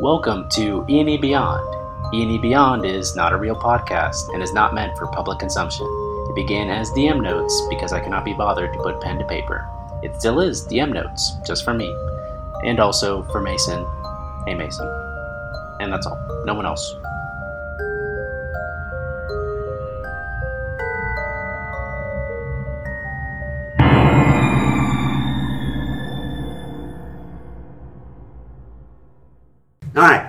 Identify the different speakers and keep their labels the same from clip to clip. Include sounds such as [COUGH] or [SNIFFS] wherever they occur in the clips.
Speaker 1: Welcome to E&E Beyond. E&E Beyond is not a real podcast and is not meant for public consumption. It began as DM notes because I cannot be bothered to put pen to paper. It still is DM notes, just for me. And also for Mason. Hey, Mason. And that's all. No one else.
Speaker 2: All right.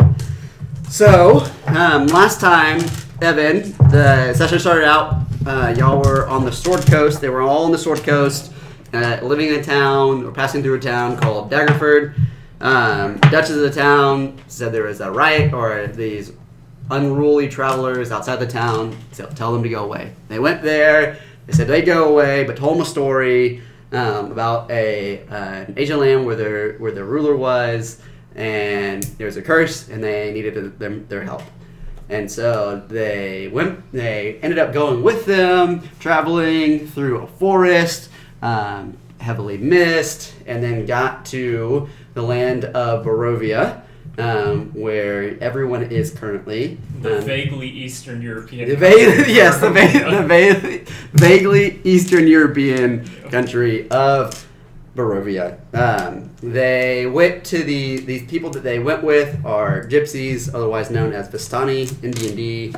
Speaker 2: So um, last time, Evan, the session started out. Uh, y'all were on the Sword Coast. They were all on the Sword Coast, uh, living in a town or passing through a town called Daggerford. Um, Duchess of the town said there was a riot or these unruly travelers outside the town. So tell them to go away. They went there. They said they go away, but told them a story um, about a uh, an Asian land where their where their ruler was, and there was a curse, and they needed their, their help. And so they went. They ended up going with them, traveling through a forest, um, heavily mist, and then got to the land of Barovia, um, where everyone is currently.
Speaker 3: The
Speaker 2: Um,
Speaker 3: vaguely Eastern European.
Speaker 2: the va- [LAUGHS] yes, the, va- the
Speaker 3: [LAUGHS]
Speaker 2: va- vaguely Eastern European country of Barovia. Um, they went to the these people that they went with are gypsies, otherwise known as Vistani in D and D.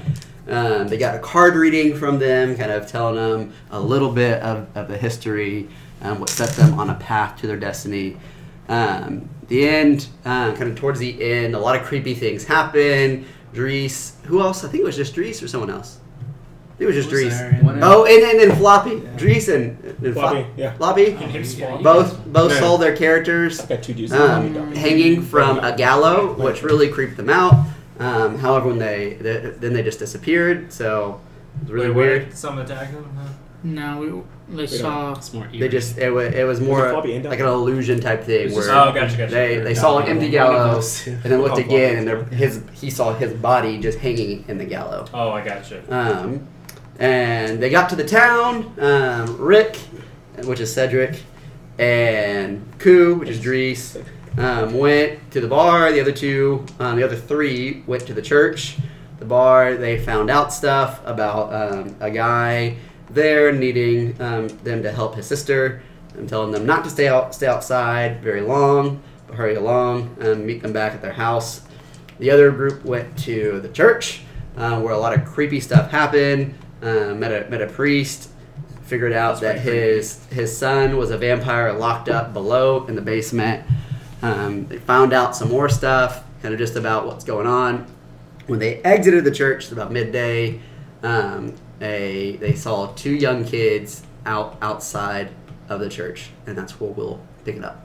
Speaker 2: Um, they got a card reading from them, kind of telling them a little bit of, of the history, um, what set them on a path to their destiny. Um, the end, uh, kind of towards the end, a lot of creepy things happen. Drees, who else? I think it was just Drees or someone else. I think it was just Drees. Oh, and and then Floppy, Drees and, and
Speaker 4: Floppy,
Speaker 2: Flop-
Speaker 4: yeah.
Speaker 2: Floppy.
Speaker 3: And him spawn.
Speaker 2: Both both
Speaker 4: No.
Speaker 2: sold their characters
Speaker 4: Got two dudes.
Speaker 2: um, hanging from a gallow, which really creeped them out. Um, however, when they, they then they just disappeared, so it was really
Speaker 3: Wait, where
Speaker 2: weird.
Speaker 3: did Some attack them. huh?
Speaker 5: No, we, they saw.
Speaker 1: It's more
Speaker 2: They
Speaker 1: [LAUGHS]
Speaker 2: just [LAUGHS] it was, it was more
Speaker 4: it floppy and down?
Speaker 2: like an illusion type thing
Speaker 4: It
Speaker 2: where
Speaker 4: was
Speaker 3: Oh, gotcha, gotcha.
Speaker 2: they they saw an empty
Speaker 4: One of
Speaker 2: gallow
Speaker 4: those.
Speaker 2: and then looked
Speaker 4: Oh,
Speaker 2: again, and
Speaker 4: floppy.
Speaker 2: there, his he saw his body just hanging in the gallow.
Speaker 3: oh, I gotcha.
Speaker 2: Um, and they got to the town. Um, Rick, which is Cedric, and Koo, which is Drees, um, went to the bar. The other two, um, the other three, went to the church. The bar, they found out stuff about um, a guy there needing um, them to help his sister. I'm telling them not to stay out, stay outside very long, but hurry along and meet them back at their house. The other group went to the church, uh, where a lot of creepy stuff happened. Uh, met a met a priest, figured out that his his son was a vampire locked up below in the basement. Um, they found out some more stuff, kind of just about what's going on. When they exited the church about midday, um, a they saw two young kids out outside of the church, and that's where we'll pick it up.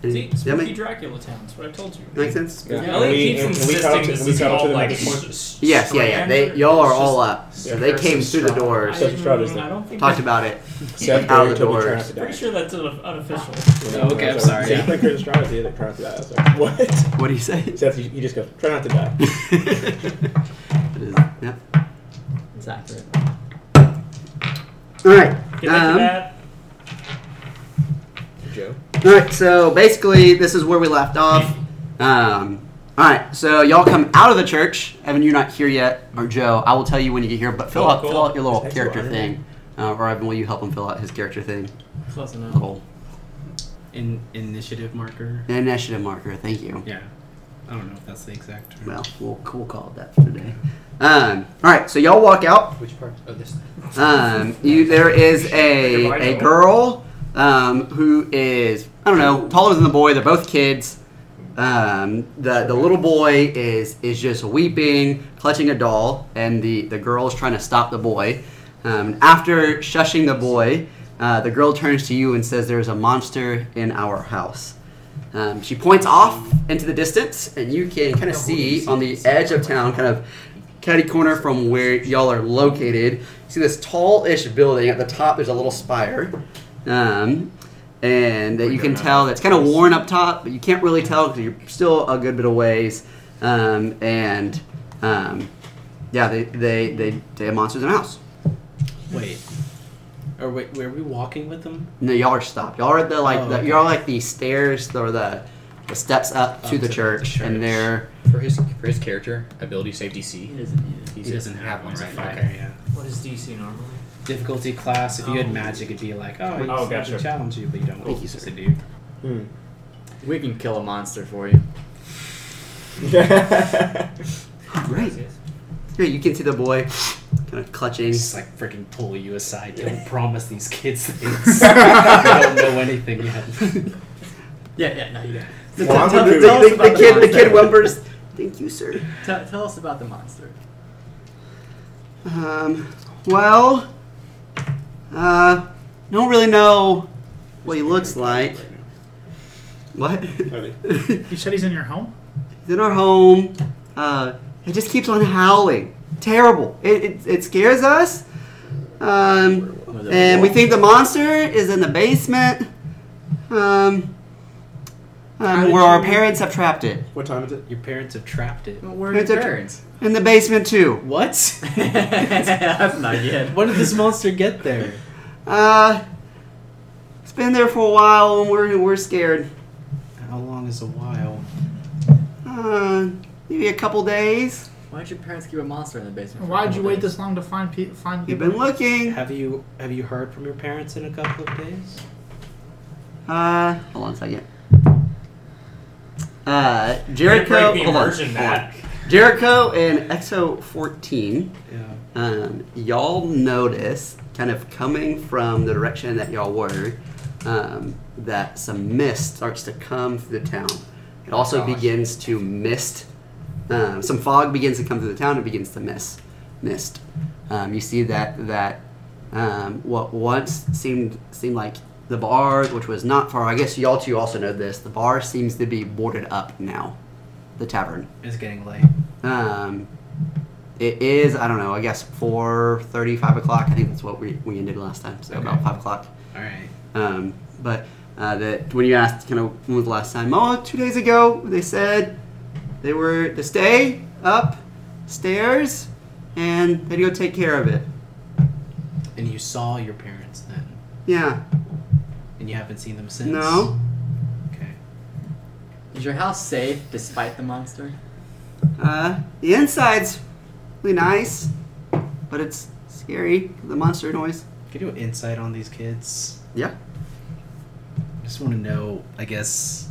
Speaker 2: Does
Speaker 3: See,
Speaker 2: that
Speaker 3: spooky
Speaker 2: make,
Speaker 3: Dracula town. That's what I told you.
Speaker 2: make sense?
Speaker 4: Yeah.
Speaker 3: Elliot
Speaker 4: We-
Speaker 3: keeps
Speaker 4: and- and we
Speaker 3: insisting
Speaker 4: cut up to-
Speaker 3: this
Speaker 4: we
Speaker 3: is
Speaker 4: cut up to
Speaker 3: all
Speaker 4: the
Speaker 3: like.
Speaker 4: next one.
Speaker 3: s-
Speaker 2: Yes, yeah, yeah. They
Speaker 3: strand.
Speaker 2: y'all are
Speaker 3: It's
Speaker 2: all up.
Speaker 3: just-
Speaker 2: So they came through the
Speaker 3: I,
Speaker 2: doors,
Speaker 4: Such a shroud, isn't it?
Speaker 3: I don't think
Speaker 2: talked
Speaker 3: that-
Speaker 2: about it.
Speaker 4: Seth
Speaker 2: Out of
Speaker 4: Green
Speaker 2: the
Speaker 4: told me try
Speaker 2: doors.
Speaker 4: not to die.
Speaker 3: Pretty sure that's un- unofficial.
Speaker 1: Oh, okay, I'm sorry, yeah.
Speaker 4: Seth played Great Astrology, they tried not to die. I was like, [LAUGHS] what?
Speaker 2: What do you say?
Speaker 4: Seth, you, you just go, try not to die.
Speaker 2: It is- [LAUGHS] yep.
Speaker 3: [LAUGHS] Exactly.
Speaker 2: All right.
Speaker 3: Get back to
Speaker 2: Um,
Speaker 3: that.
Speaker 4: Joe.
Speaker 2: All right, so basically, this is where we left off. Um, all right, so y'all come out of the church. Evan, you're not here yet, or Joe. I will tell you when you get here, but fill
Speaker 3: Cool,
Speaker 2: out
Speaker 3: cool.
Speaker 2: fill out your little
Speaker 4: Thanks a lot,
Speaker 2: character
Speaker 4: Evan.
Speaker 2: thing, uh, or Evan, will you help him fill out his character thing?
Speaker 3: Close enough.
Speaker 2: Little
Speaker 1: in, initiative marker.
Speaker 2: initiative marker. Thank you.
Speaker 1: Yeah. I don't know if that's the exact term.
Speaker 2: Well, we'll we'll call it that for today. Um, all right, so y'all walk out.
Speaker 1: Which part? Oh, this.
Speaker 2: Um, you, there is a, a girl um, who is I don't know taller than the boy. They're both kids. Um, the the little boy is is just weeping, clutching a doll, and the the girl is trying to stop the boy. Um, after shushing the boy, uh, the girl turns to you and says, "There is a monster in our house." Um, she points off into the distance, and you can kind of see on the edge of town, kind of catty corner from where y'all are located. You see this tall-ish building at the top. There's a little spire, um, and that you can tell that's kind of worn up top, but you can't really tell because you're still a good bit of ways. Um, and um, yeah, they they they they have monsters in the house.
Speaker 1: Wait. Or wait, were we walking with them?
Speaker 2: No, y'all are stopped. Y'all are at the like
Speaker 1: Oh,
Speaker 2: the,
Speaker 1: okay.
Speaker 2: y'all are like the stairs or the the steps up to
Speaker 6: Up
Speaker 2: the
Speaker 6: to the
Speaker 2: church, and
Speaker 6: church.
Speaker 2: there.
Speaker 6: For his for his character, ability save
Speaker 3: He
Speaker 6: DC.
Speaker 3: doesn't need
Speaker 6: He,
Speaker 1: doesn't have one
Speaker 6: so
Speaker 1: right
Speaker 6: fuck
Speaker 1: now.
Speaker 6: it, yeah.
Speaker 3: it. What is DC normally?
Speaker 6: Difficulty class. If you
Speaker 3: Oh.
Speaker 6: had magic, it'd be like, oh, you
Speaker 3: Oh,
Speaker 6: oh
Speaker 3: gotcha.
Speaker 6: to challenge you, but you don't. know
Speaker 2: Thank
Speaker 6: what
Speaker 2: you,
Speaker 6: you're
Speaker 2: sir.
Speaker 6: supposed to do.
Speaker 4: [LAUGHS] Hmm.
Speaker 7: We can kill a monster for you.
Speaker 2: Right. Here, you can see the boy kind of clutching.
Speaker 6: Just like freaking pull you aside. Don't promise these [LAUGHS] kids things. they don't know anything yet. [LAUGHS]
Speaker 3: Yeah, yeah, no, you don't.
Speaker 4: Well, I'm
Speaker 2: the,
Speaker 4: gonna do
Speaker 2: the-
Speaker 4: it.
Speaker 2: the- the kid, the kid whimpers, "Thank you, sir."
Speaker 3: Tell, tell us about the monster.
Speaker 2: Um, well, uh, don't really know what he looks like. What? [LAUGHS]
Speaker 4: Alright.
Speaker 2: He's
Speaker 5: You said he's in your home?
Speaker 2: in our home. Uh, it just keeps on howling. Terrible. It, it, it scares us. Um, and we think the monster is in the basement. Um, um,
Speaker 4: did
Speaker 2: where our
Speaker 4: you-
Speaker 2: parents have trapped it.
Speaker 4: What time is it?
Speaker 6: Your parents have trapped it.
Speaker 7: Where
Speaker 2: It's a-
Speaker 3: [LAUGHS]
Speaker 2: In the basement, too.
Speaker 6: [LAUGHS] What?
Speaker 7: Not yet.
Speaker 6: When did this monster get there?
Speaker 2: Uh, it's been there for a while and we're, we're scared.
Speaker 6: How long is a while?
Speaker 2: Uh, maybe a couple days.
Speaker 7: Why'd your parents keep a monster in the basement? for a
Speaker 5: Why'd you
Speaker 7: couple
Speaker 5: wait
Speaker 7: days?
Speaker 5: this long to find pe- find
Speaker 2: You've
Speaker 5: people?
Speaker 2: been looking.
Speaker 6: Have you have you heard from your parents in a couple of days?
Speaker 2: Uh, hold on a second. Uh,
Speaker 3: Break
Speaker 2: Jericho,
Speaker 3: the
Speaker 2: hold on,
Speaker 3: immersion,
Speaker 2: hold
Speaker 3: Matt.
Speaker 2: on. Jericho and XO14,
Speaker 6: Yeah.
Speaker 2: um, y'all notice kind of coming from the direction that y'all were, um, that some mist starts to come through the town. It also begins to mist. Um, some fog begins to come through the town and begins to mist. Mist. Um, you see that that um, what once seemed seemed like the bar, which was not far. I guess y'all two also know this. The bar seems to be boarded up now. The tavern.
Speaker 6: It's getting late.
Speaker 2: Um, it is, I don't know, I guess 4.30, 5 o'clock. I think that's what we, we ended last time, so about
Speaker 6: Okay.
Speaker 2: 5 o'clock.
Speaker 6: All right.
Speaker 2: Um, but uh, that when you asked kind of when was the last time, oh, two days ago, they said they were to stay upstairs and they'd go take care of it.
Speaker 6: And you saw your parents then,
Speaker 2: Yeah.
Speaker 6: and you haven't seen them since.
Speaker 2: No?
Speaker 6: Okay.
Speaker 7: Is your house safe despite the monster?
Speaker 2: Uh, the inside's really nice, but it's scary. The monster noise.
Speaker 6: Can you do an insight on these kids?
Speaker 2: Yeah.
Speaker 6: Just want to know, I guess,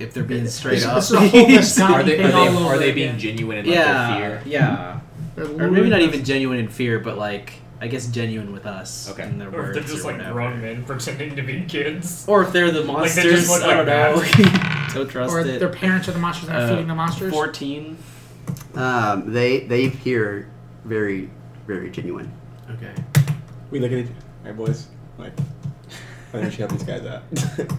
Speaker 6: if they're being straight
Speaker 5: This-
Speaker 6: up.
Speaker 5: this
Speaker 6: [LAUGHS]
Speaker 5: is a whole misnomer.
Speaker 7: Are they, are
Speaker 5: Anything
Speaker 7: they,
Speaker 5: all
Speaker 7: are
Speaker 5: over
Speaker 7: they being
Speaker 5: again.
Speaker 7: genuine in like,
Speaker 6: yeah,
Speaker 7: their fear?
Speaker 6: yeah, or maybe not even genuine in fear, but like I guess genuine with us.
Speaker 7: Okay.
Speaker 6: in their
Speaker 3: Or if they're
Speaker 6: words
Speaker 3: just
Speaker 6: or
Speaker 3: like
Speaker 6: whatever.
Speaker 3: grown men pretending to be kids.
Speaker 6: Or if they're the
Speaker 3: Like,
Speaker 6: monsters,
Speaker 3: they just look
Speaker 6: I don't
Speaker 3: like
Speaker 6: know. [LAUGHS] don't trust
Speaker 5: Or
Speaker 6: it.
Speaker 5: their parents are the monsters and they're
Speaker 6: Uh,
Speaker 5: feeding the monsters?
Speaker 6: Fourteen.
Speaker 2: Um, they they appear very very genuine.
Speaker 6: Okay.
Speaker 4: We look at each Alright, boys. Like, I think we should help these guys [LAUGHS] out.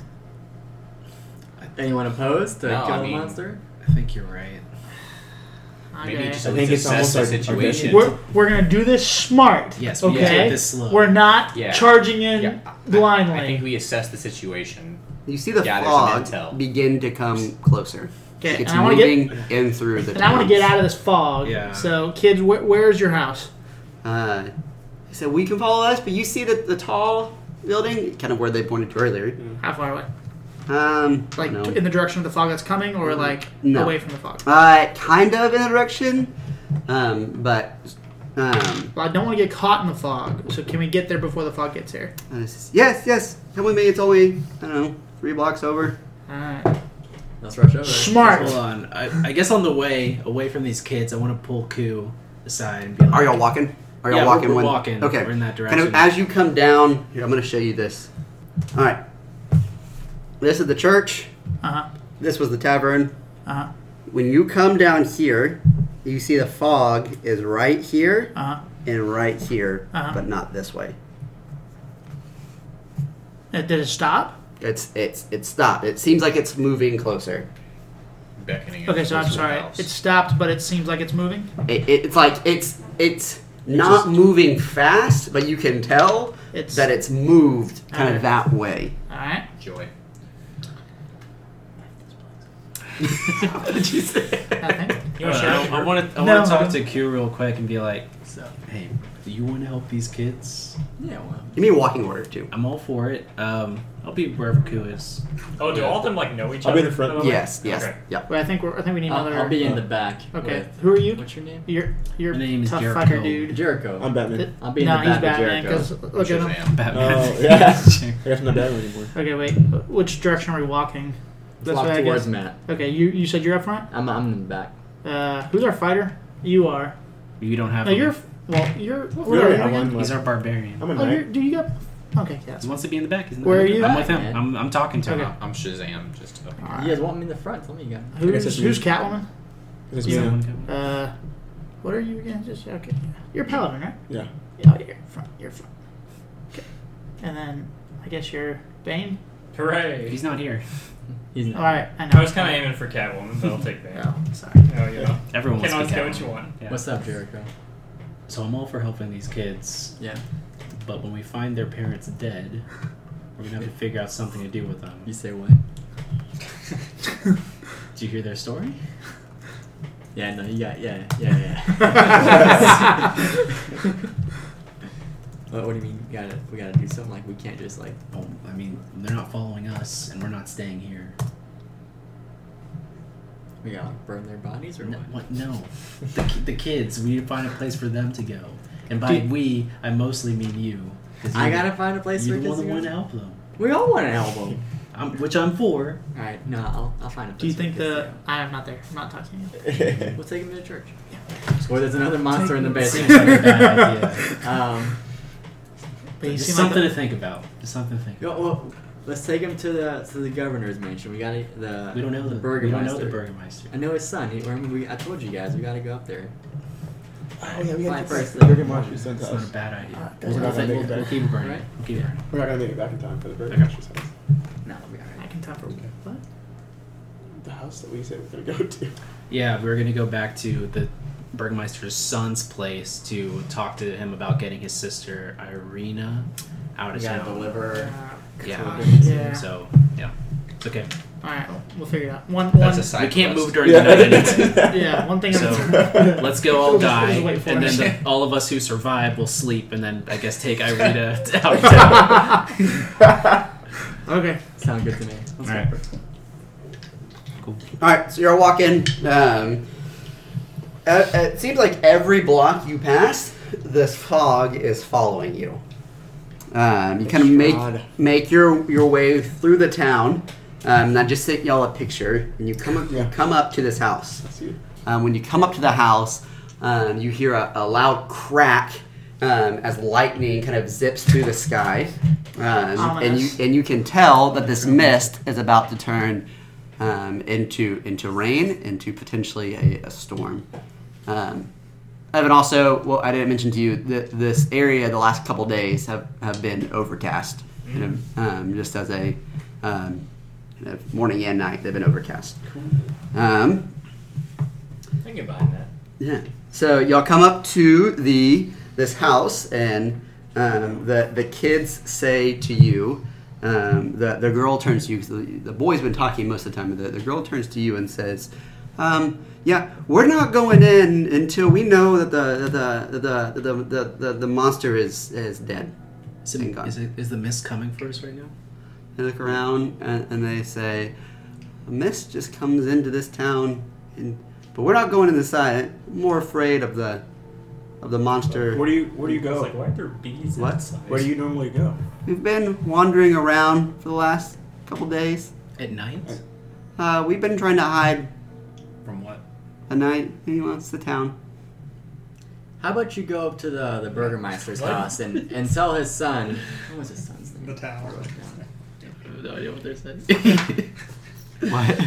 Speaker 7: Anyone opposed to
Speaker 6: No,
Speaker 7: kill
Speaker 6: I
Speaker 7: a
Speaker 6: mean-
Speaker 7: monster?
Speaker 6: I think you're right.
Speaker 5: Okay.
Speaker 7: Maybe just
Speaker 4: I think it's
Speaker 7: assess
Speaker 4: almost
Speaker 7: the
Speaker 4: like-
Speaker 7: situation.
Speaker 5: Ah, We're, we're gonna do this smart.
Speaker 6: Yes, we
Speaker 5: okay.
Speaker 6: did this slow.
Speaker 5: We're not
Speaker 7: Yeah.
Speaker 5: charging in
Speaker 7: Yeah, I-
Speaker 5: blindly.
Speaker 7: I think we assess the situation.
Speaker 2: You see the
Speaker 7: Yeah,
Speaker 2: fog
Speaker 7: there's an intel.
Speaker 2: begin to come closer.
Speaker 5: okay,
Speaker 2: it's
Speaker 5: and I want to get
Speaker 2: moving in through the.
Speaker 5: [LAUGHS] and I want to
Speaker 2: towns.
Speaker 5: get out of this fog.
Speaker 6: Yeah.
Speaker 5: So, kids, wh- where's your house?
Speaker 2: Uh, he said, "We can follow us, but you see the the tall building, kind of where they pointed to earlier.
Speaker 5: How far away?
Speaker 7: Mm.
Speaker 2: Um,
Speaker 5: Like
Speaker 2: no.
Speaker 5: t- in the direction of the fog that's coming, or
Speaker 6: Mm.
Speaker 5: like
Speaker 2: No.
Speaker 5: away from the fog?
Speaker 2: uh, kind of in a direction, um, but um,
Speaker 5: Well, I don't want to get caught in the fog. So, can we get there before the fog gets here?
Speaker 2: uh, this is- yes, yes, come with me. It's only I don't know three blocks over.
Speaker 5: All right.
Speaker 7: Let's rush over.
Speaker 5: Smart.
Speaker 6: Hold on. I, I guess on the way away from these kids, I want to pull Ku aside and be like,
Speaker 2: Are y'all walking? Are y'all
Speaker 6: Yeah, we're-
Speaker 2: walking?
Speaker 6: we're
Speaker 2: when-
Speaker 6: walking.
Speaker 2: Okay,
Speaker 6: We're in that
Speaker 2: Kind of
Speaker 6: direction.
Speaker 2: as you come down, here I'm going to show you this. All right, this is the church.
Speaker 5: Uh huh.
Speaker 2: This was the tavern.
Speaker 5: Uh huh.
Speaker 2: When you come down here, you see the fog is right here
Speaker 5: Uh huh.
Speaker 2: and right here,
Speaker 5: Uh-huh.
Speaker 2: but not this way.
Speaker 5: Did it stop?
Speaker 2: It's it's it's stopped. It seems like it's moving closer.
Speaker 7: Beckoning
Speaker 5: Okay, so I'm sorry. It stopped, but it seems like it's moving.
Speaker 2: It, it- it's like it's it's not moving fast, but you can tell
Speaker 5: It's-
Speaker 2: that it's moved kind
Speaker 5: Okay.
Speaker 2: of that way.
Speaker 5: All right.
Speaker 7: Joy.
Speaker 6: what did you say?
Speaker 5: Nothing.
Speaker 3: You wanna share
Speaker 6: I
Speaker 3: it?
Speaker 6: want to I
Speaker 5: No.
Speaker 6: want to talk to Q real quick and be like, so, hey, Do you want to help these kids?
Speaker 7: Yeah, well.
Speaker 2: Give me a walking order too.
Speaker 6: I'm all for it. Um, I'll be wherever Ku is. [LAUGHS]
Speaker 3: Oh, do all of them like know each
Speaker 4: I'll
Speaker 3: other?
Speaker 4: be the front.
Speaker 3: for moment?
Speaker 2: Yes, yes,
Speaker 3: Okay.
Speaker 2: yep.
Speaker 5: Wait, I think we're, I think we need
Speaker 7: I'll,
Speaker 5: another.
Speaker 7: I'll be in the
Speaker 4: Uh,
Speaker 7: back.
Speaker 5: okay,
Speaker 7: with-
Speaker 5: who are you?
Speaker 7: what's your name?
Speaker 5: You're you're
Speaker 6: My name is
Speaker 5: tough
Speaker 6: Jericho.
Speaker 5: fucker, dude.
Speaker 7: Jericho.
Speaker 4: I'm Batman.
Speaker 7: I'll be in
Speaker 5: no,
Speaker 7: the
Speaker 5: he's
Speaker 7: back with
Speaker 5: Batman.
Speaker 7: Jericho.
Speaker 5: Cause look at him.
Speaker 6: Batman.
Speaker 4: Oh
Speaker 6: [LAUGHS]
Speaker 4: yeah, I guess I'm not Batman anymore.
Speaker 5: Okay, wait. Which direction are we walking? That's
Speaker 7: Walk
Speaker 5: what I
Speaker 7: towards
Speaker 5: guess.
Speaker 7: Matt.
Speaker 5: Okay, you you said you're up front.
Speaker 7: I'm, I'm in the back.
Speaker 5: Uh, who's our fighter? You are.
Speaker 6: You don't have.
Speaker 5: No,
Speaker 6: him.
Speaker 5: you're. Well, you're. Where
Speaker 4: Really,
Speaker 5: are you
Speaker 4: I'm
Speaker 5: again?
Speaker 4: on, like-
Speaker 6: He's our barbarian.
Speaker 4: I'm a
Speaker 5: Oh, you're,
Speaker 4: knight.
Speaker 5: do you got? Okay, yeah.
Speaker 6: He wants to be in the back. He's not
Speaker 5: Where
Speaker 6: in the
Speaker 5: are you?
Speaker 6: back. I'm with
Speaker 7: Man.
Speaker 6: him. I'm, I'm talking to
Speaker 5: Okay.
Speaker 6: him.
Speaker 8: I'm Shazam, just up here.
Speaker 5: All
Speaker 7: You guys
Speaker 5: right.
Speaker 7: want me in the front? Tell me you got me.
Speaker 4: I guess that's
Speaker 5: Who's,
Speaker 4: me.
Speaker 5: who's Catwoman?
Speaker 4: This is
Speaker 5: Yeah.
Speaker 4: me.
Speaker 6: Someone-
Speaker 5: Uh, what are you again? Just okay. You're a paladin, right?
Speaker 4: Yeah.
Speaker 5: Yeah, you're front. You're front. Okay. And then I guess you're Bane.
Speaker 3: Hooray!
Speaker 6: He's not here.
Speaker 7: He's
Speaker 5: All
Speaker 7: not.
Speaker 5: right, I know.
Speaker 3: I was kind of aiming for Catwoman, but I'll take that.
Speaker 5: Oh, sorry.
Speaker 3: Oh, you know.
Speaker 6: Everyone
Speaker 3: Can
Speaker 6: wants
Speaker 3: always
Speaker 6: to
Speaker 3: get
Speaker 6: be
Speaker 3: what you
Speaker 6: Catwoman.
Speaker 3: want.
Speaker 6: Yeah.
Speaker 7: What's up, Jericho?
Speaker 6: So I'm all for helping these kids,
Speaker 7: Yeah.
Speaker 6: but when we find their parents dead, we're gonna have to figure out something to do with them.
Speaker 7: You say what?
Speaker 6: Did you hear their story?
Speaker 7: Yeah, no, you got, yeah, yeah, yeah. what, what do you mean? We gotta, we gotta do something. Like, we can't just, like,
Speaker 6: Well, I mean, they're not following us, and we're not staying here.
Speaker 7: we gotta like, burn their bodies or
Speaker 6: No,
Speaker 7: what?
Speaker 6: what? No, the, ki- the kids. We need to find a place for them to go. And by
Speaker 5: Dude.
Speaker 6: we, I mostly mean you. 'cause
Speaker 7: I
Speaker 6: you're-
Speaker 7: gotta find a place
Speaker 6: You're
Speaker 7: for
Speaker 6: the one
Speaker 7: kids
Speaker 6: that
Speaker 7: to
Speaker 6: want to
Speaker 7: go.
Speaker 6: help them,
Speaker 7: [LAUGHS] We all want an album.
Speaker 6: I'm, which I'm for.
Speaker 7: Alright, no, I'll, I'll find a place
Speaker 5: Do you
Speaker 7: for
Speaker 5: think
Speaker 7: kids to
Speaker 5: the?
Speaker 7: go.
Speaker 5: I am not there. I'm not talking to you.
Speaker 7: We'll
Speaker 4: [LAUGHS]
Speaker 7: take him to church. Or there's another monster in the
Speaker 6: Seems like a
Speaker 7: basement.
Speaker 6: bad idea.
Speaker 7: [LAUGHS] um,
Speaker 5: But you
Speaker 6: Just
Speaker 5: seem
Speaker 6: something
Speaker 5: like
Speaker 6: to think about. Just something to think.
Speaker 7: no, well, let's take him to the to the governor's mansion. We got to the
Speaker 6: We don't know
Speaker 7: the
Speaker 6: the,
Speaker 7: burger
Speaker 6: we don't know the burgermeister.
Speaker 7: I know his son. He, remember we, I told you guys we got to go up there.
Speaker 4: Oh yeah, we
Speaker 7: Fly
Speaker 4: gotta
Speaker 7: first,
Speaker 4: first.
Speaker 7: then.
Speaker 4: We're gonna watch these
Speaker 6: It's not a bad idea.
Speaker 4: Alright,
Speaker 6: We'll,
Speaker 4: guys,
Speaker 6: we'll,
Speaker 4: I'm gonna
Speaker 6: think- we'll,
Speaker 4: make it
Speaker 6: we'll
Speaker 4: back.
Speaker 6: keep burning.
Speaker 7: Right?
Speaker 6: We'll keep burning.
Speaker 4: We're not gonna make it back in time for the burger.
Speaker 6: Okay.
Speaker 4: master's house.
Speaker 7: No, we'll be all
Speaker 5: I
Speaker 7: right.
Speaker 5: can tell for what?
Speaker 4: The house that we said we're gonna go to.
Speaker 6: Yeah, we're gonna go back to the burgermeister's son's place to talk to him about getting his sister Irina out
Speaker 7: We
Speaker 6: of
Speaker 7: got to
Speaker 6: town. [LAUGHS]
Speaker 7: deliver.
Speaker 6: Yeah.
Speaker 5: Uh, Yeah.
Speaker 6: So yeah, it's okay.
Speaker 5: All right, we'll figure it out. One,
Speaker 8: That's
Speaker 5: one,
Speaker 8: a side
Speaker 6: We can't
Speaker 8: quest.
Speaker 6: move during the
Speaker 4: [LAUGHS]
Speaker 6: night.
Speaker 5: yeah, one thing.
Speaker 6: So-
Speaker 5: at a time.
Speaker 6: Let's go all
Speaker 5: We'll just-
Speaker 6: die,
Speaker 5: we'll wait for
Speaker 6: and
Speaker 5: it.
Speaker 6: then the, all of us who survive will sleep, and then I guess take Irina [LAUGHS] out of town.
Speaker 5: okay.
Speaker 7: Sound good to me.
Speaker 6: All right.
Speaker 2: All right, so you're walking. Um, uh, it seems like every block you pass, this fog is following you. Um, you kind of
Speaker 4: Shroud.
Speaker 2: make make your your way through the town. Um, and I just sent y'all a picture, and you come up,
Speaker 4: Yeah.
Speaker 2: you come up to this house.
Speaker 4: See you.
Speaker 2: Um, when you come up to the house, um, you hear a, a loud crack um, as lightning kind of zips through the sky, um, and you
Speaker 5: Ominous.
Speaker 2: and you can tell that this mist is about to turn um, into into rain, into potentially a, a storm. Um, Evan, also, well, I didn't mention to you that this area the last couple days have, have been overcast, kind of, um, just as a um, kind of morning and night they've been overcast. Um,
Speaker 3: I can buy that.
Speaker 2: yeah. So y'all come up to the this house, and um, the the kids say to you, um, the the girl turns to you. 'cause The, the boy's been talking most of the time. but The, the girl turns to you and says, um, "Yeah, we're not going in until we know that the the the the the, the, the monster is is dead."
Speaker 6: Is, it, is, it, is the mist coming for us right now?
Speaker 2: They look around and, and they say, "A mist just comes into this town, and but we're not going inside. I'm more afraid of the of the monster."
Speaker 4: Where do you Where do you
Speaker 3: It's
Speaker 4: go?
Speaker 3: like, why are there bees
Speaker 2: What?
Speaker 3: outside?
Speaker 4: Oh. Where do you normally go?
Speaker 2: We've been wandering around for the last couple days.
Speaker 6: At night?
Speaker 2: Uh, we've been trying to hide
Speaker 6: From what?
Speaker 2: a night. He wants the town.
Speaker 7: How about you go up to the the burgermeister's
Speaker 3: What?
Speaker 7: house and and tell his son. What was his son's name?
Speaker 3: The
Speaker 8: [LAUGHS]
Speaker 3: tower.
Speaker 6: I have no idea what they're [LAUGHS] saying.
Speaker 2: What?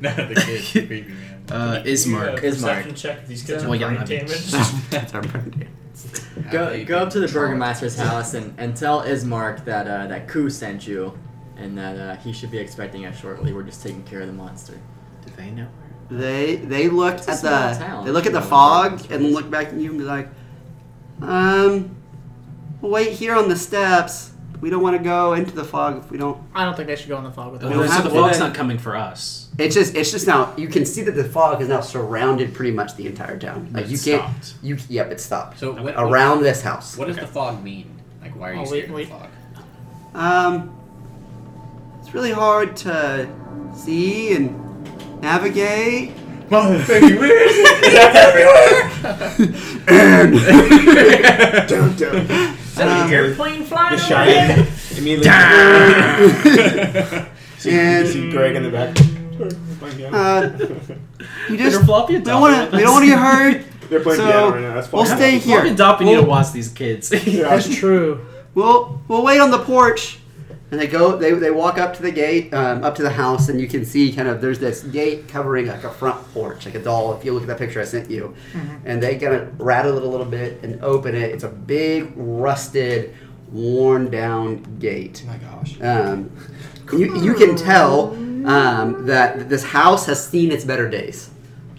Speaker 8: No, the kid, creepy man.
Speaker 6: [LAUGHS] uh,
Speaker 3: Can you, uh,
Speaker 6: Ismark.
Speaker 3: perception
Speaker 7: Ismark.
Speaker 3: check if these kids
Speaker 6: Well,
Speaker 3: are
Speaker 6: yeah,
Speaker 3: brain
Speaker 6: I mean-
Speaker 1: [LAUGHS]
Speaker 3: damaged.
Speaker 2: That's our friend.
Speaker 7: Go, go up to the burgomaster's house and, and tell Ismark that uh, that Ku sent you, and that uh, he should be expecting us shortly. We're just taking care of the monster.
Speaker 6: Do they know?
Speaker 2: They they look
Speaker 7: It's a
Speaker 2: at
Speaker 7: small
Speaker 2: the
Speaker 7: town.
Speaker 2: they look at the
Speaker 7: You know,
Speaker 2: fog
Speaker 7: it's-
Speaker 2: and look back at you and be like, um, wait here on the steps. We don't want to go into the fog if we don't.
Speaker 5: I don't think they should go in the fog
Speaker 6: [LAUGHS]
Speaker 5: with
Speaker 2: We don't
Speaker 6: Oh,
Speaker 5: us.
Speaker 6: so
Speaker 2: have
Speaker 6: the
Speaker 2: to.
Speaker 6: fog's not coming for us.
Speaker 2: It's just it's just now you can see that the fog has now surrounded pretty much the entire town. Like
Speaker 6: But
Speaker 2: you
Speaker 6: it's
Speaker 2: can't.
Speaker 6: stopped.
Speaker 2: You yep, it's stopped
Speaker 8: So what,
Speaker 2: around this house.
Speaker 8: What does the fog mean? Like, why are you
Speaker 5: Oh,
Speaker 8: scared
Speaker 5: wait,
Speaker 8: of the fog?
Speaker 2: Um, it's really hard to see and navigate.
Speaker 4: Motherfucking where is it?
Speaker 2: Dun, dun. Um,
Speaker 5: Airplane flying
Speaker 4: The
Speaker 5: over
Speaker 4: shining.
Speaker 5: there?
Speaker 4: Immediately.
Speaker 2: [LAUGHS]
Speaker 4: see, you see Greg in the back.
Speaker 2: uh, you just
Speaker 6: Flop your
Speaker 2: we don't want to we don't want to get [LAUGHS] hurt.
Speaker 4: They're playing
Speaker 2: so,
Speaker 4: piano right now. That's
Speaker 2: we'll
Speaker 4: fine.
Speaker 2: stay here.
Speaker 6: Flop your dop and you need to watch these kids.
Speaker 4: Yeah.
Speaker 6: [LAUGHS]
Speaker 5: That's true.
Speaker 2: We'll we'll wait on the porch. And they go they, they walk up to the gate um, up to the house and you can see kind of there's this gate covering like a front porch like a doll if you look at that picture I sent you. And they kind of rattle it a little bit and open it. It's a big rusted, worn down gate.
Speaker 4: Oh my gosh.
Speaker 2: Um, you, you can tell um, that this house has seen its better days.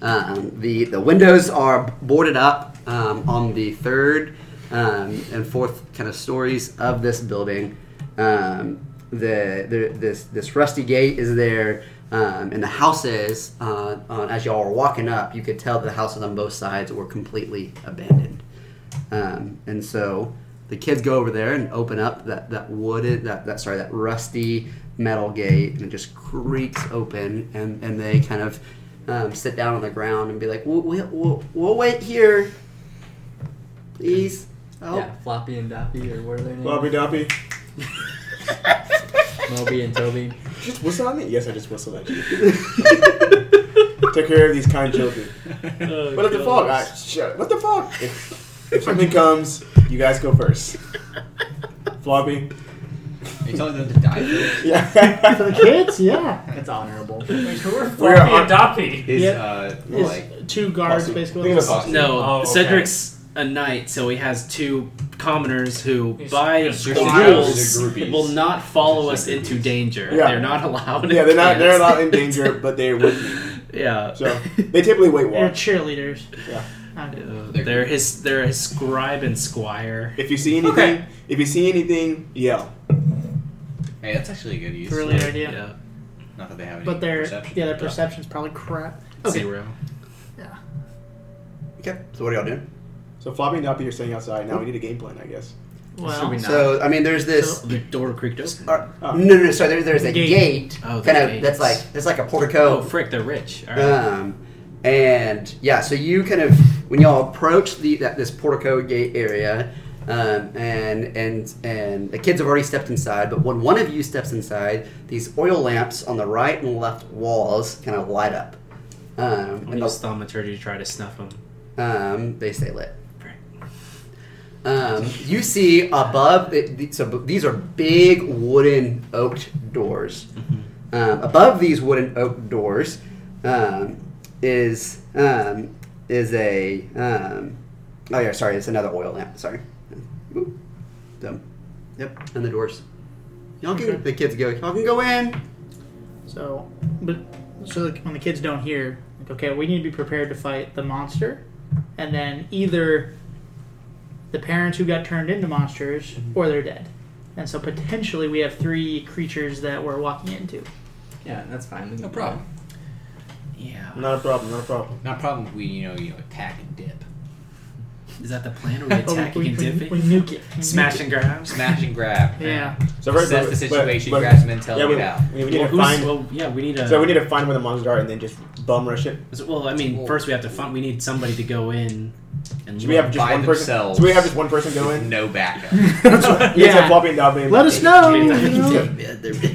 Speaker 2: Um, the the windows are boarded up um, on the third um, and fourth kind of stories of this building. Um, the, the this this rusty gate is there, um, and the houses uh, on, as y'all were walking up, you could tell the houses on both sides were completely abandoned. Um, and so the kids go over there and open up that, that wooden that, that sorry that rusty metal gate and it just creaks open and, and they kind of um, sit down on the ground and be like we'll, we'll, we'll, we'll wait here please oh
Speaker 7: Yeah, Floppy and Doppy or what are their names?
Speaker 4: Bobby Doppy.
Speaker 7: Moby and Toby.
Speaker 4: Just whistle at me? Yes, I just whistled
Speaker 2: [LAUGHS]
Speaker 4: at you. Take care of these kind children. What
Speaker 3: [LAUGHS] Oh,
Speaker 4: if the fog? I, shut, what the fog? If, if something comes, you guys go first. Floppy.
Speaker 8: Are you telling them to die? first?
Speaker 4: [LAUGHS]
Speaker 5: For the
Speaker 8: [LAUGHS]
Speaker 4: Yeah.
Speaker 5: kids, yeah.
Speaker 7: That's honorable.
Speaker 3: Wait, who are
Speaker 4: We're
Speaker 3: Floppy
Speaker 4: on-
Speaker 3: and Doppy?
Speaker 8: His,
Speaker 5: Yeah.
Speaker 8: uh,
Speaker 5: It's
Speaker 8: like,
Speaker 5: two guards
Speaker 4: Posse.
Speaker 5: basically.
Speaker 4: Think of a posse.
Speaker 6: No,
Speaker 3: Oh, okay.
Speaker 6: Cedric's a knight, so he has two commoners who,
Speaker 3: He's-
Speaker 6: by
Speaker 3: he's
Speaker 6: the
Speaker 3: just
Speaker 6: rules,
Speaker 8: groupies. They're groupies.
Speaker 6: will not follow
Speaker 8: They're
Speaker 6: us
Speaker 8: just like
Speaker 6: into
Speaker 8: groupies.
Speaker 6: danger. Uh,
Speaker 4: Yeah.
Speaker 6: They're not allowed.
Speaker 4: yeah, they're not. They're
Speaker 6: Yes.
Speaker 4: not in danger, but they're with me.
Speaker 6: yeah.
Speaker 4: So they typically weight
Speaker 5: They're
Speaker 4: watch.
Speaker 5: cheerleaders.
Speaker 4: Yeah.
Speaker 5: Okay.
Speaker 6: Uh, they're [LAUGHS] his. They're his scribe and squire.
Speaker 4: If you see anything,
Speaker 5: Okay.
Speaker 4: if you see anything, yell.
Speaker 8: hey, that's actually a good use.
Speaker 5: It's a really good idea.
Speaker 6: Yeah.
Speaker 8: Not that they have any
Speaker 5: But their
Speaker 8: perception.
Speaker 5: yeah, their perception's probably crap. Okay.
Speaker 6: Zero.
Speaker 2: okay so what are y'all doing
Speaker 4: So Floppy and Doppy are staying outside. Now we need a game plan, I guess.
Speaker 5: Well,
Speaker 7: Should we not?
Speaker 2: so I mean there's this
Speaker 6: The door creaked open.
Speaker 2: uh,
Speaker 4: Oh.
Speaker 2: no no no sorry there, there's a
Speaker 5: Gate.
Speaker 2: gate
Speaker 6: Oh, the
Speaker 2: kind of
Speaker 6: gate.
Speaker 2: that's like it's like a portico
Speaker 6: Oh, frick! They're rich. All right.
Speaker 2: Um, and yeah, so you kind of when y'all approach the that, this portico gate area, um, and and and the kids have already stepped inside. But when one of you steps inside, these oil lamps on the right and left walls kind of light up, um,
Speaker 6: I'm
Speaker 2: and
Speaker 6: gonna use
Speaker 2: the,
Speaker 6: thaumaturgy to try to snuff them.
Speaker 2: um, they stay lit. Um, you see above, the, the, so b- these are big wooden oaked doors. Um, above these wooden oak doors um, is um, is a um, oh yeah sorry it's another oil lamp sorry. Boop. So, yep, and the doors. Y'all can
Speaker 5: Okay.
Speaker 2: the kids go. Y'all can go in.
Speaker 5: so but so like, when the kids don't hear, like okay, we need to be prepared to fight the monster, and then either the parents who got turned into monsters or they're dead. And so potentially we have three creatures that we're walking into.
Speaker 7: Yeah, that's fine. We can
Speaker 8: No
Speaker 7: do
Speaker 8: problem.
Speaker 6: Yeah.
Speaker 4: Not a problem. Not a problem.
Speaker 8: Not a problem. if We you know you know, attack and dip,
Speaker 6: Is that the plan? Are we
Speaker 5: [LAUGHS] Oh, we-
Speaker 6: attacking
Speaker 5: we,
Speaker 6: and
Speaker 5: we-
Speaker 6: dipping?
Speaker 5: we nuke it. We
Speaker 6: Smash and grab.
Speaker 8: smash and
Speaker 5: nuke-
Speaker 8: grab.
Speaker 5: Yeah.
Speaker 4: So
Speaker 8: Assess the
Speaker 4: but-
Speaker 8: situation,
Speaker 4: but-
Speaker 8: grab some intel,
Speaker 4: yeah, we,
Speaker 8: get out.
Speaker 4: we need
Speaker 6: Well,
Speaker 4: to
Speaker 6: who's-
Speaker 4: find.
Speaker 6: well, yeah, we need a.
Speaker 4: So we need to find where the monsters are and then just bum rush it.
Speaker 6: So- Well, I mean,
Speaker 8: Well-
Speaker 6: first we have to find. We need somebody to go in. And
Speaker 4: Should we have just
Speaker 8: By
Speaker 4: one person?
Speaker 8: themselves.
Speaker 4: Should we have just one person go [LAUGHS]
Speaker 6: [LAUGHS]
Speaker 8: With
Speaker 4: in?
Speaker 8: no backup.
Speaker 4: You guys
Speaker 5: Yeah.
Speaker 4: have Floppy and Doppy.
Speaker 5: Let
Speaker 4: Oh,
Speaker 5: us
Speaker 6: [LAUGHS]
Speaker 5: know. you know?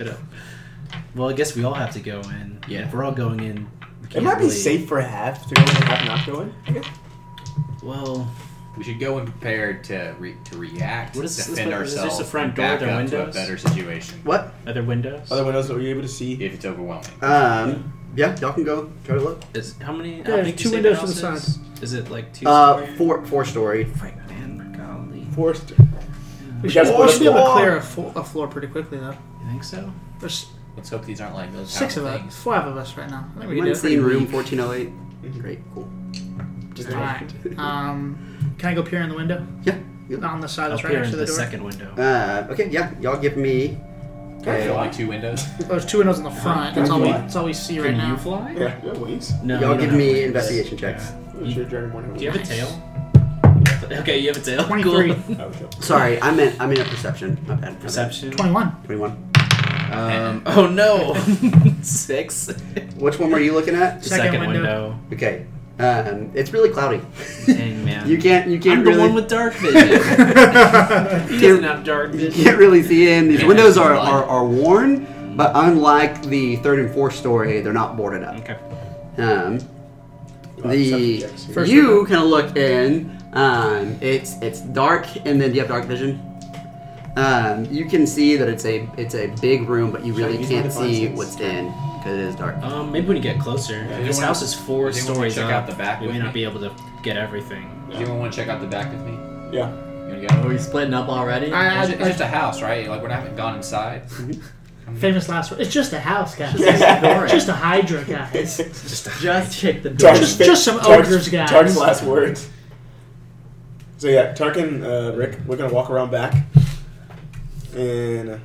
Speaker 6: look. well, I guess we all have to go in.
Speaker 8: Yeah.
Speaker 6: if we're all going in. we
Speaker 4: It
Speaker 6: can't
Speaker 4: might be
Speaker 6: really-
Speaker 4: safe for half to go in and half not go in. I guess.
Speaker 6: Well,
Speaker 8: We should go in prepared to re- to react,
Speaker 6: What is this-
Speaker 8: defend
Speaker 6: this- is this
Speaker 8: ourselves,
Speaker 6: the front
Speaker 8: and
Speaker 6: door,
Speaker 8: back
Speaker 6: their
Speaker 8: up to a
Speaker 6: windows?
Speaker 8: better situation
Speaker 2: What?
Speaker 6: other windows.
Speaker 4: Other windows, are you able to see?
Speaker 8: if it's overwhelming.
Speaker 2: Um, yeah, y'all can go. Try to look.
Speaker 6: Is, how many?
Speaker 5: Yeah,
Speaker 6: how big
Speaker 5: two
Speaker 6: do you say
Speaker 5: windows
Speaker 6: the
Speaker 5: to the
Speaker 6: house Is? Is it like two?
Speaker 2: Uh,
Speaker 6: square?
Speaker 2: four four story.
Speaker 6: Frick, man, golly.
Speaker 4: Forced.
Speaker 5: We
Speaker 4: You guys
Speaker 5: should, we
Speaker 4: put
Speaker 5: should be able to
Speaker 4: floor.
Speaker 5: clear a, fo- a floor pretty quickly though.
Speaker 6: You think so?
Speaker 5: There's
Speaker 8: Let's hope these aren't like those
Speaker 5: six of
Speaker 8: tower
Speaker 5: us,
Speaker 8: things.
Speaker 5: five of us right now. Oh, I think we can do
Speaker 2: One
Speaker 5: it.
Speaker 2: scene room fourteen oh eight.
Speaker 4: Mm-hmm.
Speaker 2: Great, cool.
Speaker 5: All right. Um, can I go peer in the window?
Speaker 2: Yeah,
Speaker 5: on the side
Speaker 6: I'll
Speaker 5: that's right
Speaker 6: peer
Speaker 5: next
Speaker 6: into
Speaker 5: to the
Speaker 6: the
Speaker 5: door.
Speaker 6: second window.
Speaker 2: Uh, okay, yeah, y'all give me. uh,
Speaker 4: I feel
Speaker 2: a-
Speaker 4: like-
Speaker 8: Like two [LAUGHS] windows.
Speaker 5: Oh, there's two windows in the front. That's all we. That's all we see right
Speaker 6: Can
Speaker 5: now.
Speaker 6: you fly?
Speaker 4: Yeah, yeah, waves.
Speaker 6: No.
Speaker 2: y'all
Speaker 6: you
Speaker 2: give
Speaker 6: don't have
Speaker 2: me
Speaker 6: wings.
Speaker 2: investigation checks.
Speaker 4: I'm sure Dragon Warrior
Speaker 6: Do you have a
Speaker 4: would.
Speaker 6: tail? [LAUGHS] Okay, you have a tail.
Speaker 5: 23.
Speaker 6: Cool.
Speaker 4: I would
Speaker 5: [LAUGHS]
Speaker 4: tell.
Speaker 2: Sorry, I meant I meant a perception. My bad. my bad.
Speaker 6: Perception.
Speaker 5: 21.
Speaker 2: Twenty-one.
Speaker 6: Um, oh no. [LAUGHS] Six.
Speaker 2: Which one were you looking at?
Speaker 6: The
Speaker 5: Second
Speaker 6: second window.
Speaker 2: Okay, um, it's really cloudy.
Speaker 6: Dang,
Speaker 2: [LAUGHS]
Speaker 6: man.
Speaker 2: You can't. You can't
Speaker 6: I'm
Speaker 2: really.
Speaker 6: the one with [LAUGHS] dark vision. he doesn't have
Speaker 2: [LAUGHS]
Speaker 6: dark
Speaker 2: you
Speaker 6: vision.
Speaker 2: can't really see in. These
Speaker 6: Yeah,
Speaker 2: windows
Speaker 6: it's
Speaker 2: are,
Speaker 6: light.
Speaker 2: are, are worn, but unlike the third and fourth story, they're not boarded up.
Speaker 6: Okay.
Speaker 2: Um, the
Speaker 4: Perception checks.
Speaker 5: First
Speaker 2: you kind of look in. Um, it's it's dark, and then do you have dark vision? Um, you can see that it's a it's a big room, but you
Speaker 4: Should I
Speaker 2: really
Speaker 4: use my
Speaker 2: can't see
Speaker 4: devices?
Speaker 2: what's in because it is dark.
Speaker 6: Um, maybe when you get closer,
Speaker 8: Yeah,
Speaker 6: this
Speaker 8: you wanna-
Speaker 6: house is four
Speaker 8: you wanna
Speaker 6: stories
Speaker 8: check
Speaker 6: up.
Speaker 8: out the back
Speaker 6: we
Speaker 8: with
Speaker 6: may
Speaker 8: me?
Speaker 6: not be able to get everything.
Speaker 8: Does anyone want to check out the back with me? You
Speaker 4: Yeah.
Speaker 8: wanna go?
Speaker 7: Are we splitting up already?
Speaker 5: I-
Speaker 8: It's ju- it's just a house, right? Like we're not even gone inside.
Speaker 5: Famous last word. It's just a house, guys.
Speaker 4: Yeah.
Speaker 5: [LAUGHS] Just a Hydra,
Speaker 4: [LAUGHS]
Speaker 5: guys.
Speaker 6: Just
Speaker 7: Just check the door.
Speaker 4: Tark's
Speaker 5: Just-
Speaker 4: fa-
Speaker 5: just some
Speaker 4: Tark's-
Speaker 5: ogres, guys.
Speaker 4: Tark's last words. So yeah, Tark and uh, Rick, we're gonna walk around back, and uh,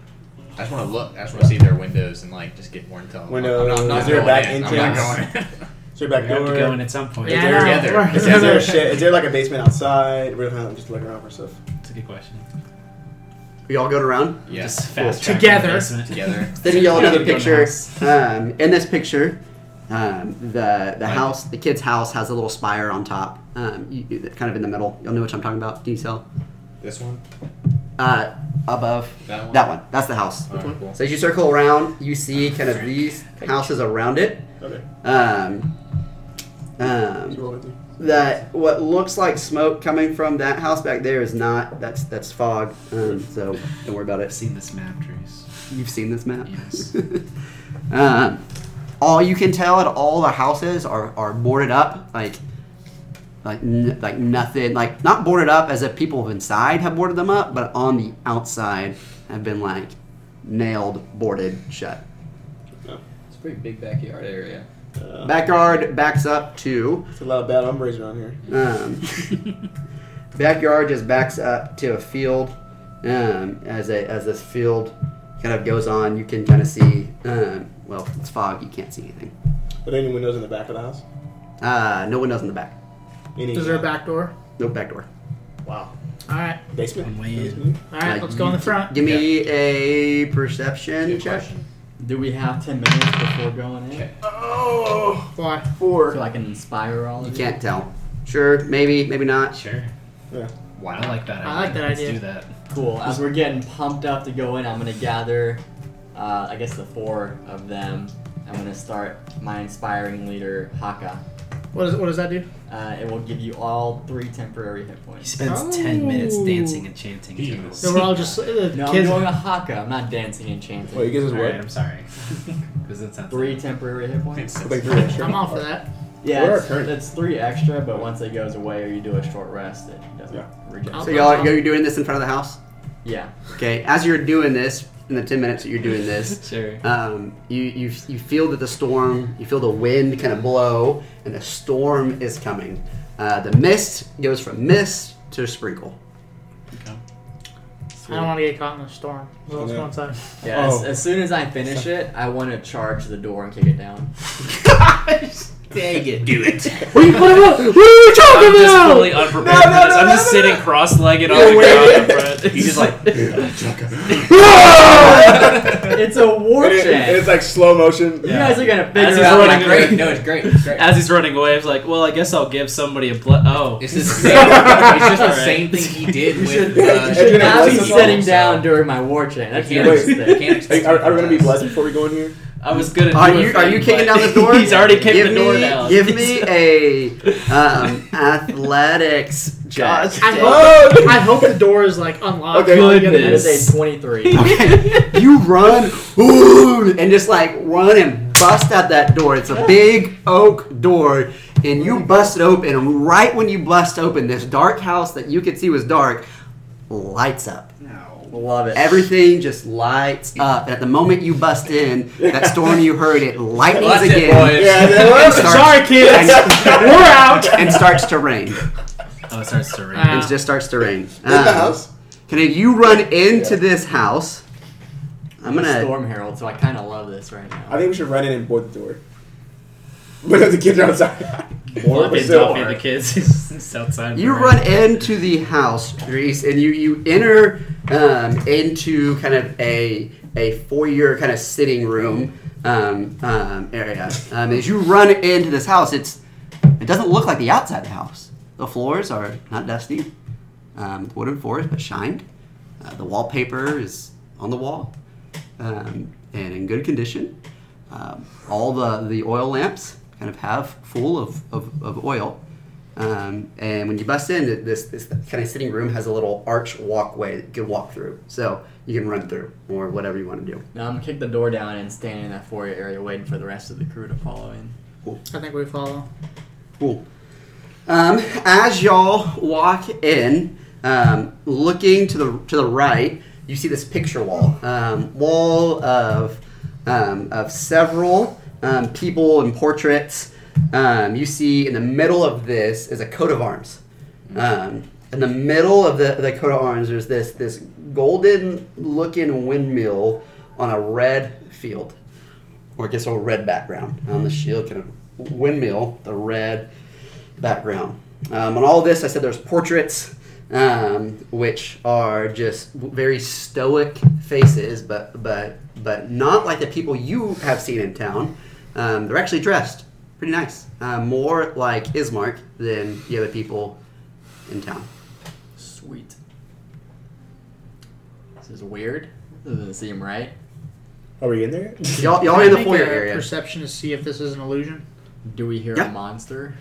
Speaker 8: I just want to look. I just want to see their windows and like just get more intel.
Speaker 4: Windows.
Speaker 8: I'm not,
Speaker 4: Is there a
Speaker 8: going
Speaker 4: back
Speaker 8: in. I'm not
Speaker 4: entrance?
Speaker 8: going in.
Speaker 4: straight back
Speaker 6: we
Speaker 4: door.
Speaker 6: have to go in at some point.
Speaker 5: Yeah,
Speaker 8: They're
Speaker 5: no,
Speaker 8: together.
Speaker 5: we're-
Speaker 8: Is
Speaker 4: Is there a shit? Is there like a basement outside? We're gonna have to just look around for stuff.
Speaker 6: That's a good question.
Speaker 2: We all go around.
Speaker 8: [LAUGHS] Yeah.
Speaker 6: Just fast
Speaker 2: Cool.
Speaker 6: track to the
Speaker 5: Together.
Speaker 6: basement.
Speaker 8: together.
Speaker 2: Then y'all
Speaker 6: Yeah,
Speaker 2: another
Speaker 6: we go in the
Speaker 2: picture.
Speaker 6: house.
Speaker 2: Um, in this picture, um, the the house, the kid's house, has a little spire on top, um, you, you- kind of in the middle. Y'all know what I'm talking about? Can you tell?
Speaker 8: This one.
Speaker 2: Uh, above
Speaker 8: That one?
Speaker 2: That one. That's the house.
Speaker 8: All right, cool.
Speaker 2: So as you circle around, you see kind of these houses around it.
Speaker 4: Okay.
Speaker 2: Um, um, that what looks like smoke coming from that house back there is not. That's that's fog. Um, so don't worry about
Speaker 6: I've
Speaker 2: it.
Speaker 6: seen this map, Drews.
Speaker 2: You've seen this map.
Speaker 6: Yes.
Speaker 2: [LAUGHS] um, all you can tell at all the houses are, are boarded up, like like n- like nothing, like not boarded up as if people inside have boarded them up, but on the outside have been like nailed, boarded shut.
Speaker 8: It's a pretty big backyard area.
Speaker 4: Uh,
Speaker 2: Backyard backs up to
Speaker 4: it's a lot of bad umbrage around here.
Speaker 2: um, backyard just backs up to a field. Um, as a as this field kind of goes on, you can kind of see. Um, well, it's fog; you can't see anything.
Speaker 4: Are there any windows in the back of the house?
Speaker 2: Uh, no windows in the back.
Speaker 4: Any
Speaker 5: Is there a back door?
Speaker 2: No back door.
Speaker 4: Wow.
Speaker 5: All right.
Speaker 4: Basement.
Speaker 6: I'm way in.
Speaker 4: Basement?
Speaker 5: All right.
Speaker 2: Uh,
Speaker 5: Let's go in the
Speaker 2: you-
Speaker 5: front.
Speaker 2: Give me a perception
Speaker 8: Good
Speaker 2: check.
Speaker 8: question.
Speaker 7: Do we have 10 minutes before going in?
Speaker 8: Okay.
Speaker 4: Oh,
Speaker 5: Why?
Speaker 7: So
Speaker 4: four.
Speaker 7: I can inspire all of
Speaker 2: You
Speaker 7: you.
Speaker 2: can't tell. Sure, maybe, maybe not.
Speaker 6: Sure.
Speaker 8: Wow.
Speaker 6: I like that idea.
Speaker 5: I like that
Speaker 6: Let's
Speaker 5: idea.
Speaker 6: do that.
Speaker 7: Cool. As we're getting pumped up to go in, I'm gonna gather, uh, I guess the four of them. I'm gonna start my inspiring leader, Haka.
Speaker 5: What, is, what does that do?
Speaker 7: Uh, it will give you all three temporary hit
Speaker 6: He
Speaker 7: points.
Speaker 6: spends ten minutes
Speaker 5: Oh.
Speaker 6: dancing and chanting. to
Speaker 8: Ew.
Speaker 6: this.
Speaker 5: No, we're all just uh, the
Speaker 7: No, I'm
Speaker 5: kids.
Speaker 7: doing a Haka. I'm not dancing and chanting.
Speaker 4: Wait, you guess it's
Speaker 6: All right,
Speaker 4: what?
Speaker 6: I'm sorry. Because that sounds
Speaker 7: Three temporary hit points.
Speaker 4: Like three
Speaker 5: [LAUGHS]
Speaker 4: extra.
Speaker 5: I'm all for that.
Speaker 7: Yeah,
Speaker 4: Where are
Speaker 7: it's,
Speaker 4: current-
Speaker 7: it's three extra, but once it goes away or you do a short rest, it doesn't
Speaker 4: Yeah.
Speaker 7: reject.
Speaker 5: I'll-
Speaker 2: So y'all, you're doing this in front of the house.
Speaker 7: Yeah.
Speaker 2: Okay, as you're doing this, in the ten minutes that you're doing this,
Speaker 6: Sure.
Speaker 2: um, you, you you feel that the storm, you feel the wind kind of blow, and the storm is coming. Uh, the mist goes from mist to sprinkle. [LAUGHS]
Speaker 5: I don't want to get caught in the storm. So let's go
Speaker 4: Yeah.
Speaker 5: inside.
Speaker 7: Yeah, as,
Speaker 4: Oh.
Speaker 7: as soon as I finish it, I want to charge the door and kick it down.
Speaker 2: Dang it! Do [LAUGHS] it.
Speaker 5: What are you, what are you, what are you talking
Speaker 6: I'm just
Speaker 5: about?
Speaker 6: fully unprepared for this. I'm just sitting cross-legged on the ground in front. He's just like,
Speaker 7: it's a war
Speaker 4: [LAUGHS] And, it, and
Speaker 7: check.
Speaker 4: it's like slow motion.
Speaker 7: You guys are gonna
Speaker 6: As
Speaker 7: figure
Speaker 6: he's
Speaker 7: out.
Speaker 6: running
Speaker 7: my-
Speaker 6: away.
Speaker 8: Great. No, it's great. It's great.
Speaker 6: as he's running away, I was like, well, I guess I'll give somebody a blood. Oh, [LAUGHS]
Speaker 8: It's, the same, it's just the
Speaker 6: Alright.
Speaker 8: same thing he did with.
Speaker 7: should-
Speaker 8: uh,
Speaker 7: You
Speaker 4: Are you
Speaker 7: should
Speaker 4: gonna
Speaker 7: not be
Speaker 4: bless us all?
Speaker 7: sitting down during my war chant.
Speaker 8: I
Speaker 7: That's the
Speaker 8: can't,
Speaker 7: next
Speaker 8: wait, I
Speaker 7: thing.
Speaker 8: can't
Speaker 4: Hey,
Speaker 8: expect
Speaker 4: Are, are we
Speaker 8: from
Speaker 4: gonna be
Speaker 8: us.
Speaker 4: blessed before we go in here?
Speaker 6: I was gonna. Do
Speaker 2: Are
Speaker 6: a
Speaker 2: you are you
Speaker 6: thing,
Speaker 2: kicking
Speaker 6: but-
Speaker 2: down the door?
Speaker 6: [LAUGHS] he's already kicked
Speaker 2: Give
Speaker 6: the door
Speaker 2: me-
Speaker 6: down.
Speaker 2: Give
Speaker 6: [LAUGHS]
Speaker 2: me a um, athletics check.
Speaker 5: I
Speaker 4: Oh,
Speaker 5: hope, I hope the door is like
Speaker 6: Oh,
Speaker 5: unlocked.
Speaker 4: Okay.
Speaker 5: Like,
Speaker 7: That is a 23.
Speaker 2: Okay, you run ooh, and just like run and bust out that door. It's a big oak door, and you bust it open. And right when you bust open, this dark house that you could see was dark lights up.
Speaker 7: Love it.
Speaker 2: Everything just lights up. And at the moment you bust in, that storm you heard, it lightens
Speaker 8: Bless it,
Speaker 2: again.
Speaker 8: boys.
Speaker 4: [LAUGHS] Yeah, that
Speaker 2: and
Speaker 4: was
Speaker 2: starts-
Speaker 5: Sorry, kids.
Speaker 2: and-
Speaker 5: We're out.
Speaker 2: and starts to rain.
Speaker 6: Oh, it starts to rain.
Speaker 5: Ah.
Speaker 2: It just starts to rain.
Speaker 4: In the
Speaker 2: Um,
Speaker 4: house.
Speaker 2: Can I, you run into
Speaker 4: Yeah.
Speaker 2: this house? I'm
Speaker 7: a
Speaker 2: gonna.
Speaker 7: storm herald, so I kind of love this right now.
Speaker 4: I think we should run in and board the door. [LAUGHS] But if the kids are outside.
Speaker 6: Well,
Speaker 4: Board
Speaker 6: if
Speaker 4: the
Speaker 6: they don't feed
Speaker 4: door.
Speaker 6: the kids, [LAUGHS] it's outside.
Speaker 2: You
Speaker 6: for
Speaker 2: run
Speaker 6: rain.
Speaker 2: into the house, Reese, and you you enter um, into kind of a a foyer kind of sitting room um, um, area. Um, as you run into this house, it's it doesn't look like the outside of the house. The floors are not dusty, um, wooden floors, but shined. Uh, the wallpaper is on the wall um, and in good condition. Um, all the, the oil lamps kind of have full of, of, of oil. Um, and when you bust in, th- this, this kind of sitting room has a little arch walkway that you can walk through. So you can run through or whatever you want to do.
Speaker 7: Now I'm gonna kick the door down and stand in that foyer area waiting for the rest of the crew to follow in.
Speaker 5: I think we follow.
Speaker 2: Cool. Um, as y'all walk in, um, looking to the to the right, you see this picture wall, um, wall of um, of several um, people and portraits. Um, you see in the middle of this is a coat of arms. Um, in the middle of the, the coat of arms, there's this this golden looking windmill on a red field or I guess a red background on the shield, kind of windmill, the red background. Um, on all this, I said there's portraits, um, which are just very stoic faces, but but but not like the people you have seen in town. Um, they're actually dressed pretty nice, uh, more like Ismark than the other people in town.
Speaker 7: Sweet. This is weird. This doesn't seem right.
Speaker 4: Are we in there?
Speaker 2: Y'all, y'all
Speaker 5: Can
Speaker 2: are in
Speaker 5: I
Speaker 2: the
Speaker 5: make
Speaker 2: foyer
Speaker 5: a
Speaker 2: area.
Speaker 5: Perception to see if this is an illusion.
Speaker 7: Do we hear
Speaker 2: Yeah.
Speaker 7: a monster?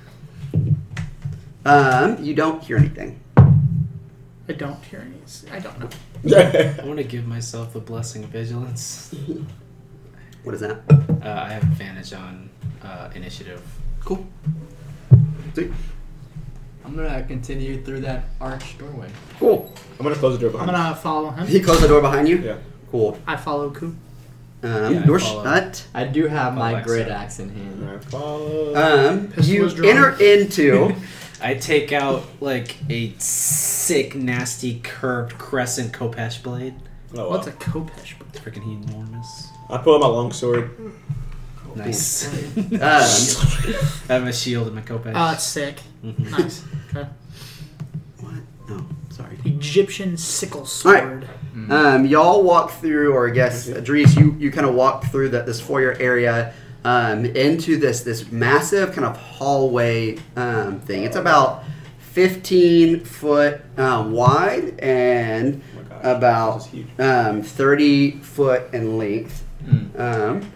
Speaker 2: Um, you don't hear anything.
Speaker 5: I don't hear any. I don't know.
Speaker 6: I want to give myself the blessing of vigilance.
Speaker 2: What is that?
Speaker 6: Uh, I have advantage on uh, initiative.
Speaker 2: Cool. Sweet.
Speaker 7: I'm gonna continue through that arch doorway.
Speaker 2: Cool.
Speaker 4: I'm gonna close the door
Speaker 5: I'm
Speaker 4: behind.
Speaker 5: gonna follow
Speaker 2: He
Speaker 5: him.
Speaker 2: closed the door behind you.
Speaker 4: Yeah.
Speaker 2: Cool.
Speaker 5: I follow Coop.
Speaker 2: Um,
Speaker 6: Yeah, I
Speaker 2: door
Speaker 6: follow.
Speaker 2: shut.
Speaker 7: I do have my
Speaker 6: Alexa.
Speaker 7: great axe in hand.
Speaker 4: Alright, follow.
Speaker 2: Um,
Speaker 5: Pistol
Speaker 2: you
Speaker 5: is drawn.
Speaker 2: enter into. um,
Speaker 6: I take out like a sick, nasty, curved crescent Kopesh blade.
Speaker 4: Oh,
Speaker 5: What's a
Speaker 4: well.
Speaker 5: Kopesh?
Speaker 6: It's freaking enormous.
Speaker 4: I pull out my long sword.
Speaker 6: Nice.
Speaker 2: Um,
Speaker 6: [LAUGHS] Mm-hmm. I have my shield and my Kopesh.
Speaker 5: Oh, that's sick.
Speaker 6: Mhm.
Speaker 5: Nice. Okay.
Speaker 2: what? No, sorry.
Speaker 5: [LAUGHS] Egyptian sickle
Speaker 2: All right.
Speaker 5: sword.
Speaker 2: Um, y'all walk through, or I guess, Dries, you, you kind of walk through that this foyer area um, into this this massive kind of hallway um, thing. It's about 15 foot uh, wide and
Speaker 4: Oh my gosh,
Speaker 2: about
Speaker 4: this is huge.
Speaker 2: um, 30 foot in length. Um,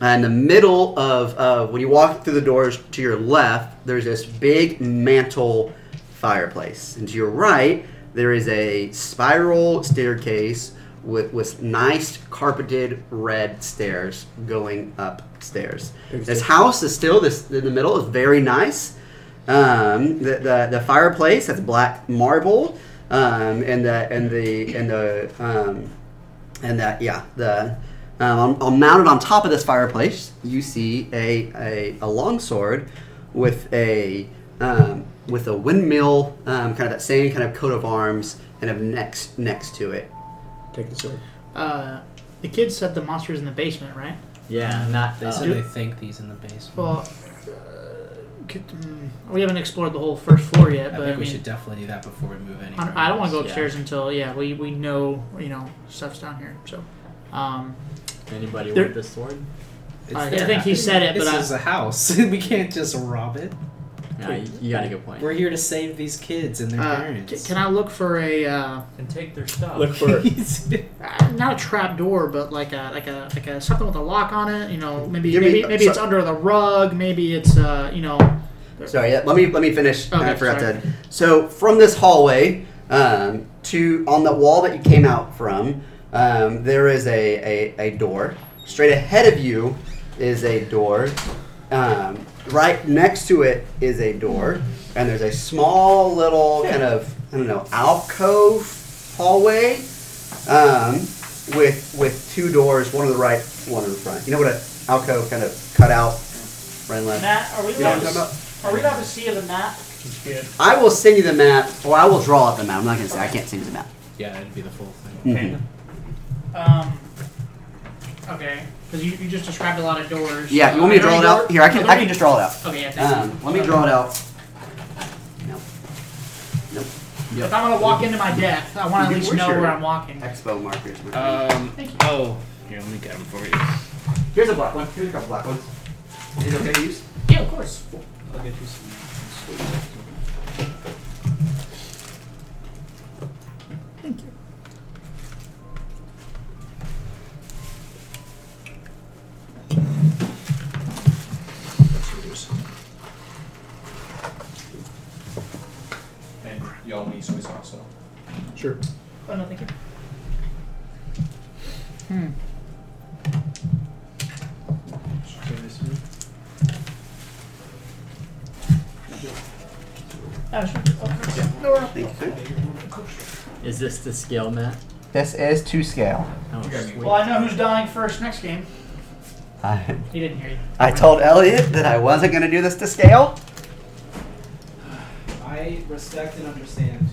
Speaker 2: and the middle of, of when you walk through the doors to your left, there's this big mantle fireplace, and to your right, there is a spiral staircase with with nice carpeted red stairs going upstairs. This house is still this in the middle is very nice. Um, the, the the fireplace that's black marble, um, and the and the and the um, and that yeah the um, i mounted on top of this fireplace you see a, a, a long sword with a um, with a windmill um, kind of that same kind of coat of arms kind of next next to it
Speaker 4: Take the sword.
Speaker 5: Uh, the kid said the monster's in the basement, right?
Speaker 7: Yeah, not
Speaker 6: They
Speaker 7: this.
Speaker 6: said they think these in the basement.
Speaker 5: Well, uh, could, mm, we haven't explored the whole first floor yet,
Speaker 6: I
Speaker 5: but
Speaker 6: think
Speaker 5: I, mean,
Speaker 6: we should definitely do that before we move any.
Speaker 5: I don't, I don't want to go
Speaker 7: Yeah.
Speaker 5: upstairs until yeah we, we know you know stuff's down here. So, um,
Speaker 7: Anybody
Speaker 5: There-
Speaker 7: with the sword?
Speaker 6: It's
Speaker 5: I
Speaker 6: their
Speaker 5: think he
Speaker 6: house.
Speaker 5: said it,
Speaker 6: This
Speaker 5: but I-
Speaker 6: is a house. [LAUGHS] we can't just rob it.
Speaker 7: Yeah, you, you got a good point.
Speaker 6: We're here to save these kids and their
Speaker 5: uh,
Speaker 6: parents.
Speaker 5: c- can I look for a uh,
Speaker 3: And take their stuff.
Speaker 4: Look
Speaker 6: [LAUGHS]
Speaker 4: for
Speaker 5: uh, not a trap door, but like a like a like a something with a lock on it? You know, maybe
Speaker 2: Give me-
Speaker 5: maybe maybe
Speaker 2: so-
Speaker 5: it's under the rug, maybe it's uh you know
Speaker 2: sorry yeah, let me let me finish
Speaker 5: Okay,
Speaker 2: i forgot
Speaker 5: sorry.
Speaker 2: that so from this hallway um, to on the wall that you came out from um, there is a, a, a door straight ahead of you is a door um, right next to it is a door and there's a small little kind of i don't know alcove hallway um, with with two doors one on the right one on the front you know what an alcove kind of cut out right and left
Speaker 5: Matt, are we
Speaker 2: you know what i'm talking about
Speaker 5: Are we about to see the map?
Speaker 2: I will send you the map, or I will draw up the map. I'm not gonna say I can't send you the map.
Speaker 6: Yeah, it'd be the full thing.
Speaker 2: Mhm.
Speaker 5: Um, okay, because you, you just described a lot of doors.
Speaker 2: Yeah, you want me to draw
Speaker 5: Are there
Speaker 2: it
Speaker 5: any
Speaker 2: out?
Speaker 5: door-
Speaker 2: Here, I
Speaker 5: are
Speaker 2: can
Speaker 5: there
Speaker 2: I can just draw it out.
Speaker 5: any- Okay, yeah, thank
Speaker 2: Um, let me draw it out. No.
Speaker 5: If I'm gonna walk into my death, I want to
Speaker 2: You
Speaker 5: at
Speaker 2: can
Speaker 5: least
Speaker 2: wear
Speaker 5: know
Speaker 2: shirt.
Speaker 5: where I'm walking.
Speaker 2: Expo markers. my friend.
Speaker 6: Um.
Speaker 5: Thank you.
Speaker 6: Oh, here, let me get them for you.
Speaker 2: Uh, Here's a black one. Here's a couple black ones. Is it okay to use?
Speaker 5: Yeah, of course.
Speaker 3: I'll get you some.
Speaker 8: And y'all need soy sauce, so.
Speaker 4: Sure.
Speaker 5: Oh, no, thank you. Oh, sure. Okay. No, we're not-
Speaker 2: Thank you, sir.
Speaker 7: Is this the scale, Matt?
Speaker 2: This is to scale.
Speaker 7: Oh, sweet.
Speaker 5: Well, I know who's dying first next game.
Speaker 2: I,
Speaker 5: He didn't hear you.
Speaker 2: I told Elliot that I wasn't gonna do this to scale.
Speaker 9: I respect and understand.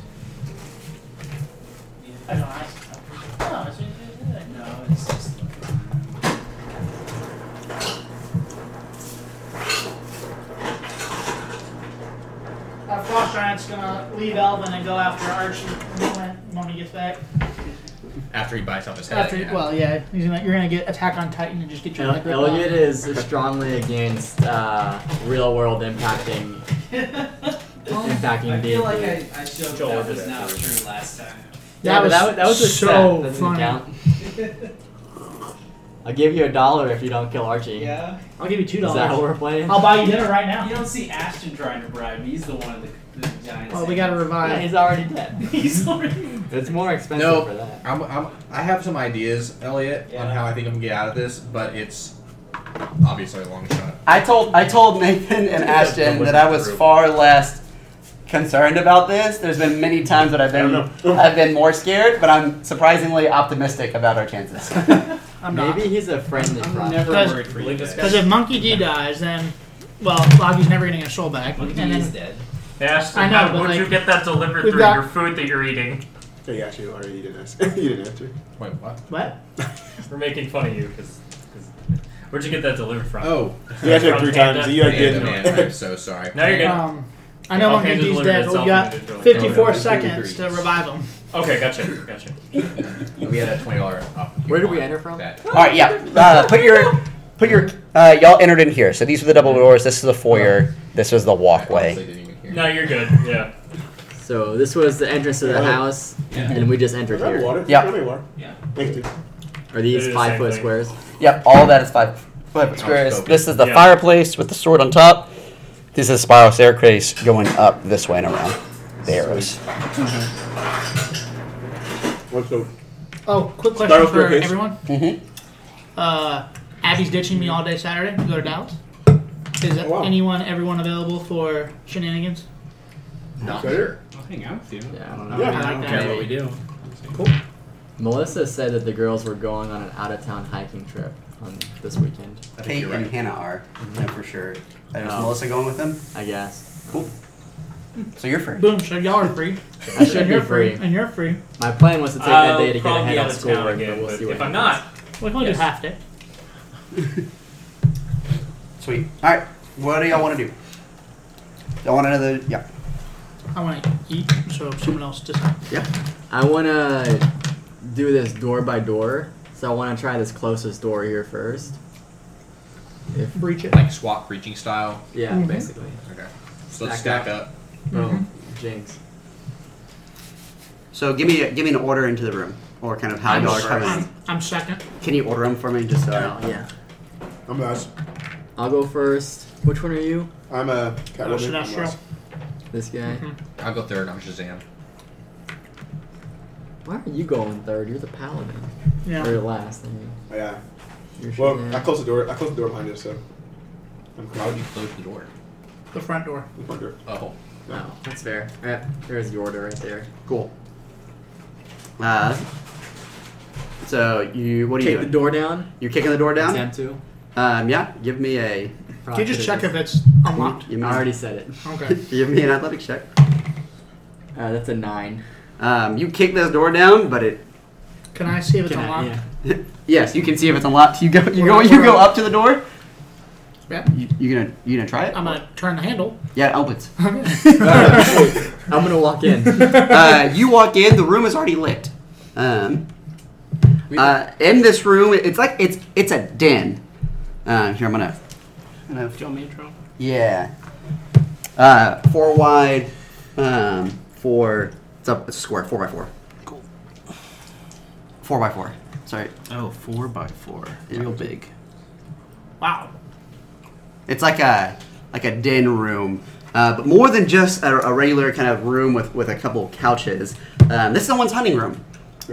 Speaker 5: I don't ask. No, it's, it's,
Speaker 9: No, it's just.
Speaker 5: Uh, Frost Giant's gonna leave Elvin and go after Archie when, when he gets back.
Speaker 8: After he bites off his head.
Speaker 5: After,
Speaker 8: yeah.
Speaker 5: well, yeah, he's gonna, you're gonna get Attack on Titan and just get your
Speaker 7: El-
Speaker 5: leg ripped
Speaker 7: Elliot is strongly against uh, real world impacting impacting
Speaker 9: I feel
Speaker 7: D&D.
Speaker 9: like I, I showed
Speaker 3: Joel
Speaker 9: that
Speaker 3: did
Speaker 9: was
Speaker 3: that
Speaker 9: not
Speaker 3: for you.
Speaker 9: true last time.
Speaker 6: [LAUGHS]
Speaker 7: Yeah, but that, wa- that was a
Speaker 5: so
Speaker 7: stat. That doesn't
Speaker 5: funny.
Speaker 7: count. I'll give you a dollar if you don't kill Archie.
Speaker 9: Yeah.
Speaker 5: I'll give you two
Speaker 7: Is that how
Speaker 5: dollars.
Speaker 7: we're playing?
Speaker 5: I'll buy you dinner right
Speaker 9: You
Speaker 5: now.
Speaker 9: don't see Ashton trying to bribe me. He's the one of the, the giants.
Speaker 5: Well, we gotta
Speaker 7: Yeah,
Speaker 5: revive.
Speaker 7: he's already dead.
Speaker 5: [LAUGHS] He's already.
Speaker 7: It's more expensive
Speaker 8: Nope.
Speaker 7: for that.
Speaker 8: I'm, I'm, I have some ideas, Elliot, on
Speaker 9: Yeah.
Speaker 8: how I think I'm gonna get out of this, but it's obviously a long shot.
Speaker 2: I told I told Nathan and Ashton that I was far less concerned about this. There's been many times that I've been I've been more scared, but I'm surprisingly optimistic about our [LAUGHS] chances.
Speaker 5: I'm not.
Speaker 7: Maybe he's a friendly
Speaker 9: I'm
Speaker 7: frog.
Speaker 9: never
Speaker 5: Guys,
Speaker 9: worried for you
Speaker 3: leave this
Speaker 9: guys.
Speaker 3: guy-
Speaker 5: Because if Monkey D dies, then well, Foggy's never getting a soul back.
Speaker 9: Monkey
Speaker 5: and
Speaker 9: is
Speaker 5: then
Speaker 9: dead.
Speaker 3: Ashton,
Speaker 5: I know,
Speaker 3: how
Speaker 5: but,
Speaker 3: would
Speaker 5: like,
Speaker 3: you get that delivered
Speaker 5: we've
Speaker 3: through
Speaker 5: got-
Speaker 3: your food that you're eating?
Speaker 4: Hey, Oh, actually, already you didn't ask. [LAUGHS] you didn't answer.
Speaker 8: Wait, what?
Speaker 5: what?
Speaker 3: We're making fun of you because. Where'd you get that delivered from?
Speaker 8: Oh,
Speaker 4: You answered three
Speaker 3: Panda.
Speaker 4: times. You
Speaker 8: Panda man,
Speaker 4: did. [LAUGHS]
Speaker 8: I'm so sorry.
Speaker 3: No, you're good.
Speaker 5: Um, I know
Speaker 3: I'll
Speaker 5: Monkey
Speaker 3: hand it
Speaker 5: D's
Speaker 3: delivered
Speaker 5: dead, but we
Speaker 3: itself
Speaker 5: got
Speaker 3: individually.
Speaker 5: 54
Speaker 8: Okay.
Speaker 5: seconds to revive him.
Speaker 3: Okay, gotcha, gotcha.
Speaker 8: We had a twenty dollar up.
Speaker 7: Where did we
Speaker 8: coupon
Speaker 7: enter from?
Speaker 8: That.
Speaker 2: All right, yeah. Uh, put your put your uh, y'all entered in here. So these were the double doors. This is the foyer. This was the
Speaker 8: I honestly
Speaker 2: walkway.
Speaker 8: didn't even hear.
Speaker 3: No, you're good. Yeah.
Speaker 7: So this was the entrance to the
Speaker 4: Yeah.
Speaker 7: house, and we just entered
Speaker 4: Is that
Speaker 7: here.
Speaker 4: water?
Speaker 2: Yeah.
Speaker 4: Give me water.
Speaker 9: Yeah.
Speaker 4: Thank you.
Speaker 7: Are
Speaker 3: It is
Speaker 7: these
Speaker 3: the
Speaker 7: five
Speaker 3: same
Speaker 7: foot
Speaker 3: thing.
Speaker 7: squares?
Speaker 2: Yep, all that is five foot squares. This is the
Speaker 3: Yeah.
Speaker 2: fireplace with the sword on top. This is spiral staircase going up this way and around. The arrows.
Speaker 4: What's the
Speaker 5: Oh, quick question
Speaker 4: Spiral
Speaker 5: for
Speaker 4: staircase.
Speaker 5: everyone.
Speaker 2: hmm
Speaker 5: Uh, Abby's ditching me all day Saturday to go to Dallas. Is
Speaker 4: Oh, wow.
Speaker 5: anyone, everyone available for shenanigans?
Speaker 7: No.
Speaker 4: Sure.
Speaker 9: I'll hang out with you.
Speaker 7: Yeah, I don't know.
Speaker 4: Yeah.
Speaker 5: I like
Speaker 6: Okay,
Speaker 5: that.
Speaker 6: what we do?
Speaker 7: Melissa said that the girls were going on an out of town hiking trip on this weekend.
Speaker 8: I think
Speaker 2: Kate
Speaker 8: you're
Speaker 2: and
Speaker 8: right.
Speaker 2: Hannah are, no, for sure. And is
Speaker 7: Oh.
Speaker 2: Melissa going with them?
Speaker 7: I guess.
Speaker 2: So you're free.
Speaker 5: Boom, so y'all are free.
Speaker 7: I should
Speaker 5: and
Speaker 7: be
Speaker 5: you're free.
Speaker 7: free.
Speaker 5: And you're free.
Speaker 7: My plan was to take that day to get
Speaker 3: probably
Speaker 7: ahead
Speaker 3: out
Speaker 7: on
Speaker 3: of town
Speaker 7: schoolwork,
Speaker 3: again,
Speaker 7: but we'll
Speaker 3: but
Speaker 7: see what
Speaker 3: If I'm
Speaker 7: happens.
Speaker 3: not,
Speaker 5: We can only do half day.
Speaker 2: Sweet. All right. What do y'all want to do? Y'all want another? Yeah.
Speaker 5: I want to eat, so someone else decide.
Speaker 7: I want to do this door by door, so I want to try this closest door here first.
Speaker 5: breach it.
Speaker 8: Like swap breaching style.
Speaker 7: Yeah,
Speaker 5: Mhm.
Speaker 7: basically.
Speaker 8: Okay. So let's
Speaker 7: Stack
Speaker 8: stack up.
Speaker 5: Mm-hmm.
Speaker 7: Boom. Oh, Jinx.
Speaker 2: So give me give me an order into the room, or kind of how
Speaker 5: I'm,
Speaker 2: y'all are
Speaker 5: s-
Speaker 2: coming.
Speaker 5: I'm, I'm second.
Speaker 2: Can you order them for me, just so
Speaker 7: Oh,
Speaker 2: I?
Speaker 7: yeah.
Speaker 4: I'm last.
Speaker 7: I'll go first. Which one are you?
Speaker 4: I'm a cat
Speaker 5: Oh, should I show?
Speaker 7: This guy.
Speaker 5: Mhm.
Speaker 8: I'll go third. I'm Shazam.
Speaker 7: Why are you going third? You're the paladin.
Speaker 5: Yeah.
Speaker 7: Or last. I mean.
Speaker 4: Yeah.
Speaker 7: You're
Speaker 4: Well,
Speaker 7: Shazam.
Speaker 4: I closed the door. I closed the door behind us, so I'm
Speaker 8: Why would
Speaker 4: closed.
Speaker 8: you close the door?
Speaker 5: The front door.
Speaker 4: I'm front door.
Speaker 8: Oh.
Speaker 7: Oh, that's fair. Alright, there's your order right there.
Speaker 2: Cool. Uh. So you what are you
Speaker 7: Kick the
Speaker 2: doing?
Speaker 7: door down.
Speaker 2: You're kicking the door down.
Speaker 7: Attempt to.
Speaker 2: Um. Yeah. Give me a
Speaker 5: Can you just check if it's unlocked?
Speaker 2: You mean, [LAUGHS]
Speaker 7: I already said it.
Speaker 5: Okay.
Speaker 2: you mean an athletic check?
Speaker 7: Uh, that's a nine.
Speaker 2: Um, you kick this door down, but it. [LAUGHS]
Speaker 5: Can I see if it's
Speaker 7: Can I-
Speaker 5: unlocked?
Speaker 7: yeah.
Speaker 2: Yes, you can see if it's unlocked. You go. You
Speaker 5: We're
Speaker 2: go.
Speaker 5: gonna-
Speaker 2: You
Speaker 5: we're
Speaker 2: go
Speaker 5: gonna-
Speaker 2: up to the door.
Speaker 5: Yeah.
Speaker 2: You, you gonna you gonna try it?
Speaker 7: Um,
Speaker 5: I'm gonna turn the handle.
Speaker 2: Yeah, it opens.
Speaker 7: I'm gonna walk
Speaker 5: [LAUGHS]
Speaker 7: in.
Speaker 2: uh, you walk in. The room is already lit. Um, uh, in this room, it's like it's it's a den. Uh, here I'm gonna. I'm gonna
Speaker 6: Do you want me to draw?
Speaker 2: Yeah. Uh, four wide, um, four. It's up. It's a square. Four by four.
Speaker 6: Cool.
Speaker 2: Four by four. Sorry.
Speaker 6: Oh, four by four.
Speaker 2: Yeah.
Speaker 6: Real big.
Speaker 5: Wow.
Speaker 2: It's like a like a den room, uh, but more than just a, a regular kind of room with with a couple couches. Um, this is someone's hunting room.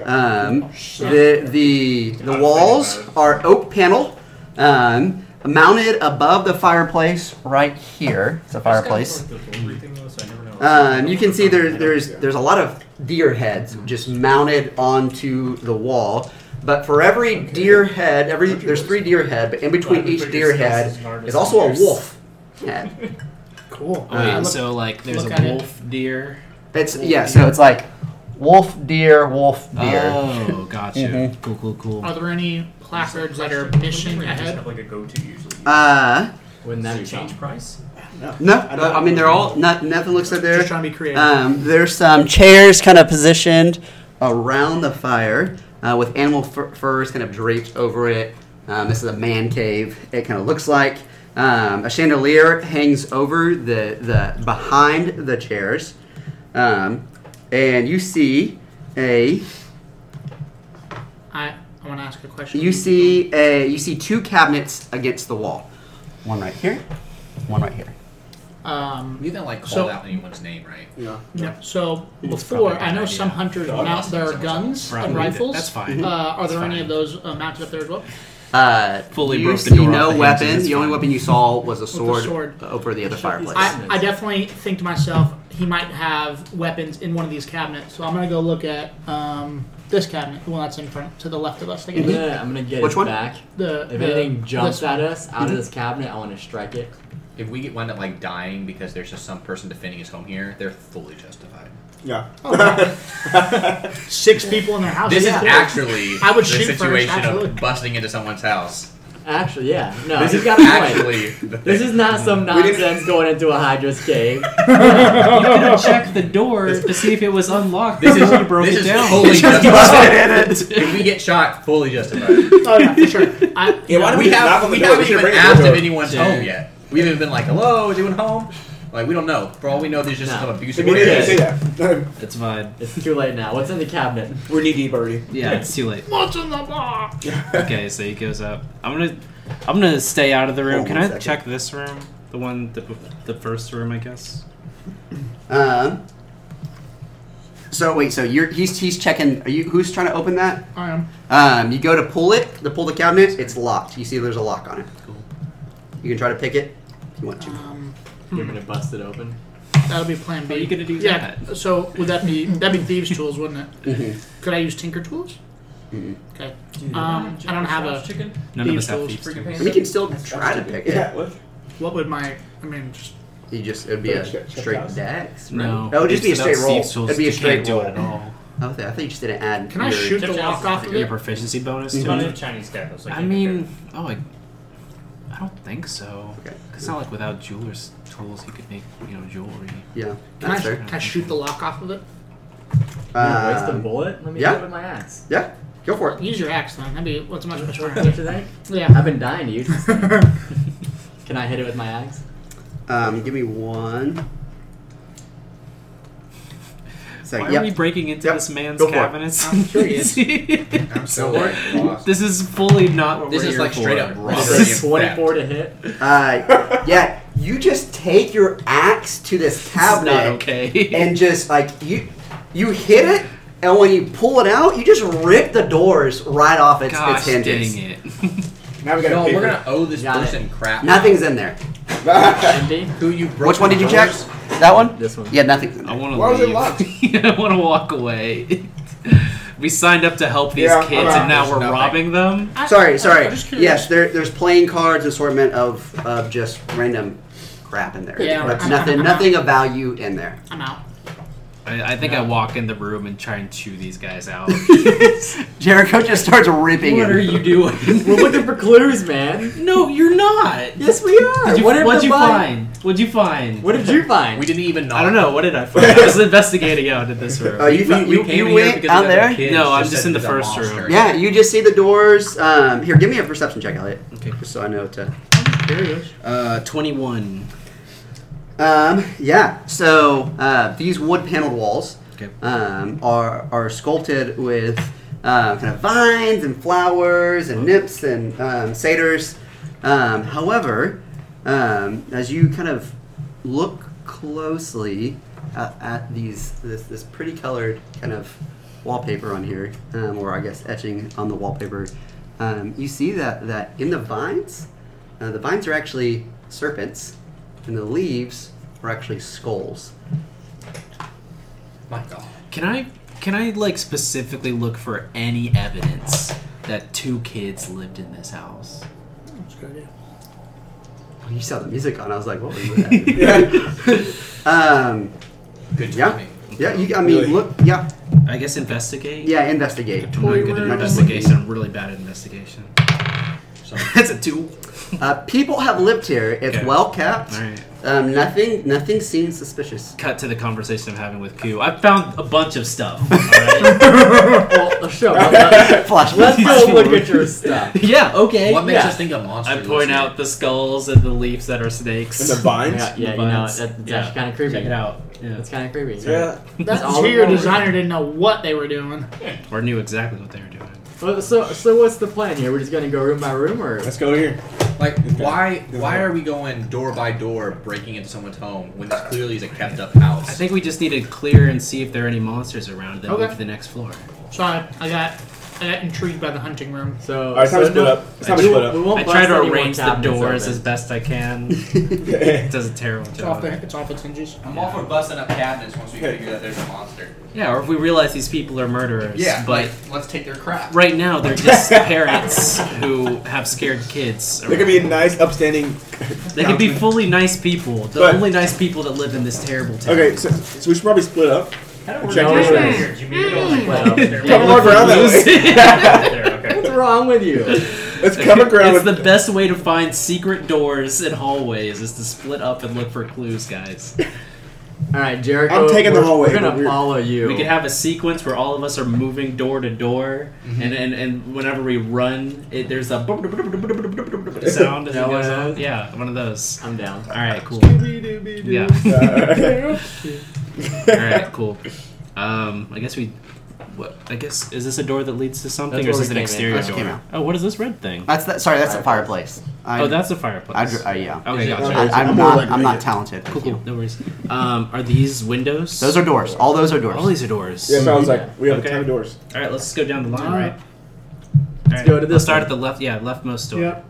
Speaker 2: Um, the the the walls are oak paneled, um, mounted above the fireplace right here. It's a fireplace. Um, you can see there, there's there's a lot of deer heads just mounted onto the wall. But for every deer head, every there's three deer head, but in between
Speaker 3: But
Speaker 2: each
Speaker 3: your
Speaker 2: deer
Speaker 3: spouse
Speaker 2: head
Speaker 3: is an artist
Speaker 2: is also a
Speaker 3: and
Speaker 2: wolf head.
Speaker 5: Cool.
Speaker 6: Oh, wait,
Speaker 2: Um,
Speaker 6: so like there's
Speaker 5: look
Speaker 6: a
Speaker 5: at it.
Speaker 6: wolf deer.
Speaker 2: It's yeah, so it's like wolf deer, wolf deer.
Speaker 6: Oh, gotcha.
Speaker 2: Mhm.
Speaker 6: Cool, cool, cool.
Speaker 5: Are there any placards that are mission ahead?
Speaker 3: Like a go-to usually.
Speaker 2: Uh,
Speaker 7: Wouldn't
Speaker 3: Does
Speaker 7: that
Speaker 3: it
Speaker 7: be
Speaker 3: change
Speaker 7: something?
Speaker 3: price?
Speaker 2: no, no, I mean they're all not nothing looks like
Speaker 5: Just
Speaker 2: they're
Speaker 5: trying to be creative.
Speaker 2: Um, there's some chairs kind of positioned around the fire uh, with animal fur- furs kind of draped over it. Um, this is a man cave. It kind of looks like um, a chandelier hangs over the, the behind the chairs, um, and you see a
Speaker 5: I I want to ask a question.
Speaker 2: you see a you see two cabinets against the wall. One right here, one right here.
Speaker 5: Um.
Speaker 8: You haven't like called
Speaker 5: So-
Speaker 8: out anyone's name, right?
Speaker 4: Yeah.
Speaker 5: No. So
Speaker 6: probably a
Speaker 5: before,
Speaker 6: bad
Speaker 5: I know
Speaker 6: idea.
Speaker 5: some hunters
Speaker 8: Probably
Speaker 5: mount their
Speaker 8: something.
Speaker 5: guns
Speaker 6: Probably.
Speaker 5: and rifles.
Speaker 6: That's fine.
Speaker 5: [LAUGHS] Uh, are
Speaker 6: That's
Speaker 5: there any
Speaker 6: fine.
Speaker 5: of those uh, mounted up there as well?
Speaker 2: Uh,
Speaker 6: Fully
Speaker 2: you
Speaker 6: broke the
Speaker 2: see
Speaker 6: door
Speaker 2: no
Speaker 6: off the hinges,
Speaker 2: weapon.
Speaker 6: it's
Speaker 2: The only
Speaker 6: fine.
Speaker 2: weapon you saw was a sword,
Speaker 5: sword.
Speaker 2: over the other fireplace.
Speaker 5: I, I definitely think to myself he might have weapons in one of these cabinets, so I'm gonna go look at um, this cabinet, the one that's in front to the left of us. I guess.
Speaker 7: I'm gonna, I'm gonna get
Speaker 2: Which
Speaker 7: his
Speaker 2: one?
Speaker 7: back.
Speaker 5: The
Speaker 7: Mm-hmm. If
Speaker 5: the-
Speaker 7: anything jumps
Speaker 5: this one.
Speaker 7: at us out of this cabinet, I want to strike it.
Speaker 8: If we get wind up like dying because there's just some person defending his home here, they're fully justified.
Speaker 4: Yeah. [LAUGHS]
Speaker 5: six people in their house.
Speaker 8: This
Speaker 5: Oh, yeah.
Speaker 8: is actually
Speaker 5: I would
Speaker 8: the
Speaker 5: shoot first,
Speaker 8: situation
Speaker 5: absolutely.
Speaker 8: of busting into someone's house.
Speaker 7: Actually, yeah. No,
Speaker 8: This
Speaker 7: he's
Speaker 8: is
Speaker 7: got a point.
Speaker 8: actually the thing.
Speaker 7: This is not some nonsense going into a Hydra's cave.
Speaker 6: you could [LAUGHS] have checked the door to see if it was unlocked.
Speaker 8: This is-
Speaker 6: before you broke
Speaker 8: this
Speaker 6: it
Speaker 8: is
Speaker 6: down. [LAUGHS]
Speaker 8: fully justified.
Speaker 2: Just
Speaker 8: if [LAUGHS] we get shot, fully justified.
Speaker 5: Oh yeah, for sure. I,
Speaker 4: Yeah, why do
Speaker 8: We
Speaker 4: just knock on the
Speaker 8: have we
Speaker 4: door? We
Speaker 8: haven't
Speaker 4: should
Speaker 8: even
Speaker 4: ring the
Speaker 8: asked if
Speaker 4: doorbell.
Speaker 8: anyone's
Speaker 6: Yeah.
Speaker 8: home yet. We haven't been like, "Hello, is anyone home?" Like we don't know. For all we know, there's just
Speaker 7: No.
Speaker 8: some abusive.
Speaker 4: Immediately
Speaker 7: Yeah.
Speaker 4: [LAUGHS] say that. [LAUGHS]
Speaker 6: It's fine.
Speaker 7: It's too late now. What's in the cabinet?
Speaker 4: We're knee deep already.
Speaker 6: Yeah, it's too late.
Speaker 5: what's in the box?
Speaker 6: Okay, so he goes up. I'm gonna, I'm gonna stay out of the room.
Speaker 2: Hold
Speaker 6: Can
Speaker 2: one
Speaker 6: I
Speaker 2: second.
Speaker 6: check this room? The one, the, the first room, I guess.
Speaker 2: Um. So wait, so you're he's he's checking. Are you who's trying to open that?
Speaker 5: I am.
Speaker 2: Um, you go to pull it, to pull the cabinet. It's locked. You see, there's a lock on it. Cool. You can try to pick it if you want to.
Speaker 5: Um,
Speaker 7: You're gonna bust it open.
Speaker 5: that'll be Plan B.
Speaker 6: How are you gonna do
Speaker 5: yeah.
Speaker 6: that?
Speaker 5: So would that be that'd be thieves' tools, wouldn't it?
Speaker 2: Mhm.
Speaker 5: Could I use tinker tools?
Speaker 2: Mhm.
Speaker 5: Okay. Um, I don't have a.
Speaker 9: Chicken?
Speaker 6: None of us
Speaker 5: Thieves'
Speaker 6: have
Speaker 5: tools,
Speaker 6: thieves.
Speaker 9: freaking
Speaker 6: tools.
Speaker 2: But you can still try to pick it.
Speaker 4: Yeah. What?
Speaker 5: What would my? I mean, just
Speaker 2: You just it would be a
Speaker 4: Check- check
Speaker 2: straight
Speaker 4: house.
Speaker 2: dex. right?
Speaker 6: No,
Speaker 2: That would just be a
Speaker 6: without
Speaker 2: straight roll.
Speaker 6: thieves' tools,
Speaker 2: It'd be a
Speaker 6: you
Speaker 2: straight
Speaker 6: can't do
Speaker 2: roll.
Speaker 6: it at all.
Speaker 2: Oh, okay, I thought you just didn't add.
Speaker 5: can I
Speaker 2: your-
Speaker 5: shoot the lock off of
Speaker 6: Your
Speaker 5: it?
Speaker 6: proficiency bonus.
Speaker 2: Mhm.
Speaker 6: to
Speaker 3: Not
Speaker 6: it?
Speaker 3: in Chinese tablets. Like
Speaker 6: I
Speaker 3: in
Speaker 6: mean, oh, I, I don't think so.
Speaker 2: Okay.
Speaker 6: It's not like without jeweler's tools, you could make you know jewelry.
Speaker 2: Yeah,
Speaker 5: Can I,
Speaker 2: that's fair.
Speaker 5: can I shoot the lock off of it?
Speaker 7: You gonna waste a
Speaker 2: Um,
Speaker 7: bullet? Let me
Speaker 2: yeah.
Speaker 7: do it with my ass.
Speaker 2: yeah, go for it.
Speaker 5: Use your axe then. That'd be what's much better.
Speaker 7: Don't you think?
Speaker 5: Yeah.
Speaker 7: I've been dying to use this thing. Can I hit it with my axe?
Speaker 2: Um, give me one. Second.
Speaker 6: Why
Speaker 2: yep.
Speaker 6: are [LAUGHS] we breaking into
Speaker 2: Yep.
Speaker 6: this man's
Speaker 2: Go for it.
Speaker 6: cabinets? [LAUGHS]
Speaker 5: I'm curious.
Speaker 8: I'm so
Speaker 2: Don't worry.
Speaker 8: lost.
Speaker 6: this is fully not what
Speaker 8: This
Speaker 6: we're
Speaker 8: is
Speaker 6: here
Speaker 8: like
Speaker 6: for.
Speaker 8: straight up robbery.
Speaker 7: This is
Speaker 8: and theft.
Speaker 7: 24 to hit.
Speaker 2: Uh, yeah, you just take your axe to this
Speaker 6: This is
Speaker 2: cabinet
Speaker 6: not okay.
Speaker 2: and just like you, you hit it, and when you pull it out, you just rip the doors right off its, its
Speaker 6: [LAUGHS] Gosh dang
Speaker 2: hinges.
Speaker 6: it!
Speaker 4: Now we got
Speaker 8: No,
Speaker 4: a paper.
Speaker 8: we're gonna owe this
Speaker 7: Got it.
Speaker 8: person crap.
Speaker 2: Nothing's in there.
Speaker 4: [LAUGHS]
Speaker 7: Empty.
Speaker 8: Who you broke?
Speaker 2: Which one did you
Speaker 8: the
Speaker 2: check?
Speaker 8: doors?
Speaker 2: That one.
Speaker 7: This one.
Speaker 2: Yeah, nothing's in
Speaker 6: I
Speaker 2: there.
Speaker 6: [LAUGHS] want to
Speaker 4: Why was it
Speaker 6: leave. I want to walk away. [LAUGHS] We signed up to help these
Speaker 4: Yeah, I'm
Speaker 6: kids,
Speaker 4: out.
Speaker 6: and now
Speaker 8: There's
Speaker 6: we're robbing
Speaker 8: nothing.
Speaker 6: them.
Speaker 2: Sorry, sorry.
Speaker 5: I'm just curious.
Speaker 2: yes, there, there's playing cards, assortment of, of just random crap in there.
Speaker 5: Yeah.
Speaker 2: But nothing, nothing of value in there.
Speaker 5: I'm out.
Speaker 6: I, I think I walk in the room and try and chew these guys [LAUGHS] out.
Speaker 2: [LAUGHS] Jericho just starts ripping
Speaker 6: what
Speaker 2: him.
Speaker 6: are you doing?
Speaker 7: We're looking for clues,
Speaker 6: [LAUGHS]
Speaker 7: man.
Speaker 6: no, you're not.
Speaker 7: Yes, we are.
Speaker 6: Did you,
Speaker 7: what did
Speaker 6: what'd
Speaker 7: the
Speaker 6: you
Speaker 7: bug-
Speaker 6: find? What'd you find?
Speaker 7: What did you find?
Speaker 8: We didn't even know.
Speaker 6: I don't know. What did I find? [LAUGHS] I was investigating out in this room.
Speaker 2: Oh, you,
Speaker 8: We,
Speaker 2: found- you,
Speaker 8: we came
Speaker 2: you
Speaker 8: in here
Speaker 2: went
Speaker 8: because
Speaker 2: down
Speaker 8: the other
Speaker 2: there?
Speaker 8: kids
Speaker 6: No, I'm
Speaker 8: said
Speaker 6: just in the
Speaker 8: there's a
Speaker 6: first
Speaker 8: monster.
Speaker 6: room.
Speaker 2: Yeah, you just see the doors. Um, here, give me a perception check, Elliot.
Speaker 6: Okay.
Speaker 2: Just so I know to.
Speaker 6: Uh, 21.
Speaker 2: Um, yeah. So uh, these wood paneled walls
Speaker 6: Okay.
Speaker 2: um, are are sculpted with uh, kind of vines and flowers and nymphs and um, satyrs. Um, however, um, as you kind of look closely at, at these this, this pretty colored kind of wallpaper on here, um, or I guess etching on the wallpaper, um, you see that that in the vines, uh, the vines are actually serpents, and the leaves are actually skulls.
Speaker 8: My God.
Speaker 6: Can I can I like specifically look for any evidence that two kids lived in this [LAUGHS] house?
Speaker 2: When you saw the music on, I was like, "What was
Speaker 6: [LAUGHS]
Speaker 2: that?" um,
Speaker 8: Good
Speaker 2: Yeah.
Speaker 8: timing.
Speaker 2: yeah, you, I mean,
Speaker 4: Really?
Speaker 2: look, yeah,
Speaker 6: I guess investigate.
Speaker 2: yeah, investigate.
Speaker 6: I'm not good at
Speaker 2: room.
Speaker 6: investigation. I'm really bad at investigation. So [LAUGHS] that's a two.
Speaker 2: Uh, people have lived here. It's
Speaker 6: Okay.
Speaker 2: well kept.
Speaker 6: All right.
Speaker 2: Um, nothing, nothing seems
Speaker 4: [LAUGHS]
Speaker 2: suspicious.
Speaker 6: Cut to the conversation I'm having with Q. I found a bunch of stuff. all right?
Speaker 7: Well, sure. Let's
Speaker 2: Flash.
Speaker 7: let's go look at
Speaker 4: [LAUGHS]
Speaker 7: your stuff.
Speaker 6: yeah. Okay.
Speaker 8: What makes
Speaker 7: Yeah.
Speaker 8: us think a monster?
Speaker 6: I
Speaker 8: lives
Speaker 6: point
Speaker 8: here?
Speaker 6: out the skulls and the leaves that are snakes.
Speaker 4: And the vines?
Speaker 7: Yeah,
Speaker 6: The
Speaker 7: yeah, you know,
Speaker 6: vines.
Speaker 7: that, that's
Speaker 6: Yeah.
Speaker 7: actually kind of creepy.
Speaker 6: Check it out. Yeah.
Speaker 7: That's kind of creepy.
Speaker 4: Yeah.
Speaker 5: That's
Speaker 7: all
Speaker 5: just
Speaker 7: we
Speaker 5: your
Speaker 7: want.
Speaker 5: designer didn't know what they were doing.
Speaker 6: Or knew exactly what they were doing.
Speaker 7: Well, so, so what's the plan here? We're just gonna go room by room, or
Speaker 4: Let's go here.
Speaker 8: Like,
Speaker 4: Okay.
Speaker 8: why why are we going door by door, breaking into someone's home when this clearly is a kept up house?
Speaker 6: I think we just need to clear and see if there are any monsters around. Then
Speaker 5: Okay.
Speaker 6: move to the next floor.
Speaker 5: So I, I got I got intrigued by the hunting room.
Speaker 6: Oh,
Speaker 7: so?
Speaker 4: All right, it's time
Speaker 7: so
Speaker 4: to split
Speaker 7: no-
Speaker 4: up. It's time to split [LAUGHS]
Speaker 7: We
Speaker 4: up.
Speaker 7: won't
Speaker 6: I
Speaker 7: bust
Speaker 6: try to
Speaker 7: any more
Speaker 6: arrange the
Speaker 7: cabinets
Speaker 6: doors
Speaker 7: open.
Speaker 6: as best I can. It does a terrible
Speaker 5: It's off, the,
Speaker 6: job.
Speaker 5: it's off its hinges.
Speaker 8: I'm all for busting up cabinets once we figure that there's a monster.
Speaker 6: Yeah, or if we realize these people are murderers. but
Speaker 8: like, let's take their crap.
Speaker 6: right now they're just parents who have scared kids.
Speaker 4: There could be nice, upstanding.
Speaker 6: [LAUGHS] They could be fully nice people. The
Speaker 4: But-
Speaker 6: only nice people that live in this terrible town.
Speaker 4: Okay, so, so we should probably split up.
Speaker 3: How do we
Speaker 4: Check
Speaker 3: know
Speaker 4: this out.
Speaker 3: here? Do you mean it all like
Speaker 7: Well,
Speaker 3: there?
Speaker 7: yeah,
Speaker 4: Walk around that way.
Speaker 3: There, okay.
Speaker 7: What's wrong with you?
Speaker 6: [LAUGHS]
Speaker 4: [LAUGHS] Let's cover ground.
Speaker 6: It's the
Speaker 4: with,
Speaker 6: best way to find secret doors and hallways is to split up and look for clues, guys.
Speaker 7: All right, Jericho.
Speaker 4: I'm taking the
Speaker 7: we're-
Speaker 4: hallway,
Speaker 7: We're gonna
Speaker 4: but we're- [LAUGHS]
Speaker 7: follow you.
Speaker 6: We could have a sequence where all of us are moving door to door, and, and, and whenever we run, it, there's a sound as it goes
Speaker 7: Yeah, one of
Speaker 6: on.
Speaker 7: those?
Speaker 6: Yeah, one of those.
Speaker 7: I'm down.
Speaker 6: All right, cool. Yeah.
Speaker 7: Yeah.
Speaker 6: All [LAUGHS] right, cool. Um, I guess we. What, I guess is this a door that leads to something,
Speaker 7: That's
Speaker 6: or is
Speaker 7: where
Speaker 6: this an
Speaker 7: we came
Speaker 6: exterior
Speaker 7: in.
Speaker 2: That's came
Speaker 6: door?
Speaker 2: out.
Speaker 6: Oh, what is this red thing?
Speaker 2: That's that. Sorry, that's the fireplace. I,
Speaker 6: oh, that's a
Speaker 2: I,
Speaker 6: fireplace. Oh,
Speaker 2: dr- uh,
Speaker 4: [LAUGHS]
Speaker 2: yeah.
Speaker 6: okay, gotcha.
Speaker 2: I, I'm,
Speaker 4: I'm more
Speaker 2: not.
Speaker 4: likely
Speaker 2: I'm
Speaker 4: to
Speaker 2: not
Speaker 4: get-
Speaker 2: talented.
Speaker 6: Cool, cool. No worries. Um, are these windows?
Speaker 2: Those are doors. All those are doors.
Speaker 6: all these are doors.
Speaker 4: yeah, sounds like we have
Speaker 6: Okay.
Speaker 4: a ton of doors.
Speaker 6: All right, let's just go down the line,
Speaker 7: All
Speaker 6: right?
Speaker 7: right.
Speaker 6: All right,
Speaker 7: go to
Speaker 6: let's
Speaker 7: this
Speaker 6: Start
Speaker 7: one.
Speaker 6: at the left. Yeah, leftmost door.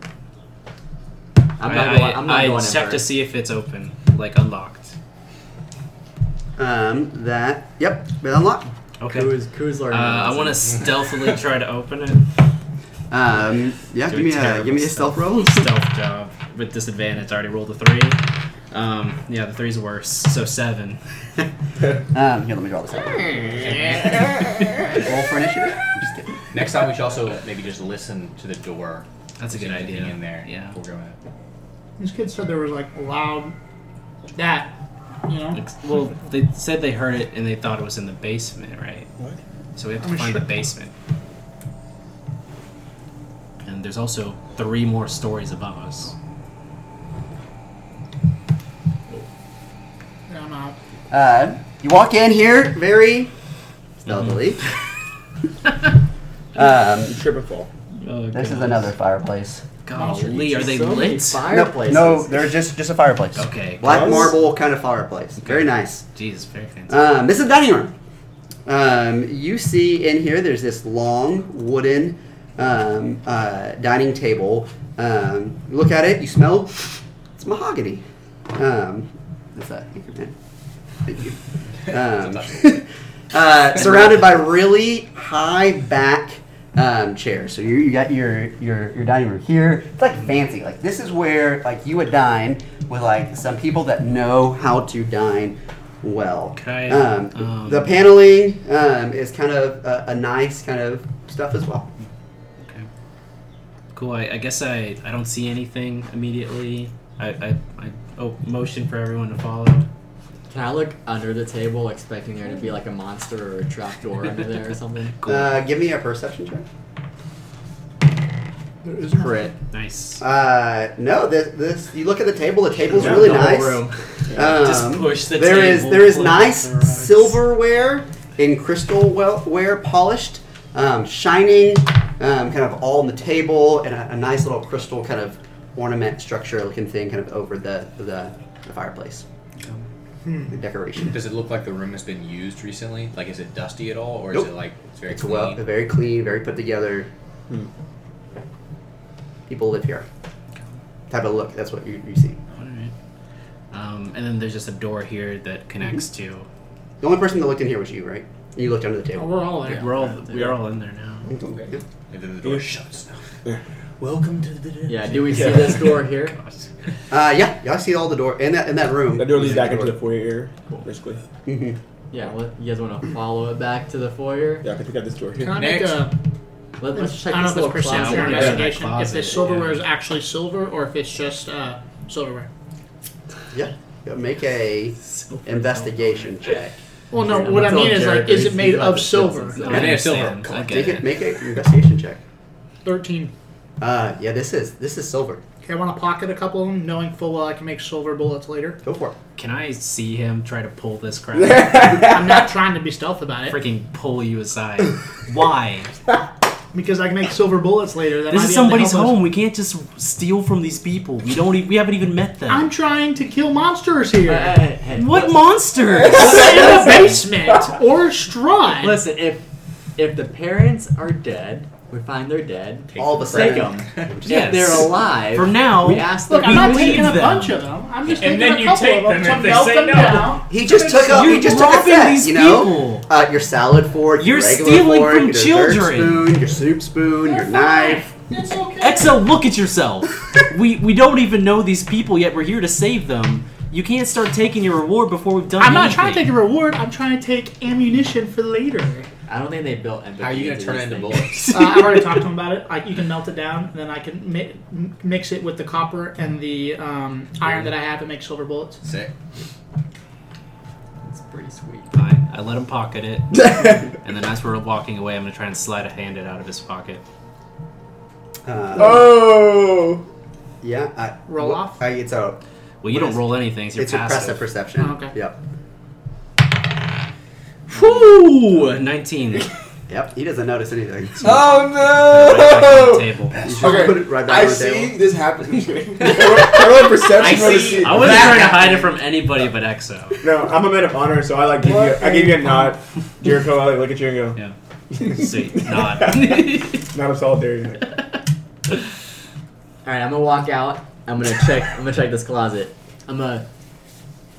Speaker 7: I'm
Speaker 6: I-
Speaker 7: not
Speaker 6: I-
Speaker 7: going. I'm not
Speaker 6: I
Speaker 7: going in
Speaker 6: check to
Speaker 7: first.
Speaker 6: see if it's open, like unlocked.
Speaker 2: Um, that. Yep. Been unlocked.
Speaker 6: Okay.
Speaker 7: Who is who's
Speaker 6: Uh,
Speaker 7: learning?
Speaker 6: I
Speaker 7: lessons.
Speaker 6: want to stealthily try to open it.
Speaker 2: Um, yeah. give
Speaker 6: Doing
Speaker 2: me a.
Speaker 6: terrible
Speaker 2: Give me a
Speaker 6: stuff.
Speaker 2: stealth roll.
Speaker 6: Stealth job with disadvantage. I already rolled a three. Um, yeah, the three's worse. So seven. [LAUGHS]
Speaker 2: Um, here, let me draw this out. roll for initiative. I'm just kidding.
Speaker 8: Next time we should also maybe just listen to the door.
Speaker 6: That's a
Speaker 8: See
Speaker 6: good
Speaker 8: if anything
Speaker 6: idea.
Speaker 8: In there,
Speaker 6: Yeah.
Speaker 8: Before going in.
Speaker 5: These kids said there was like loud that, you know.
Speaker 6: Ex- Well, they said they heard it and they thought it was in the basement, right?
Speaker 4: What?
Speaker 6: So we have to
Speaker 5: I'm
Speaker 6: find
Speaker 5: sure-
Speaker 6: the basement. And there's also three more stories above us.
Speaker 5: Yeah, I'm out.
Speaker 2: Uh, you walk in here very stealthily. [LAUGHS] um,
Speaker 4: Trip and fall.
Speaker 2: this is another fireplace.
Speaker 6: Golly, are they
Speaker 7: so many
Speaker 6: lit?
Speaker 7: Fireplaces.
Speaker 2: No, they're just just a fireplace.
Speaker 6: Okay.
Speaker 2: Black
Speaker 4: Glass?
Speaker 2: marble kind of fireplace. Very nice.
Speaker 6: Jeez, very fancy.
Speaker 2: Um, this is dining room. Um, you see in here, there's this long wooden um, uh, dining table. Um, you look at it, you smell it's mahogany. eh? Um, that's that. Um, [LAUGHS] uh, surrounded by really high back um, chairs. So you, you got your, your your dining room here. It's like fancy. Like this is where like you would dine with like some people that know how to dine well.
Speaker 6: Could I,
Speaker 2: um,
Speaker 6: um,
Speaker 2: the paneling um, is kind of a, a nice kind of stuff as well.
Speaker 6: Okay. Cool. I, I guess I, I don't see anything immediately. I, I, I oh motion for everyone to follow.
Speaker 7: Can I look under the table, expecting there to be like a monster or a trapdoor under there or something?
Speaker 6: Cool.
Speaker 2: Uh, give me a perception check.
Speaker 5: There is nothing.
Speaker 6: nice.
Speaker 2: Uh, no, this, this you look at the table. The table's
Speaker 7: Yeah,
Speaker 2: really
Speaker 7: the whole
Speaker 2: nice.
Speaker 7: room.
Speaker 2: Um,
Speaker 6: Just push the
Speaker 2: there is-
Speaker 6: table,
Speaker 2: there is
Speaker 6: flip
Speaker 2: nice
Speaker 6: the rocks.
Speaker 2: silverware and crystal well, ware polished, um, shining, um, kind of all on the table, and a, a nice little crystal kind of ornament structure looking thing kind of over the the, the fireplace. The decoration.
Speaker 8: Does it look like the room has been used recently? Like, is it dusty at all, or
Speaker 2: Nope.
Speaker 8: is it like it's very
Speaker 2: It's
Speaker 8: clean?
Speaker 2: well, very clean, very put together.
Speaker 7: Hmm.
Speaker 2: People live here. Have a look. That's what you, you see.
Speaker 6: All right. Um, and then there's just a door here that connects to.
Speaker 2: The only person that looked in here was you, right? You looked under the
Speaker 5: Oh,
Speaker 2: table.
Speaker 5: we're all there.
Speaker 6: We're all we are all in there now.
Speaker 2: Okay.
Speaker 8: And then the door shuts. now.
Speaker 4: Welcome to the
Speaker 7: Yeah, do we see this door here?
Speaker 2: Uh, yeah, yeah, I see all the door in that in that room.
Speaker 4: That door leads back into the foyer area, basically.
Speaker 2: Mhm.
Speaker 7: Yeah, what, you guys want to follow it back to the foyer?
Speaker 4: Yeah, I can pick out this door [LAUGHS]
Speaker 5: Can
Speaker 4: here.
Speaker 5: I make
Speaker 8: Next.
Speaker 5: a,
Speaker 7: Let, let's
Speaker 5: I
Speaker 7: check
Speaker 5: don't know if
Speaker 7: this
Speaker 5: it's
Speaker 7: little
Speaker 6: closet.
Speaker 5: perception or
Speaker 6: Yeah,
Speaker 7: closet.
Speaker 6: that's
Speaker 5: investigation.
Speaker 6: that
Speaker 5: if the
Speaker 6: closet,
Speaker 5: silverware
Speaker 6: yeah.
Speaker 5: is actually silver or if it's just uh, silverware.
Speaker 2: Yeah, yeah, make a investigation check.
Speaker 5: Well, no.
Speaker 7: I'm
Speaker 5: What I
Speaker 7: telling
Speaker 5: mean is like,
Speaker 7: Jared,
Speaker 5: is it
Speaker 7: he's
Speaker 5: made
Speaker 7: got
Speaker 5: of
Speaker 7: the
Speaker 5: silver?
Speaker 7: difference.
Speaker 8: And they have silver.
Speaker 6: understand. I
Speaker 2: Take it.
Speaker 6: get it.
Speaker 2: Make a investigation check.
Speaker 5: Thirteen.
Speaker 2: Uh, yeah, this is this is silver.
Speaker 5: Okay, I want to pocket a couple of them, knowing full well I can make silver bullets later.
Speaker 2: Go for it.
Speaker 6: Can I see him try to pull this crap?
Speaker 5: I'm not trying to be stealth about it
Speaker 6: Freaking pull you aside. [LAUGHS] Why?
Speaker 5: because I can make silver bullets later. That
Speaker 6: This
Speaker 5: might
Speaker 6: is
Speaker 5: be able to
Speaker 6: somebody's
Speaker 5: help us.
Speaker 6: home. We can't just steal from these people. We don't. E- we haven't even met them.
Speaker 5: I'm trying to kill monsters here.
Speaker 7: Hey, hey,
Speaker 6: [LAUGHS]
Speaker 7: hey,
Speaker 6: what monsters?
Speaker 5: in the basement or straw.
Speaker 7: Listen, if if the parents are dead, we find they're dead.
Speaker 2: all of a
Speaker 7: Take
Speaker 2: sudden,
Speaker 7: them.
Speaker 6: Yes.
Speaker 7: If they're alive,
Speaker 6: For now,
Speaker 7: we ask them.
Speaker 5: Look, I'm not
Speaker 6: We
Speaker 5: taking a
Speaker 6: leave them.
Speaker 5: bunch of them. I'm just
Speaker 3: And
Speaker 5: taking
Speaker 3: then
Speaker 5: a
Speaker 3: you
Speaker 5: couple
Speaker 3: take
Speaker 5: of them,
Speaker 3: them
Speaker 5: to
Speaker 3: if they
Speaker 5: melt
Speaker 3: say
Speaker 5: them
Speaker 3: no.
Speaker 5: down.
Speaker 2: he just took up.
Speaker 6: You're
Speaker 2: He just took a
Speaker 6: robbing
Speaker 2: set.
Speaker 6: these
Speaker 2: you know,
Speaker 6: people.
Speaker 2: Uh, your salad fork.
Speaker 6: You're
Speaker 2: your regular
Speaker 6: stealing
Speaker 2: fork,
Speaker 6: from
Speaker 2: your dessert
Speaker 6: children.
Speaker 2: Spoon, your soup spoon, your knife.
Speaker 5: It's okay.
Speaker 6: Exo, look at yourself.
Speaker 5: [LAUGHS]
Speaker 6: we we don't even know these people yet. We're here to save them. You can't start taking your reward before we've done.
Speaker 5: I'm not trying to
Speaker 6: anything.
Speaker 5: take a reward. I'm trying to take ammunition for later.
Speaker 7: I don't think they built empathy.
Speaker 8: How are you gonna
Speaker 7: into
Speaker 8: turn it
Speaker 7: this
Speaker 8: into
Speaker 7: thing.
Speaker 8: bullets?
Speaker 5: Uh, I've already talked to him about it. I, you can melt it down, and then I can mi- m- mix it with the copper and the um, iron that I have and make silver bullets.
Speaker 8: Sick.
Speaker 7: It's pretty sweet.
Speaker 6: Fine. I let him pocket it, and then as we're walking away, I'm gonna try and slide a hand it out of his pocket.
Speaker 2: Uh,
Speaker 4: Oh!
Speaker 2: yeah. I,
Speaker 5: Roll off?
Speaker 2: Uh, it's a
Speaker 6: Well, you
Speaker 2: What
Speaker 6: don't
Speaker 2: is-
Speaker 6: roll anything. So you're
Speaker 2: it's a
Speaker 6: passive.
Speaker 2: passive perception.
Speaker 5: Oh, okay.
Speaker 2: Yep.
Speaker 6: Whew, nineteen.
Speaker 2: Yep. He doesn't notice anything.
Speaker 6: Right
Speaker 4: Oh
Speaker 6: back on the table.
Speaker 2: Just
Speaker 4: Okay,
Speaker 2: Put it right back
Speaker 4: I
Speaker 2: on the
Speaker 4: see
Speaker 2: table.
Speaker 4: this happen. I rolled
Speaker 6: I
Speaker 4: perception roll to
Speaker 6: see.
Speaker 4: see.
Speaker 6: I wasn't trying to hide it from anybody but Exo.
Speaker 4: No, I'm a man of honor, so I like give you. I give you a nod, Jericho. I like look at you and go,
Speaker 6: Yeah.
Speaker 4: [LAUGHS]
Speaker 6: Sweet. Nod.
Speaker 4: nod of solidarity.
Speaker 7: All right, I'm gonna walk out. I'm gonna check. I'm gonna check this closet. I'm gonna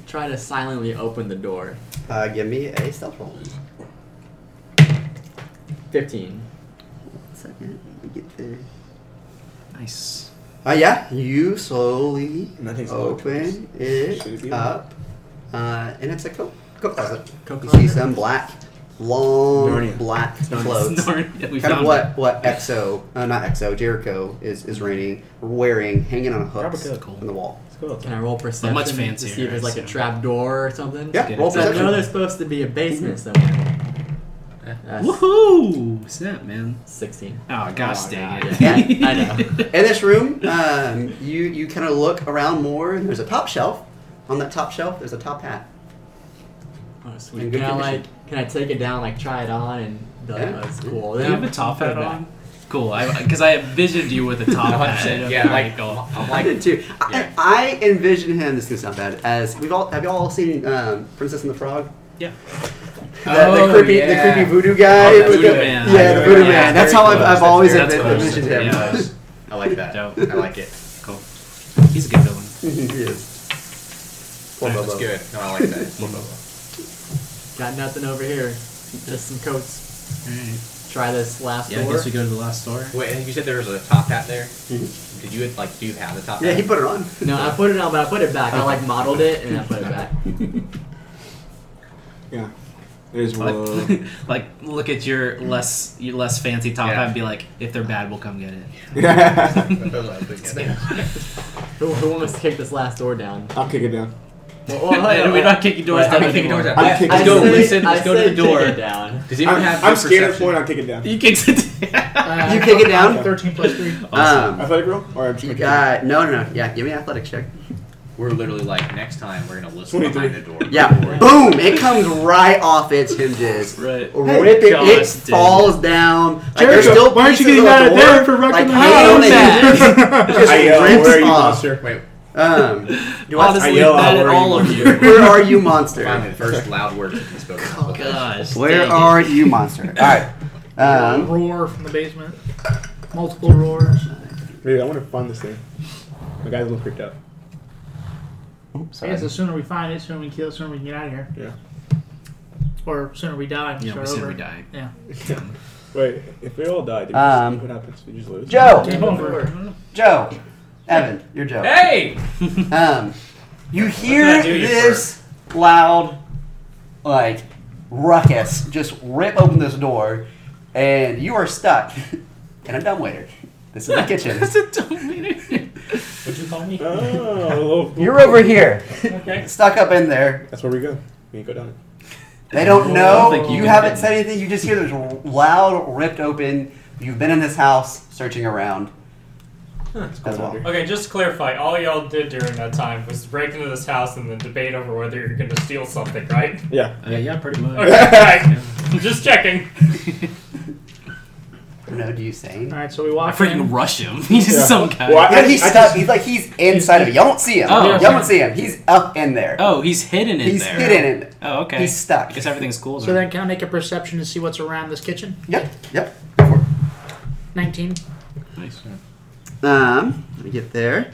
Speaker 7: try to silently open the door.
Speaker 2: Uh, give me a stealth roll.
Speaker 7: Fifteen.
Speaker 2: Second, let me get there.
Speaker 6: [LAUGHS] nice.
Speaker 2: Uh, yeah, you slowly
Speaker 4: Nothing's locked.
Speaker 2: open
Speaker 4: Should it
Speaker 2: it
Speaker 4: be
Speaker 2: up, uh, and it's a coat, coat closet.
Speaker 7: Coat
Speaker 2: You see
Speaker 7: closet.
Speaker 2: some black, long
Speaker 4: Narnia.
Speaker 2: black clothes.
Speaker 6: Snort. Yeah, we
Speaker 2: Kind of
Speaker 6: found
Speaker 2: what what Exo, uh, not Exo, Jericho is is raining, wearing, hanging on hooks
Speaker 4: Grab a
Speaker 6: coat.
Speaker 2: on the wall.
Speaker 4: Let's go.
Speaker 7: Can I roll perception
Speaker 6: much
Speaker 7: to
Speaker 6: fancier,
Speaker 7: see if there's like
Speaker 6: so.
Speaker 7: a trap door or something?
Speaker 2: Yeah,
Speaker 6: get
Speaker 2: roll
Speaker 6: it.
Speaker 7: So I know
Speaker 2: perception.
Speaker 7: there's supposed to be a basement somewhere.
Speaker 6: it.
Speaker 7: That's
Speaker 6: Woohoo! Snap, man.
Speaker 7: Sixteen.
Speaker 6: Oh gosh,
Speaker 7: Oh,
Speaker 6: dang
Speaker 7: God.
Speaker 6: it! [LAUGHS]
Speaker 7: Yeah, I know.
Speaker 2: In this room, um, you you kind of look around more, and there's a top shelf. On that top shelf, there's a top hat.
Speaker 7: Oh,
Speaker 2: In
Speaker 7: sweet.
Speaker 2: good
Speaker 7: Can I
Speaker 2: condition.
Speaker 7: like? Can I take it down? Like try it on and the,
Speaker 2: Yeah.
Speaker 7: oh, it's cool.
Speaker 6: Do
Speaker 7: Then
Speaker 6: you have
Speaker 7: I'll
Speaker 6: a top
Speaker 7: put it
Speaker 6: hat
Speaker 7: back.
Speaker 6: on? Cool. I because I envisioned you with a [LAUGHS] top hat.
Speaker 8: 100%, yeah, like,
Speaker 6: Michael.
Speaker 8: I'm
Speaker 2: I did
Speaker 8: like,
Speaker 2: too.
Speaker 8: yeah.
Speaker 2: I, I envision him. This is gonna sound bad. As we've all have you all seen um, Princess and the Frog?
Speaker 6: Yeah.
Speaker 2: The, the
Speaker 6: Oh,
Speaker 2: creepy, the
Speaker 8: yeah.
Speaker 2: creepy voodoo guy.
Speaker 6: Oh, the
Speaker 2: with
Speaker 6: voodoo
Speaker 2: the-
Speaker 6: man.
Speaker 2: Yeah, the
Speaker 8: Yeah,
Speaker 2: voodoo
Speaker 8: yeah,
Speaker 2: man. That's
Speaker 8: very
Speaker 2: how I've,
Speaker 8: close.
Speaker 2: I've always
Speaker 6: That's
Speaker 2: envi-
Speaker 6: close.
Speaker 2: envisioned him.
Speaker 6: Yeah.
Speaker 8: I like that.
Speaker 6: Dope.
Speaker 8: I like it.
Speaker 6: Cool. He's a good
Speaker 2: [LAUGHS]
Speaker 6: villain.
Speaker 2: he is. Poor
Speaker 8: That's
Speaker 2: Bobo.
Speaker 8: good. No, I like that.
Speaker 7: Got nothing over here. Just some coats.
Speaker 6: Alright.
Speaker 7: Try this last
Speaker 6: Yeah, I
Speaker 7: door.
Speaker 6: guess we go to the last door.
Speaker 8: Wait, I think you said there was a top hat there.
Speaker 4: Mm-hmm.
Speaker 8: Did you like? Do you have the top
Speaker 2: Yeah, he
Speaker 8: hat? [LAUGHS]
Speaker 2: put it on.
Speaker 7: No, I put it on, but I put it back. I like modeled it and I put it back.
Speaker 4: Yeah. There's one.
Speaker 6: [LAUGHS] Like, like, look at your less your less fancy top
Speaker 8: Yeah.
Speaker 6: hat and be like, if they're bad, we'll come get it.
Speaker 4: I'll
Speaker 7: Who, who wants to kick this last door down?
Speaker 4: kick it down.
Speaker 7: [LAUGHS]
Speaker 6: [LAUGHS]
Speaker 7: Well, well, hold on,
Speaker 6: we're
Speaker 7: wait.
Speaker 6: not kicking doors
Speaker 8: Wait,
Speaker 6: down
Speaker 8: I'm not kicking
Speaker 6: anymore.
Speaker 8: doors down.
Speaker 4: I'm kicking
Speaker 7: I
Speaker 8: Let's go.
Speaker 7: said-
Speaker 8: Listen.
Speaker 7: I
Speaker 8: Let's go to
Speaker 7: said
Speaker 8: the
Speaker 7: kick it
Speaker 8: door.
Speaker 7: down.
Speaker 8: Does anyone
Speaker 4: I'm,
Speaker 8: have?
Speaker 4: I'm
Speaker 8: good
Speaker 4: scared of
Speaker 8: perception?
Speaker 4: point. I'm kicking it
Speaker 6: [LAUGHS]
Speaker 4: down.
Speaker 6: He kicks it down. [LAUGHS]
Speaker 5: Uh,
Speaker 2: You kick it down?
Speaker 5: Thirteen plus three.
Speaker 2: Um,
Speaker 4: Athletic roll? Or I'm just
Speaker 2: uh, no, no, no. Yeah, give me an athletics check.
Speaker 8: We're literally like next time we're gonna listen
Speaker 4: 23.
Speaker 8: behind the door.
Speaker 2: Yeah, boom! It comes right off its hinges.
Speaker 6: Right.
Speaker 2: Rip it, it
Speaker 6: Just did.
Speaker 2: falls down. Like,
Speaker 4: Jericho,
Speaker 2: there's still
Speaker 4: why aren't you
Speaker 2: pieces
Speaker 4: getting
Speaker 2: the
Speaker 4: out of
Speaker 2: door,
Speaker 4: there for wrecking the
Speaker 2: hanging
Speaker 4: house?
Speaker 2: on
Speaker 4: [LAUGHS] I yell,
Speaker 2: rips
Speaker 4: where are you,
Speaker 2: off.
Speaker 4: monster?
Speaker 8: Wait,
Speaker 2: Um, do I,
Speaker 6: Honestly,
Speaker 4: yell out
Speaker 6: bad at
Speaker 4: where
Speaker 6: all
Speaker 4: you
Speaker 6: of
Speaker 2: [LAUGHS]
Speaker 4: want
Speaker 6: you.
Speaker 2: where are you,
Speaker 8: find the
Speaker 2: monster?
Speaker 8: first loud word that you spoke.
Speaker 6: Gosh,
Speaker 2: Where
Speaker 6: dang it.
Speaker 2: are you, monster? All right. Um,
Speaker 5: roar from the basement. Multiple roars.
Speaker 4: Dude, I want to fund this thing. My guy's a little freaked out. [LAUGHS]
Speaker 2: oops,
Speaker 5: I
Speaker 2: sorry.
Speaker 5: guess the sooner we find it, sooner we kill, it, sooner we can get out of here.
Speaker 4: Yeah.
Speaker 5: Or sooner we die. And
Speaker 6: Yeah,
Speaker 5: start
Speaker 6: we said
Speaker 5: over.
Speaker 6: we die.
Speaker 5: Yeah.
Speaker 4: Wait, if we all die, did we
Speaker 2: Um,
Speaker 4: just, what happens? We just lose.
Speaker 2: Joe,
Speaker 5: Game over.
Speaker 2: Joe, Evan, you're Joe.
Speaker 9: Hey!
Speaker 2: Um, you hear
Speaker 9: I do this
Speaker 2: this loud, like, ruckus just rip open this door, and you are stuck [LAUGHS] in a dumbwaiter. This is the kitchen.
Speaker 6: That's a dumb meaning.
Speaker 3: Would you call me? [LAUGHS]
Speaker 4: Oh,
Speaker 2: You're over here,
Speaker 3: Okay.
Speaker 2: stuck up in there.
Speaker 4: that's where we go. We go down.
Speaker 2: They don't
Speaker 6: I
Speaker 2: know.
Speaker 6: don't think you
Speaker 2: you
Speaker 6: can
Speaker 2: haven't
Speaker 6: get
Speaker 2: said anything. You just hear this loud, ripped open. You've been in this house searching around. As well.
Speaker 3: [LAUGHS] Okay, just to clarify, all y'all did during that time was break into this house and then debate over whether you're going to steal something, [LAUGHS] right?
Speaker 4: Yeah.
Speaker 6: Uh, yeah, pretty much.
Speaker 3: Okay, alright. [LAUGHS] just checking.
Speaker 2: I don't know. Do you say?
Speaker 5: All right, so we
Speaker 6: I
Speaker 5: walk
Speaker 6: freaking
Speaker 5: in.
Speaker 6: rush him. [LAUGHS] He's
Speaker 4: Yeah.
Speaker 6: some guy.
Speaker 4: Well, I-
Speaker 2: Yeah, he's
Speaker 4: I
Speaker 2: stuck. He's like he's inside of it. Y'all don't see him.
Speaker 6: Oh.
Speaker 2: Y'all don't see him. He's up in there.
Speaker 6: Oh, he's hidden in
Speaker 2: he's
Speaker 6: there.
Speaker 2: hidden in. There.
Speaker 6: Oh, okay.
Speaker 2: He's stuck.
Speaker 6: I guess everything's cool.
Speaker 5: So
Speaker 6: Then.
Speaker 5: then, can I make a perception to see what's around this kitchen?
Speaker 2: Yep. Yep. Go for it.
Speaker 5: Nineteen.
Speaker 6: Nice.
Speaker 2: Um, let me get there.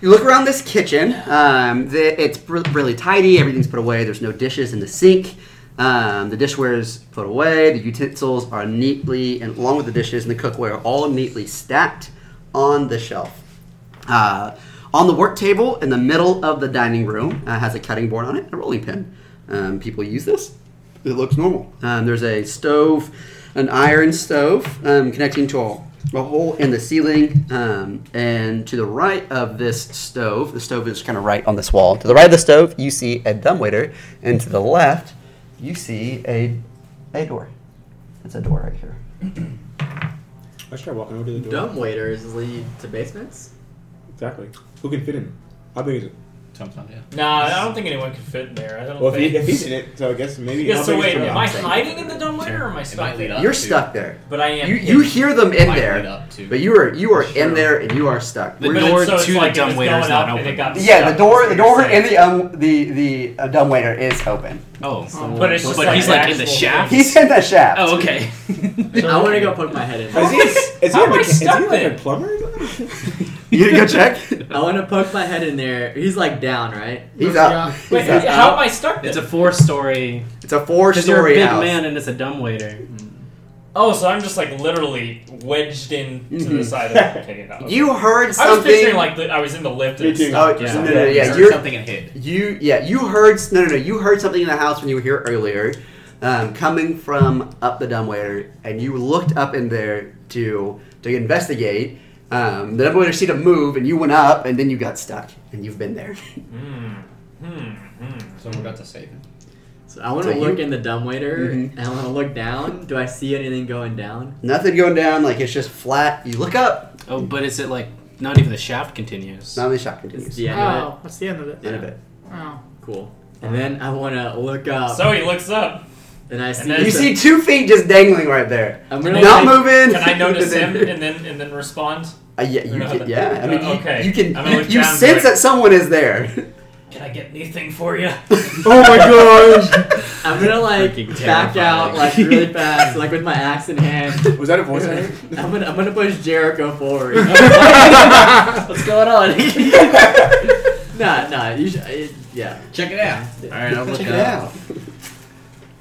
Speaker 2: You look around this kitchen. Um, the, it's re- really tidy. Everything's put away. There's no dishes in the sink. Um, the dishware is put away. The utensils are neatly, and along with the dishes and the cookware, are all neatly stacked on the shelf. Uh, on the work table in the middle of the dining room uh, has a cutting board on it, and a rolling pin. Um, people use this. It looks normal. Um, there's a stove, an iron stove um, connecting to a, a hole in the ceiling. Um, and to the right of this stove, the stove is kind of right on this wall. To the right of the stove, you see a dumbwaiter, and to the left, you see a a door. It's a door right here.
Speaker 4: Let's try walking over to the door.
Speaker 7: Dumb waiters lead to basements.
Speaker 4: Exactly. Who can fit in? How big is it?
Speaker 8: Sometimes, yeah.
Speaker 3: Nah, I don't think anyone can fit in there. I don't
Speaker 4: Well, if,
Speaker 3: think.
Speaker 4: he, if he's in it, so I guess maybe.
Speaker 3: yeah, so
Speaker 4: how big is
Speaker 3: wait,
Speaker 4: it?
Speaker 3: am I
Speaker 2: outside.
Speaker 3: hiding in the dumbwaiter or am I stuck
Speaker 8: might lead
Speaker 3: there?
Speaker 8: up
Speaker 2: You're
Speaker 8: to-
Speaker 2: stuck there.
Speaker 3: But I am.
Speaker 2: You you hear them in
Speaker 8: Might lead
Speaker 2: there,
Speaker 8: up to-
Speaker 2: but you are you are in there and you are stuck.
Speaker 6: The
Speaker 3: But it's-
Speaker 6: door
Speaker 3: so it's
Speaker 6: to the
Speaker 3: like it was
Speaker 6: dumbwaiter
Speaker 3: going
Speaker 6: is
Speaker 3: up
Speaker 6: not
Speaker 3: and it
Speaker 6: open.
Speaker 3: got
Speaker 2: Yeah,
Speaker 3: stuck,
Speaker 2: the door,
Speaker 3: is
Speaker 2: the
Speaker 3: what you're
Speaker 2: door, and
Speaker 3: saying.
Speaker 2: the um, the the uh, dumbwaiter is open.
Speaker 6: Oh, so-
Speaker 5: But
Speaker 3: it's just
Speaker 6: but
Speaker 3: like
Speaker 6: he's
Speaker 3: an
Speaker 6: like in the
Speaker 3: actual
Speaker 6: shaft.
Speaker 2: He's in the shaft.
Speaker 6: Oh, okay.
Speaker 7: I want to go poke my head in.
Speaker 4: Is he, is he,
Speaker 3: How
Speaker 4: a
Speaker 3: am I
Speaker 4: mecha- is he
Speaker 3: stuck
Speaker 4: like a
Speaker 3: then?
Speaker 4: plumber?
Speaker 3: [LAUGHS]
Speaker 4: or something?
Speaker 2: You gonna go check?
Speaker 7: I want to poke my head in there. He's like down, right?
Speaker 2: He's up.
Speaker 3: Wait,
Speaker 2: He's up.
Speaker 3: how am I stuck?
Speaker 6: It's
Speaker 3: Then?
Speaker 6: a four-story.
Speaker 2: It's a four-story
Speaker 6: Because you're a big
Speaker 2: house.
Speaker 6: man and it's a dumbwaiter.
Speaker 3: oh, so I'm just like literally wedged in to the side of the okay, no, okay.
Speaker 2: You heard
Speaker 3: I was
Speaker 2: something?
Speaker 3: picturing like the, I was in the lift.
Speaker 4: Me
Speaker 3: And
Speaker 4: too.
Speaker 3: stuff.
Speaker 2: oh,
Speaker 6: Yeah.
Speaker 2: no, no, no,
Speaker 4: Yeah,
Speaker 2: yeah.
Speaker 8: Heard
Speaker 2: You're,
Speaker 8: something and hid.
Speaker 2: you, yeah, you heard. No, no, no. You heard something in the house when you were here earlier, um, coming from up the dumbwaiter, and you looked up in there to to investigate. Um, the dumbwaiter seemed to move, and you went up, and then you got stuck, and you've been there. [LAUGHS]
Speaker 3: Hmm, hmm.
Speaker 8: So we're about to save him.
Speaker 7: So I want
Speaker 2: So
Speaker 7: to
Speaker 2: you-
Speaker 7: look in the dumb waiter
Speaker 2: Mhm.
Speaker 7: and I want to look down. Do I see anything going down?
Speaker 2: Nothing going down. Like it's just flat. You look up.
Speaker 6: Oh, but is it like not even the shaft continues?
Speaker 2: Now the shot
Speaker 7: It's
Speaker 2: continues.
Speaker 7: the end of
Speaker 5: Oh, that's the end of it.
Speaker 2: End of it.
Speaker 5: Oh.
Speaker 7: it. Cool. And then I want to look up
Speaker 3: So he looks up.
Speaker 7: and I see.
Speaker 3: then-
Speaker 2: You
Speaker 3: It's
Speaker 2: see two feet just dangling right there.
Speaker 7: I'm gonna
Speaker 2: Not
Speaker 7: like-
Speaker 2: moving.
Speaker 3: Can I
Speaker 2: [LAUGHS]
Speaker 3: notice him
Speaker 2: Uh,
Speaker 3: and then and then respond?
Speaker 2: yeah, you can, yeah. I mean, you,
Speaker 3: Okay.
Speaker 2: you
Speaker 3: I'm gonna
Speaker 2: can. You,
Speaker 3: look
Speaker 2: you
Speaker 3: down
Speaker 2: sense
Speaker 3: there.
Speaker 2: that someone is there.
Speaker 3: Can I get anything for you?
Speaker 2: oh my gosh!
Speaker 7: I'm gonna like
Speaker 6: Freaking
Speaker 7: back out
Speaker 6: terrifying.
Speaker 7: like really fast, like with my axe in hand.
Speaker 4: Was that a [LAUGHS] voice? I heard?
Speaker 7: I'm gonna I'm gonna push Jericho forward. What's going on? [LAUGHS] nah, nah. You should, it, yeah.
Speaker 8: Check it out.
Speaker 6: All right, I'll look
Speaker 2: Check
Speaker 6: up.
Speaker 2: it out.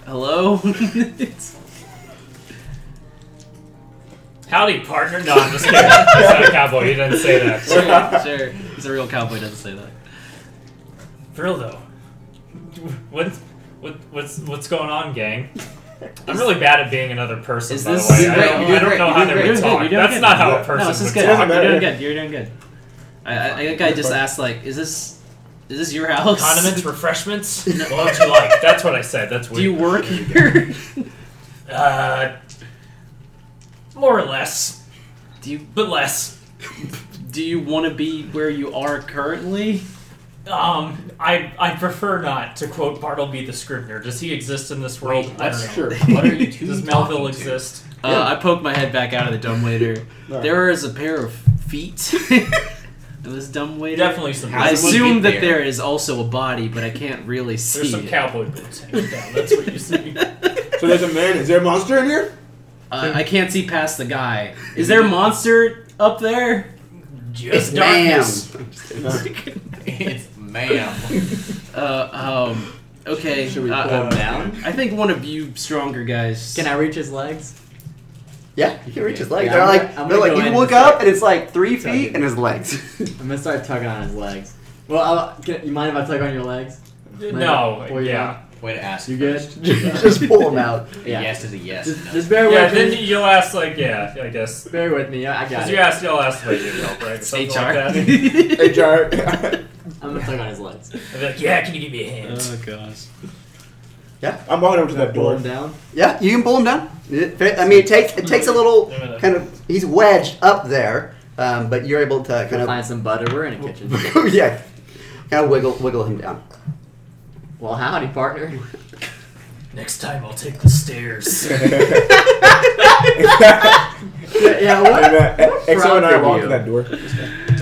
Speaker 6: Hello? [LAUGHS] It's-
Speaker 3: Howdy, partner. No, I'm just kidding. [LAUGHS] It's not a cowboy. He didn't say that.
Speaker 6: sure, sure. He's a real cowboy, doesn't say that.
Speaker 3: For real though, what, what, what's what's going on, gang? I'm really bad at being another person.
Speaker 6: Is
Speaker 3: by
Speaker 6: this-
Speaker 3: the way,
Speaker 6: you're
Speaker 3: I
Speaker 6: great,
Speaker 3: don't,
Speaker 6: you're
Speaker 3: I don't
Speaker 6: great,
Speaker 3: know
Speaker 6: you're
Speaker 3: how
Speaker 6: doing
Speaker 3: they
Speaker 6: great.
Speaker 3: would
Speaker 6: You're
Speaker 3: talk.
Speaker 6: doing
Speaker 3: That's
Speaker 6: good.
Speaker 3: not how a person
Speaker 6: No, this is
Speaker 3: would
Speaker 6: good.
Speaker 3: talk.
Speaker 6: You're doing good. You're doing good. I, I, I think I just asked, like, is this is this your house?
Speaker 3: Condiments, refreshments. What would you like? That's what I said. That's
Speaker 6: Do you
Speaker 3: weird.
Speaker 6: work here?
Speaker 3: uh, more or less,
Speaker 6: do you
Speaker 3: but less.
Speaker 6: do you want to be where you are currently?
Speaker 3: Um, I I prefer not to quote Bartleby the Scrivener. Does he exist in this world? I don't know.
Speaker 4: Sure.
Speaker 9: What [LAUGHS] are you two
Speaker 3: Does Melville
Speaker 9: talking to?
Speaker 3: exist?
Speaker 6: Uh, I poked my head back out of the dumb waiter.
Speaker 4: No.
Speaker 6: There is a pair of feet. [LAUGHS] in this dumb waiter.
Speaker 3: Definitely some.
Speaker 6: I
Speaker 8: How's it
Speaker 6: assume
Speaker 8: get
Speaker 6: that
Speaker 8: there?
Speaker 6: there is also a body, but I can't really
Speaker 3: There's
Speaker 6: see.
Speaker 3: some
Speaker 6: it.
Speaker 3: cowboy boots hanging down. That's what you
Speaker 6: [LAUGHS]
Speaker 3: see.
Speaker 4: So there's a man. Is there a monster in here?
Speaker 6: Uh, I can't see past the guy. Is there a monster up there?
Speaker 3: Just
Speaker 2: ma'am.
Speaker 3: darkness.
Speaker 8: It's ma'am.
Speaker 6: Uh, um, okay.
Speaker 4: Should we
Speaker 6: uh,
Speaker 4: pull him
Speaker 6: uh,
Speaker 4: down?
Speaker 6: I think one of you stronger guys.
Speaker 7: Can I reach his legs?
Speaker 2: Yeah, you can reach his legs.
Speaker 7: Yeah,
Speaker 2: they're
Speaker 7: I'm
Speaker 2: like,
Speaker 7: gonna- I'm
Speaker 2: they're
Speaker 7: gonna
Speaker 2: like,
Speaker 7: go
Speaker 2: you
Speaker 7: in
Speaker 2: can
Speaker 7: and
Speaker 2: look
Speaker 7: start-
Speaker 2: up and it's like three
Speaker 7: start
Speaker 2: feet
Speaker 7: doing
Speaker 2: and his
Speaker 7: [LAUGHS]
Speaker 2: legs. [LAUGHS]
Speaker 7: I'm gonna start tugging on his legs. Well, I'll, can, you mind if I tug on your legs?
Speaker 3: No,
Speaker 7: Pull you
Speaker 3: yeah.
Speaker 8: Way to ask.
Speaker 7: You good?
Speaker 8: first.
Speaker 2: Just pull him out.
Speaker 8: A
Speaker 7: Yeah.
Speaker 8: Yes is a yes.
Speaker 7: Just,
Speaker 8: no.
Speaker 7: just bear
Speaker 3: Yeah,
Speaker 7: with me.
Speaker 3: then you'll ask, like, yeah, I guess.
Speaker 7: Bear with me. I I got
Speaker 3: Because
Speaker 7: it.
Speaker 3: you asked, you'll ask, like, you help,
Speaker 6: [LAUGHS]
Speaker 3: right?
Speaker 6: It's
Speaker 3: Something
Speaker 6: HR.
Speaker 3: Like that.
Speaker 4: Hey, Jar.
Speaker 7: I'm gonna tug on his legs.
Speaker 3: I'd be like, yeah, can you give me a
Speaker 6: [LAUGHS]
Speaker 3: hand?
Speaker 6: oh gosh.
Speaker 4: I'm walking over to that
Speaker 7: Pull
Speaker 4: door. [LAUGHS]
Speaker 7: him down.
Speaker 2: Yeah, you can pull him down. It fit- I mean, it takes it takes a little kind of. He's wedged up there, um, but you're able to kind of.
Speaker 7: Find some butter. We're in a kitchen.
Speaker 2: [LAUGHS] yeah, kind of wiggle wiggle him down.
Speaker 7: well, howdy, partner.
Speaker 3: Next time I'll take the
Speaker 6: [LAUGHS]
Speaker 3: stairs.
Speaker 7: yeah, yeah,
Speaker 4: And,
Speaker 7: what?
Speaker 4: uh, XO and I
Speaker 7: Proud of
Speaker 4: walk
Speaker 7: you.
Speaker 4: to
Speaker 3: [LAUGHS]
Speaker 4: that door.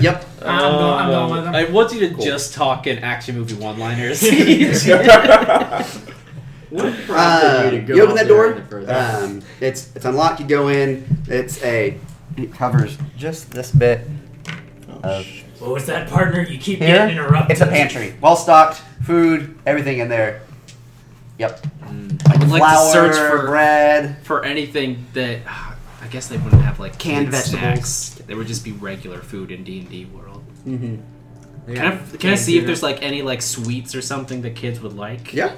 Speaker 2: Yep.
Speaker 5: I'm going- I'm going with him.
Speaker 6: I want you to just talk in action movie one-liners. Just-
Speaker 7: What
Speaker 2: Uh,
Speaker 7: prompted you to
Speaker 2: you,
Speaker 7: go
Speaker 2: open
Speaker 7: out
Speaker 2: that
Speaker 7: there
Speaker 2: door.
Speaker 7: in the first place?
Speaker 2: Um, it's it's unlocked. You go in. It's a it covers just this bit. of
Speaker 3: what was that, partner? You keep
Speaker 2: here.
Speaker 3: getting interrupted.
Speaker 2: It's a pantry, well stocked, food, everything in there. Yep.
Speaker 6: I would Mm. like
Speaker 2: Flour,
Speaker 6: to search for
Speaker 2: bread.
Speaker 6: for anything that [SIGHS] I guess they wouldn't have like
Speaker 2: Canned
Speaker 6: kid
Speaker 2: vegetables.
Speaker 6: Snacks. There would just be regular food in D and D world.
Speaker 2: Mm-hmm.
Speaker 7: They
Speaker 6: Can
Speaker 7: got
Speaker 6: I can I see if
Speaker 7: canned
Speaker 6: there's
Speaker 7: beer.
Speaker 6: like any like sweets or something that kids would like?
Speaker 2: Yeah.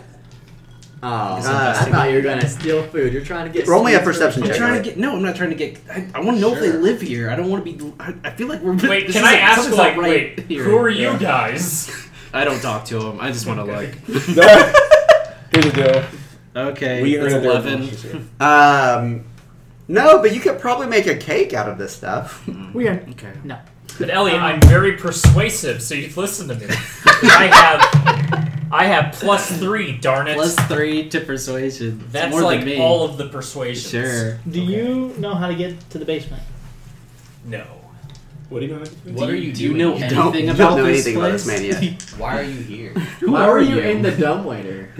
Speaker 2: Uh,
Speaker 7: Oh,
Speaker 6: It's
Speaker 7: I
Speaker 6: invested.
Speaker 7: thought you were gonna steal food. You're trying to get.
Speaker 2: Roll me a
Speaker 7: sweets or-
Speaker 2: perception
Speaker 6: I'm
Speaker 2: check.
Speaker 6: trying to get no. I'm not trying to get. I, I want to know if they
Speaker 7: Sure.
Speaker 6: live here. I don't want to be. I, I feel like we're.
Speaker 3: Wait,
Speaker 6: this
Speaker 3: can
Speaker 6: is-
Speaker 3: I ask,
Speaker 6: something's
Speaker 3: like,
Speaker 6: not right
Speaker 3: wait,
Speaker 6: here.
Speaker 3: who are you guys?
Speaker 6: I don't talk to them. I just want to like.
Speaker 4: [LAUGHS] No.
Speaker 6: [LAUGHS]
Speaker 4: Here's the deal.
Speaker 6: Okay,
Speaker 4: We
Speaker 6: that's
Speaker 4: earned our
Speaker 6: eleven.
Speaker 4: monsters here.
Speaker 2: [LAUGHS] Um, no, but you could probably make a cake out of this stuff. [LAUGHS]
Speaker 5: We are.
Speaker 6: Okay.
Speaker 5: No.
Speaker 3: But Ellie, I'm very persuasive, so you've listened to me. [LAUGHS] I have, I have plus three. Darn it!
Speaker 6: Plus three to persuasion. It's
Speaker 3: That's
Speaker 6: more
Speaker 3: like
Speaker 6: than me.
Speaker 3: all of the persuasions.
Speaker 6: sure.
Speaker 5: Do you know how to get to the basement?
Speaker 3: No.
Speaker 4: What are you going to do?
Speaker 8: What
Speaker 6: do
Speaker 8: are
Speaker 6: you,
Speaker 8: you
Speaker 6: do you
Speaker 8: doing?
Speaker 6: know
Speaker 8: You
Speaker 6: anything
Speaker 2: Don't, you
Speaker 6: about
Speaker 2: don't know
Speaker 6: this
Speaker 2: anything about
Speaker 6: place?
Speaker 2: this man [LAUGHS]
Speaker 6: [LAUGHS]
Speaker 2: yet.
Speaker 8: Why are you here?
Speaker 6: Who
Speaker 7: Why
Speaker 6: are,
Speaker 7: were
Speaker 6: you?
Speaker 7: you in the dumb waiter?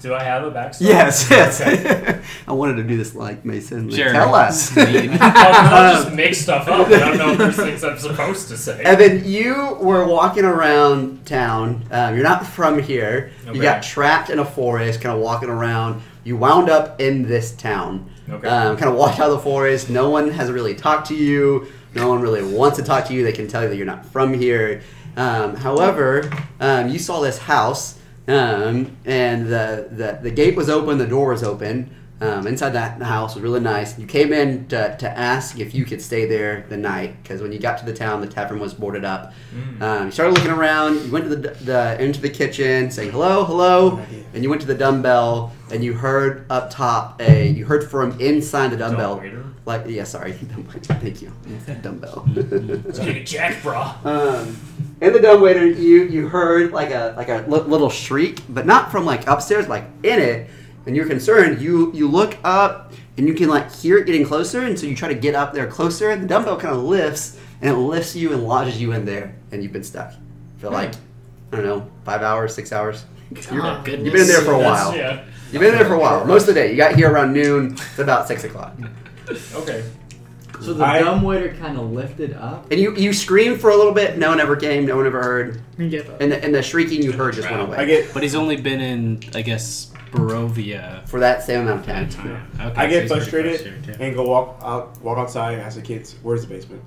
Speaker 3: Do I have a backstory?
Speaker 2: yes, yes.
Speaker 3: Okay.
Speaker 2: [LAUGHS] I wanted to do this like Mason.
Speaker 6: Sure.
Speaker 2: Tell
Speaker 6: [LAUGHS]
Speaker 2: us.
Speaker 3: Well, I'll just make stuff up. I don't know if there's things I'm supposed to say.
Speaker 2: Evan, you were walking around town. Um, you're not from here. You got
Speaker 3: Okay.
Speaker 2: trapped in a forest, kind of walking around. You wound up in this town.
Speaker 3: Okay.
Speaker 2: Um, kind of walked out of the forest. No one has really talked to you. No one really wants to talk to you. They can tell you that you're not from here. Um, however, um, you saw this house, um, and the, the the gate was open. The door was open. Um, inside that house was really nice. You came in to, to ask if you could stay there the night because when you got to the town, the tavern was boarded up. Um, you started looking around. You went to the, the into the kitchen, saying hello, hello, and you went to the dumbbell and you heard up top a you heard from inside the dumbbell.
Speaker 3: waiter?
Speaker 2: Like yeah, sorry, [LAUGHS] thank you, dumbbell.
Speaker 3: Let's get a jack bra.
Speaker 2: Um, in the dumbwaiter, you you heard like a like a li- little shriek, but not from like upstairs, like in it. And you're concerned. You you look up and you can like hear it getting closer, and so you try to get up there closer. And the dumbbell kind of lifts and it lifts you and lodges you in there, and you've been stuck for like I don't know five hours, six hours. You're-
Speaker 6: Oh,
Speaker 2: you've
Speaker 6: goodness.
Speaker 2: been in there for a
Speaker 3: That's-
Speaker 2: while.
Speaker 3: Yeah.
Speaker 2: You've been in there for a while. Most of the day. You got here around noon. It's about six o'clock.
Speaker 3: Okay.
Speaker 7: So the
Speaker 4: I-
Speaker 7: dumb waiter kind of lifted up.
Speaker 2: And you you screamed for a little bit. No one ever came. No one ever heard.
Speaker 5: You can get
Speaker 2: And the, and the shrieking you heard just went away.
Speaker 4: I get.
Speaker 6: But he's only been in, I guess, Barovia
Speaker 2: for that same amount of
Speaker 6: at a
Speaker 2: time.
Speaker 6: time. Okay,
Speaker 4: I get
Speaker 6: so he's pretty
Speaker 4: frustrated,
Speaker 6: frustrated, yeah.
Speaker 4: and go walk out, walk outside, and ask the kids, "Where's the basement?"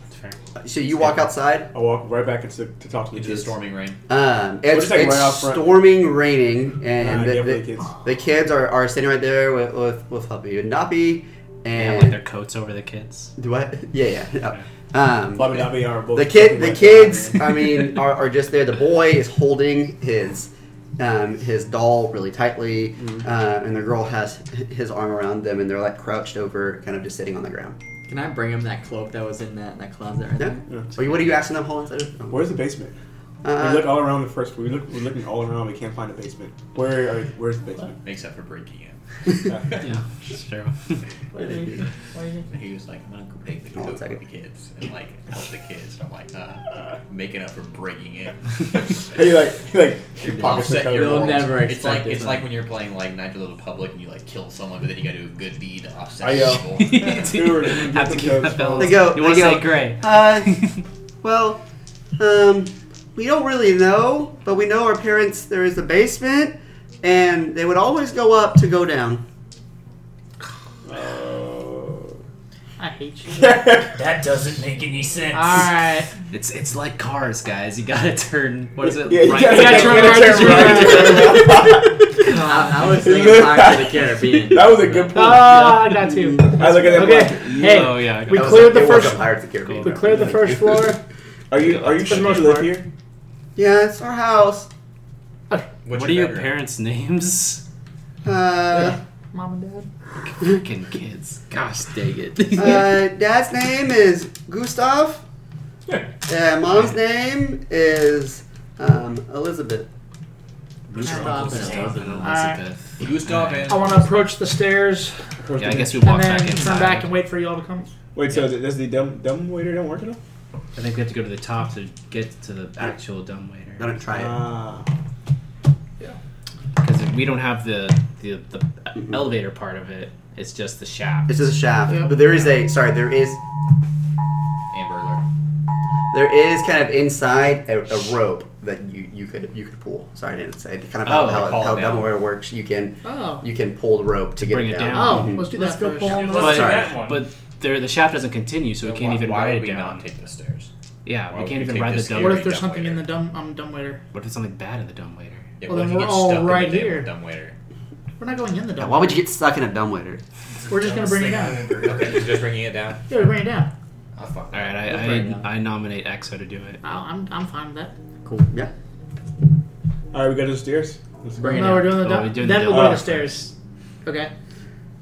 Speaker 6: That's fair.
Speaker 2: So you walk outside.
Speaker 4: I walk right back into to talk to the
Speaker 8: Into the
Speaker 4: kids.
Speaker 8: storming rain.
Speaker 2: Um, it's
Speaker 4: just like
Speaker 2: it's
Speaker 4: right out front.
Speaker 2: storming, raining, and
Speaker 4: Uh,
Speaker 2: the,
Speaker 4: yeah,
Speaker 2: the,
Speaker 4: for the kids.
Speaker 2: the kids are, are standing right there with with, with Huppy and Nappy.
Speaker 6: And with
Speaker 2: And
Speaker 6: their coats over the kids.
Speaker 2: do I? [LAUGHS] Yeah, yeah. no. Um,
Speaker 4: Bobby and Abby are both
Speaker 2: the kid,
Speaker 4: fucking
Speaker 2: the
Speaker 4: right
Speaker 2: kids.
Speaker 4: there.
Speaker 2: I mean, are, are just there. The boy is holding his um, his doll really tightly,
Speaker 4: Mm-hmm.
Speaker 2: uh, and the girl has his arm around them, and they're like crouched over, kind of just sitting on the ground.
Speaker 7: Can I bring him that cloak that was in that, that closet right there?
Speaker 4: [LAUGHS] Yeah.
Speaker 2: Are you, what are you asking them? Hold on.
Speaker 4: Where's the basement? we look all around the first. We look. We're looking all around. We can't find the basement. Where? Are, where's the
Speaker 8: [LAUGHS]
Speaker 4: basement?
Speaker 8: Except for breaking in.
Speaker 4: Yeah.
Speaker 6: Yeah, sure.
Speaker 5: Why do you- why do you-
Speaker 8: And he was like, I'm gonna go take the
Speaker 2: Hold on a
Speaker 8: coat
Speaker 2: second.
Speaker 8: with the kids and like help the kids. And I'm like, uh, making up for breaking in.
Speaker 4: He like, he like, he
Speaker 8: You'll
Speaker 4: pockets the
Speaker 8: set
Speaker 4: coat.
Speaker 8: your
Speaker 7: You'll
Speaker 8: morals.
Speaker 7: never
Speaker 8: It's
Speaker 7: expect
Speaker 8: like
Speaker 7: it,
Speaker 8: it's
Speaker 7: though.
Speaker 8: like when you're playing like Night of the Little Public and you like kill someone, but then you gotta do a good deed to offset
Speaker 4: I, uh,
Speaker 8: evil.
Speaker 4: [LAUGHS] Dude, you
Speaker 6: Have to
Speaker 4: get
Speaker 6: keep
Speaker 4: those
Speaker 6: that balance.
Speaker 2: They go-
Speaker 6: You want
Speaker 2: they
Speaker 6: to
Speaker 2: go-
Speaker 6: say gray?
Speaker 2: Uh, well, um, we don't really know, but we know our parents. There is a basement, and they would always go up to go down.
Speaker 5: I [LAUGHS] hate you.
Speaker 4: Uh,
Speaker 3: That doesn't make any sense.
Speaker 5: All right.
Speaker 6: It's it's like cars, guys. You gotta turn. [LAUGHS] What is it?
Speaker 4: Yeah, you
Speaker 6: right.
Speaker 4: gotta-
Speaker 6: you gotta
Speaker 5: turn
Speaker 6: turn
Speaker 5: right
Speaker 6: right.
Speaker 5: to
Speaker 4: [LAUGHS]
Speaker 7: I, I was thinking Pirates of the Caribbean.
Speaker 4: that was a good
Speaker 5: [LAUGHS]
Speaker 4: point.
Speaker 5: Ah, I got two.
Speaker 4: I look at that.
Speaker 5: Okay.
Speaker 4: like,
Speaker 5: Hey,
Speaker 6: Oh yeah. I
Speaker 5: we
Speaker 6: got-
Speaker 5: cleared the
Speaker 2: It was
Speaker 5: first-
Speaker 2: a Pirates of the Caribbean.
Speaker 5: We cleared the first floor.
Speaker 4: Are you? Are you
Speaker 5: For the
Speaker 4: sure you
Speaker 5: most
Speaker 4: live
Speaker 5: part.
Speaker 4: here?
Speaker 2: Yeah, it's our house.
Speaker 8: What's
Speaker 6: What are your
Speaker 8: bedroom?
Speaker 6: parents' names?
Speaker 2: Uh,
Speaker 5: [LAUGHS] Mom and Dad.
Speaker 6: Freaking kids. Gosh dang [LAUGHS] it.
Speaker 2: uh, Dad's name is Gustav. And mom's name is um, Elizabeth.
Speaker 7: Gustav and Elizabeth.
Speaker 6: Elizabeth.
Speaker 5: [LAUGHS]
Speaker 8: Gustav and
Speaker 5: I want to approach the stairs
Speaker 6: Yeah, I guess we
Speaker 5: and
Speaker 6: walk
Speaker 5: then
Speaker 6: back
Speaker 5: turn
Speaker 6: inside.
Speaker 5: back and wait for y'all to come.
Speaker 4: Wait, so does the dumb dumb waiter don't work at all?
Speaker 6: I think we have to go to the top to get to the actual dumb waiter
Speaker 2: Gonna try it.
Speaker 4: Ah.
Speaker 6: because we don't have the the, the elevator part of it. It's just the shaft.
Speaker 2: It's just a shaft,
Speaker 5: Yep.
Speaker 2: but there is a sorry. There is
Speaker 8: and burglar.
Speaker 2: there is kind of inside a, a rope that you, you could you could pull. Sorry, I didn't say kind of how
Speaker 6: Oh,
Speaker 2: how,
Speaker 8: call it
Speaker 2: how
Speaker 8: down.
Speaker 2: Doubleware works. You can
Speaker 5: Oh.
Speaker 2: you can pull the rope to, get
Speaker 6: bring
Speaker 2: it
Speaker 6: it
Speaker 2: down.
Speaker 6: down.
Speaker 5: Oh,
Speaker 2: Mhm.
Speaker 5: let's do
Speaker 7: Let's
Speaker 5: that
Speaker 7: go
Speaker 5: first.
Speaker 7: pull
Speaker 3: Dude,
Speaker 7: him
Speaker 3: let's
Speaker 6: But-
Speaker 3: do
Speaker 2: Sorry.
Speaker 3: that one.
Speaker 6: But there, the shaft doesn't continue, so we can't
Speaker 8: why,
Speaker 6: even
Speaker 8: why
Speaker 6: ride
Speaker 8: would
Speaker 6: it
Speaker 8: we
Speaker 6: down.
Speaker 8: not take the stairs?
Speaker 6: yeah,
Speaker 8: why
Speaker 6: we
Speaker 8: would
Speaker 6: can't
Speaker 8: we
Speaker 6: even
Speaker 8: take
Speaker 6: ride the
Speaker 8: this
Speaker 6: dumb
Speaker 8: here?
Speaker 5: What
Speaker 6: waiter.
Speaker 5: if there's
Speaker 8: Dumb
Speaker 5: something in the
Speaker 8: waiter.
Speaker 5: dumb um, dumb waiter?
Speaker 6: What if it's something bad in the dumb waiter?
Speaker 8: Yeah,
Speaker 5: Well, then
Speaker 8: what if you
Speaker 5: we're
Speaker 8: get
Speaker 5: all
Speaker 8: stuck in the
Speaker 5: right
Speaker 8: damn
Speaker 5: here.
Speaker 8: Dumb waiter.
Speaker 5: We're not going in the dumb.
Speaker 2: Why would you get stuck in a dumb waiter?
Speaker 5: We're just gonna bring it down.
Speaker 8: Okay, you're just bringing it down.
Speaker 5: Yeah, we bring it down.
Speaker 8: I'll fuck.
Speaker 6: All right,
Speaker 7: We'll bring it down.
Speaker 6: I, I, I nominate Exo to do it.
Speaker 5: I- Oh, I'm I'm fine with that.
Speaker 2: Yeah.
Speaker 4: All right, we go to the stairs. Let's
Speaker 7: Bring it
Speaker 5: No, we're doing the
Speaker 6: Oh,
Speaker 5: dumb.
Speaker 6: we're doing the
Speaker 5: then
Speaker 6: dumb
Speaker 5: we'll go
Speaker 4: waiter
Speaker 5: to stairs. Okay.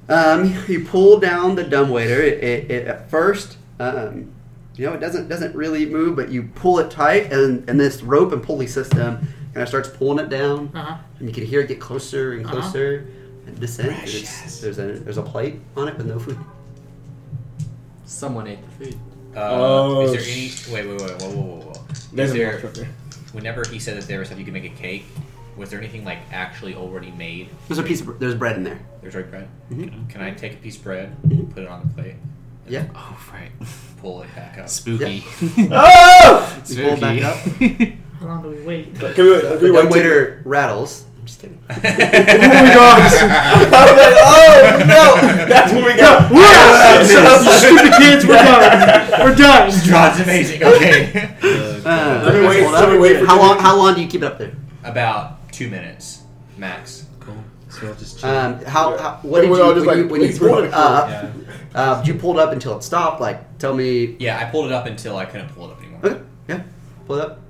Speaker 2: Um, you pull down the dumb waiter. It, it, it at first, um, you know, it doesn't doesn't really move, but you pull it tight, and and this rope and pulley system kind of starts pulling it down.
Speaker 5: Uh huh.
Speaker 2: And you can hear it get closer and
Speaker 5: Uh-huh.
Speaker 2: closer. And descend. There's, there's a there's a plate on it with no food.
Speaker 7: Someone ate the food.
Speaker 8: Uh,
Speaker 4: Oh,
Speaker 8: is there any?
Speaker 4: sh-
Speaker 8: Wait, wait, wait, whoa, whoa, whoa, whoa.
Speaker 4: There's
Speaker 8: Is
Speaker 4: a
Speaker 8: there-
Speaker 4: match up there.
Speaker 8: Whenever he said that there was stuff you could make a cake, was there anything like actually already made?
Speaker 2: There's a piece of there's bread in there.
Speaker 8: There's already bread.
Speaker 2: Mhm.
Speaker 8: Can I take a piece of bread,
Speaker 2: Mhm.
Speaker 8: put it on the plate,
Speaker 2: Yeah.
Speaker 6: Oh, right.
Speaker 8: pull it back up?
Speaker 6: Spooky.
Speaker 4: Oh!
Speaker 2: You pull it back up.
Speaker 4: [LAUGHS]
Speaker 6: [LAUGHS] Spooky.
Speaker 5: How long do we wait?
Speaker 4: Can we, can
Speaker 2: The
Speaker 4: we
Speaker 2: dumb
Speaker 4: wait [LAUGHS]
Speaker 2: waiter rattles. I'm just kidding.
Speaker 4: till- oh no! That's when we go.
Speaker 5: Stupid kids, we're done. We're [LAUGHS] done.
Speaker 8: [LAUGHS] God's amazing. Okay.
Speaker 2: Uh,
Speaker 4: Let me wait-
Speaker 2: hold
Speaker 4: let me
Speaker 2: up.
Speaker 4: wait for
Speaker 2: how
Speaker 4: them
Speaker 2: long?
Speaker 4: to-
Speaker 2: How long do you keep it up there?
Speaker 8: About two minutes max.
Speaker 6: cool. So we'll just chill.
Speaker 2: Um, how,
Speaker 4: Yeah.
Speaker 2: how? What
Speaker 4: And
Speaker 2: did
Speaker 4: we're
Speaker 2: you
Speaker 4: all
Speaker 2: when,
Speaker 4: just
Speaker 2: you
Speaker 4: like,
Speaker 2: when you
Speaker 4: please, we're
Speaker 2: pulled
Speaker 4: not
Speaker 2: it up?
Speaker 6: yeah.
Speaker 2: Uh, did you pulled up until it stopped? Like, tell me.
Speaker 8: Yeah, I pulled it up until I couldn't pull it up anymore.
Speaker 2: Okay, yeah, pull it up.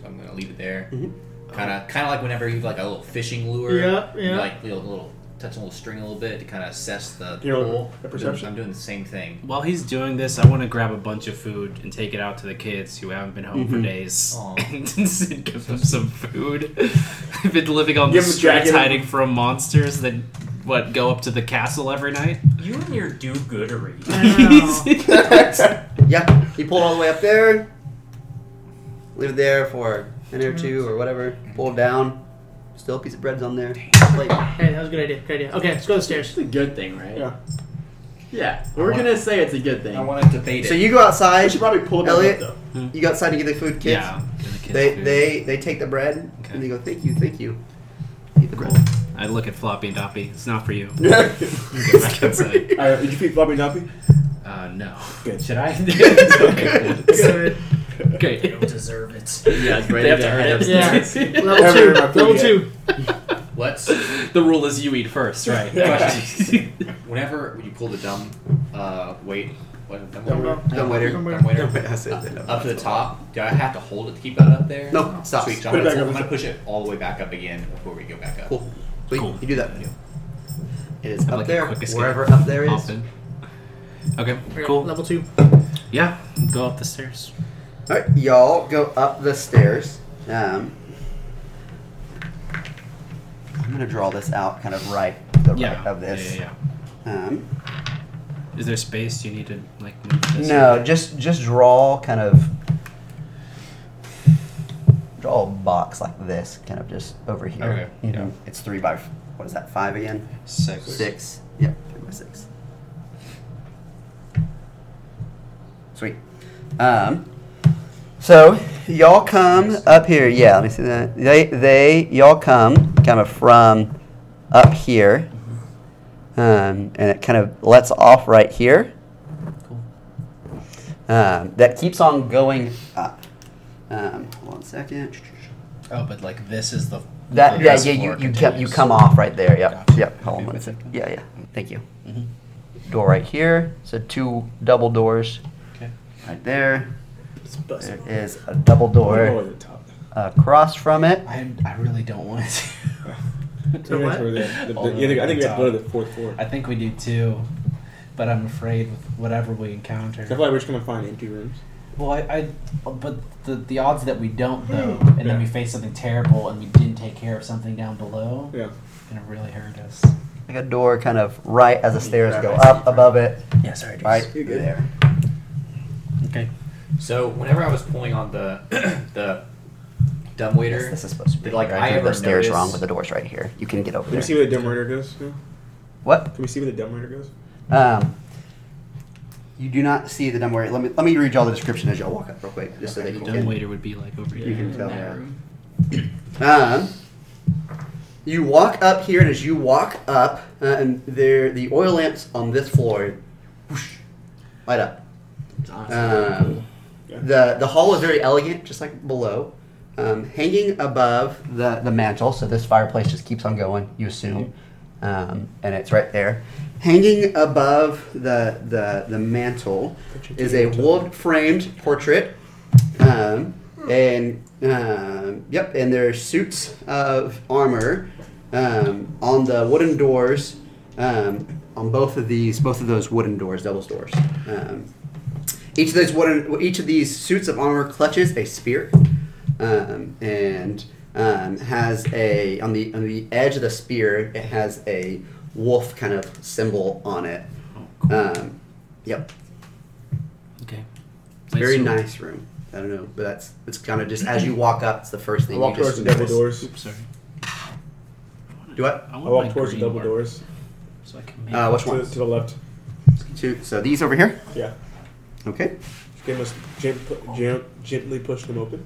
Speaker 8: So I'm gonna leave it there.
Speaker 2: Mhm.
Speaker 8: Kind of, kind of like whenever you have like a little fishing lure.
Speaker 5: Yeah,
Speaker 8: you
Speaker 5: yeah.
Speaker 8: Like little, little touch a little string a little bit to kind of assess the
Speaker 4: You know,
Speaker 8: pull.
Speaker 4: the perception?
Speaker 8: I'm doing the same thing.
Speaker 6: While he's doing this, I want to grab a bunch of food and take it out to the kids who haven't been home for
Speaker 2: Mhm.
Speaker 6: days
Speaker 8: Aw.
Speaker 6: [LAUGHS] and give them some food. [LAUGHS] I've been living on
Speaker 4: Give
Speaker 6: the
Speaker 4: them
Speaker 6: streets
Speaker 4: dragon-
Speaker 6: hiding from monsters that, what, go up to the castle every night?
Speaker 3: you and your do-goodery.
Speaker 6: [LAUGHS]
Speaker 5: [LAUGHS]
Speaker 2: Yeah, you pull it all the way up there. Leave it there for a minute or
Speaker 6: Mm-hmm.
Speaker 2: two or whatever. Pull it down. Still a piece of bread's on there. Plate.
Speaker 5: Hey, that was a good idea. Good idea. Okay, let's go to the stairs.
Speaker 7: It's a good thing, right?
Speaker 4: Yeah.
Speaker 7: Yeah, we're
Speaker 8: want-
Speaker 7: gonna say it's a good thing.
Speaker 8: I want to debate it.
Speaker 2: So you go
Speaker 4: I
Speaker 2: outside.
Speaker 4: should probably pull it
Speaker 2: Elliot,
Speaker 4: up though.
Speaker 2: you go outside to get the food, kids.
Speaker 6: Yeah. to the kids'
Speaker 2: They
Speaker 6: food.
Speaker 2: they they take the bread
Speaker 6: Okay.
Speaker 2: and they go, thank you, thank you. Eat the bread. [LAUGHS]
Speaker 6: Cool. I look at Floppy and Doppy. It's not for you.
Speaker 4: Alright,
Speaker 6: Get back
Speaker 4: [LAUGHS]
Speaker 6: inside.
Speaker 4: did you feed Floppy Doppy?
Speaker 6: Uh, [LAUGHS] no.
Speaker 4: Good.
Speaker 6: Should I? okay.
Speaker 5: Good.
Speaker 3: They
Speaker 6: okay.
Speaker 3: don't deserve it.
Speaker 2: Yeah, it's right
Speaker 6: They have
Speaker 2: in
Speaker 6: to
Speaker 2: their
Speaker 6: hurry up.
Speaker 2: heads.
Speaker 5: Yeah.
Speaker 4: Haven't
Speaker 5: Level two.
Speaker 4: heard my food
Speaker 5: Level
Speaker 4: yet.
Speaker 5: two.
Speaker 8: What's
Speaker 6: [LAUGHS] The rule is you eat first, right?
Speaker 8: whenever you pull the dumb uh, weight what, dumb
Speaker 5: Dumbbell.
Speaker 8: waiter?
Speaker 2: Dumb waiter.
Speaker 5: Dumb waiter.
Speaker 8: Dumb waiter.
Speaker 2: I said that.
Speaker 8: up to the top. Do I have to hold it to keep that up there?
Speaker 2: No, stop.
Speaker 8: Sweet. I'm,
Speaker 4: Put it
Speaker 8: gonna,
Speaker 4: back up.
Speaker 8: I'm gonna push it all the way back up again before we go back up.
Speaker 2: Cool. Sweet.
Speaker 6: Cool.
Speaker 2: You do that. It is
Speaker 6: Have
Speaker 2: up
Speaker 6: [LAUGHS] like a
Speaker 2: there,
Speaker 6: quick escape.
Speaker 2: wherever up there is.
Speaker 6: Often. Okay.
Speaker 5: Okay,
Speaker 6: Cool.
Speaker 5: Level two.
Speaker 6: Yeah. Go up the stairs.
Speaker 2: All right, y'all go up the stairs. Um, I'm gonna draw this out, kind of right the
Speaker 6: Yeah.
Speaker 2: right of this.
Speaker 6: Yeah, yeah,
Speaker 2: Um,
Speaker 6: yeah. Is there space? Do you need to like move this?
Speaker 2: no, just just draw kind of draw a box like this, kind of just over here.
Speaker 6: Okay,
Speaker 2: You know, it's three by f- what is that? Five again?
Speaker 6: Six.
Speaker 2: Six. Yep, three by six. Sweet. Um, so y'all come up here. Yeah, let me see that. They they y'all come kind of from up here,
Speaker 6: Mm-hmm.
Speaker 2: um, and it kind of lets off right here. Um, that keeps on going up. Um, hold on a second.
Speaker 6: Oh, but like this is the.
Speaker 2: That
Speaker 6: the
Speaker 2: yeah
Speaker 6: best
Speaker 2: yeah
Speaker 6: floor
Speaker 2: you you, kept, you
Speaker 6: continues.
Speaker 2: come off right there. Yep
Speaker 6: Gotcha.
Speaker 2: yep. Hold on
Speaker 6: Okay,
Speaker 2: one
Speaker 6: I think
Speaker 2: second. Yeah yeah. Thank you. Door right here. So two double doors.
Speaker 6: Okay.
Speaker 2: Right there.
Speaker 4: It's busted. Oh.
Speaker 2: There is a double
Speaker 4: Over
Speaker 2: door
Speaker 4: the top.
Speaker 2: across from it.
Speaker 6: I, I really don't want to. [LAUGHS]
Speaker 5: So what?
Speaker 4: Over there. The- the-
Speaker 6: All
Speaker 4: yeah, I think- I think we
Speaker 6: the
Speaker 4: have to go to
Speaker 6: top.
Speaker 4: the fourth floor.
Speaker 6: I think we do too, but I'm afraid with whatever we
Speaker 4: I feel
Speaker 6: encounter.
Speaker 4: like we're just gonna find empty rooms.
Speaker 6: Well, I, I but the the odds that we don't
Speaker 1: Hmm.
Speaker 6: though, and
Speaker 4: Yeah.
Speaker 6: then we face something terrible and we didn't take care of something down below,
Speaker 4: Yeah.
Speaker 6: gonna really hurt us.
Speaker 2: Like a door kind of right as the stairs
Speaker 4: grab
Speaker 2: go
Speaker 4: my
Speaker 2: up
Speaker 4: seat,
Speaker 2: above it.
Speaker 6: Yeah, sorry.
Speaker 2: Right
Speaker 4: You're good.
Speaker 2: there.
Speaker 6: Okay.
Speaker 8: So whenever I was pulling on the [CLEARS THROAT] the dumb waiter,
Speaker 2: Yes, this is supposed to be.
Speaker 8: Did, like,
Speaker 2: right
Speaker 8: I
Speaker 2: here.
Speaker 8: ever
Speaker 2: the stairs
Speaker 8: notice-
Speaker 2: wrong with the doors right here. You can get over
Speaker 4: Can we see
Speaker 2: there.
Speaker 4: where the dumb waiter goes? now?
Speaker 2: What?
Speaker 4: Can we see where the dumb waiter goes?
Speaker 2: Um, you do not see the dumb waiter. Let me let me read y'all the description as y'all walk up real quick, just so they
Speaker 6: The
Speaker 2: can.
Speaker 6: dumb waiter would be like over
Speaker 2: You
Speaker 6: here.
Speaker 2: can tell.
Speaker 7: in that room.
Speaker 2: Um, you walk up here, and as you walk up, uh, and there the oil lamps on this floor whoosh, light up.
Speaker 7: It's honestly really cool.
Speaker 2: Um,
Speaker 4: Yeah.
Speaker 2: the the hall is very elegant, just like below. Um, hanging above the the mantle, so this fireplace just keeps on going. You assume, um, and it's right there. Hanging above the the the mantle is a wood framed portrait, um, and um, yep, and there are suits of armor um, on the wooden doors. Um, on both of these, both of those wooden doors, doubles doors. Um, each of those wooden, each of these suits of armor clutches a spear, um, and um, has a on the on the edge of the spear it has a wolf kind of symbol on it.
Speaker 6: Oh,
Speaker 2: Um, yep,
Speaker 6: Okay.
Speaker 2: It's a very
Speaker 6: Wait, so-
Speaker 2: nice room. I don't know, but that's it's kind of just as you walk up, it's the first
Speaker 4: I
Speaker 2: thing.
Speaker 4: walk
Speaker 2: you
Speaker 4: towards
Speaker 2: just
Speaker 4: the double
Speaker 2: notice.
Speaker 4: doors.
Speaker 6: Oops, sorry.
Speaker 2: Do what?
Speaker 6: I
Speaker 4: I
Speaker 6: want
Speaker 4: walk
Speaker 6: my
Speaker 4: towards the
Speaker 6: green
Speaker 4: double
Speaker 6: mark
Speaker 4: doors.
Speaker 6: So I can make.
Speaker 2: Uh, which
Speaker 4: To,
Speaker 2: ones?
Speaker 4: to the left.
Speaker 2: Two. So these over here.
Speaker 4: Yeah.
Speaker 2: Okay.
Speaker 4: Jim must gent- pu- gent- gently push them open.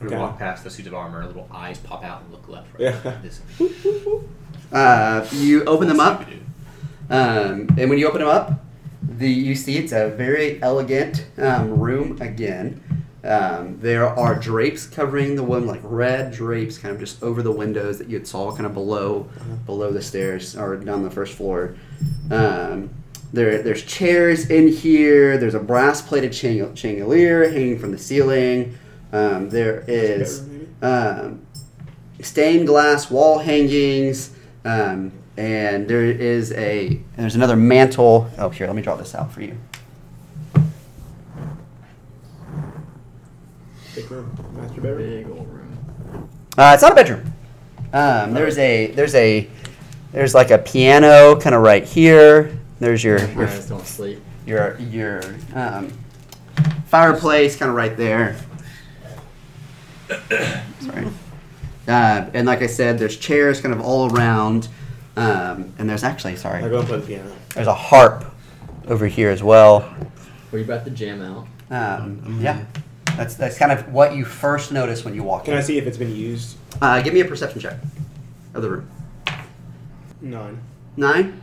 Speaker 8: we
Speaker 4: Okay.
Speaker 8: walk past the suits of armor, little eyes pop out and look left, right.
Speaker 4: Yeah.
Speaker 8: This-
Speaker 2: Uh, you open them up.
Speaker 8: Scooby-Doo.
Speaker 2: Um, and when you open them up, the you see it's a very elegant um, room again. Um, there are drapes covering the room, like red drapes, kind of just over the windows that you had saw kind of below, below the stairs or down the first floor. Um, there, there's chairs in here. There's a brass plated chan- chandelier hanging from the ceiling. Um, there
Speaker 4: [LAUGHS]
Speaker 2: is um, stained glass wall hangings, um, and there is a and there's another mantle. Oh, here, let me draw this out for you.
Speaker 4: Big room. Master bedroom.
Speaker 7: Big old room.
Speaker 2: Uh, it's not a bedroom. Um, there's a there's a there's like a piano kind of right here. There's your your
Speaker 7: Vampires don't sleep.
Speaker 2: your, your um, fireplace kind of right there. Sorry. Uh, and like I said, there's chairs kind of all around, um, and there's actually sorry.
Speaker 4: I go and play the piano.
Speaker 2: There's a harp over here as well.
Speaker 7: Were you about to jam out?
Speaker 2: Um, yeah, that's that's kind of what you first notice when you walk
Speaker 4: Can
Speaker 2: in.
Speaker 4: I see if it's been used?
Speaker 2: Uh, give me a perception check. of the room.
Speaker 4: Nine.
Speaker 2: Nine.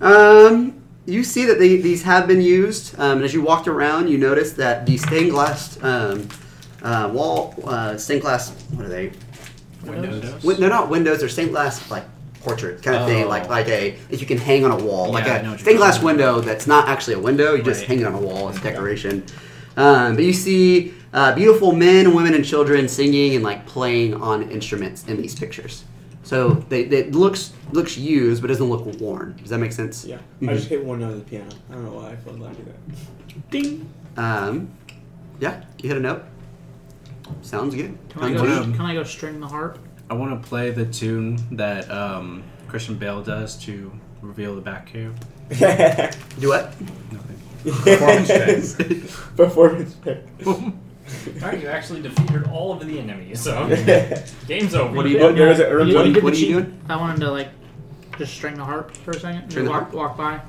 Speaker 2: Um, you see that they, these have been used, um, and as you walked around, you noticed that the stained glass um, uh, wall, uh, stained glass, what are they?
Speaker 6: Windows.
Speaker 2: Win- they're not windows, they're stained glass like portrait kind of thing,
Speaker 6: Oh.
Speaker 2: like like a that you can hang on a wall, like
Speaker 6: Yeah, I know what
Speaker 2: a
Speaker 6: you're
Speaker 2: stained glass
Speaker 6: talking
Speaker 2: window that's not actually a window. You just
Speaker 6: Right.
Speaker 2: hang it on a wall as decoration. Um, but you see uh, beautiful men, women, and children singing and like playing on instruments in these pictures. So they, they it looks looks used, but doesn't look worn. Does that make sense?
Speaker 4: Yeah.
Speaker 2: Mhm.
Speaker 4: I just hit one note of the piano. I don't know why I felt like I did that.
Speaker 5: Ding.
Speaker 2: Um, yeah, you hit a note. Sounds good.
Speaker 5: Can I,
Speaker 2: Sounds
Speaker 5: go,
Speaker 2: good.
Speaker 6: Um,
Speaker 5: can I go string the harp?
Speaker 6: I want to play the tune that um, Christian Bale does to reveal the back cave.
Speaker 2: Do what?
Speaker 6: Nothing.
Speaker 4: Performance [LAUGHS] Performance check.
Speaker 6: Oh
Speaker 3: Alright, you actually defeated all of the enemies, [LAUGHS]
Speaker 4: [LAUGHS]
Speaker 3: so game's over.
Speaker 2: What do you
Speaker 4: Oh,
Speaker 2: doing?
Speaker 4: there is a room
Speaker 2: What,
Speaker 4: done.
Speaker 2: are you-
Speaker 5: did
Speaker 2: what are
Speaker 5: the
Speaker 2: you
Speaker 5: sheep?
Speaker 2: doing?
Speaker 5: I wanted to like just string the harp for a second.
Speaker 2: String the
Speaker 5: walk,
Speaker 2: harp?
Speaker 5: walk by.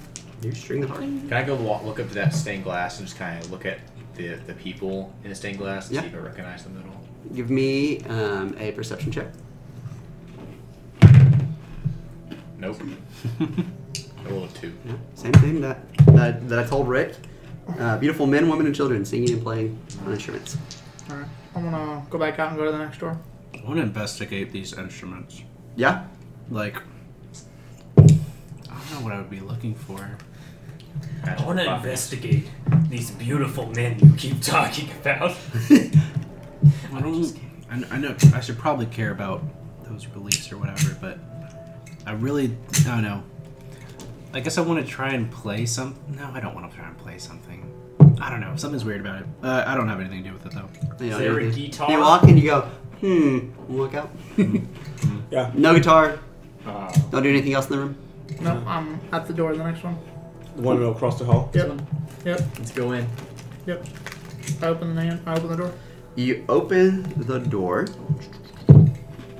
Speaker 2: You string the harp.
Speaker 8: Can I go walk, look up to that stained glass and just kind of look at the, the people in the stained glass and
Speaker 2: Yeah.
Speaker 8: see if I recognize them at all?
Speaker 2: Give me um, a perception check.
Speaker 8: Nope. I rolled a two.
Speaker 2: Yeah, same thing that, that that I told Rick. Uh, beautiful men, women, and children singing and playing on instruments.
Speaker 5: All right. I'm gonna go back out and go to the next door.
Speaker 6: I want to investigate these instruments.
Speaker 2: Yeah.
Speaker 6: Like, I don't know what I would be looking for.
Speaker 3: I want to investigate these beautiful men you keep [LAUGHS] talking about.
Speaker 6: I don't. I, I know I should probably care about those reliefs or whatever, but I really I don't know. I guess I want to try and play some. No, I don't want to try and play something. I don't know. Something's weird about it. Uh, I don't have anything to do with it though.
Speaker 2: You know,
Speaker 3: Is there a
Speaker 2: you-
Speaker 3: guitar?
Speaker 2: You walk and you go, hmm. Look
Speaker 5: [LAUGHS]
Speaker 2: out.
Speaker 4: Yeah.
Speaker 2: No guitar.
Speaker 3: Uh,
Speaker 2: Don't do anything else in the room.
Speaker 5: No, I'm at the door. of The next one.
Speaker 4: The one across the hall.
Speaker 5: Yep. Yep.
Speaker 7: Let's go in.
Speaker 5: Yep. I open the hand. I open the door.
Speaker 2: You open the door.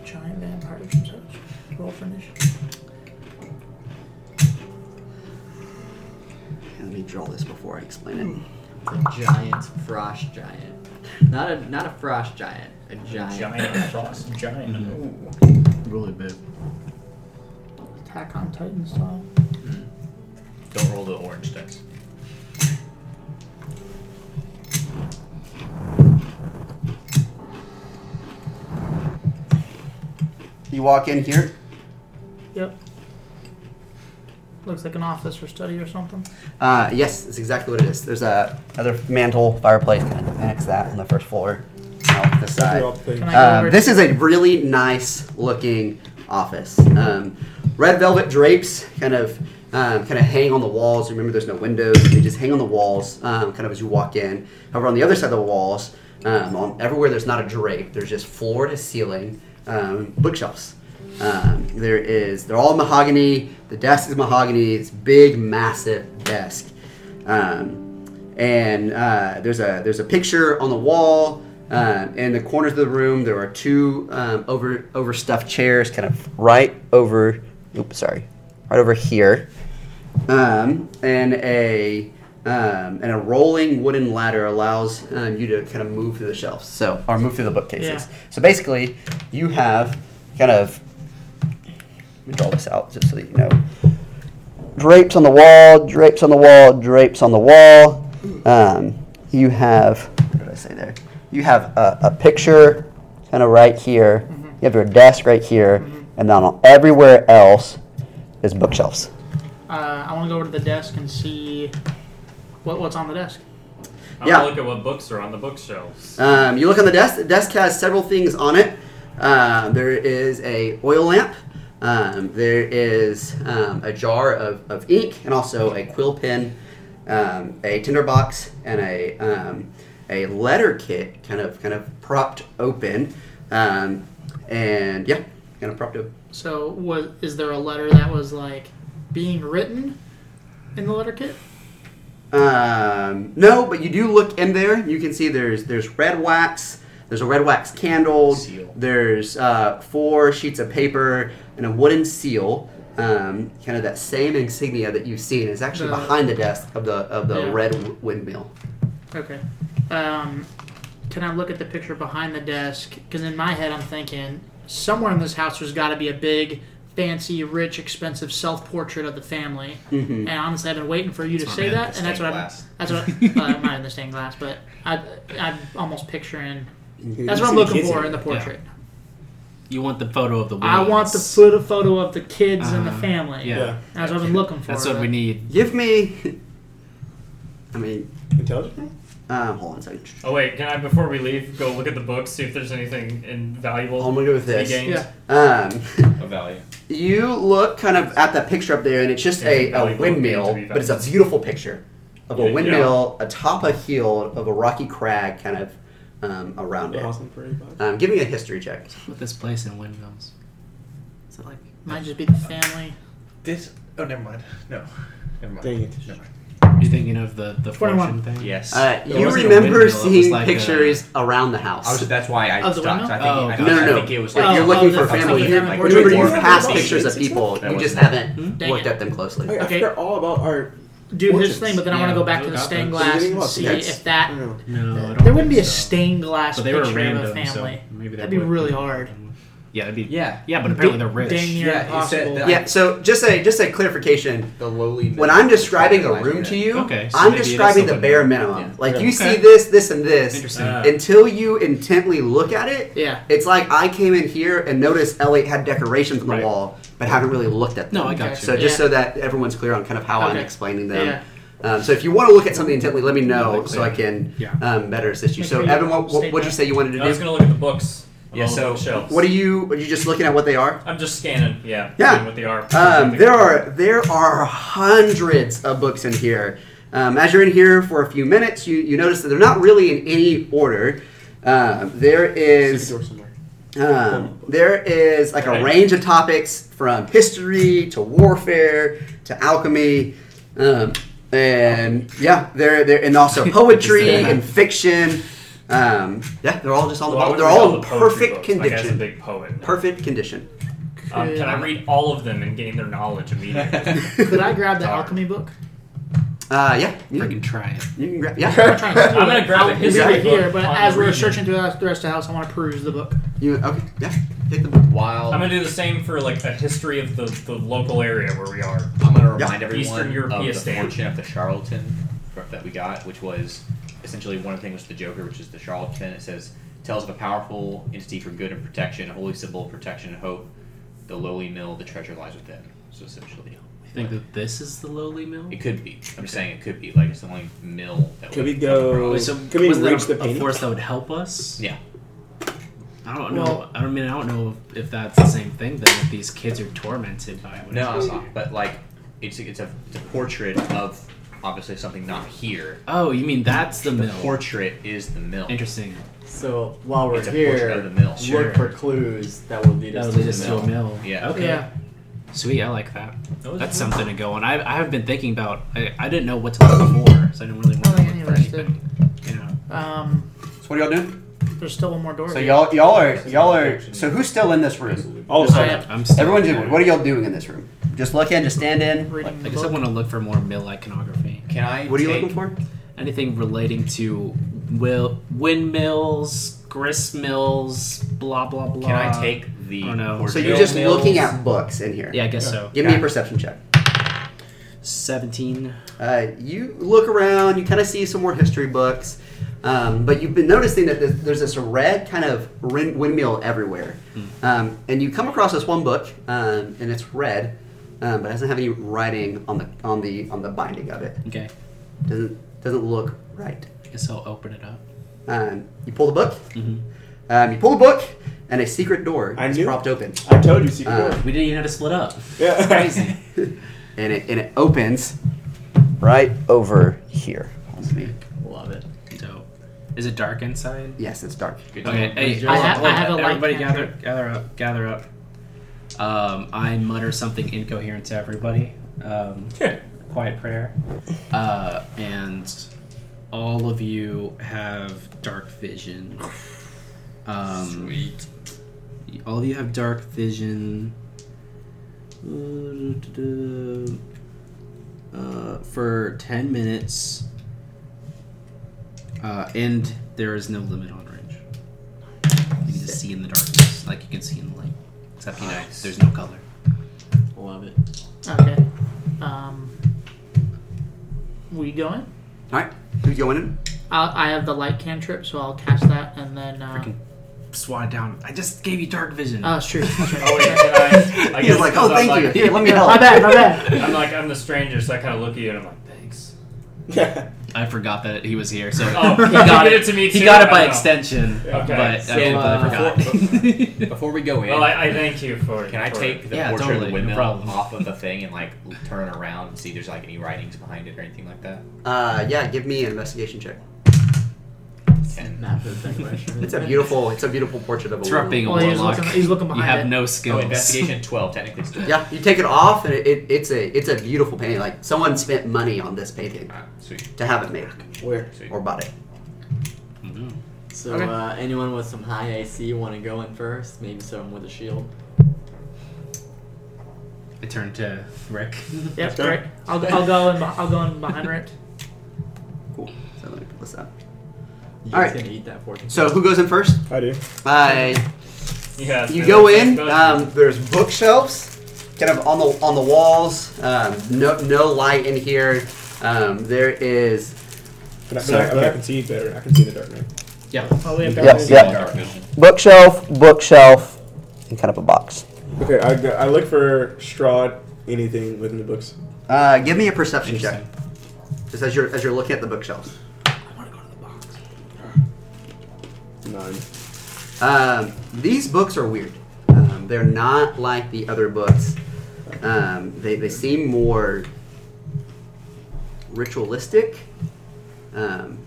Speaker 5: Giant vampire themselves. Roll finish.
Speaker 2: Let me draw this before I explain it.
Speaker 7: A giant frost giant. Not a not a frost giant. A giant.
Speaker 3: giant frost giant.
Speaker 2: Mm-hmm.
Speaker 6: Really big.
Speaker 5: Attack on Titan style.
Speaker 8: Don't roll the orange dice.
Speaker 2: You walk in here.
Speaker 5: Yep. Looks like an office or study or something.
Speaker 2: Uh, yes, that's exactly what it is. There's a other mantle fireplace kind of next to that on the first floor. Out this side.
Speaker 4: They're all playing.
Speaker 5: Can I go
Speaker 2: Um,
Speaker 5: over
Speaker 2: this
Speaker 5: to-
Speaker 2: is a really nice looking office. Um, red velvet drapes kind of um, kind of hang on the walls. Remember, there's no windows. They just hang on the walls, um, kind of as you walk in. However, on the other side of the walls, um, on, everywhere there's not a drape. There's just floor to ceiling um, bookshelves. Um, there is. They're all mahogany. The desk is mahogany. It's big, massive desk. Um, and uh, there's a there's a picture on the wall. Uh, in the corners of the room, there are two um, over overstuffed chairs, kind of right over. Oops, sorry, right over here, um, and a um, and a rolling wooden ladder allows um, you to kind of move through the shelves. So or move through the bookcases.
Speaker 5: Yeah.
Speaker 2: So basically, you have kind of let me draw this out just so that you know drapes on the wall, drapes on the wall, drapes on the wall. Um, you have, what did I say there? You have a, a picture kind of right here. You have your desk right here. And then on everywhere else is bookshelves.
Speaker 5: Uh, I want to go over to the desk and see what what's on the desk.
Speaker 3: I
Speaker 2: Yeah.
Speaker 3: want to look at what books are on the bookshelves.
Speaker 2: Um, you look on the desk. The desk has several things on it. Um, there is a oil lamp. Um, there is um, a jar of, of ink and also a quill pen, um, a tinder box, and a um, a letter kit, kind of kind of propped open, um, and yeah, kind of propped open.
Speaker 5: So, was is there a letter that was like being written in the letter kit?
Speaker 2: Um, no, but you do look in there. You can see there's there's red wax. There's a red wax candle.
Speaker 8: Seal.
Speaker 2: There's uh, four sheets of paper and a wooden seal. Um, kind of that same insignia that you've seen is actually
Speaker 5: The-
Speaker 2: behind the desk of the of the
Speaker 5: Yeah.
Speaker 2: red w- windmill.
Speaker 5: Okay. Um, can I look at the picture behind the desk? Because in my head, I'm thinking somewhere in this house there's got to be a big, fancy, rich, expensive self-portrait of the family. And honestly, I've been waiting for you to
Speaker 8: It's
Speaker 5: say
Speaker 8: not made in
Speaker 5: that,
Speaker 8: the
Speaker 5: and that's what
Speaker 8: stained
Speaker 5: I'm.
Speaker 8: glass.
Speaker 5: That's what uh, not in the stained glass, but I, I'm almost picturing. That's what
Speaker 4: see
Speaker 5: I'm
Speaker 4: the
Speaker 5: looking
Speaker 4: kids
Speaker 5: for
Speaker 4: in
Speaker 5: in the portrait.
Speaker 6: You want the photo of the
Speaker 5: I want the
Speaker 6: Williams.
Speaker 5: photo, photo of the kids and the
Speaker 6: Uh-huh.
Speaker 5: family.
Speaker 6: Yeah.
Speaker 4: Yeah.
Speaker 5: That's what I've been looking for.
Speaker 6: That's what
Speaker 5: but-
Speaker 6: we need.
Speaker 2: Give me. [LAUGHS] I mean,
Speaker 4: Intelligent?
Speaker 2: uh, hold on a second.
Speaker 3: Oh wait, can I before we leave go look at the books, see if there's anything invaluable?
Speaker 2: I'm gonna go with
Speaker 3: to be
Speaker 2: this.
Speaker 3: gained?
Speaker 5: Yeah.
Speaker 2: Um, [LAUGHS]
Speaker 8: of value.
Speaker 2: you look kind of at that picture up there, and it's just a,
Speaker 3: Yeah,
Speaker 2: a
Speaker 3: it would be
Speaker 2: windmill,
Speaker 3: to be
Speaker 2: but it's a beautiful picture of a
Speaker 3: Yeah.
Speaker 2: windmill atop a hill of a rocky crag, kind of um, around it.
Speaker 4: Awesome for everybody.
Speaker 2: Um, give me a history check.
Speaker 6: Put this place in windmills. Is it like
Speaker 5: Might just be the family.
Speaker 8: This. Oh, never mind. No. Never mind.
Speaker 4: Dang it.
Speaker 8: Never mind.
Speaker 6: you thinking of the the
Speaker 5: 21.
Speaker 6: fortune thing?
Speaker 8: Yes.
Speaker 2: Uh,
Speaker 6: It
Speaker 2: you
Speaker 6: wasn't a
Speaker 2: remember
Speaker 6: windmill, it was
Speaker 2: seeing
Speaker 6: like a-
Speaker 2: pictures around the house.
Speaker 8: I was, that's why I
Speaker 5: Of the
Speaker 8: stopped.
Speaker 5: window?
Speaker 8: I think,
Speaker 6: Oh,
Speaker 8: I,
Speaker 6: okay.
Speaker 2: No, no,
Speaker 8: I
Speaker 2: no.
Speaker 8: think it was
Speaker 2: like
Speaker 5: Oh,
Speaker 2: you're
Speaker 5: oh,
Speaker 2: looking for
Speaker 5: the-
Speaker 2: family.
Speaker 5: okay,
Speaker 2: you
Speaker 5: like
Speaker 2: remember
Speaker 5: Dwarf
Speaker 2: you've
Speaker 5: Dwarf
Speaker 2: passed
Speaker 4: Dwarf
Speaker 2: pictures of
Speaker 4: Dwarf
Speaker 2: people.
Speaker 8: Dwarf
Speaker 2: You just
Speaker 8: Dwarf
Speaker 6: Hmm?
Speaker 2: haven't
Speaker 5: Dang
Speaker 2: looked
Speaker 5: it.
Speaker 2: at them closely.
Speaker 4: Wait, I
Speaker 5: Okay.
Speaker 4: forgot all about our.
Speaker 5: Do
Speaker 4: Portraits.
Speaker 5: his thing, but then I want
Speaker 6: Yeah,
Speaker 5: to go back to
Speaker 6: look
Speaker 5: the
Speaker 6: up
Speaker 5: stained
Speaker 6: those.
Speaker 5: glass
Speaker 4: Anything
Speaker 5: and
Speaker 4: else?
Speaker 5: see
Speaker 2: That's-
Speaker 5: if
Speaker 4: I
Speaker 5: that.
Speaker 4: don't know.
Speaker 6: No, I don't
Speaker 5: There wouldn't be a
Speaker 6: think so.
Speaker 5: stained glass
Speaker 6: But they were
Speaker 5: picture
Speaker 6: random,
Speaker 5: of a family.
Speaker 6: so maybe that
Speaker 5: That'd be
Speaker 6: would-
Speaker 5: really hard.
Speaker 6: Yeah, that'd be.
Speaker 8: Yeah.
Speaker 6: Yeah, but apparently they're rich.
Speaker 5: Dang near
Speaker 8: Yeah, he said
Speaker 5: impossible.
Speaker 8: that-
Speaker 2: Yeah. So just a just a clarification.
Speaker 8: The lowly.
Speaker 2: When I'm describing a room to you,
Speaker 6: Okay, so
Speaker 2: I'm
Speaker 6: maybe it is
Speaker 2: describing the
Speaker 6: something-
Speaker 2: bare minimum. Like you see
Speaker 6: Okay.
Speaker 2: this, this, and this.
Speaker 6: Interesting.
Speaker 3: Uh,
Speaker 2: Until you intently look at it,
Speaker 5: Yeah.
Speaker 2: it's like I came in here and noticed Elliot had decorations on the
Speaker 6: Right.
Speaker 2: wall, but haven't really looked at them.
Speaker 6: no, I got you.
Speaker 2: So just
Speaker 5: Yeah.
Speaker 2: so that everyone's clear on kind of how I'm
Speaker 5: Okay.
Speaker 2: explaining them.
Speaker 5: Yeah.
Speaker 2: Um, so if you want to look at something intently, let me know so I can
Speaker 6: Yeah.
Speaker 2: um, better assist you.
Speaker 5: Make
Speaker 2: So
Speaker 5: sure you
Speaker 2: Evan, what
Speaker 5: state
Speaker 2: what would you
Speaker 5: that.
Speaker 2: say you wanted to
Speaker 3: I was
Speaker 2: do?
Speaker 3: gonna look at the books. on
Speaker 8: Yeah,
Speaker 3: all the
Speaker 8: so
Speaker 3: bookshelves.
Speaker 2: What are you? Are you just looking at what they are?
Speaker 3: I'm just scanning. Yeah.
Speaker 2: Yeah.
Speaker 3: seeing What they are.
Speaker 2: Um, there are there are hundreds of books in here. Um, as you're in here for a few minutes, you, you notice that they're not really in any order. Um, there
Speaker 4: Secret
Speaker 2: is
Speaker 4: door somewhere.
Speaker 2: um, there is like a
Speaker 3: Right.
Speaker 2: range of topics from history to warfare to alchemy, um, and yeah, there there and
Speaker 3: [LAUGHS]
Speaker 2: also poetry
Speaker 6: Yeah.
Speaker 2: and fiction. Um, yeah, they're all just on the
Speaker 3: Well, I
Speaker 2: bottom. They're
Speaker 3: wouldn't read
Speaker 2: all in
Speaker 3: the poetry
Speaker 2: perfect
Speaker 3: books, Like, as a
Speaker 2: condition.
Speaker 3: big poet.
Speaker 2: perfect condition.
Speaker 3: Um, can I read all of them and gain their knowledge immediately?
Speaker 6: [LAUGHS]
Speaker 5: Could I grab the alchemy book?
Speaker 2: [LAUGHS] Uh, yeah, you can,
Speaker 6: Freaking try it.
Speaker 2: you can grab. Yeah,
Speaker 5: I'm trying to.
Speaker 3: I'm gonna grab a
Speaker 5: It's
Speaker 3: history
Speaker 5: right
Speaker 3: book
Speaker 5: here, but
Speaker 3: on
Speaker 5: as
Speaker 3: the
Speaker 5: we're
Speaker 3: reading.
Speaker 5: searching through the the rest of the house, I want to peruse the book.
Speaker 2: you okay? Yeah, take the book.
Speaker 8: While
Speaker 3: I'm gonna do the same for like a history of the, the local area where we are.
Speaker 8: I'm going to remind everyone
Speaker 3: Eastern European
Speaker 8: of the
Speaker 3: stamp.
Speaker 8: fortune of the charlatan fr- that we got, which was essentially one of the things with the Joker, which is the charlatan. It says, tells of a powerful entity for good and protection, a holy symbol of protection and hope. The lowly mill, the treasure lies within. So essentially,
Speaker 6: You think that this is the lowly mill?
Speaker 8: it could be. I'm saying it could be. Like, it's the only mill that
Speaker 4: Can we
Speaker 8: we've come
Speaker 4: go-
Speaker 8: across.
Speaker 6: So
Speaker 4: Can we
Speaker 6: wasn't
Speaker 4: reach
Speaker 6: that a,
Speaker 4: the
Speaker 6: a
Speaker 4: painting?
Speaker 6: force that would help us?
Speaker 8: Yeah.
Speaker 6: I don't know.
Speaker 5: Well-
Speaker 6: I don't mean I don't know if that's the same thing. Then if these kids are tormented by what
Speaker 8: No,
Speaker 6: it's-
Speaker 8: it's not. But, like, it's, it's, a, it's a portrait of obviously something not here.
Speaker 6: Oh, you mean that's the
Speaker 8: The
Speaker 6: mill?
Speaker 8: portrait is the mill.
Speaker 6: Interesting.
Speaker 7: So while we're
Speaker 8: It's a portrait
Speaker 7: here,
Speaker 8: of the mill.
Speaker 6: Sure.
Speaker 7: look for clues that will lead
Speaker 6: That
Speaker 7: us
Speaker 6: was
Speaker 7: to
Speaker 6: just
Speaker 7: the
Speaker 6: to a
Speaker 7: mill.
Speaker 6: mill.
Speaker 8: Yeah.
Speaker 6: Okay.
Speaker 5: Yeah.
Speaker 6: Sweet. I like that.
Speaker 3: That was-
Speaker 6: That's something to go on. I, I have been thinking about. I, I didn't know what to look for, so I didn't really want
Speaker 5: Well,
Speaker 6: to look
Speaker 5: like
Speaker 6: for
Speaker 5: anyways, the-
Speaker 6: anything. You know.
Speaker 5: Um,
Speaker 2: So what are y'all doing?
Speaker 5: there's still one more door.
Speaker 2: So
Speaker 5: here.
Speaker 2: y'all y'all are y'all are so who's still in this room?
Speaker 4: All of a
Speaker 5: I
Speaker 4: sudden.
Speaker 5: am
Speaker 6: I'm still,
Speaker 2: Everyone's doing. What are y'all doing in this room? Just look in, just stand in.
Speaker 5: reading
Speaker 6: I
Speaker 5: the
Speaker 6: guess I
Speaker 5: book.
Speaker 6: want to look for more mill iconography.
Speaker 8: Can I
Speaker 2: What are you
Speaker 8: take-
Speaker 2: looking for?
Speaker 6: Anything relating to will windmills, grist mills, blah blah blah.
Speaker 8: Can I take the?
Speaker 6: Oh, no.
Speaker 8: or
Speaker 2: So you're
Speaker 8: Bill
Speaker 2: just
Speaker 8: Mills?
Speaker 2: looking at books in here.
Speaker 6: Yeah, I guess so.
Speaker 2: Give me a perception check.
Speaker 6: Seventeen.
Speaker 2: Uh, you look around. You kind of see some more history books, um, but you've been noticing that there's there's this red kind of rin- windmill everywhere,
Speaker 6: Hmm.
Speaker 2: um, and you come across this one book, um, and it's red, um, but it doesn't have any writing on the on the on the binding of it.
Speaker 6: Okay.
Speaker 2: Doesn't doesn't look right.
Speaker 6: I guess I'll open it up.
Speaker 2: Um, you pull the book.
Speaker 6: Mhm.
Speaker 2: Um, you pull the book, and a secret door
Speaker 4: I
Speaker 2: is
Speaker 4: knew.
Speaker 2: propped open,
Speaker 4: I told you, secret
Speaker 2: Uh,
Speaker 4: door.
Speaker 6: We didn't even have to split up.
Speaker 4: Yeah.
Speaker 6: Crazy.
Speaker 2: and it and it opens right over here. Let me-
Speaker 7: Love it.
Speaker 6: Dope. Is it dark inside?
Speaker 2: Yes, it's dark.
Speaker 8: Good job.
Speaker 6: Okay. Hey, hold
Speaker 5: I
Speaker 6: on,
Speaker 5: have-
Speaker 6: hold
Speaker 5: I
Speaker 6: on.
Speaker 5: have a light
Speaker 6: everybody gather,
Speaker 5: catcher.
Speaker 6: gather up, gather up. Um, I mutter something incoherent to everybody. Um, quiet prayer. Uh, and all of you have dark vision. Um, Sweet. All of you have dark vision. Uh, for 10 minutes. Uh, and there is no limit on range. You can just see in the darkness, like you can see in the light. Except, you know, there's no color.
Speaker 7: Love it.
Speaker 5: Okay. Um, we going?
Speaker 2: All right, who's going in?
Speaker 5: I'll, I have the light cantrip, so I'll cast that, and then. Uh,
Speaker 6: Freaking swat down. I just gave you dark vision.
Speaker 5: Oh, it's true. That's right.
Speaker 3: [LAUGHS] Oh wait, can I? I
Speaker 2: He's
Speaker 3: guess
Speaker 2: like,
Speaker 3: because
Speaker 2: oh,
Speaker 3: I'm
Speaker 2: thank you.
Speaker 3: [LAUGHS] like,
Speaker 2: Here, let me help.
Speaker 5: my bad,
Speaker 6: [LAUGHS]
Speaker 5: my bad.
Speaker 3: I'm like, I'm the stranger, so I kind of look at you and I'm like, thanks.
Speaker 4: [LAUGHS] Yeah.
Speaker 6: I forgot that he was here, so [LAUGHS]
Speaker 3: Oh,
Speaker 6: he
Speaker 3: he
Speaker 6: got
Speaker 3: did
Speaker 6: it.
Speaker 3: it to me
Speaker 6: He
Speaker 3: too?
Speaker 6: got it
Speaker 3: I
Speaker 6: by
Speaker 3: don't know.
Speaker 6: extension,
Speaker 3: Okay.
Speaker 6: but
Speaker 8: So,
Speaker 6: I [LAUGHS]
Speaker 8: uh,
Speaker 6: completely forgot.
Speaker 8: Before we go in,
Speaker 3: Well, I, I thank you for.
Speaker 8: can I
Speaker 3: for-
Speaker 8: take the
Speaker 6: Yeah,
Speaker 8: portrait
Speaker 6: totally,
Speaker 8: of
Speaker 6: no
Speaker 8: the windmill
Speaker 6: problem.
Speaker 8: off of the thing and like turn around and see if there's like any writings behind it or anything like that?
Speaker 2: Uh, yeah, give me an investigation check.
Speaker 8: Ten.
Speaker 7: Map of the Declaration.
Speaker 2: It's a beautiful, it's a beautiful portrait of a
Speaker 6: It's rough being a
Speaker 5: Well, he's
Speaker 6: warlock.
Speaker 5: looking- he's looking
Speaker 6: you
Speaker 5: behind
Speaker 6: have
Speaker 5: it.
Speaker 6: no
Speaker 8: Oh,
Speaker 6: skills.
Speaker 8: investigation twelve. Technically, still. [LAUGHS]
Speaker 2: Yeah, you take it off, and it, it, it's a it's a beautiful painting. Like someone spent money on this painting
Speaker 8: Ah, sweet,
Speaker 2: to have it made
Speaker 4: Where?
Speaker 8: sweet.
Speaker 2: or bought it.
Speaker 6: Mhm.
Speaker 7: So
Speaker 5: Okay.
Speaker 7: uh, anyone with some high AC want to go in first? Maybe someone with a shield.
Speaker 6: I turned to Rick.
Speaker 5: Yep,
Speaker 4: Okay.
Speaker 5: right. I'll, I'll go in. beh- I'll go in behind Rent.
Speaker 2: Cool. So let me pull this up.
Speaker 7: You
Speaker 2: All
Speaker 7: guys
Speaker 2: right.
Speaker 7: gonna eat that fortune.
Speaker 2: So who goes in first?
Speaker 4: I do.
Speaker 2: Uh,
Speaker 3: Yeah.
Speaker 2: you
Speaker 3: so [LAUGHS]
Speaker 2: go
Speaker 3: that's-
Speaker 2: in.
Speaker 3: that's-
Speaker 2: Um, there's bookshelves, kind of on the on the walls. Um, no no light in here. Um, there is
Speaker 4: But I,
Speaker 2: So,
Speaker 4: but I, but I
Speaker 2: okay.
Speaker 4: can see better. I can see the dark night.
Speaker 6: Yeah.
Speaker 5: Oh, we have
Speaker 10: Yep,
Speaker 5: darkness.
Speaker 10: yep.
Speaker 8: Dark vision.
Speaker 10: Bookshelf, bookshelf, and kind of a box.
Speaker 4: Okay, I, go- I look for Strahd, anything within the books.
Speaker 2: uh, give me a perception check.
Speaker 6: Interesting.
Speaker 2: Just as you're as you're looking at the bookshelves.
Speaker 4: Nine.
Speaker 2: Um, these books are weird. Um, they're not like the other books. Um, they, they seem more ritualistic um,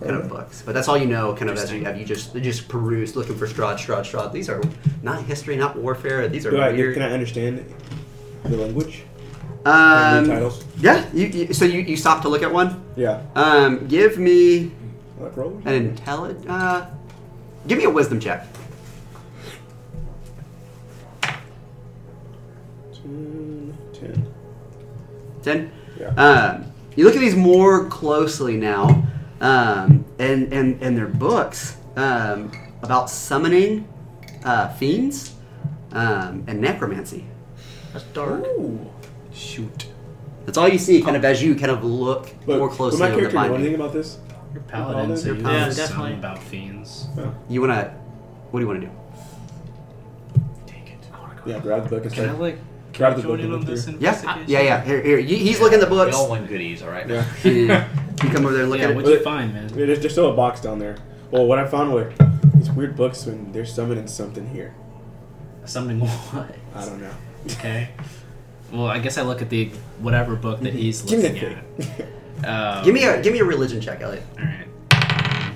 Speaker 2: kind
Speaker 4: Hmm.
Speaker 2: of books. But that's all you know, kind of as you have you just you just peruse, looking for Strahd, Strahd, Strahd. These are not history, not warfare. These are
Speaker 4: Do I,
Speaker 2: weird.
Speaker 4: can I understand the language? I read
Speaker 2: um,
Speaker 4: titles?
Speaker 2: yeah. You, you, so you, you stop to look at one.
Speaker 4: Yeah.
Speaker 2: Um, give me
Speaker 4: Like rollers?
Speaker 2: an intelligent. Uh, give me a wisdom check.
Speaker 4: Two, ten.
Speaker 2: Ten.
Speaker 4: Yeah.
Speaker 2: Um, you look at these more closely now, um, and and and their books um, about summoning uh, fiends um, and necromancy.
Speaker 5: That's dark.
Speaker 6: Shoot.
Speaker 2: That's all you see, kind of as you kind of look
Speaker 4: but
Speaker 2: more
Speaker 4: would
Speaker 2: closely
Speaker 4: my
Speaker 2: on the
Speaker 4: character know
Speaker 2: binding.
Speaker 4: anything about this?
Speaker 6: Your paladin, so
Speaker 4: Your
Speaker 6: you
Speaker 5: paladin.
Speaker 6: know
Speaker 5: Yeah,
Speaker 6: something
Speaker 5: definitely.
Speaker 6: about fiends.
Speaker 2: You wanna, what do you wanna do?
Speaker 4: Yeah, grab the book and
Speaker 6: Can I
Speaker 4: start.
Speaker 6: like
Speaker 4: Grab
Speaker 6: can I
Speaker 4: the book
Speaker 6: join in
Speaker 4: and
Speaker 6: on
Speaker 4: look
Speaker 6: this
Speaker 4: through.
Speaker 2: Yeah,
Speaker 6: investigation?
Speaker 2: yeah, yeah. Here, here. You, he's looking at the
Speaker 8: We all
Speaker 2: books.
Speaker 8: want goodies, all right?
Speaker 4: Yeah.
Speaker 2: [LAUGHS] You you come over there and look
Speaker 6: Yeah,
Speaker 2: at it.
Speaker 6: what'd you find, man?
Speaker 4: Yeah, [LAUGHS] There's, there's still a box down there. Well, what I found were these weird books when they're summoning something here.
Speaker 6: Something what?
Speaker 4: I don't know.
Speaker 6: [LAUGHS] Okay. Well, I guess I look at the whatever book that he's
Speaker 4: Give me
Speaker 6: looking
Speaker 4: that
Speaker 6: at.
Speaker 4: thing. [LAUGHS]
Speaker 6: Um,
Speaker 2: Give me a give me a religion check, Elliot.
Speaker 6: All right.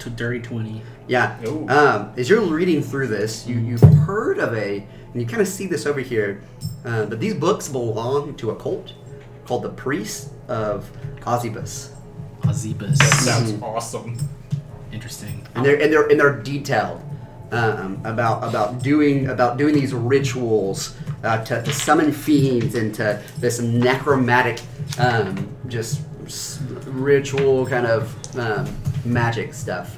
Speaker 6: To dirty twenty.
Speaker 2: Yeah.
Speaker 3: Ooh.
Speaker 2: Um, as you're reading through this, you, you've heard of a, and you kind of see this over here, uh, but these books belong to a cult called the Priests of Ozybus.
Speaker 6: Azebus.
Speaker 3: Sounds awesome.
Speaker 6: Interesting.
Speaker 2: And they're, and they're, and they're detailed um, about, about, doing, about doing these rituals uh, to, to summon fiends into this necromantic, um, just s- ritual kind of um, magic stuff.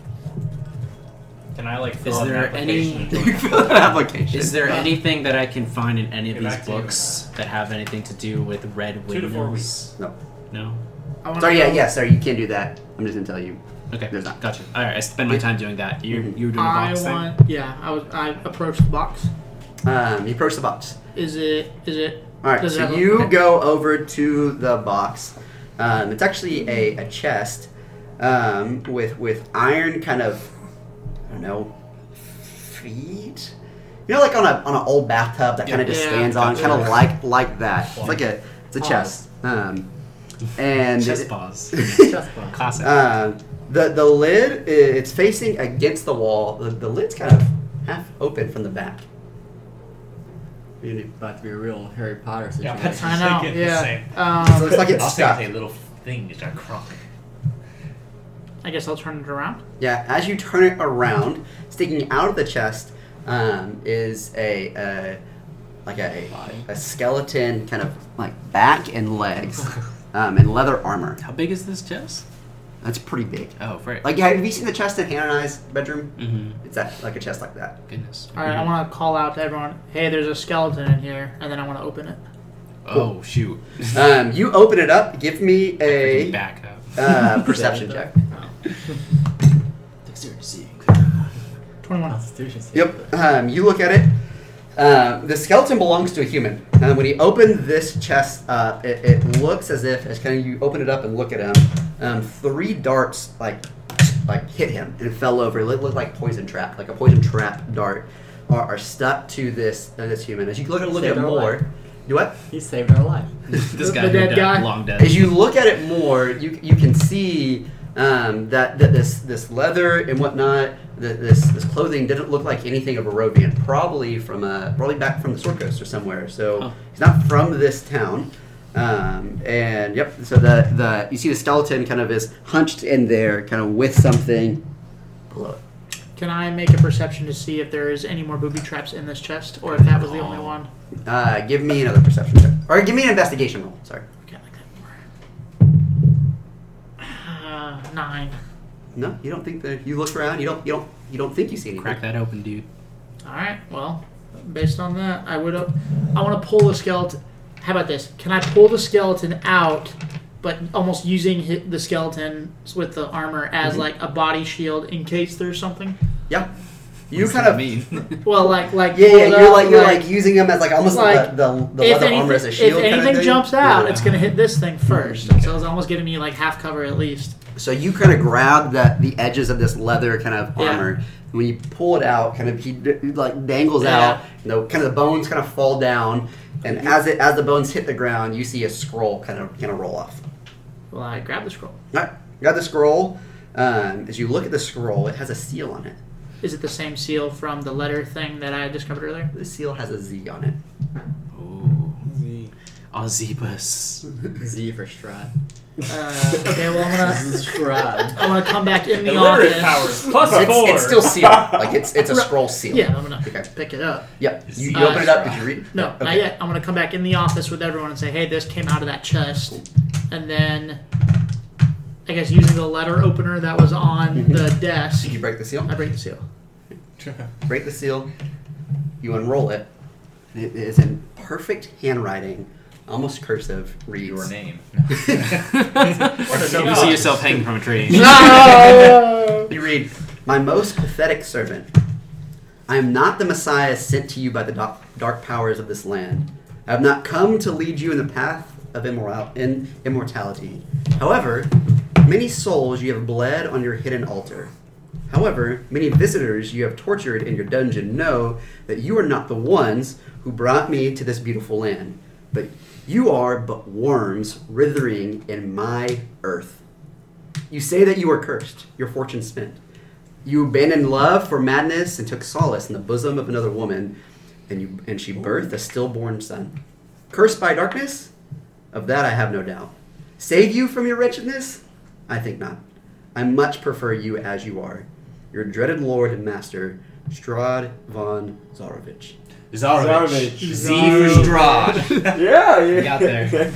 Speaker 3: Can I like fill
Speaker 6: Is
Speaker 3: out an
Speaker 6: there
Speaker 3: application
Speaker 6: any-
Speaker 2: [LAUGHS]
Speaker 3: and join them?
Speaker 2: application.
Speaker 6: Is there anything that I can find in any of
Speaker 3: Get
Speaker 6: these
Speaker 3: back to you on
Speaker 6: books that have anything to do with red
Speaker 3: Two to four
Speaker 6: windmills?
Speaker 2: No.
Speaker 6: No.
Speaker 5: I wanna
Speaker 2: Sorry, yeah,
Speaker 5: go-
Speaker 2: yeah, sorry, you can't do that. I'm just going to tell you.
Speaker 6: Okay.
Speaker 2: There's not.
Speaker 6: Gotcha. All right. I spend my time doing that. You
Speaker 2: Mhm.
Speaker 6: you were doing a
Speaker 5: I
Speaker 6: box thing.
Speaker 5: want. Yeah, I was. I approached the box.
Speaker 2: Um, you approach the box.
Speaker 5: Is it? Is it?
Speaker 2: All right,
Speaker 5: does it
Speaker 2: so
Speaker 5: have a-
Speaker 2: you
Speaker 5: okay.
Speaker 2: go over to the box. Um, it's actually a, a chest um, with with iron kind of I don't know feet. You know, like on a on an old bathtub that kind of just
Speaker 5: Yeah.
Speaker 2: stands on, kind of
Speaker 5: Yeah.
Speaker 2: like like that. It's like a it's a
Speaker 7: Pause.
Speaker 2: chest. Um, and [LAUGHS]
Speaker 6: Chest paws.
Speaker 7: Chest bump.
Speaker 6: Classic.
Speaker 2: uh, the the lid i- it's facing against the wall. The, the lid's kind of half open from the back.
Speaker 7: Really about to be a real Harry Potter situation.
Speaker 8: that's-
Speaker 5: I know.
Speaker 8: Second,
Speaker 5: Yeah.
Speaker 8: same.
Speaker 2: So
Speaker 5: Um,
Speaker 2: it's like it's
Speaker 8: I'll
Speaker 2: stuck.
Speaker 8: say a little thing is not crumbling.
Speaker 5: I guess I'll turn it around.
Speaker 2: Yeah, as you turn it around, sticking out of the chest um, is a, a like a, a skeleton
Speaker 6: [LAUGHS]
Speaker 2: kind of like back and legs um, and leather armor.
Speaker 6: How big is this chest?
Speaker 2: That's pretty big.
Speaker 6: Oh, right.
Speaker 2: Like, have you seen the chest in Hannah and I's bedroom?
Speaker 6: mm-hmm.
Speaker 2: It's that, like a chest like that.
Speaker 6: Goodness.
Speaker 5: All
Speaker 2: Mhm.
Speaker 5: right, I want to call out to everyone. Hey, there's a skeleton in here, and then I want to open it.
Speaker 6: Oh shoot.
Speaker 2: Um, you open it up. Give me
Speaker 6: Freaking
Speaker 2: a
Speaker 6: Back
Speaker 2: [LAUGHS]
Speaker 6: up. [LAUGHS]
Speaker 2: uh, perception check.
Speaker 7: Dexterity saving.
Speaker 5: Twenty-one.
Speaker 2: Oh.
Speaker 7: Constitution saving.
Speaker 2: Yep. Um, you look at it. Um, the skeleton belongs to a human. Um, when he opened this chest up, it, it looks as if, as kind of you open it up and look at him, um, three darts like like hit him and it fell over. It looked like poison trap, like a poison trap dart, are, are stuck to this uh, this human. As you look at look at it
Speaker 7: Saved our life.
Speaker 2: more, do what?
Speaker 7: He saved our life.
Speaker 6: this
Speaker 5: The-
Speaker 6: guy,
Speaker 5: the
Speaker 6: here
Speaker 5: dead
Speaker 6: dead,
Speaker 5: guy.
Speaker 6: long dead.
Speaker 2: As you look at it more, you you can see um, that, that this this leather and whatnot, that this this clothing didn't look like anything of a Rovian. Probably from a probably back from the Sword Coast or somewhere. So
Speaker 6: Huh.
Speaker 2: he's not from this town. Um, and yep, so the the you see the skeleton kind of is hunched in there, kind of with something below it.
Speaker 5: Can I make a perception to see if there is any more booby traps in this chest, or if that was the only one?
Speaker 2: Uh, give me another perception check, or give me an investigation roll. Sorry,
Speaker 5: Okay, like that more. Uh, [SIGHS] nine.
Speaker 2: no, you don't think that you look around, you don't you don't you don't think you see anything.
Speaker 6: Crack that open, dude.
Speaker 5: All right. Well, based on that, I would. I want to pull the skeleton. How about this? Can I pull the skeleton out, but almost using hi- the skeleton with the armor
Speaker 2: Mm-hmm.
Speaker 5: as like a body shield in case
Speaker 2: [LAUGHS]
Speaker 5: there's something?
Speaker 2: Yeah, you
Speaker 6: What's
Speaker 2: kind
Speaker 6: that
Speaker 2: of [LAUGHS]
Speaker 6: mean. [LAUGHS]
Speaker 5: Well, like like
Speaker 2: Yeah,
Speaker 5: pull
Speaker 2: yeah,
Speaker 5: it
Speaker 2: you're
Speaker 5: up,
Speaker 2: like you're like using them as like almost
Speaker 5: like,
Speaker 2: the the, the
Speaker 5: if
Speaker 2: leather
Speaker 5: anything,
Speaker 2: armor as a
Speaker 5: if
Speaker 2: shield. kinda
Speaker 5: anything
Speaker 2: thing.
Speaker 5: jumps out,
Speaker 2: Yeah.
Speaker 5: it's gonna hit this thing first.
Speaker 6: Okay.
Speaker 5: So it's almost giving me like half cover at least.
Speaker 2: So you kind of grab that the edges of this leather kind of
Speaker 5: Yeah.
Speaker 2: armor. And when you pull it out, kind of he d- like dangles
Speaker 5: Yeah. Mm-hmm.
Speaker 2: out. You know, kind of the bones kind of fall down, and as it as the bones hit the ground, you see a scroll kind of kind of roll off.
Speaker 5: Well, I grab the scroll.
Speaker 2: All right, you got the scroll. Um, as you look at the scroll, it has a seal on it.
Speaker 5: Is it the same seal from the letter thing that I discovered earlier? [LAUGHS]
Speaker 2: The seal has a Z on it.
Speaker 6: Oh. Ozebus.
Speaker 7: Z for Strahd. [LAUGHS]
Speaker 5: Uh, okay, well I'm [LAUGHS] gonna
Speaker 7: Strahd.
Speaker 5: I'm gonna come back in the
Speaker 3: Illiterate
Speaker 5: office.
Speaker 3: powers. Plus four.
Speaker 2: It's, it's still sealed. Like it's
Speaker 5: [LAUGHS]
Speaker 2: it's a scroll seal.
Speaker 5: Yeah, I'm gonna
Speaker 2: Okay.
Speaker 5: pick it up.
Speaker 2: Yep. You, you
Speaker 5: Uh,
Speaker 2: open it up. Did you read?
Speaker 5: No, not
Speaker 2: Okay.
Speaker 5: yet. I'm gonna come back in the office with everyone and say, "Hey, this came out of that chest," and then I guess using the letter opener that was on [LAUGHS] the desk,
Speaker 2: Did you break the seal?
Speaker 5: I break the seal.
Speaker 2: break the seal, you unroll it, and it is in perfect handwriting, almost cursive, reads.
Speaker 8: Your name.
Speaker 6: You see yourself hanging from a tree.
Speaker 2: You read, My most pathetic servant, I am not the Messiah sent to you by the doc- dark powers of this land. I have not come to lead you in the path of immoral- in immortality. However, many souls you have bled on your hidden altar. However, many visitors you have tortured in your dungeon know that you are not the ones who brought me to this beautiful land, but you are but worms withering in my earth. You say that you are cursed, your fortune spent. You abandoned love for madness and took solace in the bosom of another woman, and you and she birthed a stillborn son. Cursed by darkness? Of that I have no doubt. Save you from your wretchedness? I think not. I much prefer you as you are. Your dreaded lord and master, Strad von Zarovich.
Speaker 4: Zarovich.
Speaker 8: Z for Strahd.
Speaker 4: [LAUGHS] Yeah, yeah. [LAUGHS]
Speaker 6: Got there.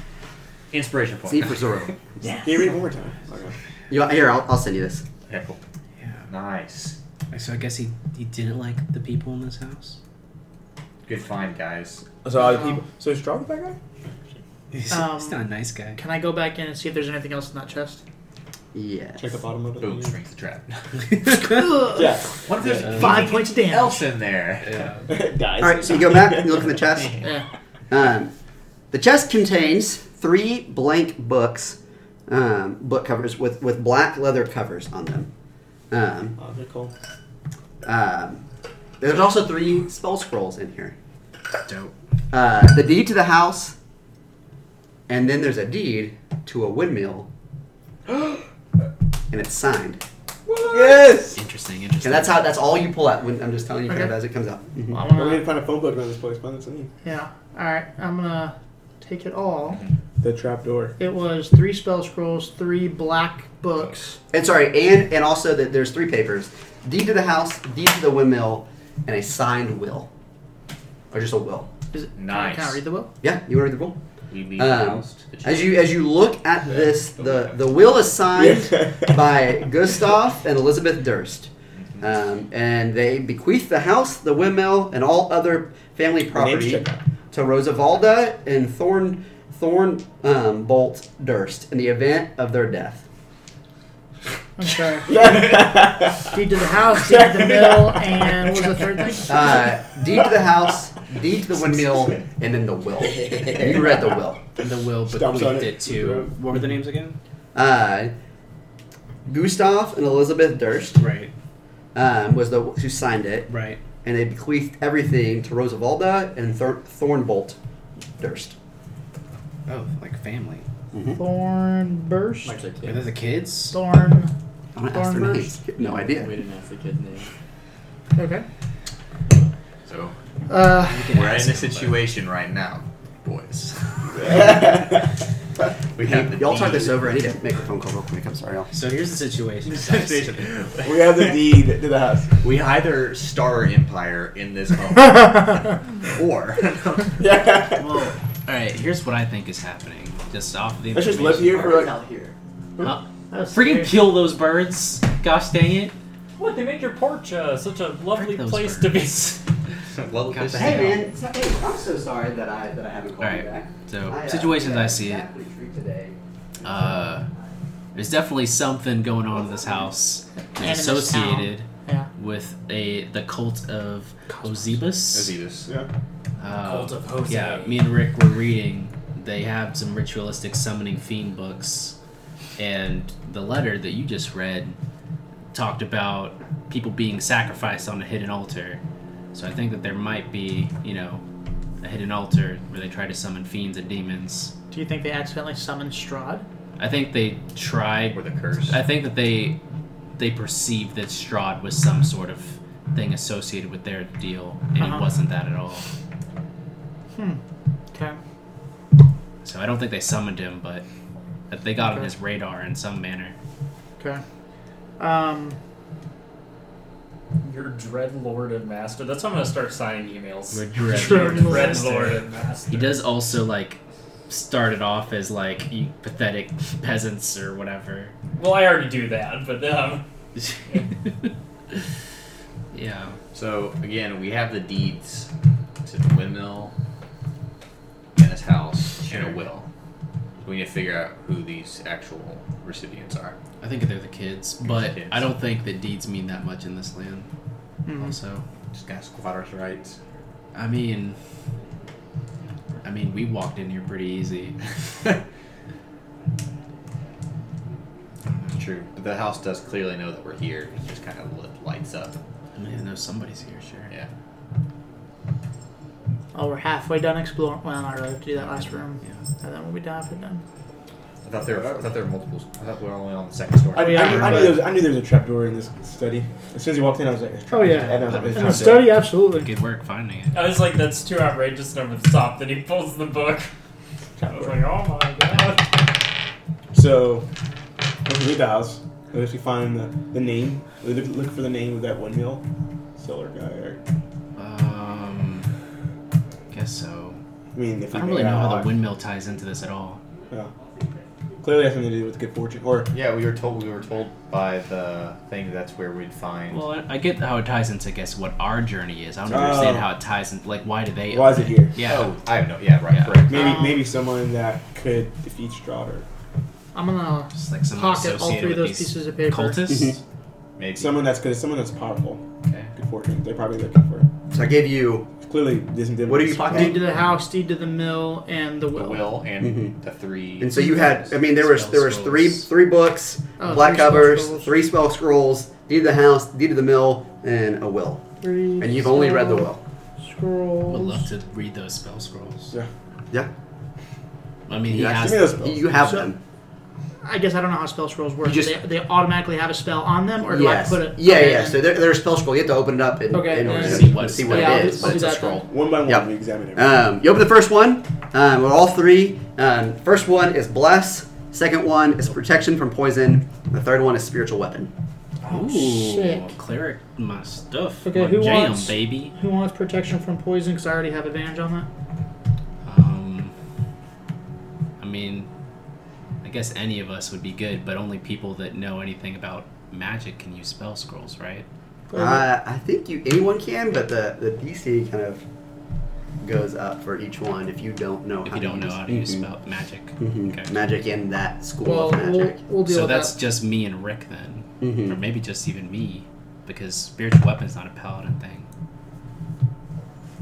Speaker 8: [LAUGHS] Inspiration point.
Speaker 2: See for Zoro.
Speaker 4: Can you read it one more time? Okay.
Speaker 2: You, here, I'll, I'll send you this.
Speaker 8: Okay, cool. Nice.
Speaker 6: So I guess he, he didn't like the people in this house.
Speaker 8: Good find, guys.
Speaker 4: So all the people. So is Strahd the bad guy?
Speaker 6: He's,
Speaker 5: Um,
Speaker 6: he's not a nice
Speaker 5: [LAUGHS]
Speaker 6: guy.
Speaker 5: Can I go back in and see if there's anything else in that chest?
Speaker 2: Yes.
Speaker 4: Check the bottom of it.
Speaker 8: Boom strings the trap.
Speaker 4: [LAUGHS] Yeah. [LAUGHS]
Speaker 8: What if there's
Speaker 6: Yeah.
Speaker 5: Five points of damage.
Speaker 8: else in there?
Speaker 4: Dies.
Speaker 2: All right, so you go back, you look in the chest.
Speaker 5: Yeah.
Speaker 2: Um, the chest contains three blank books, um, book covers with, with black leather covers on them. Um,
Speaker 4: [LAUGHS] Oh, they're cool.
Speaker 2: um, there's also three spell scrolls in here.
Speaker 6: Dope.
Speaker 2: Uh, the deed to the house, and then there's a deed to a windmill, and it's signed.
Speaker 4: Yes.
Speaker 6: Interesting, interesting.
Speaker 2: And that's how that's all you pull out. When I'm just telling you kind of
Speaker 5: Okay.
Speaker 2: as it comes out. Mhm.
Speaker 5: Well, I
Speaker 4: We need
Speaker 5: wanna,
Speaker 4: to find a phone book around this place. Find it something.
Speaker 5: yeah. All right. I'm gonna take it all.
Speaker 4: The trap [LAUGHS] door.
Speaker 5: It was three spell scrolls, three black books.
Speaker 2: And sorry, and and also that there's three papers: deed to the house, deed to the windmill, and a signed will, or just a will.
Speaker 5: Is it, Can I
Speaker 8: Nice.
Speaker 5: read the will?
Speaker 2: Yeah, you want to read the rule?
Speaker 8: We leave the
Speaker 2: Um,
Speaker 8: house to the
Speaker 2: As
Speaker 8: church.
Speaker 2: you as you look at
Speaker 8: Yeah.
Speaker 2: this, the the will is signed by Gustav and Elizabeth Durst, um, and they bequeath the house, the windmill, and all other family property
Speaker 4: check out.
Speaker 2: to Rosavalda and Thorn Thorn um, Bolt Durst in the event of their death.
Speaker 5: I'm sorry. Deed to the house, deed to the mill, and what was the third thing?
Speaker 2: Uh, deed to the house, deed to the windmill, and then the will. You read the will.
Speaker 6: The will
Speaker 4: Stumps on
Speaker 6: bequeathed
Speaker 4: it.
Speaker 6: it to. Mm-hmm. What were the names again?
Speaker 2: Uh, Gustav and Elizabeth Durst
Speaker 6: Right,
Speaker 2: um, was the who signed it.
Speaker 6: right.
Speaker 2: and they bequeathed everything to Rosavalda and Thor- Thornbolt Durst.
Speaker 6: Oh, like family.
Speaker 5: Thorn burst.
Speaker 7: Much like
Speaker 6: Are
Speaker 7: kids.
Speaker 6: those the kids?
Speaker 5: Thorn.
Speaker 2: I don't ask their
Speaker 5: Thornburst?
Speaker 2: names. No
Speaker 7: We
Speaker 2: idea.
Speaker 7: didn't ask the kid's name.
Speaker 5: Okay.
Speaker 8: so
Speaker 5: Uh,
Speaker 6: We can
Speaker 8: we're in
Speaker 6: ask
Speaker 8: a
Speaker 6: them, but-
Speaker 8: situation right now, boys. [LAUGHS]
Speaker 2: [LAUGHS]
Speaker 8: we have the
Speaker 2: Y'all talk
Speaker 8: deed.
Speaker 2: this over. I need to make a phone call real quick. I'm sorry. Y'all.
Speaker 6: So here's the [LAUGHS] situation.
Speaker 8: Situation.
Speaker 4: [LAUGHS] we have the deed to the house.
Speaker 8: [LAUGHS] We either star empire
Speaker 2: [LAUGHS]
Speaker 8: in this moment, or
Speaker 4: [LAUGHS] Yeah.
Speaker 6: well, all right. Here's what I think is happening. Just off the.
Speaker 4: Let's just
Speaker 6: information
Speaker 4: live here for
Speaker 6: part.
Speaker 4: like.
Speaker 6: Huh?
Speaker 5: that was
Speaker 6: Freaking
Speaker 5: scary.
Speaker 6: kill those birds! Gosh dang it!
Speaker 3: What they made your porch uh, such a lovely
Speaker 6: Frick those
Speaker 3: place [LAUGHS] to be.
Speaker 8: love
Speaker 6: Got
Speaker 8: this.
Speaker 6: the
Speaker 2: Hey
Speaker 6: hell.
Speaker 2: man, it's not, hey, I'm so sorry that I that I haven't called
Speaker 6: Alright,
Speaker 2: you back.
Speaker 6: So
Speaker 2: I, uh,
Speaker 6: situations
Speaker 2: yeah,
Speaker 6: I see it.
Speaker 2: exactly true today.
Speaker 6: Uh, there's definitely something going on in this house
Speaker 5: And in this
Speaker 6: associated
Speaker 5: Yeah.
Speaker 6: with a the cult of Ozebus.
Speaker 8: Ozebus.
Speaker 6: Uh,
Speaker 3: Cult of Jose.
Speaker 6: Yeah, me and Rick were reading. They have some ritualistic summoning fiend books, and the letter that you just read talked about people being sacrificed on a hidden altar. So I think that there might be, you know, a hidden altar where they try to summon fiends and demons.
Speaker 5: Do you think they accidentally summoned Strahd?
Speaker 6: I think they tried
Speaker 8: With a curse.
Speaker 6: I think that they they perceived that Strahd was some sort of thing associated with their deal, and
Speaker 5: Uh-huh.
Speaker 6: it wasn't that at all.
Speaker 5: Hmm. Okay.
Speaker 6: So I don't think they summoned him, but that they got on
Speaker 5: Okay.
Speaker 6: his radar in some manner.
Speaker 5: Okay. Um,
Speaker 3: Your dread lord and master. That's how I'm gonna start signing emails.
Speaker 6: We're dreading
Speaker 5: Dread
Speaker 6: the
Speaker 3: Dread
Speaker 6: rest
Speaker 3: lord
Speaker 6: there.
Speaker 3: and master.
Speaker 6: He does also like started off as like you pathetic [LAUGHS] peasants or whatever. [LAUGHS]
Speaker 3: Well, I already do that, but um,
Speaker 6: yeah.
Speaker 8: So again, we have the deeds to the windmill and his house and a will. We need to figure out who these actual recipients are.
Speaker 6: I think they're the kids, but
Speaker 8: kids.
Speaker 6: I don't think that deeds mean that much in this land.
Speaker 5: Mhm.
Speaker 6: Also,
Speaker 8: Just kind of squatters' rights.
Speaker 6: I mean, I mean, we walked in here pretty easy.
Speaker 8: Mm-hmm. True, but the house does clearly know that we're here. It just kind of lit, lights up.
Speaker 6: I mean, I know somebody's here, sure.
Speaker 8: Yeah.
Speaker 5: oh, we're halfway done exploring. Well, I really have to do that last room,
Speaker 6: Yeah.
Speaker 5: and then we'll be halfway done.
Speaker 8: I thought there were. I thought there were multiple. I thought we were only on the second story.
Speaker 4: I, I, knew- I,
Speaker 5: but-
Speaker 4: knew there was, I knew there was a trapdoor in this study. As soon as he walked in, I was like, there's a
Speaker 5: Oh, yeah.
Speaker 4: trapdoor. And I was like, there's a
Speaker 6: And
Speaker 4: trapdoor.
Speaker 5: absolutely.
Speaker 6: Good work finding it.
Speaker 3: I was like, that's too outrageous. And over the top. Then he pulls the book. I was
Speaker 4: Trapdoor.
Speaker 3: like, oh my god.
Speaker 4: So, if we leave the house, what if we find the, the name? We look, look for the name of that windmill seller guy. Or,
Speaker 6: Um, guess so.
Speaker 4: I mean, if we
Speaker 6: I don't
Speaker 4: make
Speaker 6: really
Speaker 4: it
Speaker 6: know
Speaker 4: out
Speaker 6: how the
Speaker 4: alive.
Speaker 6: windmill ties into this at all.
Speaker 4: Clearly, has something to do with good fortune. Or
Speaker 8: Yeah, we were told. We were told by the thing that's where we'd find.
Speaker 6: Well, I, I get how it ties into, I guess, what our journey is. I don't
Speaker 4: Oh.
Speaker 6: understand how it ties into, like, why do they?
Speaker 4: why is it here?
Speaker 6: Yeah.
Speaker 8: Oh, I have no. Yeah, right.
Speaker 6: Yeah.
Speaker 8: Correct.
Speaker 4: Maybe
Speaker 5: Um,
Speaker 4: maybe someone that could defeat Strahd or
Speaker 5: I'm gonna
Speaker 6: Just like someone
Speaker 5: pocket
Speaker 6: associated
Speaker 5: all three of
Speaker 6: with
Speaker 5: those
Speaker 6: these
Speaker 5: pieces of paper.
Speaker 4: Mm-hmm.
Speaker 6: cultists.
Speaker 8: Maybe.
Speaker 4: someone that's good, someone that's powerful.
Speaker 6: Okay.
Speaker 4: Good fortune. They're probably looking for.
Speaker 2: So I gave you
Speaker 4: Clearly, this is
Speaker 2: What are you
Speaker 5: Deed
Speaker 2: pocketing?
Speaker 5: to the house, deed to the mill, and the
Speaker 8: the
Speaker 5: will.
Speaker 8: will and the three.
Speaker 2: And so you had, I mean, there was there was three
Speaker 6: Spell scrolls.
Speaker 2: three books,
Speaker 5: Oh,
Speaker 2: black
Speaker 5: three spell
Speaker 2: covers,
Speaker 5: scrolls.
Speaker 2: three spell scrolls, deed to the house, deed to the mill, and a will.
Speaker 5: Three
Speaker 2: And you've only read the will.
Speaker 6: Would love
Speaker 5: Scrolls.
Speaker 6: to read those spell scrolls.
Speaker 4: Yeah.
Speaker 2: Yeah.
Speaker 6: I mean, he
Speaker 2: Yeah,
Speaker 6: has.
Speaker 4: Give me those spells.
Speaker 2: You have
Speaker 5: So-
Speaker 2: them.
Speaker 5: I guess I don't know how spell scrolls work.
Speaker 2: You just-
Speaker 5: they, they automatically have a spell on them, or do
Speaker 2: Yes.
Speaker 5: I put it?
Speaker 2: yeah,
Speaker 5: okay,
Speaker 2: yeah.
Speaker 5: then.
Speaker 2: So there, there's a spell scroll. You have to open it up and,
Speaker 5: Okay,
Speaker 2: in order
Speaker 5: yeah.
Speaker 2: to
Speaker 6: See what-
Speaker 2: see what
Speaker 5: yeah,
Speaker 2: it
Speaker 5: I'll
Speaker 2: is.
Speaker 5: do-
Speaker 2: but
Speaker 5: I'll do
Speaker 2: it's a
Speaker 5: that
Speaker 2: scroll.
Speaker 5: then.
Speaker 4: One by one,
Speaker 2: Yep.
Speaker 4: we examine everything. [GASPS]
Speaker 2: Um, you open the first one. Um, well, all three. Um, first one is bless. Second one is protection from poison. and The third one is spiritual weapon.
Speaker 6: Ooh,
Speaker 5: Sick.
Speaker 6: Oh, cleric, my stuff.
Speaker 5: Okay,
Speaker 6: my
Speaker 5: who
Speaker 6: jam,
Speaker 5: wants-
Speaker 6: baby.
Speaker 5: Who wants protection from poison? Because I already have advantage on that.
Speaker 6: Um, mean, I guess any of us would be good, but only people that know anything about magic can use spell scrolls, right?
Speaker 2: Uh, I think you anyone can, but the, the DC kind of goes up for each one if you don't know
Speaker 6: If
Speaker 2: how
Speaker 6: you
Speaker 2: to
Speaker 6: don't know
Speaker 2: use
Speaker 6: how to use
Speaker 2: Mhm.
Speaker 6: spell magic.
Speaker 2: Mhm.
Speaker 6: Okay.
Speaker 2: magic in that school
Speaker 5: Well,
Speaker 2: of magic.
Speaker 5: we'll, we'll deal
Speaker 6: so
Speaker 5: with
Speaker 6: that's
Speaker 5: that.
Speaker 6: just me and Rick then,
Speaker 2: Mhm.
Speaker 6: or maybe just even me, because spiritual weapon's not a paladin thing.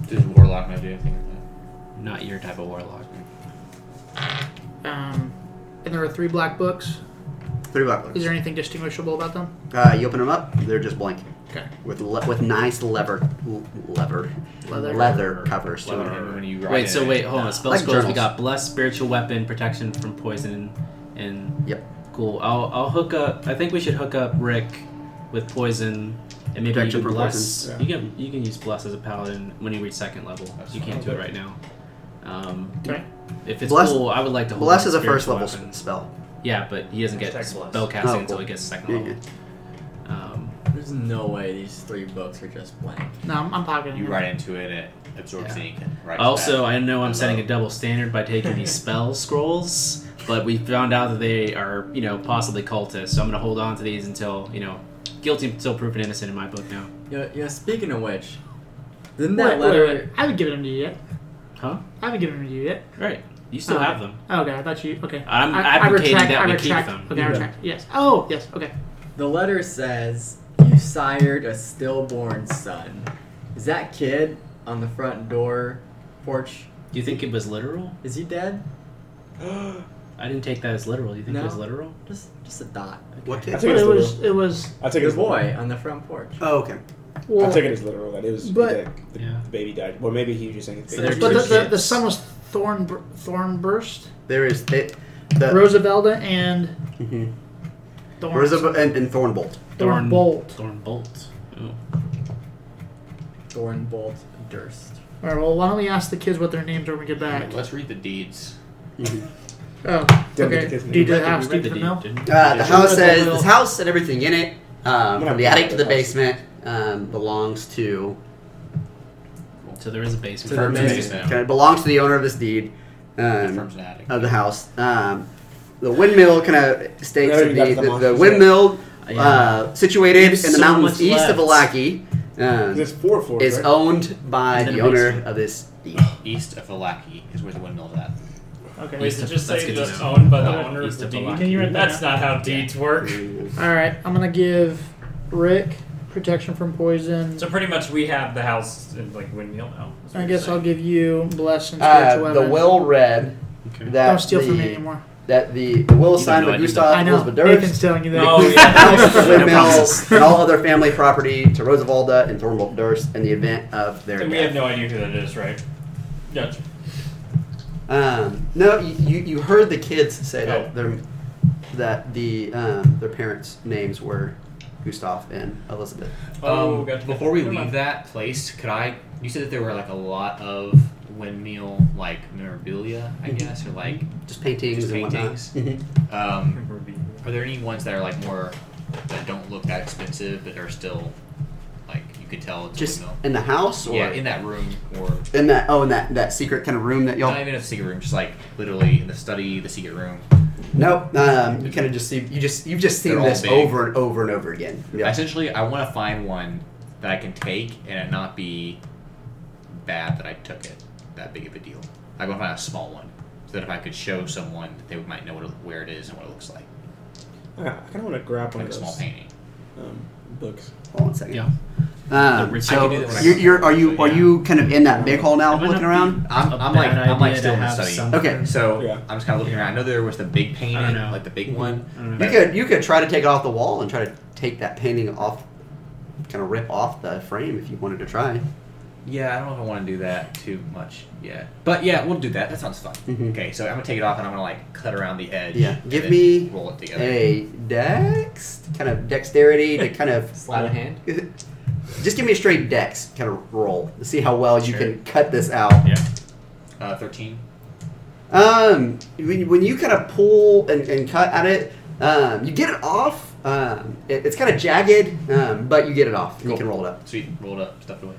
Speaker 8: Does Warlock not do anything with that?
Speaker 6: Not your type of warlock.
Speaker 5: Um, and there are three black books.
Speaker 2: Three black ones.
Speaker 5: Is there anything distinguishable about them?
Speaker 2: Uh, you open them up, they're just blank
Speaker 5: Okay.
Speaker 2: with le- with nice leather leather
Speaker 5: Leather.
Speaker 2: covers to
Speaker 8: Leather,
Speaker 2: them.
Speaker 8: when you ride
Speaker 6: Wait, so
Speaker 8: in
Speaker 6: wait, hold on. Spell
Speaker 2: Like
Speaker 6: scrolls. We
Speaker 2: journals.
Speaker 6: got blessed spiritual weapon, protection from poison, and
Speaker 2: Yep.
Speaker 6: Cool. I'll I'll hook up. I think we should hook up Rick with poison, and maybe
Speaker 2: Protection
Speaker 6: you
Speaker 2: from
Speaker 6: can bless.
Speaker 4: poison,
Speaker 6: You can you can use bless as a paladin when you reach second level.
Speaker 8: That's
Speaker 6: you can't
Speaker 4: fine.
Speaker 6: do it right now. Um,
Speaker 5: Okay.
Speaker 6: if it's
Speaker 2: Bless-
Speaker 6: cool, I would like to. hold
Speaker 2: Bless
Speaker 6: on
Speaker 2: is a first
Speaker 6: spiritual
Speaker 2: level s-
Speaker 6: weapon.
Speaker 2: spell.
Speaker 6: Yeah, but he doesn't get
Speaker 9: Hashtag bless.
Speaker 6: spell
Speaker 2: Oh,
Speaker 6: casting
Speaker 2: cool.
Speaker 6: until he gets second
Speaker 2: Yeah,
Speaker 6: level. Um,
Speaker 7: There's no way these three books are just blank.
Speaker 5: No, I'm, I'm pocketing
Speaker 8: You
Speaker 5: it.
Speaker 8: ride into it, it absorbs
Speaker 6: Yeah.
Speaker 8: anything. Right.
Speaker 6: also,
Speaker 8: back.
Speaker 6: I know I'm
Speaker 8: I
Speaker 6: setting a
Speaker 8: love-
Speaker 6: double standard by taking
Speaker 8: [LAUGHS]
Speaker 6: these spell scrolls, but we found out that they are, you know, possibly cultists. So I'm gonna hold on to these until, you know, guilty until proven innocent in my book now.
Speaker 7: You know, you know, speaking of which, didn't
Speaker 5: Wait,
Speaker 7: that
Speaker 5: wait,
Speaker 7: letter?
Speaker 5: wait. I haven't given them to you yet.
Speaker 6: Huh?
Speaker 5: I haven't given them to you yet.
Speaker 6: Right. You still
Speaker 5: Okay.
Speaker 6: have them.
Speaker 5: Oh, okay, I thought you. Okay.
Speaker 6: I'm
Speaker 5: I, I
Speaker 6: advocating
Speaker 5: retract,
Speaker 6: that
Speaker 5: I
Speaker 6: we keep
Speaker 5: retract.
Speaker 6: them.
Speaker 5: Okay, I
Speaker 4: Yeah.
Speaker 5: retract. Yes. Oh, yes. Okay.
Speaker 7: The letter says you sired a stillborn son. Is that kid on the front door porch?
Speaker 6: Do you think it was literal?
Speaker 7: Is he dead?
Speaker 6: I didn't take that as literal. Do you think it was
Speaker 7: No.
Speaker 6: literal?
Speaker 7: Just, just a dot.
Speaker 2: What
Speaker 4: I
Speaker 2: kid?
Speaker 4: take it
Speaker 5: But
Speaker 4: as
Speaker 5: it
Speaker 4: literal.
Speaker 5: was. It was.
Speaker 4: I take it
Speaker 7: The
Speaker 4: as literal.
Speaker 7: boy on the front porch.
Speaker 2: Oh, okay.
Speaker 5: Well,
Speaker 4: I take it as literal. That it was
Speaker 5: But-
Speaker 4: that the
Speaker 6: Yeah.
Speaker 4: baby died. Well, maybe he was just saying.
Speaker 6: So
Speaker 5: but
Speaker 6: they're
Speaker 5: the,
Speaker 6: two
Speaker 5: the, the
Speaker 6: kids.
Speaker 5: son was Thorn Thornburst,
Speaker 2: There is it. The
Speaker 5: Roosevelt, and
Speaker 2: Mhm.
Speaker 5: Thorn
Speaker 2: Roosevelt and, and Thornbolt.
Speaker 5: Thornbolt
Speaker 6: Thorn bolt. Oh.
Speaker 7: Thornbolt Durst.
Speaker 5: All right. Well, why don't we ask the kids what their names are when we get back?
Speaker 8: Let's read the deeds.
Speaker 5: Oh,
Speaker 4: Don't get
Speaker 5: okay.
Speaker 4: the kids'
Speaker 5: Deed to
Speaker 6: We
Speaker 5: the
Speaker 6: read-
Speaker 5: house,
Speaker 6: we read
Speaker 5: deed to the
Speaker 6: deed,
Speaker 5: mill.
Speaker 6: didn't we?
Speaker 2: Uh, the
Speaker 6: Yeah.
Speaker 2: house says
Speaker 5: Little-
Speaker 2: this house and everything in it, um, from the attic to the basement, um, belongs to.
Speaker 6: So there is a basement.
Speaker 7: To the
Speaker 6: Firm's
Speaker 7: basement.
Speaker 6: basement.
Speaker 2: Okay, belongs to the owner of this deed, um,
Speaker 8: Confirms an attic.
Speaker 2: of the house. Um, the windmill kind of states
Speaker 4: There
Speaker 2: that
Speaker 4: we got
Speaker 2: the,
Speaker 4: the
Speaker 2: the, the
Speaker 4: monsters,
Speaker 2: windmill,
Speaker 6: yeah.
Speaker 2: uh, situated
Speaker 6: There's
Speaker 2: in the
Speaker 6: so
Speaker 2: mountains
Speaker 6: much
Speaker 2: east of
Speaker 6: left.
Speaker 2: Alaki, um,
Speaker 4: There's four floors.
Speaker 2: is
Speaker 4: right?
Speaker 2: owned by
Speaker 6: And then
Speaker 2: the
Speaker 6: a
Speaker 2: owner
Speaker 6: basement.
Speaker 2: of this deed.
Speaker 8: East of Alaki is where the windmill's at.
Speaker 5: Okay.
Speaker 3: Wait, did it just
Speaker 6: That's
Speaker 3: say
Speaker 6: good to
Speaker 3: that's
Speaker 6: know.
Speaker 3: owned by the
Speaker 6: Uh,
Speaker 3: owner of
Speaker 6: East
Speaker 3: the
Speaker 6: of
Speaker 3: deed?
Speaker 6: Alaki.
Speaker 5: Can you write that
Speaker 3: That's not how deeds work.
Speaker 5: All right. I'm gonna give Rick protection from poison.
Speaker 3: So pretty much we have the house in like windmill now. is what
Speaker 5: I
Speaker 3: you're
Speaker 5: guess
Speaker 3: saying.
Speaker 5: I'll give you bless and spiritual
Speaker 2: Uh, the
Speaker 5: weapon.
Speaker 2: will read
Speaker 6: Okay.
Speaker 2: that
Speaker 5: Don't steal
Speaker 2: the,
Speaker 5: from me anymore.
Speaker 2: that the, the will
Speaker 6: don't
Speaker 2: signed
Speaker 6: know
Speaker 2: by
Speaker 6: anything.
Speaker 5: I
Speaker 2: Gustav
Speaker 5: know.
Speaker 2: Elizabeth Durst
Speaker 5: Nathan's telling you that.
Speaker 3: Oh,
Speaker 2: [LAUGHS] house, the
Speaker 3: yeah.
Speaker 6: No
Speaker 2: windmill, [LAUGHS]
Speaker 6: promises.
Speaker 2: and all other family property to Rosavalda and Thornbolt Durst in the event of their
Speaker 3: And we have
Speaker 2: death.
Speaker 3: no idea who that is, right? Gotcha.
Speaker 2: um, no, you, you- you heard the kids say
Speaker 3: Oh.
Speaker 2: that their that the um, their parents' names were Gustav and Elizabeth.
Speaker 3: Oh,
Speaker 8: Um,
Speaker 3: gotcha.
Speaker 8: Before we
Speaker 3: Never
Speaker 8: leave
Speaker 3: mind.
Speaker 8: that place, could I? You said that there were like a lot of windmill like memorabilia, I
Speaker 3: Mhm.
Speaker 8: guess, or like.
Speaker 2: Just paintings
Speaker 8: Just
Speaker 2: and
Speaker 8: paintings.
Speaker 2: whatnot. Mm-hmm.
Speaker 8: Um, are there any ones that are like more that don't look that expensive, but are still like you could tell it's
Speaker 2: Just
Speaker 8: a windmill?
Speaker 2: in the house, or
Speaker 8: yeah, in that room or
Speaker 2: in that oh, in that that secret kind of room that y'all
Speaker 8: not even a secret room, just like literally in the study, the secret room.
Speaker 2: Nope. Um, you kind of just see you just you've just seen
Speaker 8: They're all
Speaker 2: this
Speaker 8: big.
Speaker 2: over and over and over again. Yeah.
Speaker 8: Essentially, I want to find one that I can take and it not be bad that I took it. That big of a deal. I want to find a small one so that if I could show someone, they might know what it, where it is and what it looks like,
Speaker 4: I kind of want to grab one
Speaker 8: like a
Speaker 4: of
Speaker 8: small
Speaker 4: those
Speaker 8: painting.
Speaker 4: um, books.
Speaker 2: Hold on a second.
Speaker 6: Yeah. The
Speaker 2: Um,
Speaker 6: rich-
Speaker 8: I
Speaker 2: so
Speaker 8: can do that when I
Speaker 2: you're,
Speaker 8: come
Speaker 2: you're are you
Speaker 8: So,
Speaker 2: are
Speaker 8: yeah.
Speaker 2: you kind of in that big hall now,
Speaker 6: It might
Speaker 2: looking
Speaker 6: not be
Speaker 2: around?
Speaker 8: I'm,
Speaker 6: a
Speaker 8: I'm like
Speaker 6: bad
Speaker 8: I'm like
Speaker 6: idea
Speaker 8: still
Speaker 6: to
Speaker 8: in the
Speaker 6: have
Speaker 8: study.
Speaker 6: some-
Speaker 2: Okay.
Speaker 8: So
Speaker 4: Yeah.
Speaker 8: I'm just kind of looking around. I know there was the big
Speaker 6: I don't
Speaker 8: painting,
Speaker 6: know. Mm-hmm.
Speaker 8: like the big one.
Speaker 6: I don't know.
Speaker 2: You could you could try to take it off the wall and try to take that painting off, kind of rip off the frame if you wanted to try.
Speaker 8: Yeah, I don't know if I want to do that too much yet. But yeah, we'll do that. That sounds fun.
Speaker 2: Mhm.
Speaker 8: Okay, so I'm gonna take it off and I'm gonna like cut around the edge.
Speaker 2: Yeah.
Speaker 8: and
Speaker 2: Give
Speaker 8: then
Speaker 2: me
Speaker 8: roll it together.
Speaker 2: a dex kind of dexterity
Speaker 8: [LAUGHS]
Speaker 2: to kind of
Speaker 7: Slap of hand.
Speaker 2: [LAUGHS] just give me a straight dex kind of roll to see how well you
Speaker 8: Sure.
Speaker 2: can cut this out.
Speaker 6: Yeah.
Speaker 8: Uh, Thirteen.
Speaker 2: Um, when, when you kind of pull and, and cut at it, um, you get it off. Um, it- it's kind of jagged, um, but you get it off. and You
Speaker 8: Cool.
Speaker 2: can roll it up.
Speaker 8: Sweet. Rolled up. Stuffed away.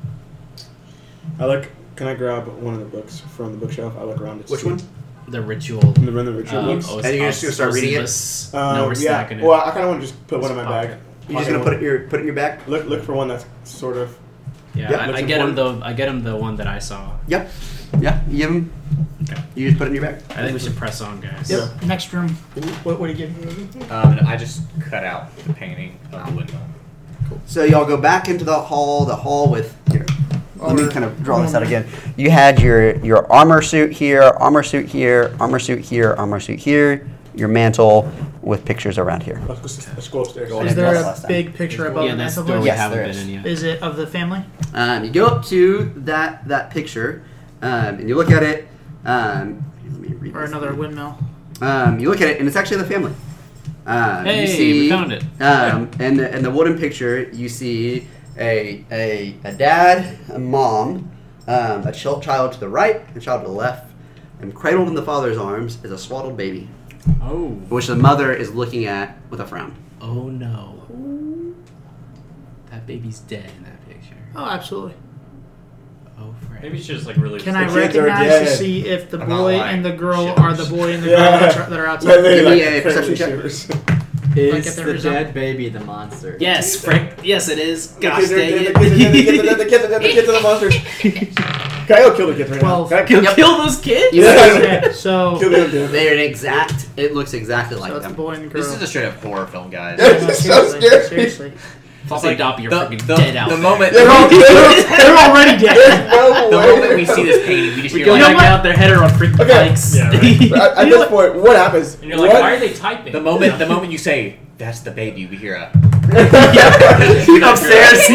Speaker 4: I look. Can I grab one of the books from the bookshelf? I look around. to
Speaker 2: Which
Speaker 4: see-
Speaker 2: one?
Speaker 6: the ritual. uh,
Speaker 4: I'm gonna run the ritual
Speaker 6: of
Speaker 4: books.
Speaker 6: Os-
Speaker 2: And you're just gonna start reading it?
Speaker 6: Osibus.
Speaker 4: Um,
Speaker 6: no, we're
Speaker 4: yeah.
Speaker 6: stacking it.
Speaker 4: Well, I kind of want to just put one in my
Speaker 6: Pocket.
Speaker 4: bag.
Speaker 2: You're just gonna put it in your put it in your back.
Speaker 4: Look, look for one that's sort of.
Speaker 6: yeah,
Speaker 2: yep,
Speaker 6: I, I
Speaker 4: looks
Speaker 6: get him the I get him the one that I saw.
Speaker 2: Yep. Yeah. You give him.
Speaker 6: Okay.
Speaker 2: You just put it in your back.
Speaker 6: I think we should press on, guys.
Speaker 4: Yeah.
Speaker 5: [LAUGHS] Next room. What would he give you?
Speaker 8: Um, and I just cut out the painting of the windmill.
Speaker 2: So y'all go back into the hall. The hall with here. Let me kind of draw this out again.
Speaker 10: You had your your armor suit here, armor suit here, armor suit here, armor suit here. Your mantle with pictures around here.
Speaker 4: Let's, go- let's go upstairs.
Speaker 10: Go
Speaker 5: Is
Speaker 10: ahead.
Speaker 5: there
Speaker 10: That's
Speaker 5: a
Speaker 10: last time.
Speaker 5: big picture above
Speaker 6: Yeah,
Speaker 5: the
Speaker 6: that's the
Speaker 5: mantle?
Speaker 6: door we
Speaker 10: Yes,
Speaker 6: haven't
Speaker 10: there
Speaker 6: been
Speaker 10: is.
Speaker 6: in yet.
Speaker 5: Is it of the family?
Speaker 2: Um, you go up to that that picture, um, and you look at it. Um, let me read
Speaker 5: Or
Speaker 2: this
Speaker 5: another
Speaker 2: thing.
Speaker 5: windmill?
Speaker 2: Um, you look at it, and it's actually the family. Um,
Speaker 6: Hey,
Speaker 2: you
Speaker 6: we
Speaker 2: see,
Speaker 6: found it.
Speaker 2: Um, and the, and the wooden picture, you see a a, a dad, a mom, um, a chil- child to the right, a child to the left, and cradled in the father's arms is a swaddled baby,
Speaker 6: Oh.
Speaker 2: which the mother is looking at with a frown.
Speaker 6: Oh no. That baby's dead in that picture.
Speaker 5: Oh, absolutely.
Speaker 6: Oh, Frank.
Speaker 3: Maybe it's just like really.
Speaker 5: Can I
Speaker 4: The kids are
Speaker 5: recognize to
Speaker 4: dead.
Speaker 5: see if the
Speaker 8: I'm not
Speaker 5: boy
Speaker 8: lying.
Speaker 5: and the girl
Speaker 8: Shit.
Speaker 5: are the boy and the girl that, are, that are
Speaker 4: Let
Speaker 5: outside?
Speaker 4: me,
Speaker 2: Give
Speaker 4: like,
Speaker 2: me a perception
Speaker 4: faintly
Speaker 2: check.
Speaker 4: shivers.
Speaker 5: Like if
Speaker 7: Is
Speaker 5: there
Speaker 7: the
Speaker 5: was a-
Speaker 7: dead baby the monster?
Speaker 6: Yes, Frank. Yes, it is. Gosh
Speaker 4: Kids are
Speaker 6: dang
Speaker 4: dead,
Speaker 6: it.
Speaker 4: the kids are dead, the kids are dead, the kids are
Speaker 6: [LAUGHS]
Speaker 4: dead, the kids are the monsters. Kyle killed the kids right
Speaker 5: Twelve.
Speaker 4: now. Kyle,
Speaker 6: Kill, kill those kids?
Speaker 2: You
Speaker 4: Yeah. [LAUGHS]
Speaker 5: Okay, so
Speaker 4: kill the kids.
Speaker 2: They're an exact. It looks exactly like
Speaker 5: so it's the
Speaker 2: them.
Speaker 5: boy and the girl.
Speaker 8: This is a straight up horror film, guys.
Speaker 4: Yeah.
Speaker 5: [LAUGHS]
Speaker 8: It's
Speaker 5: No,
Speaker 4: This is so
Speaker 5: seriously,
Speaker 4: scary.
Speaker 5: Seriously.
Speaker 6: Fucking Doppy, you're
Speaker 8: the,
Speaker 6: freaking
Speaker 8: the,
Speaker 6: dead out
Speaker 8: the
Speaker 6: there.
Speaker 8: moment
Speaker 4: They're all dead.
Speaker 5: [LAUGHS] They're already dead.
Speaker 4: There's no
Speaker 8: the
Speaker 4: way.
Speaker 8: moment we see this painting, we just
Speaker 6: We
Speaker 8: hear
Speaker 6: go
Speaker 8: like
Speaker 6: back out, their head are on
Speaker 4: [LAUGHS]
Speaker 6: freaking
Speaker 4: Okay.
Speaker 6: bikes.
Speaker 3: Yeah, right.
Speaker 4: [LAUGHS] At, at
Speaker 5: You know
Speaker 4: this point, what happens?
Speaker 3: And you're like,
Speaker 4: what?
Speaker 3: why are they typing?
Speaker 8: the moment the moment you say that's the baby, we hear a
Speaker 6: [LAUGHS]
Speaker 2: [LAUGHS] upstairs.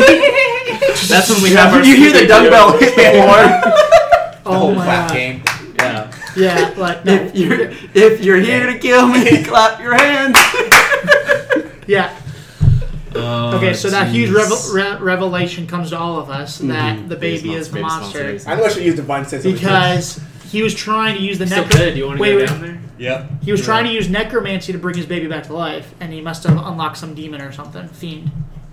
Speaker 6: That's when we have
Speaker 8: [LAUGHS]
Speaker 6: our
Speaker 2: you hear the
Speaker 6: stupid
Speaker 2: dumbbell
Speaker 6: joke.
Speaker 2: hit the floor.
Speaker 10: [LAUGHS]
Speaker 4: Oh
Speaker 8: the whole
Speaker 5: Oh my
Speaker 8: clap
Speaker 5: God.
Speaker 8: game.
Speaker 6: Yeah.
Speaker 5: Yeah,
Speaker 4: [LAUGHS]
Speaker 5: like no.
Speaker 2: if you're if you're here to kill
Speaker 10: [LAUGHS]
Speaker 2: me, clap your hands.
Speaker 5: Yeah.
Speaker 6: Oh,
Speaker 5: Okay, so that huge
Speaker 6: jeez.
Speaker 5: revel- re- revelation comes to all of us that
Speaker 8: Mm-hmm.
Speaker 5: the baby
Speaker 6: Baby's
Speaker 5: is the
Speaker 6: monster,
Speaker 5: monster
Speaker 6: baby's
Speaker 4: I know I should use divine sense. of the
Speaker 5: because he was trying to use the
Speaker 6: Still
Speaker 5: necro-
Speaker 6: good. Do you want to
Speaker 5: Wait,
Speaker 6: go
Speaker 5: wait.
Speaker 6: down there?
Speaker 8: Yep.
Speaker 5: he was trying to use necromancy to bring his baby back to life, and he must have unlocked some demon or something fiend.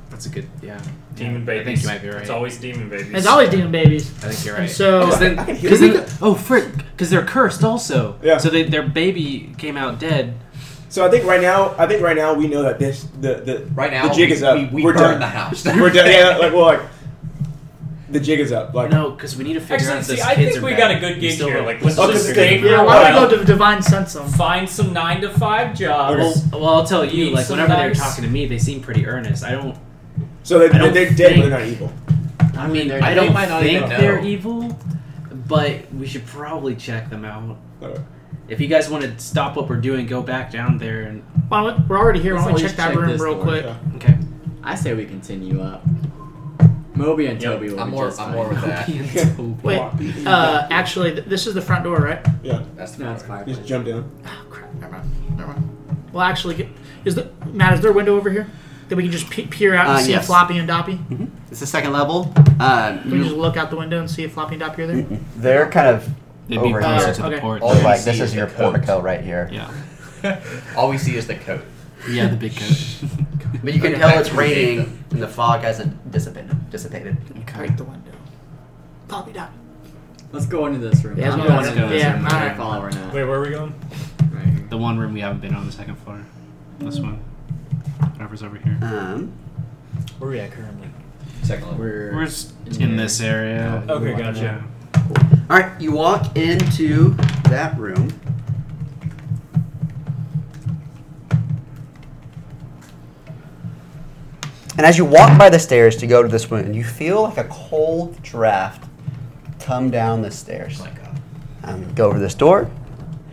Speaker 6: That's a good. Yeah.
Speaker 3: Demon
Speaker 6: Yeah, I
Speaker 3: babies.
Speaker 6: think you might be right.
Speaker 3: It's always demon babies.
Speaker 5: It's always demon babies.
Speaker 6: I think you're
Speaker 5: And
Speaker 6: right.
Speaker 5: so
Speaker 6: Because then,
Speaker 4: I can hear
Speaker 6: cause
Speaker 4: you.
Speaker 6: then- oh frick, because they're cursed also.
Speaker 4: Yeah.
Speaker 6: So they, their baby came out dead.
Speaker 4: So I think right now, I think right now we know that this the the
Speaker 8: Right now
Speaker 4: the jig
Speaker 8: we,
Speaker 4: is up.
Speaker 8: We, we
Speaker 4: We're
Speaker 8: burn
Speaker 4: done.
Speaker 8: the house.
Speaker 4: We're done.
Speaker 8: [LAUGHS]
Speaker 4: Yeah, like well, like the jig is up. Like
Speaker 6: No, because we need to figure
Speaker 3: Actually,
Speaker 6: out if
Speaker 3: see,
Speaker 6: those
Speaker 3: I
Speaker 6: kids
Speaker 3: think
Speaker 6: are
Speaker 3: we
Speaker 6: bad.
Speaker 3: got a good
Speaker 6: We
Speaker 3: gig
Speaker 6: still
Speaker 3: here.
Speaker 6: don't-
Speaker 3: Like, let's
Speaker 4: Oh, 'cause
Speaker 3: just
Speaker 4: they-
Speaker 3: stay for
Speaker 5: yeah,
Speaker 3: a
Speaker 5: why
Speaker 7: uh,
Speaker 3: while.
Speaker 5: don't we go to divine sense them?
Speaker 3: find some nine to five jobs.
Speaker 4: Okay.
Speaker 6: Well, well, I'll tell you.
Speaker 3: Need
Speaker 6: Like
Speaker 3: some
Speaker 6: whenever they're
Speaker 3: knives?
Speaker 6: talking to me, they seem pretty earnest. I don't.
Speaker 4: so they,
Speaker 6: I don't
Speaker 4: they're dead, but
Speaker 6: think-
Speaker 4: they're not evil.
Speaker 6: I mean,
Speaker 7: they're-
Speaker 6: I
Speaker 7: they
Speaker 6: don't
Speaker 8: might not
Speaker 6: think
Speaker 8: even know.
Speaker 6: they're evil, but we should probably check them out.
Speaker 4: Okay.
Speaker 6: If you guys want to stop what we're doing, go back down there and
Speaker 5: Why don't we- we're already here. Why
Speaker 7: Let's
Speaker 5: don't we
Speaker 7: always
Speaker 5: check that
Speaker 7: check
Speaker 5: room
Speaker 7: this
Speaker 5: real
Speaker 7: door.
Speaker 5: quick?
Speaker 4: Yeah.
Speaker 6: okay.
Speaker 7: I say we continue up. Moby and
Speaker 3: Yep,
Speaker 7: Toby will
Speaker 8: I'm
Speaker 7: be
Speaker 8: more
Speaker 7: just
Speaker 8: I'm
Speaker 7: fine.
Speaker 6: [LAUGHS]
Speaker 8: more with that.
Speaker 5: Wait, uh, actually, th- this is the front door, right?
Speaker 4: Yeah,
Speaker 8: That's the
Speaker 7: No, it's
Speaker 8: part.
Speaker 7: fine.
Speaker 4: just jump down.
Speaker 5: Oh, crap.
Speaker 8: Never mind. Never mind.
Speaker 5: Well, actually, get- is the Matt? Is there a window over here that we can just pe- peer out and
Speaker 2: Uh,
Speaker 5: see
Speaker 2: yes. Mm-hmm.
Speaker 5: if Floppy and Doppy?
Speaker 2: It's the second level. Um,
Speaker 5: We can
Speaker 2: you-
Speaker 5: just look out the window and see if Floppy and Doppy are there.
Speaker 10: They're kind of
Speaker 6: It'd be
Speaker 10: Over
Speaker 6: closer
Speaker 5: here.
Speaker 6: to
Speaker 5: Okay.
Speaker 6: the porch.
Speaker 10: all like
Speaker 8: see
Speaker 10: this is
Speaker 8: the
Speaker 10: your
Speaker 8: coat.
Speaker 10: portico right here.
Speaker 6: Yeah.
Speaker 8: All we see is the coat.
Speaker 6: Yeah, the big
Speaker 3: [LAUGHS]
Speaker 6: coat.
Speaker 2: but you can tell it's raining and the fog hasn't dissipated. Dissipated.
Speaker 5: Break the window. Floppy Doppy.
Speaker 7: Let's go into this room.
Speaker 5: Yeah,
Speaker 7: I'm
Speaker 2: Um,
Speaker 5: let's
Speaker 6: go
Speaker 7: not
Speaker 6: into
Speaker 7: in this
Speaker 6: this
Speaker 5: room.
Speaker 7: room.
Speaker 5: Yeah,
Speaker 7: I
Speaker 5: alright.
Speaker 7: don't follow or not.
Speaker 3: Oh, Wait, where are we going?
Speaker 7: Right here.
Speaker 6: The one room we haven't been on the second floor. This one. Whatever's over here.
Speaker 2: Um,
Speaker 3: Where are we at currently?
Speaker 8: Second level.
Speaker 7: We're,
Speaker 6: We're just in this area.
Speaker 3: Okay, gotcha.
Speaker 2: all right, you walk into that room.
Speaker 10: And as you walk by the stairs to go to this room, you feel like a cold draft come down the stairs.
Speaker 8: Like, uh,
Speaker 10: Um, go over this door,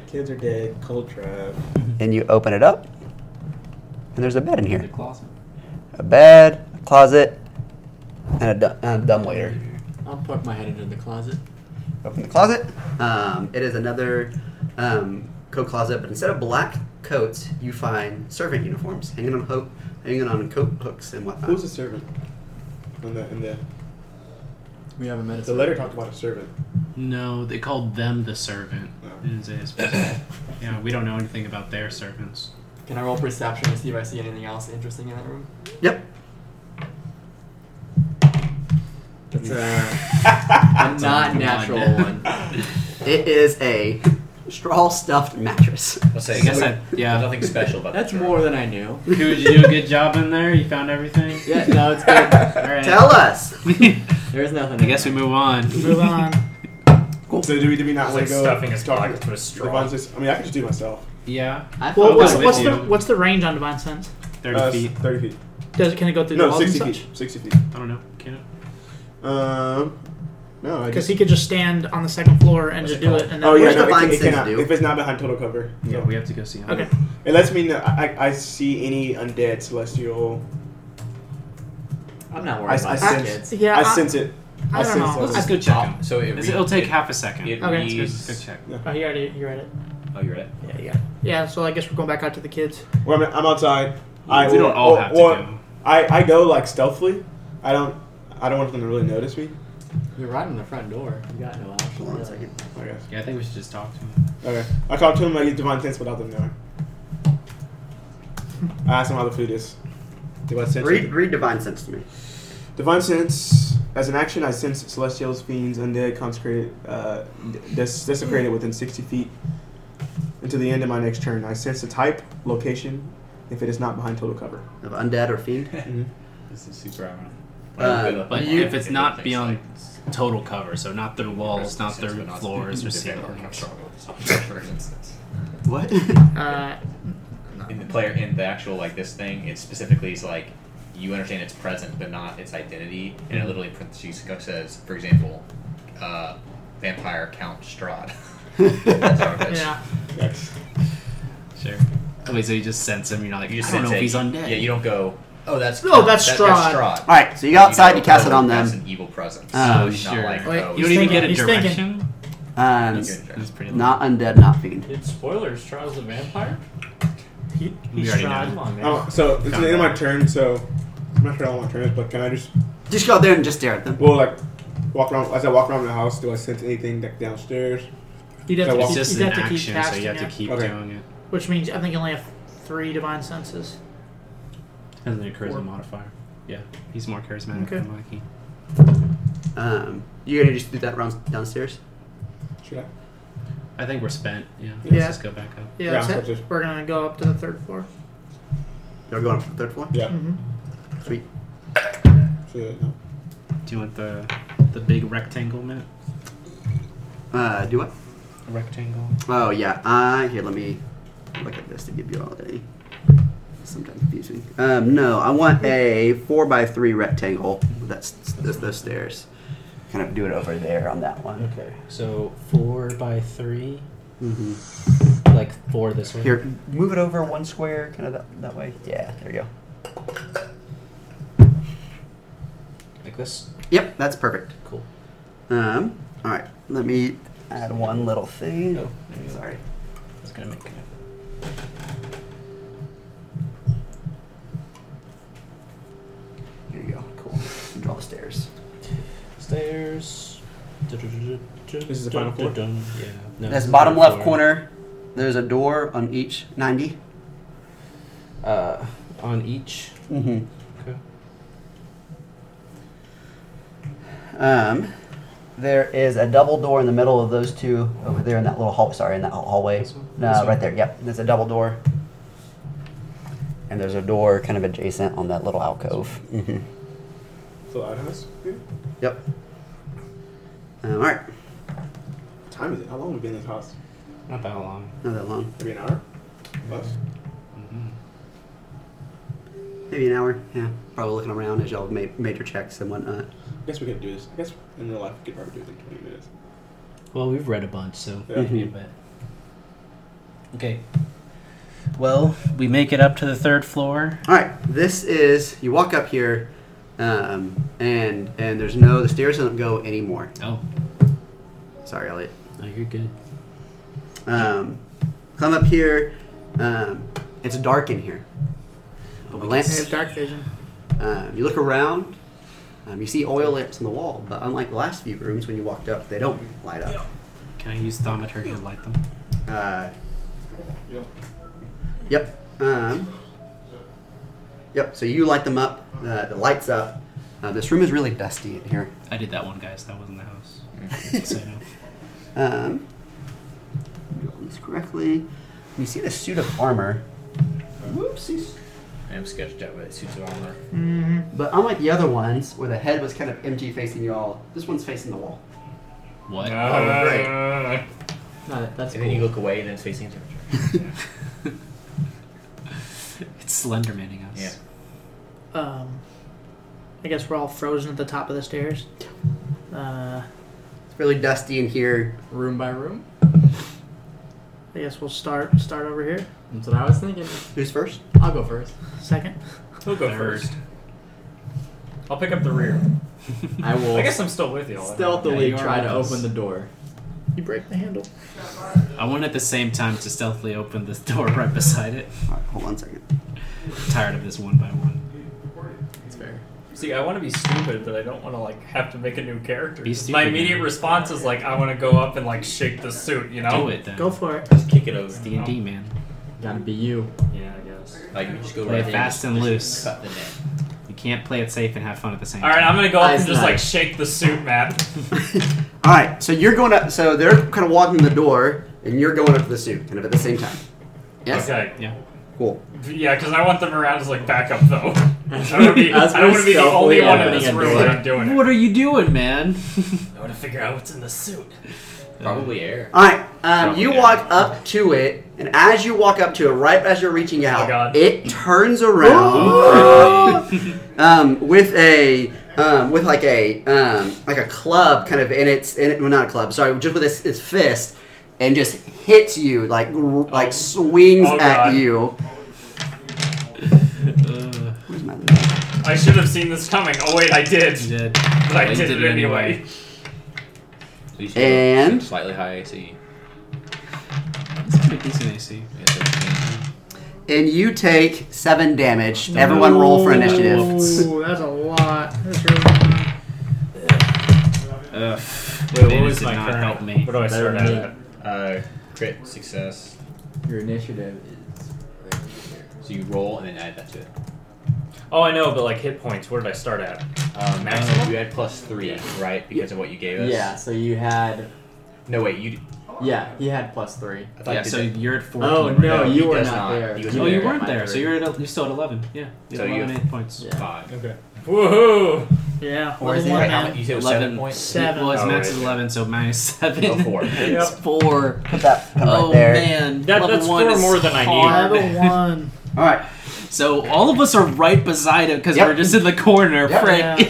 Speaker 4: Kids are dead. Cold trap.
Speaker 10: and you open it up, and there's a bed in
Speaker 6: The
Speaker 10: here.
Speaker 6: closet.
Speaker 10: A bed, a closet, and a, du- and a dumbwaiter.
Speaker 7: I'll poke my head into the closet.
Speaker 10: Open the closet.
Speaker 2: Um, it is another um, coat closet, but instead of black coats, you find servant uniforms hanging on ho- hanging on coat hooks and whatnot.
Speaker 4: Who's the servant? In the in the
Speaker 7: We haven't met.
Speaker 4: the letter talked about a servant.
Speaker 6: No, they called them the servant. in Isaiah's book. yeah, we don't know anything about their servants.
Speaker 7: Can I roll perception to see if I see anything else interesting in that room?
Speaker 2: Yep.
Speaker 7: uh, [LAUGHS]
Speaker 6: [LAUGHS]
Speaker 7: That's a, a not natural one.
Speaker 2: It is a straw stuffed mattress.
Speaker 8: I'll
Speaker 6: I
Speaker 8: say,
Speaker 6: guess I,
Speaker 8: there's
Speaker 6: yeah.
Speaker 8: nothing special about
Speaker 7: That's
Speaker 8: the
Speaker 7: more than I knew.
Speaker 6: Dude, did you do a good job in there? You found everything?
Speaker 7: Yeah, no, it's good.
Speaker 6: All right.
Speaker 2: Tell us.
Speaker 7: There's nothing.
Speaker 6: [LAUGHS] I guess we move on. [LAUGHS]
Speaker 5: Move on.
Speaker 4: So do we, do we not
Speaker 11: It's
Speaker 4: want
Speaker 11: like
Speaker 4: to go?
Speaker 11: stuffing his
Speaker 4: talk-
Speaker 11: pockets with a straw.
Speaker 4: Devon's just- I mean, I can just do it myself.
Speaker 6: Yeah.
Speaker 7: I
Speaker 5: Well,
Speaker 6: I'm
Speaker 5: what's,
Speaker 6: with
Speaker 5: what's
Speaker 6: you.
Speaker 5: the what's the range on divine sense?
Speaker 6: 30
Speaker 4: Uh,
Speaker 6: feet.
Speaker 4: Thirty feet.
Speaker 5: Does it can it go through the
Speaker 4: No,
Speaker 5: walls and
Speaker 4: sixty
Speaker 5: such?
Speaker 4: feet. Sixty feet.
Speaker 6: I don't know. Can it?
Speaker 4: Um, no, I
Speaker 5: Because
Speaker 4: just.
Speaker 5: he could just stand on the second floor and just do it, and then
Speaker 4: Oh yeah,
Speaker 2: Where's
Speaker 4: no, it,
Speaker 2: Divine
Speaker 4: can- it
Speaker 2: Sense
Speaker 4: cannot.
Speaker 2: do?
Speaker 4: If it's not behind total cover,
Speaker 6: Yeah,
Speaker 4: no.
Speaker 6: Oh, we have to go see him.
Speaker 5: Okay.
Speaker 4: it lets me know I, I- I see any undead celestial.
Speaker 7: I'm not
Speaker 4: I-
Speaker 7: worried
Speaker 4: I
Speaker 7: about
Speaker 4: sense-
Speaker 7: those kids.
Speaker 5: Yeah,
Speaker 4: I
Speaker 5: I-
Speaker 4: sense it.
Speaker 5: I don't
Speaker 4: sense
Speaker 5: know.
Speaker 4: that.
Speaker 6: Let's just go check him.
Speaker 8: Top. So it
Speaker 6: This- it'll take
Speaker 8: it,
Speaker 6: half a second.
Speaker 8: It
Speaker 5: Okay,
Speaker 8: reads.
Speaker 6: Go check.
Speaker 5: Oh, you already you read it.
Speaker 8: Oh, you're right.
Speaker 5: Yeah, yeah. Yeah, so I guess we're going back out to the kids.
Speaker 4: Well, I'm, I'm outside. I
Speaker 6: we
Speaker 4: will- Oh,
Speaker 6: don't all
Speaker 4: or-
Speaker 6: have to
Speaker 4: or-
Speaker 6: go.
Speaker 4: I, I go like stealthily. I don't I don't want them to really notice me.
Speaker 7: You're right on the front door. You got no option.
Speaker 2: Hold on a
Speaker 7: really.
Speaker 2: second.
Speaker 4: I guess.
Speaker 6: Yeah, I think we should just talk to him.
Speaker 4: Okay. I talk to them. I get divine sense without them knowing. I ask them how the food is. Divine sense.
Speaker 2: Read, read divine sense to me.
Speaker 4: Divine sense. As an action, I sense celestials, fiends, undead, consecrated, uh, des- desecrated within 60 feet. Until the end of my next turn, I sense the type, location, if it is not behind total cover.
Speaker 2: Of undead or
Speaker 7: [LAUGHS]
Speaker 2: fiend.
Speaker 8: This is super ironic.
Speaker 2: Uh,
Speaker 6: but if it's not beyond- Total cover, so not their walls, not their floors or ceiling.
Speaker 2: [LAUGHS]
Speaker 8: For instance,
Speaker 6: What?
Speaker 5: Uh,
Speaker 8: in the player, in the actual like this thing, it specifically is like you understand it's present, but not its identity.
Speaker 2: Mm-hmm.
Speaker 8: And it literally in parentheses go- says, for example, uh, vampire Count Strahd. [LAUGHS]
Speaker 5: yeah.
Speaker 4: Yes.
Speaker 6: Sure. Wait, so you just sense him? You're not like,
Speaker 8: You just
Speaker 6: I don't know
Speaker 8: sense
Speaker 6: if
Speaker 8: it.
Speaker 6: he's undead.
Speaker 8: Yeah, you don't go. Oh, that's
Speaker 5: No, that's
Speaker 8: that,
Speaker 5: Strahd."
Speaker 8: That's Strahd.
Speaker 2: All right, so you go outside, you
Speaker 8: know,
Speaker 2: cast it
Speaker 8: oh,
Speaker 2: on
Speaker 8: that's
Speaker 2: them.
Speaker 8: an evil presence.
Speaker 2: Oh,
Speaker 8: Not
Speaker 6: sure.
Speaker 8: like,
Speaker 5: Wait,
Speaker 8: oh,
Speaker 6: You
Speaker 5: He's
Speaker 6: don't even
Speaker 5: thinking-
Speaker 6: get a
Speaker 5: he's thinking.
Speaker 6: direction.
Speaker 2: Um,
Speaker 8: he's-
Speaker 6: That's pretty.
Speaker 2: not undead, not fiend.
Speaker 3: Dude, spoilers. Charles the Vampire.
Speaker 5: He,
Speaker 6: We
Speaker 5: he's
Speaker 6: already
Speaker 5: tried.
Speaker 3: Come on, man.
Speaker 4: Oh, so it's the end of my turn. So I'm not sure how long my turn is, but can I just
Speaker 2: Just go out there and just stare at them.
Speaker 4: well like walk around as I walk around the house? Do I sense anything like downstairs?
Speaker 5: You'd have
Speaker 4: So
Speaker 5: to,
Speaker 4: walk-
Speaker 6: It's
Speaker 5: keep,
Speaker 6: just
Speaker 5: you'd
Speaker 6: an
Speaker 5: have to
Speaker 6: action,
Speaker 5: keep
Speaker 6: so
Speaker 5: casting
Speaker 6: you have to
Speaker 5: it,
Speaker 6: keep
Speaker 4: Okay.
Speaker 6: doing it.
Speaker 5: which means I think you only have three divine senses.
Speaker 6: Doesn't occur as a
Speaker 5: Or-
Speaker 6: modifier. Yeah, he's more charismatic
Speaker 5: Okay.
Speaker 6: than Mikey.
Speaker 2: Um, you're gonna just do that round downstairs.
Speaker 4: Should I?
Speaker 6: I think we're spent. Yeah, let's
Speaker 5: Yeah.
Speaker 6: just go back up.
Speaker 5: Yeah,
Speaker 4: Yeah,
Speaker 5: that's
Speaker 4: so
Speaker 5: it.
Speaker 4: just-
Speaker 5: We're gonna go up to the third floor.
Speaker 2: You're going up to the third floor.
Speaker 4: Yeah.
Speaker 5: hmm
Speaker 2: Sweet.
Speaker 4: Should I? No.
Speaker 6: Do you want the the big rectangle, Matt?
Speaker 2: Uh, do what?
Speaker 6: A rectangle.
Speaker 2: Oh yeah. Uh, here, let me look at this to give you all a. Sometimes confusing. Um, no, I want a four by three rectangle. That's, that's those stairs. Kind of do it over there on that one.
Speaker 6: Okay, so four by three,
Speaker 2: hmm
Speaker 6: like four this way.
Speaker 2: Here, move it over one square, kind of that, that way. Yeah, there you go.
Speaker 6: like this.
Speaker 2: Yep, that's perfect.
Speaker 6: Cool.
Speaker 2: Um, all right, let me add one little thing. Sorry.
Speaker 6: It's Oh. gonna make. it.
Speaker 2: Here you go. Cool. Draw the stairs.
Speaker 6: Stairs. This
Speaker 4: is the final floor?
Speaker 6: Yeah. No,
Speaker 2: That's
Speaker 6: this is
Speaker 2: bottom
Speaker 6: the
Speaker 2: left
Speaker 6: floor.
Speaker 2: corner. There's a door on each 90.
Speaker 6: Uh, on each.
Speaker 2: Mm-hmm.
Speaker 6: Okay.
Speaker 2: Um, there is a double door in the middle of those two over there in that little hall. Sorry, in that little hallway.
Speaker 6: This one?
Speaker 2: No,
Speaker 6: This one?
Speaker 2: right there. Yep, there's a double door. And there's a door kind of adjacent on that little alcove. Mm-hmm.
Speaker 4: So outhouse. Yeah.
Speaker 2: Yep. Um, all right.
Speaker 4: What time is it? How long have we been in this house?
Speaker 6: Not that long.
Speaker 2: Not that long.
Speaker 4: Maybe an hour. Plus.
Speaker 6: hmm
Speaker 2: Maybe an hour. Yeah. Probably looking around as y'all made major checks and whatnot.
Speaker 4: I guess we could do this. I guess in real life we could probably do it in 20 minutes.
Speaker 6: Well, we've read a bunch, so
Speaker 4: Yeah.
Speaker 6: maybe a bit. Okay. Well, we make it up to the third floor.
Speaker 2: All right. This is you walk up here, um, and and there's no the stairs don't go anymore.
Speaker 6: Oh,
Speaker 2: Sorry, Elliot.
Speaker 6: no, you're good.
Speaker 2: Um, come up here. Um, it's dark in here. A
Speaker 5: I
Speaker 2: lamp-
Speaker 5: have dark vision.
Speaker 2: um, you look around. Um, you see oil lamps on the wall, but unlike the last few rooms when you walked up, they don't light up.
Speaker 6: Can I use thaumaturgy to light them?
Speaker 2: Uh,
Speaker 4: Yeah.
Speaker 2: Yep. Um, yep. So you light them up. Uh, the lights up. Uh, this room is really dusty in here.
Speaker 6: I did that one, guys. That wasn't the house. so,
Speaker 2: Um, correctly. You see the suit of armor. Whoopsies.
Speaker 8: I am sketched out with suits of armor.
Speaker 2: But unlike the other ones, where the head was kind of empty facing y'all, this one's facing the wall.
Speaker 6: What?
Speaker 2: Oh, great.
Speaker 7: No, that's
Speaker 8: And then you
Speaker 7: cool.
Speaker 8: look away, and then it's facing the temperature.
Speaker 6: It's Slendermaning us.
Speaker 8: Yeah.
Speaker 5: Um, I guess we're all frozen at the top of the stairs. Uh,
Speaker 2: It's really dusty in here.
Speaker 7: Room by room.
Speaker 5: I guess we'll start start over here.
Speaker 7: That's what I was thinking.
Speaker 2: Who's first?
Speaker 7: I'll go first.
Speaker 5: Second.
Speaker 3: He'll go first. I'll pick up the rear.
Speaker 7: I will
Speaker 3: I guess I'm still with you. all
Speaker 7: stealthily
Speaker 6: Yeah, you are
Speaker 7: try to
Speaker 6: with us.
Speaker 7: open the door.
Speaker 5: You break the handle.
Speaker 6: I want at the same time to stealthily open this door right beside it.
Speaker 2: Alright, hold on a second.
Speaker 6: Tired of this one by one.
Speaker 7: It's fair.
Speaker 3: See, I want to be stupid, but I don't want to like have to make a new character.
Speaker 6: Be
Speaker 3: My
Speaker 6: stupid.
Speaker 3: immediate response is like, I want to go up and like shake the suit, you know?
Speaker 6: Do it then.
Speaker 5: Go for it.
Speaker 8: Kick it over.
Speaker 6: It's D and D, man.
Speaker 7: Gotta be you.
Speaker 3: Yeah, I guess.
Speaker 8: Like you just go
Speaker 6: Play
Speaker 8: right in
Speaker 6: fast
Speaker 8: just-
Speaker 6: and
Speaker 8: just
Speaker 6: loose.
Speaker 8: Cut the neck.
Speaker 6: You can't play it safe and have fun at the same
Speaker 3: All right, I'm
Speaker 6: time.
Speaker 3: gonna go up
Speaker 7: Eyes
Speaker 3: and just like
Speaker 7: nice.
Speaker 3: shake the suit, Matt.
Speaker 2: Alright, so you're going up, so they're kind of walking the door, and you're going up to the suit, kind of at the same time. Yes?
Speaker 3: Okay.
Speaker 6: Yeah.
Speaker 2: Cool.
Speaker 3: Yeah, because I want them around as like backup though. [LAUGHS] I don't want to be,
Speaker 7: As
Speaker 3: I don't
Speaker 7: we're
Speaker 3: want to be the only
Speaker 7: stealthily
Speaker 3: one in
Speaker 7: opening
Speaker 3: this
Speaker 7: a
Speaker 3: room
Speaker 7: door.
Speaker 3: that I'm doing it.
Speaker 6: What are you doing, man? [LAUGHS]
Speaker 3: I want to figure out what's in the suit.
Speaker 8: Probably air.
Speaker 2: Alright, um, you
Speaker 8: Okay.
Speaker 2: walk up to it, and as you walk up to it, right as you're reaching out,
Speaker 3: God.
Speaker 2: it turns
Speaker 6: [GASPS]
Speaker 2: around um, with a um, with like a um, like a club kind of in its in it, well, not a club, sorry, just with its, its fist, and just hits you like gr- like swings
Speaker 3: Oh,
Speaker 2: at
Speaker 3: God.
Speaker 2: you.
Speaker 6: uh,
Speaker 2: Where's my
Speaker 3: I should have seen this coming. Oh wait, I did,
Speaker 6: you did.
Speaker 3: but I
Speaker 6: Well, you
Speaker 3: did
Speaker 6: did
Speaker 3: it
Speaker 6: it
Speaker 3: anyway.
Speaker 6: anyway.
Speaker 8: You should
Speaker 2: And-
Speaker 8: have slightly high AC.
Speaker 6: It's pretty decent AC.
Speaker 8: Yeah, so it's-
Speaker 2: and you take seven damage. Everyone roll for initiative.
Speaker 5: Ooh, that's a lot. That's really
Speaker 3: Wait,
Speaker 6: Ugh. They
Speaker 3: what was
Speaker 6: did
Speaker 3: my
Speaker 6: not
Speaker 3: current?
Speaker 6: help me.
Speaker 3: What do I start
Speaker 7: than
Speaker 3: at?
Speaker 8: Uh, crit success.
Speaker 7: Your initiative is
Speaker 8: So you roll and then add that to it.
Speaker 3: Oh, I know, but like hit points. Where did I start at?
Speaker 8: Um,
Speaker 3: Maximum?
Speaker 8: You had plus three, right? Because of what you gave us.
Speaker 7: Yeah, so you had
Speaker 8: No wait, you.
Speaker 7: yeah, he had plus three.
Speaker 8: I thought
Speaker 6: Yeah,
Speaker 8: you did
Speaker 6: so
Speaker 8: that.
Speaker 6: you're at 14.
Speaker 7: Oh
Speaker 6: right?
Speaker 7: no,
Speaker 8: no,
Speaker 7: you
Speaker 8: he
Speaker 7: were
Speaker 8: does
Speaker 7: not
Speaker 8: not.
Speaker 7: there.
Speaker 8: He was
Speaker 6: Oh,
Speaker 8: there
Speaker 6: you
Speaker 8: at
Speaker 6: weren't
Speaker 7: my
Speaker 6: there, so
Speaker 7: three.
Speaker 6: you're at el- you're still at 11. Yeah, you
Speaker 8: So
Speaker 6: have
Speaker 8: you
Speaker 6: 11 hit points.
Speaker 7: Yeah.
Speaker 8: five.
Speaker 3: Okay. Woohoo!
Speaker 5: yeah.
Speaker 7: Or
Speaker 5: level
Speaker 7: is he
Speaker 5: one
Speaker 7: right
Speaker 8: How
Speaker 5: man.
Speaker 8: much- You said it was
Speaker 6: Eleven.
Speaker 8: seven points.
Speaker 5: Seven.
Speaker 6: Well, his
Speaker 3: Oh,
Speaker 6: max
Speaker 3: right.
Speaker 6: is 11, so minus 7.
Speaker 8: Oh,
Speaker 6: [LAUGHS]
Speaker 8: four.
Speaker 6: It's 4.
Speaker 2: Put that put that right
Speaker 6: oh,
Speaker 2: there.
Speaker 6: man.
Speaker 3: That-
Speaker 6: Level
Speaker 3: that's
Speaker 6: one
Speaker 3: four
Speaker 6: is
Speaker 3: more than I
Speaker 5: Oh,
Speaker 3: need.
Speaker 6: hard.
Speaker 5: Level one.
Speaker 2: All right.
Speaker 6: So all of us are right beside him because
Speaker 2: Yep.
Speaker 6: we're just in the corner,
Speaker 2: Yep.
Speaker 6: Frank.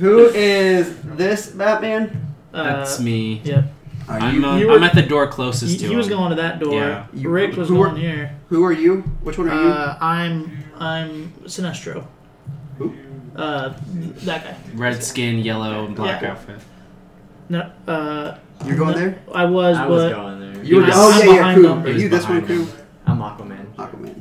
Speaker 2: Who is this Batman?
Speaker 6: [LAUGHS] [LAUGHS]
Speaker 5: Uh,
Speaker 6: That's me.
Speaker 5: Yep.
Speaker 2: Are
Speaker 6: I'm,
Speaker 2: you?
Speaker 6: uh,
Speaker 5: you
Speaker 6: I'm
Speaker 5: were-
Speaker 6: at the door
Speaker 5: He,
Speaker 6: closest to
Speaker 5: he
Speaker 6: him.
Speaker 5: was going to that door.
Speaker 6: Yeah.
Speaker 2: You-
Speaker 5: Rick was
Speaker 2: who are-
Speaker 5: going here.
Speaker 2: who are you? Which one are you?
Speaker 5: Uh, I'm I'm Sinestro. Uh, that guy.
Speaker 6: Red skin, yellow, and black
Speaker 5: Yeah.
Speaker 6: outfit.
Speaker 5: No. Uh,
Speaker 2: You're going
Speaker 5: no,
Speaker 2: there?
Speaker 5: I was,
Speaker 7: I
Speaker 5: but
Speaker 7: was going there.
Speaker 2: You were
Speaker 5: was
Speaker 2: oh yeah, yeah,
Speaker 5: behind
Speaker 2: Koo.
Speaker 5: them.
Speaker 2: Are
Speaker 6: He was
Speaker 2: you this one,
Speaker 6: behind
Speaker 2: Koo?
Speaker 6: them.
Speaker 7: I'm Aquaman.
Speaker 2: Aquaman.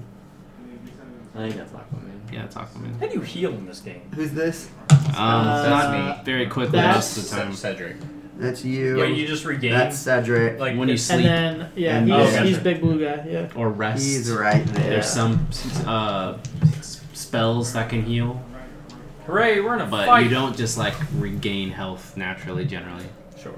Speaker 7: I think that's Aquaman.
Speaker 6: Yeah, it's Aquaman.
Speaker 3: How do you heal in this game?
Speaker 2: Who's this?
Speaker 6: Um,
Speaker 5: Uh,
Speaker 6: not very quickly
Speaker 5: that's-
Speaker 6: most of the time.
Speaker 8: Cedric.
Speaker 2: That's you.
Speaker 3: Wait, you just regain
Speaker 2: That's Cedric.
Speaker 3: like
Speaker 6: when you
Speaker 3: it's-
Speaker 6: sleep oh,
Speaker 5: and then yeah,
Speaker 2: And
Speaker 5: he's,
Speaker 3: then-
Speaker 5: he's big blue guy. Yeah.
Speaker 6: or rest,
Speaker 2: He's right there.
Speaker 6: there's some uh, s- spells that can heal,
Speaker 3: Hooray! We're in a
Speaker 6: but
Speaker 3: fight.
Speaker 6: you don't just like regain health naturally. Generally,
Speaker 8: Sure.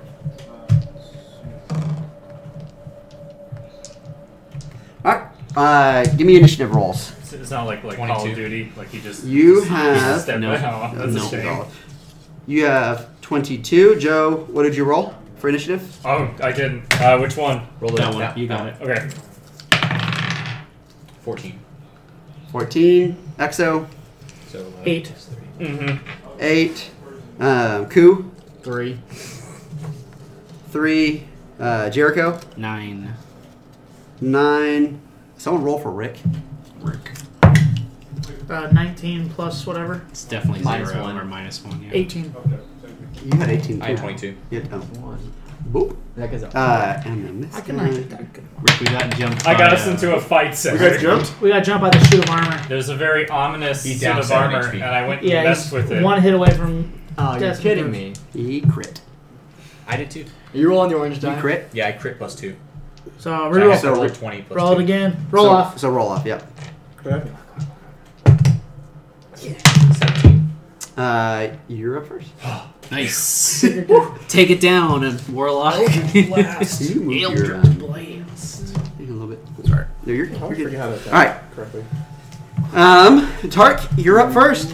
Speaker 2: All right. Uh, give me initiative rolls.
Speaker 3: It's- It's not like like Call of
Speaker 8: 22.
Speaker 3: Duty. Like you just
Speaker 2: You
Speaker 3: just- just
Speaker 2: have-
Speaker 3: [LAUGHS] step
Speaker 6: No.
Speaker 3: down. That's
Speaker 6: No.
Speaker 3: a shame.
Speaker 2: Roll. You have 22. Joe, what did you roll for initiative?
Speaker 3: Oh, I didn't. Uh, which one?
Speaker 8: Roll
Speaker 6: that one you got it.
Speaker 3: Okay.
Speaker 8: Fourteen.
Speaker 2: 14. Exo.
Speaker 8: So uh,
Speaker 5: Eight.
Speaker 8: plus three.
Speaker 3: Mm-hmm.
Speaker 2: 8. Um, Koo.
Speaker 7: Three.
Speaker 2: 3. Uh, Jericho.
Speaker 6: Nine.
Speaker 2: 9. Someone roll for Rick.
Speaker 6: Rick.
Speaker 5: Uh, 19 plus whatever.
Speaker 6: It's definitely
Speaker 7: Minus
Speaker 6: zero
Speaker 7: one.
Speaker 6: or minus one. Yeah.
Speaker 5: 18.
Speaker 2: You had 18.
Speaker 8: I had
Speaker 2: too.
Speaker 8: twenty-two.
Speaker 2: Yeah, oh.
Speaker 7: One.
Speaker 2: Boop.
Speaker 7: That guy's a
Speaker 2: Uh, and then this
Speaker 5: I can
Speaker 2: guy.
Speaker 5: actually that good.
Speaker 6: Rick, we got jumped.
Speaker 3: I got
Speaker 2: Oh,
Speaker 6: by,
Speaker 3: us
Speaker 6: uh,
Speaker 3: into a fight.
Speaker 4: You
Speaker 3: Cedric.
Speaker 4: guys jumped?
Speaker 5: We got jumped by the shoot of armor.
Speaker 3: There's a very ominous
Speaker 8: He
Speaker 3: suit
Speaker 8: down
Speaker 3: of
Speaker 8: seven
Speaker 3: armor,
Speaker 8: HP.
Speaker 3: and I went
Speaker 5: Yeah,
Speaker 3: and messed
Speaker 5: he's
Speaker 3: with it.
Speaker 5: one hit away from.
Speaker 7: Oh, you're
Speaker 5: Death
Speaker 7: kidding
Speaker 5: proof.
Speaker 7: me.
Speaker 2: He crit.
Speaker 8: I did too.
Speaker 7: Are you rolling the orange
Speaker 2: He
Speaker 7: die?
Speaker 2: crit.
Speaker 8: Yeah, I crit plus two.
Speaker 5: So
Speaker 8: So I
Speaker 5: reroll.
Speaker 8: have to
Speaker 2: So
Speaker 8: roll
Speaker 2: re-
Speaker 8: twenty plus
Speaker 5: roll
Speaker 8: two.
Speaker 5: it again. Roll
Speaker 2: so,
Speaker 5: off.
Speaker 2: So roll off, yep.
Speaker 4: Okay.
Speaker 8: Seventeen.
Speaker 2: Uh, you're up
Speaker 6: [GASPS]
Speaker 2: first.
Speaker 6: Nice. [LAUGHS] Take it down, and warlock. [LAUGHS]
Speaker 2: So you move your,
Speaker 6: Eldritch
Speaker 2: um,
Speaker 6: blades.
Speaker 2: No, you're,
Speaker 4: I
Speaker 2: you're
Speaker 4: always
Speaker 2: good.
Speaker 4: forget [LAUGHS] how to attack
Speaker 2: Alright.
Speaker 4: correctly.
Speaker 2: Um, Tark, you're up first.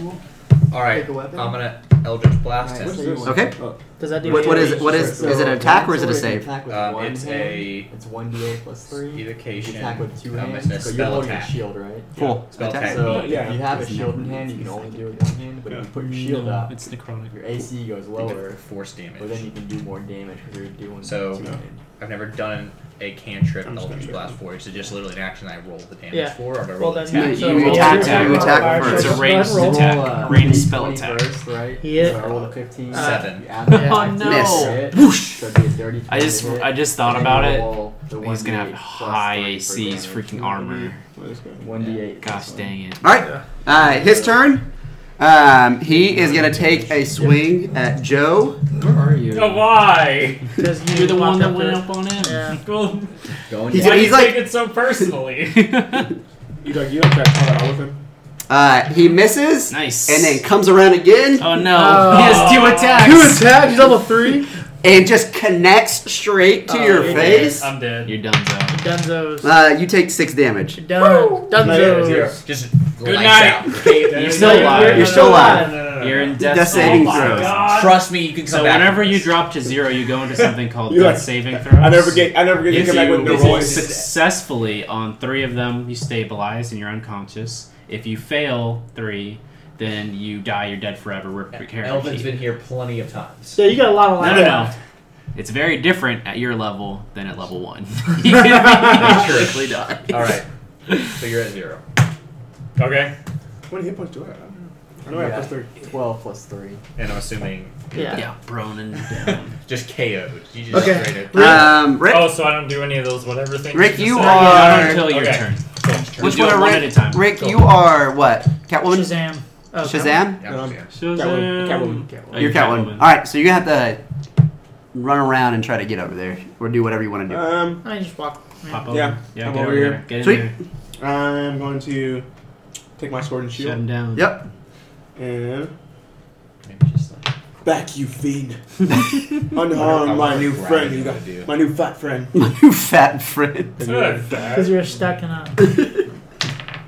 Speaker 8: All right,
Speaker 7: Pick a weapon?
Speaker 8: I'm gonna Eldritch Blast
Speaker 7: Alright,
Speaker 8: him.
Speaker 7: so you want-
Speaker 2: Okay.
Speaker 4: Oh,
Speaker 5: Does that do
Speaker 2: What, what is it? What is?
Speaker 7: So
Speaker 2: Is it an attack or is it a
Speaker 7: that's
Speaker 2: save?
Speaker 7: attack with
Speaker 8: Um,
Speaker 7: one
Speaker 8: it's
Speaker 7: hand.
Speaker 8: a-
Speaker 7: It's one d8 plus three.
Speaker 8: Evocation.
Speaker 7: Attack with two
Speaker 8: um,
Speaker 7: hands.
Speaker 8: it's a
Speaker 7: so you're
Speaker 8: spell
Speaker 7: holding
Speaker 8: attack.
Speaker 7: a shield, right?
Speaker 2: Cool.
Speaker 8: Spell
Speaker 2: Attack.
Speaker 8: attack.
Speaker 7: So
Speaker 4: Oh, Yeah.
Speaker 7: if you have a shield in hand, you can only do it with one hand. But if you put your shield
Speaker 6: No,
Speaker 7: up,
Speaker 6: It's necrotic.
Speaker 7: your AC
Speaker 8: I think it's
Speaker 7: goes lower,
Speaker 8: force damage.
Speaker 7: but then you can do more damage because you're doing
Speaker 8: So-
Speaker 7: two hand.
Speaker 8: I've never done a cantrip
Speaker 4: I'm just gonna
Speaker 8: Eldritch
Speaker 4: check
Speaker 8: Blast for. It's just literally an action I roll the damage
Speaker 5: Yeah.
Speaker 8: for, or do I roll
Speaker 5: Well,
Speaker 8: the
Speaker 5: then
Speaker 8: attack?
Speaker 5: so
Speaker 6: You
Speaker 5: roll
Speaker 6: attack-
Speaker 5: your-
Speaker 6: you attack
Speaker 5: Alright,
Speaker 6: first.
Speaker 5: so
Speaker 6: It's a ranged
Speaker 5: let's roll.
Speaker 6: attack.
Speaker 7: Roll, uh,
Speaker 6: Ranged
Speaker 7: d20
Speaker 6: spell attack.
Speaker 7: First, right?
Speaker 5: Yeah.
Speaker 7: So I rolled a 15.
Speaker 8: Seven.
Speaker 7: You add
Speaker 6: [LAUGHS]
Speaker 7: the
Speaker 6: Oh,
Speaker 7: attack to
Speaker 6: no.
Speaker 7: it,
Speaker 6: Whoosh.
Speaker 7: so it'd be a dirty
Speaker 6: I
Speaker 7: 20
Speaker 6: just
Speaker 7: hit,
Speaker 6: I just thought
Speaker 7: and then
Speaker 6: about
Speaker 7: you
Speaker 6: it.
Speaker 7: roll the
Speaker 6: He's gonna have
Speaker 7: 1d8 plus
Speaker 6: high
Speaker 7: three for
Speaker 6: ACs,
Speaker 7: damage.
Speaker 6: freaking armor.
Speaker 4: what is going on?
Speaker 7: One d eight.
Speaker 6: Gosh dang it.
Speaker 2: All right. Uh, his turn. Um, he is gonna take a swing at Joe.
Speaker 6: Where are you?
Speaker 3: [LAUGHS] Oh, why?
Speaker 5: Because you
Speaker 6: You're the one
Speaker 5: walked
Speaker 6: that
Speaker 5: to
Speaker 6: went
Speaker 5: it.
Speaker 6: up on him.
Speaker 5: Yeah.
Speaker 3: Well,
Speaker 8: Going
Speaker 2: He's-
Speaker 3: why do you
Speaker 2: like-
Speaker 3: take it
Speaker 2: [LAUGHS]
Speaker 3: so personally?
Speaker 4: You like you don't try to call that out with him.
Speaker 2: Uh, he misses.
Speaker 6: Nice.
Speaker 2: And then comes around again
Speaker 6: oh no,
Speaker 5: Oh.
Speaker 6: he has two attacks.
Speaker 1: attacks, level three.
Speaker 2: and just connects straight to
Speaker 5: Oh,
Speaker 2: your
Speaker 5: you're
Speaker 2: face.
Speaker 3: I'm dead.
Speaker 6: You're done, though.
Speaker 5: Dunzos.
Speaker 2: Uh, you take six damage.
Speaker 5: Dun- Dunzos.
Speaker 8: Just
Speaker 3: Good
Speaker 8: lights
Speaker 3: night.
Speaker 8: out.
Speaker 6: You're still alive.
Speaker 2: You're
Speaker 3: Oh,
Speaker 2: still alive.
Speaker 6: You're in death,
Speaker 2: Death saving
Speaker 6: oh my
Speaker 2: throws.
Speaker 6: God.
Speaker 3: God.
Speaker 8: Trust me, you can come
Speaker 6: So
Speaker 8: back.
Speaker 6: whenever you drop to zero, you go
Speaker 4: [LAUGHS]
Speaker 6: into something called
Speaker 4: You're
Speaker 6: death
Speaker 4: like,
Speaker 6: saving throws.
Speaker 4: I never get. I never get to
Speaker 6: If
Speaker 4: come back with
Speaker 6: you
Speaker 4: no
Speaker 8: is it
Speaker 4: voice.
Speaker 6: successfully on three of them, you stabilize and you're unconscious. If you fail three, then you die. You're dead forever. We're
Speaker 8: Elvin's
Speaker 6: preparing.
Speaker 8: been here plenty of times.
Speaker 5: Yeah, you got a lot of
Speaker 6: No,
Speaker 5: life.
Speaker 6: no, no. It's very different at your level than at level one. [LAUGHS]
Speaker 7: [LAUGHS]
Speaker 6: you can be quickly die.
Speaker 8: All right,
Speaker 6: [LAUGHS]
Speaker 8: so you're at zero.
Speaker 3: Okay.
Speaker 4: What hit points do I have? I know I have
Speaker 7: Yeah.
Speaker 4: plus three.
Speaker 7: Twelve plus three.
Speaker 8: And I'm assuming
Speaker 5: Yeah.
Speaker 6: Yeah, Bronin down.
Speaker 8: just KO'd. You just
Speaker 1: Okay.
Speaker 8: straight up-
Speaker 2: Um, Rick,
Speaker 3: Oh, so I don't do any of those whatever things.
Speaker 2: Rick,
Speaker 3: just
Speaker 2: you
Speaker 3: said?
Speaker 2: are-
Speaker 6: Not until your
Speaker 3: Okay.
Speaker 6: turn. We
Speaker 2: which
Speaker 6: do
Speaker 2: one
Speaker 6: it
Speaker 2: are
Speaker 6: one
Speaker 2: Rick?
Speaker 6: at a time.
Speaker 2: Rick, you are what? Catwoman.
Speaker 5: Shazam. Oh,
Speaker 2: Shazam.
Speaker 8: Yeah, I'm just- yeah.
Speaker 6: Shazam.
Speaker 7: Catwoman, Catwoman,
Speaker 6: Oh,
Speaker 7: Catwoman.
Speaker 2: You're Catwoman. All right, so you're gonna have to run around and try to get over there, or do whatever you want to do.
Speaker 4: Um,
Speaker 5: I mean, just walk. Yeah.
Speaker 6: Pop over.
Speaker 4: Yeah,
Speaker 6: yeah
Speaker 4: I'm
Speaker 6: get
Speaker 4: over
Speaker 6: over
Speaker 4: here.
Speaker 6: there. Get in
Speaker 2: Sweet.
Speaker 6: there.
Speaker 4: I'm going to take my sword and
Speaker 6: Shut
Speaker 4: shield
Speaker 6: him down.
Speaker 2: Yep. [LAUGHS]
Speaker 4: and
Speaker 8: Maybe just like-
Speaker 4: back you
Speaker 8: [LAUGHS]
Speaker 4: fiend.
Speaker 8: I
Speaker 4: Unharmed, my
Speaker 8: wonder
Speaker 4: new
Speaker 8: what
Speaker 4: friend.
Speaker 8: Ryan
Speaker 4: You
Speaker 8: would
Speaker 4: got
Speaker 8: do.
Speaker 4: my new fat friend.
Speaker 2: My new fat friend.
Speaker 5: Because you're stuck in [LAUGHS] a.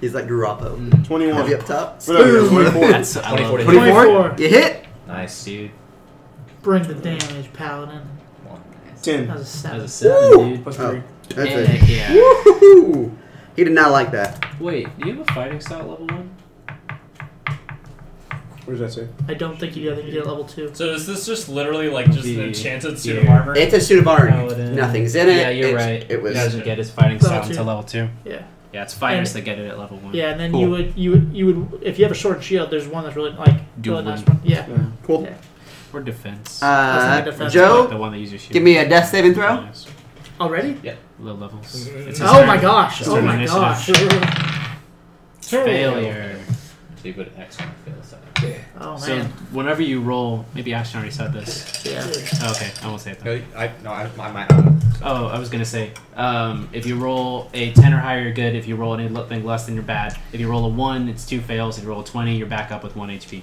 Speaker 2: He's like Garoppolo.
Speaker 4: Twenty-one.
Speaker 2: Heavy up top.
Speaker 4: Whatever, Twenty-four.
Speaker 6: That's uh, I love
Speaker 8: 24
Speaker 6: it.
Speaker 8: to
Speaker 5: 24.
Speaker 2: You hit.
Speaker 8: Nice, dude.
Speaker 5: Bring the damage, Paladin. That
Speaker 4: Ten.
Speaker 5: was a
Speaker 6: That was a
Speaker 5: seven.
Speaker 6: seven,
Speaker 2: Woo!
Speaker 6: dude.
Speaker 4: Plus
Speaker 2: Oh.
Speaker 4: three.
Speaker 2: That's
Speaker 6: Eh,
Speaker 2: it.
Speaker 6: yeah.
Speaker 2: Woohoo! He did not like that.
Speaker 6: Wait, do you have a fighting style level one?
Speaker 4: What does that say?
Speaker 5: I don't think you got to get level two.
Speaker 3: So is this just literally like just an
Speaker 6: Be
Speaker 3: enchanted suit of
Speaker 6: here.
Speaker 3: armor?
Speaker 2: It's a suit of armor.
Speaker 6: Paladin.
Speaker 2: Nothing's in it.
Speaker 6: Yeah, you're
Speaker 2: It's-
Speaker 6: right.
Speaker 2: It
Speaker 6: He
Speaker 2: was.
Speaker 6: doesn't get his fighting
Speaker 5: Level
Speaker 6: style
Speaker 5: two.
Speaker 6: until level two.
Speaker 5: Yeah.
Speaker 6: Yeah, it's fighters that get it at level one.
Speaker 5: Yeah, and then
Speaker 2: Cool.
Speaker 5: you would you would you would if you have a sword and shield, there's one that's really like
Speaker 6: Dual
Speaker 5: really nice
Speaker 6: one.
Speaker 5: one. Yeah.
Speaker 2: Cool.
Speaker 6: Or defense.
Speaker 5: That's
Speaker 2: Uh,
Speaker 5: not a defense.
Speaker 6: Like
Speaker 2: Joe,
Speaker 6: the one that uses shield.
Speaker 2: give me a death saving throw.
Speaker 6: Nice.
Speaker 5: Already?
Speaker 6: Low levels. It's his
Speaker 5: Oh
Speaker 6: turn.
Speaker 5: my gosh!
Speaker 6: It's
Speaker 5: Oh
Speaker 6: an
Speaker 5: my
Speaker 6: initiative.
Speaker 5: gosh! [LAUGHS]
Speaker 6: Failure.
Speaker 8: So you put an X on the fail side.
Speaker 5: Oh
Speaker 6: So
Speaker 5: man.
Speaker 6: whenever you roll, maybe Ashton already said this. Oh,
Speaker 5: Yeah.
Speaker 6: Okay, I won't say it. Then.
Speaker 8: No, I no, I, I might. Uh,
Speaker 6: Oh, I was gonna say, um, if you roll a ten or higher, you're good. If you roll anything less, then you're bad. If you roll a one, it's two fails. If you roll a twenty, you're back up with one HP.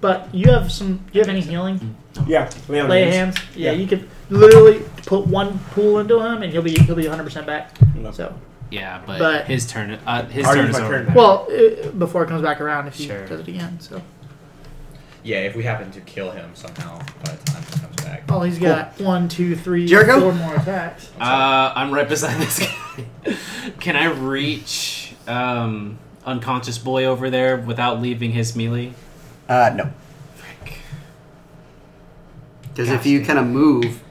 Speaker 5: But you have some. Do you have any healing?
Speaker 4: Yeah. Lay on
Speaker 5: Lay of
Speaker 4: hands.
Speaker 5: hands. Yeah,
Speaker 4: Yeah.
Speaker 5: You could literally put one pool into him, and he'll be he'll be 100 percent back.
Speaker 4: No.
Speaker 5: So
Speaker 6: Yeah, but,
Speaker 5: But-
Speaker 6: his turn. Uh, his
Speaker 4: Already
Speaker 6: turn is
Speaker 4: my
Speaker 6: over.
Speaker 4: turn.
Speaker 5: well, uh, before it comes back around, if he
Speaker 6: Sure.
Speaker 5: does it again. So
Speaker 8: yeah, if we happen to kill him somehow by the time he comes back.
Speaker 5: oh, he's got one, two, three,
Speaker 2: Jericho?
Speaker 5: four more attacks.
Speaker 6: Uh, I'm right beside this guy. [LAUGHS] Can I reach um, unconscious boy over there without leaving his melee?
Speaker 2: Uh, no. Because if you kind of move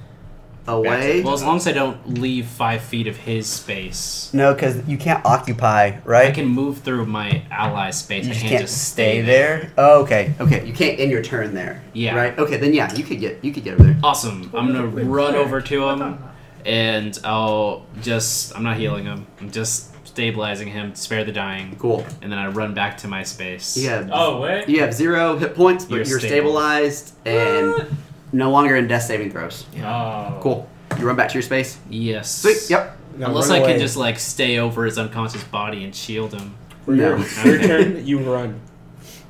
Speaker 2: away,
Speaker 6: Well, as long as I don't leave five feet of his space,
Speaker 2: no, because you can't occupy,
Speaker 6: I
Speaker 2: right?
Speaker 6: can move through my ally space.
Speaker 2: you
Speaker 6: I
Speaker 2: just
Speaker 6: can't,
Speaker 2: can't
Speaker 6: just
Speaker 2: stay there. Oh, okay, okay. You can't end your turn there.
Speaker 6: Yeah.
Speaker 2: Right. Okay. Then yeah, you could get you could get over there.
Speaker 6: Awesome. I'm gonna
Speaker 5: Wait,
Speaker 6: run
Speaker 5: wait,
Speaker 6: over to
Speaker 5: I
Speaker 6: him
Speaker 5: thought-
Speaker 6: and I'll just I'm not healing him. I'm just stabilizing him, spare the dying,
Speaker 2: Cool.
Speaker 6: and then I run back to my space.
Speaker 2: You have
Speaker 3: Oh wait.
Speaker 2: you have zero hit points, but
Speaker 6: You're
Speaker 2: you're,
Speaker 6: stable.
Speaker 2: stabilized and no longer in death saving throws.
Speaker 3: Oh.
Speaker 2: Cool. You run back to your space.
Speaker 6: Yes.
Speaker 2: Sweet. Yep.
Speaker 4: Now
Speaker 6: Unless
Speaker 4: run
Speaker 6: I can
Speaker 4: away.
Speaker 6: just like stay over his unconscious body and shield him.
Speaker 4: For your,
Speaker 2: No. [LAUGHS]
Speaker 4: for your turn, you run.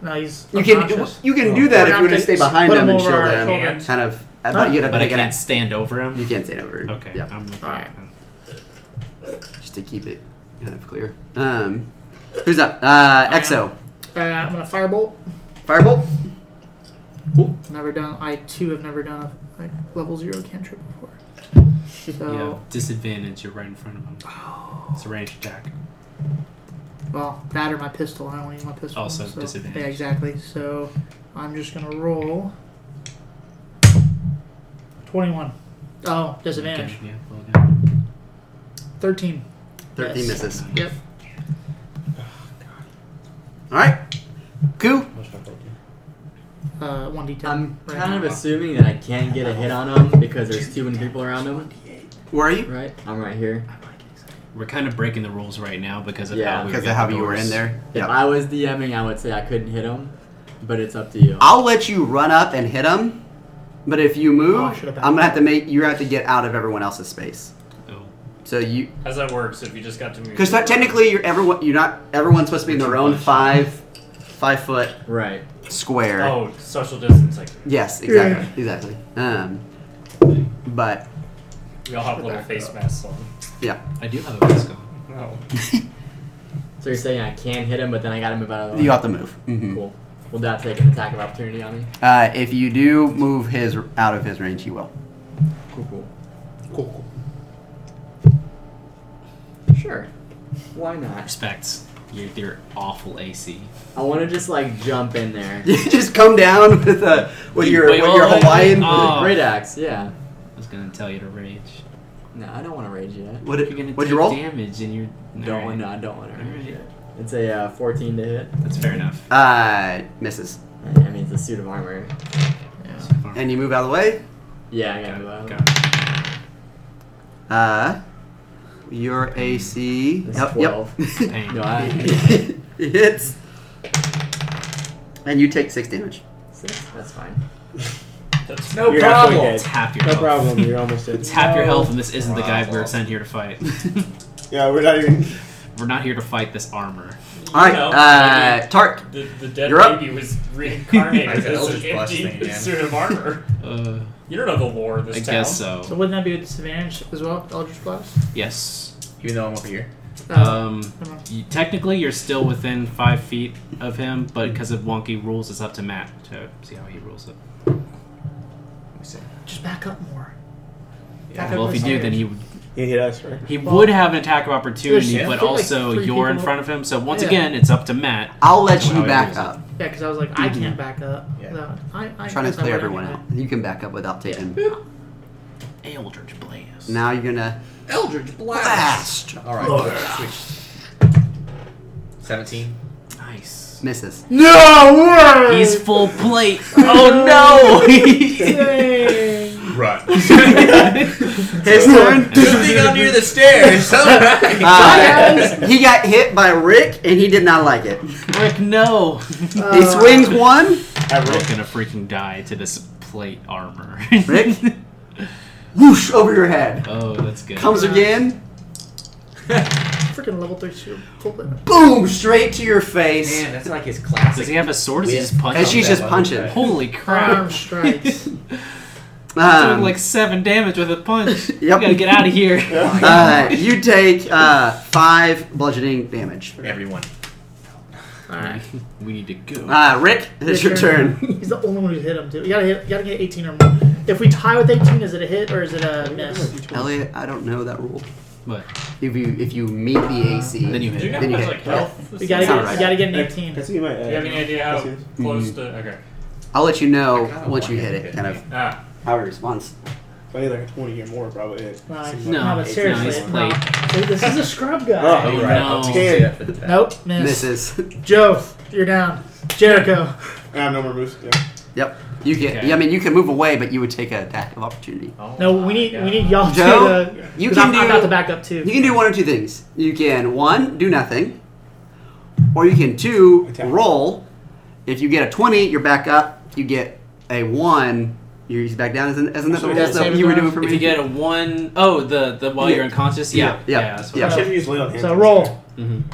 Speaker 5: No, he's
Speaker 2: You can
Speaker 5: unconscious.
Speaker 2: you can do that if you want to stay behind
Speaker 5: Put
Speaker 2: them
Speaker 5: him
Speaker 2: and
Speaker 5: over
Speaker 2: shield
Speaker 5: our
Speaker 2: them.
Speaker 3: shoulder.
Speaker 2: Kind of. I thought you'd have
Speaker 6: But I
Speaker 2: to get
Speaker 6: can't stand over him.
Speaker 2: You can't stand over.
Speaker 6: Okay.
Speaker 2: Yep.
Speaker 6: I'm looking
Speaker 5: Alright.
Speaker 6: at him.
Speaker 2: just to keep it kind of clear. Um, who's up? Uh, Exo.
Speaker 5: Uh, I'm gonna firebolt.
Speaker 2: Firebolt.
Speaker 5: Never done. I too have never done a like, level zero cantrip before. So
Speaker 6: You know, disadvantage. You're right in front of him.
Speaker 2: Oh.
Speaker 6: It's a ranged attack.
Speaker 5: Well, that or my pistol. I only use my pistol.
Speaker 6: Also
Speaker 5: so,
Speaker 6: disadvantage.
Speaker 5: Yeah, exactly. So I'm just gonna roll. Twenty-one. Oh, disadvantage.
Speaker 6: Yeah, well, yeah.
Speaker 5: Thirteen.
Speaker 2: 13
Speaker 5: Yes.
Speaker 2: misses.
Speaker 5: Yep.
Speaker 2: All right. Cool.
Speaker 5: Uh, one d10.
Speaker 7: I'm
Speaker 5: right
Speaker 7: kind of
Speaker 5: now.
Speaker 7: assuming that I can't get a hit on him because there's too many people around him,
Speaker 2: Where are you?
Speaker 7: right? I'm right here.
Speaker 6: We're kind of breaking the rules right now because of
Speaker 7: Yeah,
Speaker 6: how we
Speaker 2: Because
Speaker 6: were
Speaker 2: of how
Speaker 6: getting
Speaker 2: you were in
Speaker 6: doors.
Speaker 2: there.
Speaker 7: If
Speaker 2: Yeah.
Speaker 7: I was DMing, I would say I couldn't hit him, but it's up to you.
Speaker 2: I'll let you run up and hit him, but if you move,
Speaker 5: Oh, I should've
Speaker 2: I'm
Speaker 5: been-
Speaker 2: gonna have to make you have to get out of everyone else's space.
Speaker 6: Oh.
Speaker 2: So you,
Speaker 3: How's that work? So if you just got to move,
Speaker 2: because technically you're everyone, you're not everyone's supposed to be in their own five, five foot
Speaker 7: Right.
Speaker 2: square.
Speaker 3: oh, social distance. Like
Speaker 2: Yes, exactly, exactly. Um, but
Speaker 3: we all have little face masks on.
Speaker 2: yeah,
Speaker 6: I do have a mask on.
Speaker 3: No.
Speaker 7: So you're saying I can hit him, but then I gotta move out of the way.
Speaker 2: you have to move. hmm
Speaker 7: Cool. Will that take an attack of opportunity on me?
Speaker 2: Uh, if you do move his out of his range, he will.
Speaker 7: Cool, cool. Cool, Sure. Why not?
Speaker 6: Respects. You're, you're awful AC.
Speaker 7: I wanna just like jump in there.
Speaker 2: [LAUGHS] You just come down with a with your
Speaker 6: Wait,
Speaker 2: with your
Speaker 6: oh, wait,
Speaker 2: Hawaiian.
Speaker 6: oh.
Speaker 7: Great axe, yeah.
Speaker 6: I was gonna tell you to rage.
Speaker 7: No, I don't wanna rage yet.
Speaker 2: What
Speaker 6: You're gonna
Speaker 2: did what'd
Speaker 6: take
Speaker 2: you roll?
Speaker 6: damage and you're
Speaker 7: No,
Speaker 6: Alright,
Speaker 7: no, I don't wanna rage
Speaker 6: Alright.
Speaker 7: yet. It's a uh, 14 to hit.
Speaker 6: That's fair enough.
Speaker 2: Uh, misses,
Speaker 7: I mean, it's a suit of armor.
Speaker 2: and you move out of the way.
Speaker 7: Yeah, I
Speaker 6: Got
Speaker 7: gotta
Speaker 6: it,
Speaker 7: go out.
Speaker 6: got it.
Speaker 2: Uh, your AC.
Speaker 7: It's
Speaker 2: Yep. [LAUGHS]
Speaker 7: 12.
Speaker 2: yep.
Speaker 6: Dang.
Speaker 7: No, I.
Speaker 2: it hits. And you take six damage.
Speaker 7: [LAUGHS] Six? That's fine.
Speaker 4: No
Speaker 7: You're halfway
Speaker 4: problem.
Speaker 7: dead.
Speaker 6: Tap your
Speaker 4: No
Speaker 6: health.
Speaker 4: problem. You're almost dead.
Speaker 6: Tap your
Speaker 4: No
Speaker 6: health, and this isn't the guy we're
Speaker 4: problem.
Speaker 6: sent here to fight.
Speaker 4: Yeah, we're not even.
Speaker 6: we're not here to fight this armor.
Speaker 2: All right,
Speaker 3: know,
Speaker 2: uh, Tark.
Speaker 3: The, the dead
Speaker 2: You're up.
Speaker 3: baby
Speaker 6: [LAUGHS]
Speaker 3: was reincarnated
Speaker 8: That's an
Speaker 3: as
Speaker 8: Eldritch
Speaker 3: an
Speaker 8: Blast thing
Speaker 3: empty
Speaker 8: again.
Speaker 3: suit of armor.
Speaker 6: Uh,
Speaker 3: You don't know the lore of
Speaker 6: I
Speaker 3: this town.
Speaker 6: guess
Speaker 5: So
Speaker 6: so.
Speaker 5: wouldn't that be a disadvantage as well, Eldritch Blast? Uh,
Speaker 6: Yes.
Speaker 8: Even though I'm over here.
Speaker 2: Oh.
Speaker 6: Um,
Speaker 5: Never mind.
Speaker 6: you, technically, you're still within five feet of him, but because of wonky rules, it's up to Matt to see how he rules it.
Speaker 8: Let me see.
Speaker 5: Just back up more.
Speaker 4: Yeah.
Speaker 5: Back
Speaker 6: Well,
Speaker 5: up
Speaker 6: if you do,
Speaker 5: the
Speaker 6: then
Speaker 5: stairs.
Speaker 6: he would
Speaker 4: He hit us, right?
Speaker 6: He would have an attack of opportunity,
Speaker 5: There's-
Speaker 6: but
Speaker 5: there's like
Speaker 6: also
Speaker 5: three
Speaker 6: you're in
Speaker 5: people-
Speaker 6: front of him. So once
Speaker 5: Yeah.
Speaker 6: again, it's up to Matt.
Speaker 2: I'll let
Speaker 6: How
Speaker 2: you
Speaker 6: he
Speaker 2: back
Speaker 6: rolls
Speaker 2: up.
Speaker 5: Yeah, because I was like, I can't back up.
Speaker 8: Yeah.
Speaker 5: No, I, I
Speaker 2: I'm trying
Speaker 5: guess
Speaker 2: to
Speaker 5: I
Speaker 2: clear
Speaker 5: wouldn't
Speaker 2: everyone
Speaker 5: do
Speaker 2: out. You can back up without taking. [LAUGHS]
Speaker 6: Eldritch Blaze.
Speaker 2: Now you're gonna
Speaker 8: Eldritch
Speaker 2: blast.
Speaker 8: All right, switch. Seventeen.
Speaker 6: Nice.
Speaker 2: Misses. [LAUGHS]
Speaker 5: No way!
Speaker 6: He's full plate.
Speaker 2: [LAUGHS]
Speaker 6: oh
Speaker 8: [LAUGHS] Run.
Speaker 2: His [LAUGHS] turn.
Speaker 8: Good thing I'm near the
Speaker 6: [LAUGHS]
Speaker 8: stairs. All right.
Speaker 6: Ah.
Speaker 2: Uh, he got hit by Rick, and he did not like it.
Speaker 6: no! Rick,
Speaker 5: [LAUGHS]
Speaker 6: no!
Speaker 5: Uh,
Speaker 2: He swings one.
Speaker 4: At
Speaker 6: Rick
Speaker 4: Rick.
Speaker 6: gonna freaking die to this plate armor.
Speaker 2: Rick? Whoosh over your head.
Speaker 6: [LAUGHS] oh, that's good.
Speaker 2: Comes again.
Speaker 5: Freaking level 3 shield. Pull [LAUGHS] it.
Speaker 2: Boom! Straight to your face.
Speaker 8: Man, that's like his classic.
Speaker 6: Does he have a sword? Does he just punch
Speaker 2: And she's
Speaker 6: him?
Speaker 2: just punching.
Speaker 6: Holy
Speaker 5: Arm
Speaker 6: crap!
Speaker 5: strikes.
Speaker 2: Um,
Speaker 6: Doing like seven damage with
Speaker 2: [LAUGHS]
Speaker 6: a punch.
Speaker 2: Yep.
Speaker 6: You gotta get out of here.
Speaker 2: [LAUGHS]
Speaker 6: [LAUGHS]
Speaker 2: uh, you take uh, five bludgeoning damage.
Speaker 8: Everyone.
Speaker 5: Alright.
Speaker 6: We need to go.
Speaker 2: Uh, Rick, it's your turn.
Speaker 5: [LAUGHS] He's the only one who hit him, too. You gotta, hit, you gotta get 18 or more. If we tie with 18, is it a hit or is it a miss?
Speaker 2: Elliot, I don't know that rule.
Speaker 6: But
Speaker 2: If you if you meet the AC,
Speaker 6: then you
Speaker 3: Do you know
Speaker 2: Then
Speaker 6: hit.
Speaker 2: you
Speaker 3: how much,
Speaker 2: hit.
Speaker 3: like health?
Speaker 5: We gotta,
Speaker 2: Sounds
Speaker 5: get,
Speaker 2: right.
Speaker 5: you gotta get an
Speaker 4: That's
Speaker 5: 18.
Speaker 4: that's what you might. uh,
Speaker 3: Do you have any idea how close
Speaker 2: Mm-hmm.
Speaker 3: to? Okay.
Speaker 2: I'll let you know
Speaker 8: I kinda
Speaker 2: once
Speaker 8: want
Speaker 2: you
Speaker 8: him
Speaker 2: hit
Speaker 8: to
Speaker 2: it,
Speaker 8: hit
Speaker 2: kind
Speaker 8: me.
Speaker 2: of
Speaker 3: Ah,
Speaker 2: how it responds.
Speaker 4: Probably like a 20 or more, probably. It
Speaker 5: No,
Speaker 4: seems
Speaker 5: no,
Speaker 6: No,
Speaker 5: but
Speaker 6: it's
Speaker 5: seriously,
Speaker 6: nice
Speaker 5: no. This is a scrub guy.
Speaker 4: Oh.
Speaker 6: Oh
Speaker 8: All right, I'll
Speaker 6: no.
Speaker 8: take it up for the test.
Speaker 5: Nope, miss.
Speaker 2: Misses.
Speaker 5: Joe, you're down. Jericho.
Speaker 4: I have no more moves. Yeah.
Speaker 2: [LAUGHS] Yep. You can.
Speaker 6: Okay.
Speaker 2: Yeah, I mean, you can move away, but you would take an attack of opportunity.
Speaker 8: Oh
Speaker 5: No,
Speaker 8: my
Speaker 5: we need
Speaker 8: God.
Speaker 5: we need y'all
Speaker 2: Joe,
Speaker 5: to. Uh,
Speaker 2: you
Speaker 5: 'cause
Speaker 2: can
Speaker 5: I'm,
Speaker 2: do.
Speaker 5: I'm about to back up too.
Speaker 2: You can do one or two things. You can one do nothing, or you can two
Speaker 4: Attack.
Speaker 2: roll. If you get a twenty, you're back up. You get a one, you're he's back down. Isn't, isn't that
Speaker 4: So
Speaker 2: the
Speaker 4: we
Speaker 2: that's
Speaker 4: got
Speaker 2: what
Speaker 4: saving
Speaker 2: you were
Speaker 4: throws?
Speaker 2: doing for me?
Speaker 6: If you get a one, oh, the, the while
Speaker 2: Yeah.
Speaker 6: you're unconscious, yeah,
Speaker 2: Yeah.
Speaker 6: yeah,
Speaker 2: Yeah.
Speaker 6: that's what
Speaker 2: Yeah.
Speaker 4: I should have used lay on hands.
Speaker 5: So roll.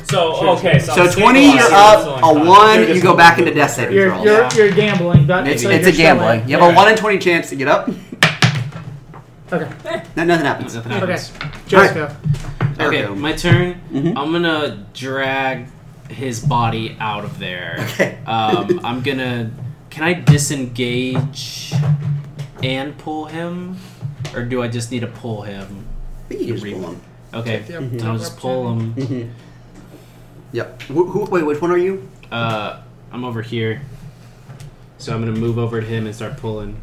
Speaker 3: So okay. So,
Speaker 2: so
Speaker 3: I'm
Speaker 2: twenty,
Speaker 3: stabilized.
Speaker 2: you're
Speaker 3: So
Speaker 2: up. A
Speaker 3: I'm fine.
Speaker 2: one,
Speaker 4: You're
Speaker 2: you
Speaker 4: just
Speaker 2: go
Speaker 4: gonna
Speaker 2: back
Speaker 4: do
Speaker 2: into
Speaker 4: the
Speaker 2: death saving
Speaker 5: You're
Speaker 2: throw.
Speaker 5: you're, you're gambling. But
Speaker 2: It's,
Speaker 5: so
Speaker 2: it's
Speaker 5: you're
Speaker 2: a
Speaker 5: still in.
Speaker 2: gambling. You have a one in twenty chance to get up. [LAUGHS]
Speaker 5: Okay.
Speaker 2: No, nothing happens.
Speaker 6: Nothing
Speaker 5: Okay.
Speaker 6: happens.
Speaker 5: Jericho.
Speaker 6: Okay,
Speaker 2: Ergo.
Speaker 6: my turn.
Speaker 2: Mhm.
Speaker 6: I'm gonna drag his body out of there.
Speaker 2: [LAUGHS] Okay.
Speaker 6: Um, I'm gonna. Can I disengage and pull him, or do I just need to pull him?
Speaker 2: I think you can just pull
Speaker 6: Okay,
Speaker 2: the Mhm.
Speaker 6: I'll just pull him.
Speaker 2: them. hmm Yep. Who, who, wait, which one are you?
Speaker 6: Uh, I'm over here, so I'm gonna move over to him and start pulling,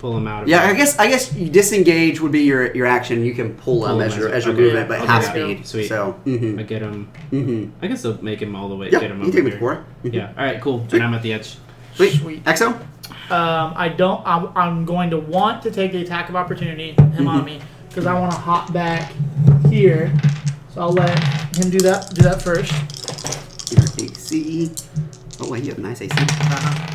Speaker 6: pull him out of.
Speaker 2: Yeah, I
Speaker 6: there.
Speaker 2: guess I guess you disengage would be your your action. You can pull them
Speaker 6: Pull
Speaker 2: as
Speaker 6: them
Speaker 2: your
Speaker 6: as-
Speaker 2: as your
Speaker 6: okay.
Speaker 2: movement, but
Speaker 6: Okay.
Speaker 2: half
Speaker 6: Yeah.
Speaker 2: speed.
Speaker 6: Sweet.
Speaker 2: So. Mm-hmm.
Speaker 6: I get him.
Speaker 2: Mm-hmm.
Speaker 6: I can still make him all the way.
Speaker 2: Yeah,
Speaker 6: get him
Speaker 2: you
Speaker 6: over
Speaker 2: take
Speaker 6: here.
Speaker 2: it for. Mhm.
Speaker 6: Yeah. All right. Cool. And I'm at the edge.
Speaker 2: Sweet.
Speaker 5: Sweet.
Speaker 2: Exo.
Speaker 5: Um, I don't. I'm, I'm going to want to take the attack of opportunity him on me because I want to hop back here. So I'll let him do that. Do that first.
Speaker 2: Your AC. Oh wait, you have a nice AC.
Speaker 5: Uh-huh.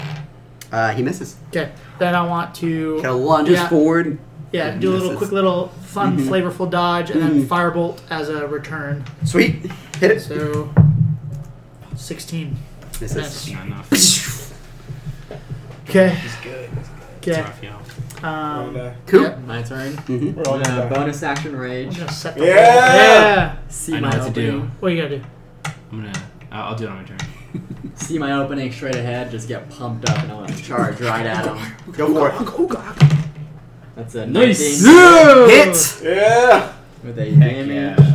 Speaker 2: Uh, he misses.
Speaker 5: Okay. Then I want to
Speaker 2: Kind of lunges
Speaker 5: Yeah.
Speaker 2: forward.
Speaker 5: yeah do a little
Speaker 2: Misses.
Speaker 5: quick little fun
Speaker 2: Mhm.
Speaker 5: flavorful dodge and
Speaker 2: Mhm.
Speaker 5: then firebolt as a return.
Speaker 2: Sweet. Hit it.
Speaker 5: So sixteen.
Speaker 2: Misses.
Speaker 6: Not enough.
Speaker 5: Okay.
Speaker 4: He's good.
Speaker 5: Okay.
Speaker 6: Tough, yeah.
Speaker 5: Um,
Speaker 4: We're
Speaker 2: Cool.
Speaker 5: Yep.
Speaker 7: My turn.
Speaker 2: Mm-hmm.
Speaker 4: all
Speaker 7: Uh,
Speaker 4: gonna die.
Speaker 7: bonus action
Speaker 5: I'm
Speaker 7: rage.
Speaker 5: gonna set the
Speaker 4: Yeah!
Speaker 5: wall. Yeah.
Speaker 7: See
Speaker 6: I know
Speaker 7: my
Speaker 6: what to do.
Speaker 7: opening.
Speaker 5: What you gotta do?
Speaker 6: I'm gonna. I'll I'll do it on my turn.
Speaker 7: See my opening straight ahead. Just get pumped up and I want to charge right at him.
Speaker 2: Go for it.
Speaker 7: That's a
Speaker 6: Nice.
Speaker 7: 19
Speaker 2: Hit.
Speaker 4: Yeah.
Speaker 7: with a
Speaker 6: Heck
Speaker 7: damage
Speaker 6: yeah.
Speaker 7: of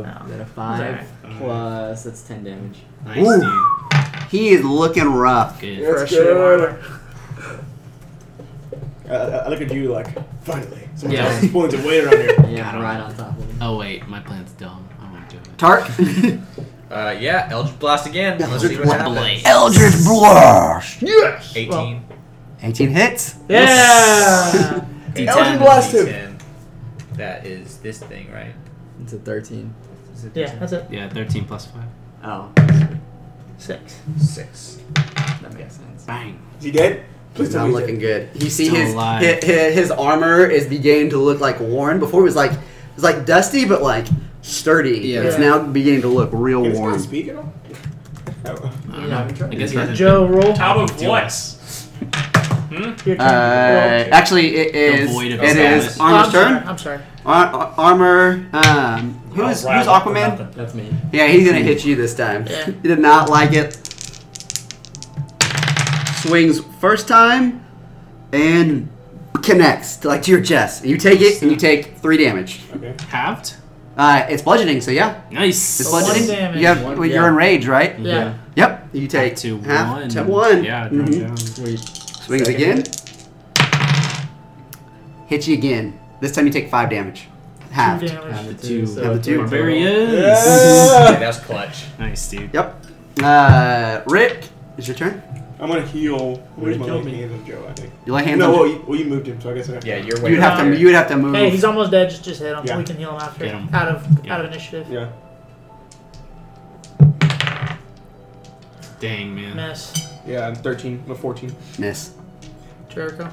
Speaker 7: Uh, is that a five
Speaker 5: It's
Speaker 7: plus that's ten damage.
Speaker 6: Nice,
Speaker 2: Ooh.
Speaker 6: dude.
Speaker 2: He is looking rough.
Speaker 6: Good.
Speaker 4: That's
Speaker 5: Fresh
Speaker 4: good. I, I I look at you like, finally, someone's
Speaker 6: Yeah.
Speaker 4: yeah. pulling some weight around
Speaker 7: [LAUGHS]
Speaker 4: here.
Speaker 7: Yeah, right on top of him.
Speaker 6: Oh wait, my plan's dumb. I won't do it.
Speaker 2: Tark.
Speaker 8: Uh, yeah, Eldritch Blast again. Let's see
Speaker 2: Eldritch
Speaker 8: what happens.
Speaker 2: Eldritch Blast.
Speaker 8: 18.
Speaker 5: Well,
Speaker 2: 18 hits.
Speaker 6: [LAUGHS]
Speaker 5: Yeah.
Speaker 8: D10,
Speaker 4: Eldritch Blast him.
Speaker 8: D10. That is this thing, right?
Speaker 7: It's a thirteen.
Speaker 8: Is it
Speaker 5: yeah. That's it.
Speaker 6: Yeah, 13 plus 5.
Speaker 7: Oh,
Speaker 5: Six.
Speaker 8: Six.
Speaker 7: that makes sense.
Speaker 6: Bang.
Speaker 4: Is he dead? Please
Speaker 2: He's
Speaker 4: tell
Speaker 2: not
Speaker 4: me he's
Speaker 2: looking good. You see
Speaker 6: Still
Speaker 2: his,
Speaker 6: alive.
Speaker 2: his his armor is beginning to look like worn. Before it was like it was like dusty, but like sturdy.
Speaker 6: Yeah.
Speaker 2: It's now beginning to look real
Speaker 4: dead. Can this guy
Speaker 2: worn.
Speaker 4: speak at all? Oh.
Speaker 5: Yeah.
Speaker 6: I guess
Speaker 2: Yeah.
Speaker 6: nothing.
Speaker 5: Joe, roll.
Speaker 3: Out
Speaker 6: Talking
Speaker 3: of
Speaker 6: to
Speaker 3: what?
Speaker 6: us.
Speaker 5: Your turn.
Speaker 2: Uh,
Speaker 5: Roll.
Speaker 2: actually, it is
Speaker 6: void
Speaker 2: it
Speaker 6: of
Speaker 2: is
Speaker 6: sadness.
Speaker 5: Oh, I'm
Speaker 2: armor's
Speaker 5: sorry,
Speaker 2: turn.
Speaker 5: I'm sorry.
Speaker 2: Ar- ar- armor. Um, who is
Speaker 3: Riled
Speaker 2: who's
Speaker 3: up for
Speaker 2: Aquaman?
Speaker 3: nothing.
Speaker 7: That's me.
Speaker 2: Yeah, he's gonna hit you this time.
Speaker 5: Yeah.
Speaker 2: he did not like it. Swings first time and connects to, like to your chest. You take it and you take three damage.
Speaker 4: Okay.
Speaker 6: Halved?
Speaker 2: Uh, it's bludgeoning, so yeah.
Speaker 6: Nice.
Speaker 2: It's
Speaker 5: So one
Speaker 2: bludgeoning.
Speaker 5: damage.
Speaker 2: You have,
Speaker 7: One-
Speaker 2: well, You're
Speaker 7: yeah.
Speaker 2: enraged, right?
Speaker 5: Yeah.
Speaker 2: Yep. You take
Speaker 6: Back to
Speaker 2: half
Speaker 6: one.
Speaker 2: To one.
Speaker 6: Yeah, drop
Speaker 2: Mhm.
Speaker 6: down.
Speaker 7: Sweet.
Speaker 2: Swings
Speaker 7: Second
Speaker 2: again.
Speaker 7: hit.
Speaker 2: Hit you again. This time you take five damage. Half.
Speaker 5: Two
Speaker 7: Have
Speaker 5: damage.
Speaker 7: the
Speaker 6: Have the
Speaker 7: two.
Speaker 6: two.
Speaker 7: So
Speaker 2: Have the two.
Speaker 7: three
Speaker 6: There
Speaker 7: total.
Speaker 6: he is.
Speaker 4: Yeah.
Speaker 8: Okay, that was clutch.
Speaker 6: nice, dude.
Speaker 2: Yep. Uh, Rick, it's your turn.
Speaker 4: I'm gonna heal. Where's my
Speaker 5: killed
Speaker 4: left
Speaker 5: me.
Speaker 4: hand of Joe? I think.
Speaker 2: You lay hands
Speaker 4: No, well
Speaker 2: on.
Speaker 4: you, well, you moved him, so I guess I have to-
Speaker 8: Yeah, you're way
Speaker 2: You'd have
Speaker 8: over
Speaker 2: to.
Speaker 8: here.
Speaker 2: You would have to move.
Speaker 5: Hey, he's almost dead. Just, just hit him.
Speaker 4: Yeah.
Speaker 5: We can heal him after.
Speaker 6: Hit him.
Speaker 5: Out of
Speaker 6: Yeah.
Speaker 5: out of initiative.
Speaker 4: Yeah.
Speaker 6: Dang, man.
Speaker 5: Miss
Speaker 4: Yeah, I'm 13. I'm 14.
Speaker 2: Miss.
Speaker 5: Jericho.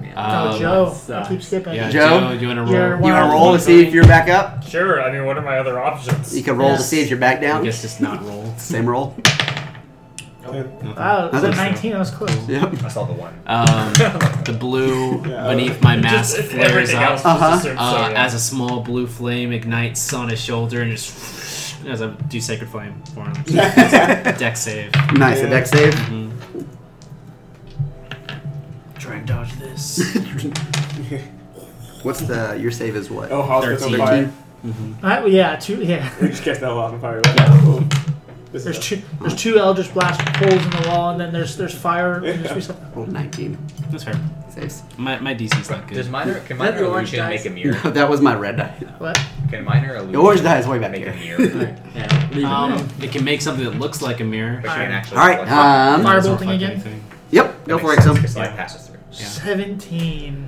Speaker 6: Um,
Speaker 5: oh, Joe.
Speaker 7: sucks.
Speaker 5: I keep skipping.
Speaker 6: Yeah,
Speaker 2: Joe?
Speaker 6: Joe, you want to
Speaker 5: You're
Speaker 6: roll?
Speaker 2: You
Speaker 5: one
Speaker 2: want
Speaker 5: out
Speaker 2: to
Speaker 5: of
Speaker 2: roll to see if you're back up?
Speaker 3: Sure. I mean, what are my other options? [LAUGHS]
Speaker 2: You can roll to
Speaker 5: Yes.
Speaker 2: see if you're back
Speaker 6: I
Speaker 2: down.
Speaker 6: guess just not roll.
Speaker 2: Same roll.
Speaker 4: And-
Speaker 5: Wow, that was
Speaker 2: Nothing.
Speaker 5: a 19. That was close.
Speaker 2: Yep.
Speaker 8: I saw the one.
Speaker 6: Um, the blue
Speaker 4: Yeah.
Speaker 6: beneath my mask
Speaker 3: [LAUGHS] Just if
Speaker 6: flares
Speaker 3: everything
Speaker 6: up.
Speaker 3: else
Speaker 2: Uh-huh.
Speaker 3: was assumed, so,
Speaker 6: uh,
Speaker 3: yeah.
Speaker 6: as a small blue flame ignites on his shoulder and just [SNIFFS] as I do sacred flame for him.
Speaker 2: [LAUGHS]
Speaker 6: Deck save.
Speaker 2: Nice. A deck save.
Speaker 6: Try and dodge this.
Speaker 2: What's the your save is what?
Speaker 4: Oh, Hospital's on
Speaker 6: 13.
Speaker 4: [LAUGHS] fire.
Speaker 5: All right, well, yeah, two. Yeah. [LAUGHS]
Speaker 4: We just catch that lot on fire. Oh. This
Speaker 5: There's
Speaker 4: is
Speaker 5: two. There's two Eldritch blast holes in the wall, and then there's there's fire.
Speaker 4: Yeah.
Speaker 5: And there's something.
Speaker 2: Roll 19
Speaker 6: [LAUGHS] That's fair.
Speaker 2: Oh, saves.
Speaker 6: My my DC's not good.
Speaker 8: Does minor can
Speaker 7: Let
Speaker 8: minor
Speaker 7: the orange
Speaker 8: illusion
Speaker 7: dice-
Speaker 8: make a mirror?
Speaker 2: No, [LAUGHS] that was my red die.
Speaker 5: What?
Speaker 8: Can minor
Speaker 2: The
Speaker 8: illusion
Speaker 2: orange die is way back
Speaker 8: make
Speaker 2: here. [LAUGHS]
Speaker 8: a mirror?
Speaker 7: Alright, yeah, leave it.
Speaker 6: Um, it can make something that looks like a mirror.
Speaker 8: But you can actually
Speaker 2: All right.
Speaker 8: like,
Speaker 2: Um.
Speaker 5: Fire-
Speaker 6: It doesn't
Speaker 5: Firebolting
Speaker 6: reflect
Speaker 5: again?
Speaker 6: anything.
Speaker 2: Yep.
Speaker 8: that
Speaker 2: Go
Speaker 8: makes
Speaker 2: for it,
Speaker 8: sense,
Speaker 2: Exum.
Speaker 8: 'cause light passes through.
Speaker 5: Seventeen.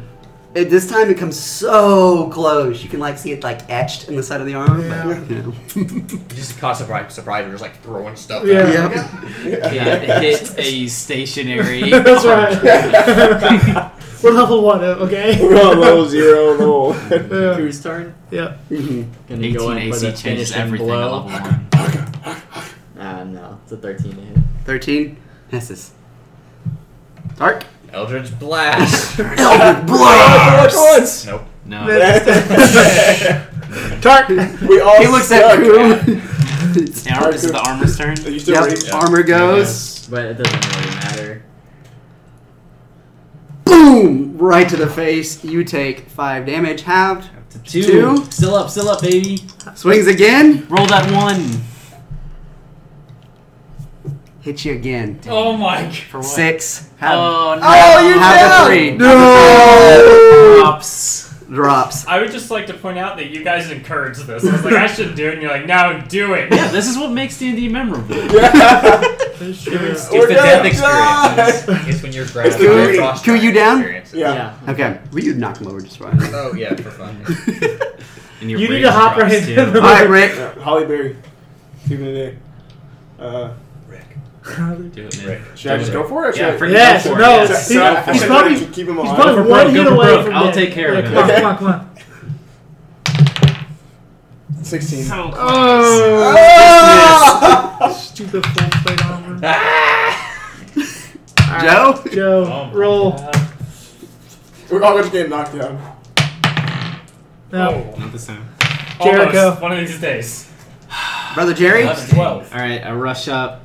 Speaker 2: It, this time it comes so close, you can like see it like etched in the side of the armor. But, you know.
Speaker 8: Just a cause of surprise, surprise, we're just like throwing stuff.
Speaker 5: Yeah.
Speaker 4: [LAUGHS]
Speaker 6: It hits a [LAUGHS] stationary.
Speaker 5: That's
Speaker 4: [LAUGHS]
Speaker 5: right. We're level one. uh, Okay.
Speaker 4: We're on level zero, [LAUGHS] level.
Speaker 5: [LAUGHS] Yeah.
Speaker 7: Whose turn?
Speaker 5: yeah.
Speaker 7: Gonna
Speaker 6: 18
Speaker 7: go in for
Speaker 6: AC
Speaker 7: the
Speaker 6: changes
Speaker 7: finishing
Speaker 6: everything at
Speaker 7: blow.
Speaker 6: level one.
Speaker 7: Ah, no, it's a thirteen to hit.
Speaker 2: Thirteen misses. Dark. [LAUGHS]
Speaker 8: Eldritch Blast.
Speaker 2: Eldritch blast.
Speaker 4: [LAUGHS]
Speaker 8: nope.
Speaker 6: No.
Speaker 4: Tark! We all
Speaker 2: He looks at
Speaker 4: suck.
Speaker 2: Crew.
Speaker 6: Armor is the armor turn.
Speaker 4: Are you still
Speaker 2: yep,
Speaker 4: raged?
Speaker 2: armor goes.
Speaker 7: But it doesn't really matter.
Speaker 2: Boom! Right to the face. You take five damage, halved.
Speaker 6: To two.
Speaker 2: Two.
Speaker 6: Still up, still up, baby.
Speaker 2: Swings again.
Speaker 6: Roll that one.
Speaker 2: Hits you again.
Speaker 3: Oh my god.
Speaker 6: For what?
Speaker 2: Six. Have,
Speaker 6: Oh, no.
Speaker 2: have,
Speaker 12: you're
Speaker 2: have
Speaker 12: down.
Speaker 2: the three.
Speaker 12: No.
Speaker 6: Drops. [LAUGHS]
Speaker 2: Drops.
Speaker 3: I would just like to point out that you guys encouraged this. I was like, I shouldn't do it, and you're like, no, do it.
Speaker 6: Yeah, this is what makes D&D memorable.
Speaker 4: [LAUGHS]
Speaker 3: Sure.
Speaker 8: It's the death
Speaker 4: done.
Speaker 8: experience. it's when you're grabbed.
Speaker 4: the
Speaker 8: by
Speaker 4: green.
Speaker 8: frost
Speaker 2: Cue you
Speaker 8: giant
Speaker 2: down?
Speaker 8: experience.
Speaker 4: Yeah.
Speaker 2: Okay, we could knock him over just fine.
Speaker 8: Oh yeah, for
Speaker 2: [LAUGHS]
Speaker 8: fun.
Speaker 6: And your
Speaker 5: You need
Speaker 6: rage
Speaker 5: to hop
Speaker 6: drops,
Speaker 5: right [LAUGHS]
Speaker 6: too.
Speaker 5: into the.
Speaker 2: All right, Rick.
Speaker 4: Uh, Holly Berry. Even today. Uh,
Speaker 8: Do it, man.
Speaker 4: should I just go for it? or should
Speaker 6: Yeah,
Speaker 4: I-
Speaker 6: freaking
Speaker 5: Yes,
Speaker 6: go for
Speaker 5: no,
Speaker 6: it.
Speaker 4: So-
Speaker 6: Yeah.
Speaker 5: see,
Speaker 4: so I- I
Speaker 5: he's
Speaker 4: should
Speaker 5: probably-
Speaker 4: keep- keep him
Speaker 5: He's
Speaker 4: alive.
Speaker 5: probably
Speaker 6: Go for
Speaker 5: one
Speaker 6: broke, go
Speaker 5: hit
Speaker 6: for
Speaker 5: away
Speaker 6: broke.
Speaker 5: from
Speaker 6: I'll
Speaker 5: death.
Speaker 6: take care of
Speaker 5: Yeah,
Speaker 6: it.
Speaker 5: Come on, come on, come on.
Speaker 4: 16.
Speaker 6: So close.
Speaker 5: Ah! Stupid full plate armor.
Speaker 6: [LAUGHS]
Speaker 2: Joe.
Speaker 6: Oh,
Speaker 5: Joe, roll.
Speaker 4: Oh. We're all going to get knocked down.
Speaker 5: No.
Speaker 6: Not this time.
Speaker 3: Almost.
Speaker 5: Jericho.
Speaker 3: One of these days.
Speaker 2: Brother Jerry.
Speaker 3: 11, 12.
Speaker 6: All right, I rush up.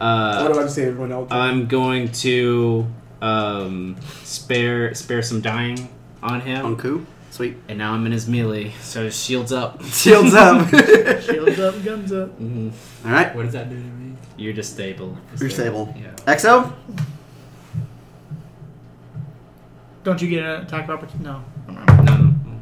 Speaker 6: Uh,
Speaker 4: what do I say, everyone else?
Speaker 6: I'm going to um, spare spare some dying on him,
Speaker 2: On coup. Sweet.
Speaker 6: and now I'm in his melee, so shields up.
Speaker 2: Shields up.
Speaker 6: [LAUGHS]
Speaker 5: Shields up, guns up.
Speaker 6: Mhm.
Speaker 2: All right.
Speaker 7: What does that do to me?
Speaker 6: You're just stable.
Speaker 2: You're stable.
Speaker 6: Yeah.
Speaker 2: XO.
Speaker 5: Don't you get an attack of opportunity? No. I don't remember.
Speaker 6: No, no,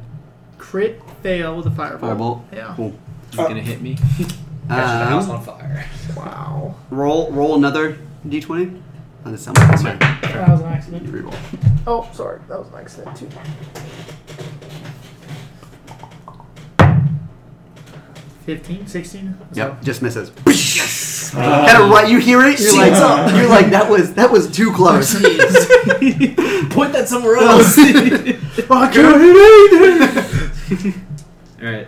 Speaker 5: Crit fail with a fireball.
Speaker 2: Firebolt.
Speaker 5: Yeah.
Speaker 2: Cool.
Speaker 6: he's gonna hit me.
Speaker 8: Catching the house
Speaker 2: Um,
Speaker 8: on fire.
Speaker 5: Wow.
Speaker 2: roll. Roll another d20. Oh, that's something. That's right.
Speaker 5: That was an accident.
Speaker 2: You reroll.
Speaker 5: Oh, sorry. That was an accident, too. Fifteen, sixteen.
Speaker 2: Yep. Just misses. Yes. Kind of right. You hear it. You're like. You're like that was that was too close.
Speaker 6: [LAUGHS] Point that somewhere else. [LAUGHS] All right.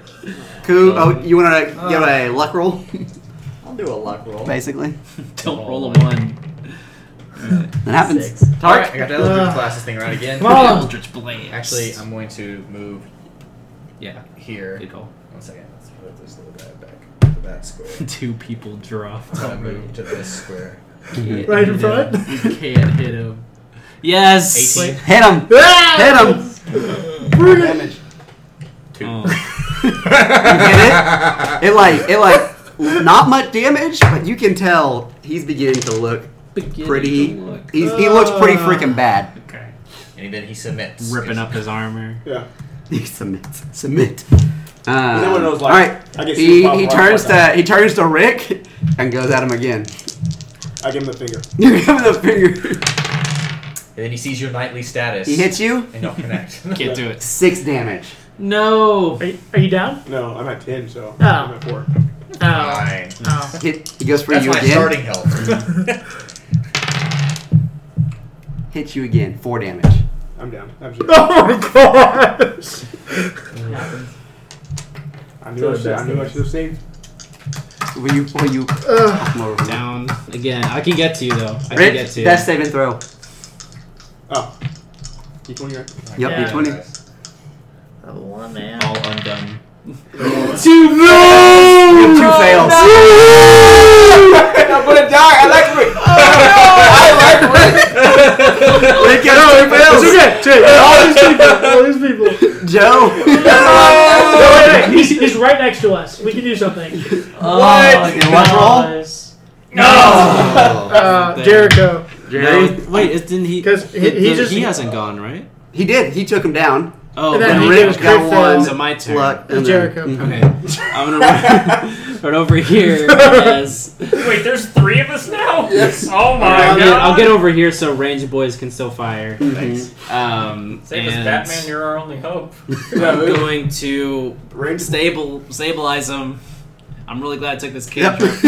Speaker 2: Coup. Oh, you want to give a luck roll, [LAUGHS]
Speaker 7: I'll do a luck roll.
Speaker 2: basically.
Speaker 6: Don't roll [LAUGHS] a one.
Speaker 2: That happens.
Speaker 7: Six.
Speaker 8: All
Speaker 2: Tark.
Speaker 8: right, I got to Eldritch blast this thing around again.
Speaker 6: Eldritch blade.
Speaker 8: Actually, um, I'm going to move
Speaker 6: yeah.
Speaker 8: here.
Speaker 6: Good call. [LAUGHS]
Speaker 8: One second. Let's put this little guy back to that square.
Speaker 6: Two people dropped.
Speaker 8: I'm gonna move to this [LAUGHS] square.
Speaker 5: Right in front?
Speaker 6: You can't hit him. Yes.
Speaker 8: 18.
Speaker 2: Hit him.
Speaker 5: Ah!
Speaker 2: Hit him.
Speaker 4: Damage.
Speaker 6: Oh.
Speaker 2: [LAUGHS] You get it? It like it like not much damage, but you can tell he's beginning to look pretty. He's, he looks pretty freaking bad.
Speaker 6: Okay.
Speaker 8: And then he submits.
Speaker 6: Ripping up his armor.
Speaker 4: Yeah.
Speaker 2: [LAUGHS] He submits. Submit. Um,
Speaker 4: Is that one of those, like,
Speaker 2: all right.
Speaker 4: I get
Speaker 2: He,
Speaker 4: superpower
Speaker 2: he turns
Speaker 4: like
Speaker 2: to he turns to Rick and goes at him again. [LAUGHS]
Speaker 4: I give him the finger.
Speaker 2: You give him the finger.
Speaker 8: And then he sees your knightly status.
Speaker 2: He hits you.
Speaker 8: And
Speaker 2: [LAUGHS]
Speaker 8: don't connect. [LAUGHS]
Speaker 6: Can't do it.
Speaker 2: Six damage.
Speaker 6: No.
Speaker 5: Are you, are you down?
Speaker 4: No, I'm at 10, so
Speaker 5: Oh.
Speaker 4: I'm at 4.
Speaker 5: Oh.
Speaker 8: Fine.
Speaker 5: Oh.
Speaker 2: Hit, he goes for
Speaker 8: That's
Speaker 2: you
Speaker 8: my
Speaker 2: again. [LAUGHS]
Speaker 8: starting help. [LAUGHS]
Speaker 2: Hits you again. Four damage.
Speaker 4: I'm down. I'm just,
Speaker 5: [LAUGHS] Oh my gosh!
Speaker 4: I knew I should I knew I should have saved.
Speaker 2: Will you? Will you?
Speaker 5: Ugh.
Speaker 2: More
Speaker 6: Down again. I can get to you though. I can
Speaker 2: Rick,
Speaker 6: get to you.
Speaker 2: death saving throw.
Speaker 4: [LAUGHS] Oh. Keep going right.
Speaker 2: Yep,
Speaker 5: Yeah.
Speaker 2: yeah. twenty.
Speaker 5: That one, man.
Speaker 6: all undone.
Speaker 2: Two no! You have two fails.
Speaker 4: [LAUGHS] I'm gonna die. I like
Speaker 2: [LAUGHS]
Speaker 4: Rick.
Speaker 2: [LAUGHS] Rick has two fails.
Speaker 5: It's okay, Jay. All these people. All these
Speaker 2: [LAUGHS]
Speaker 5: people.
Speaker 2: Joe.
Speaker 5: No, wait, wait. He's, he's right next to us. We can
Speaker 2: [LAUGHS]
Speaker 5: do something. Oh
Speaker 2: What? In what roll?
Speaker 5: Guys.
Speaker 2: [LAUGHS]
Speaker 6: Oh,
Speaker 5: Uh, Jericho.
Speaker 2: Jerry.
Speaker 6: No, wait, it, didn't he?
Speaker 5: 'Cause he-
Speaker 6: did-
Speaker 5: he
Speaker 6: did-
Speaker 5: just-
Speaker 6: he hasn't gone right.
Speaker 2: He did. He took him down.
Speaker 6: Oh,
Speaker 5: And
Speaker 6: but
Speaker 5: then
Speaker 2: And
Speaker 5: he
Speaker 6: Rick-
Speaker 5: gave us
Speaker 2: Rick
Speaker 5: crit
Speaker 2: got one.
Speaker 5: fail.
Speaker 6: So my turn.
Speaker 2: Luck.
Speaker 5: To
Speaker 2: and then-
Speaker 5: Jericho.
Speaker 2: Mhm.
Speaker 6: Okay, I'm gonna run, [LAUGHS] run over here. As,
Speaker 3: Wait, there's three of us now?
Speaker 4: Yes.
Speaker 3: Oh my
Speaker 6: I'll,
Speaker 3: god.
Speaker 6: get, I'll get over here so range boys can still fire.
Speaker 2: Mhm.
Speaker 6: Um,
Speaker 3: Save us,
Speaker 6: and
Speaker 3: Batman, you're our only hope.
Speaker 6: I'm going to
Speaker 4: Range
Speaker 6: stable stabilize him. I'm really glad I took this
Speaker 2: [LAUGHS] Yep. [LAUGHS]
Speaker 6: [LAUGHS] cantrip.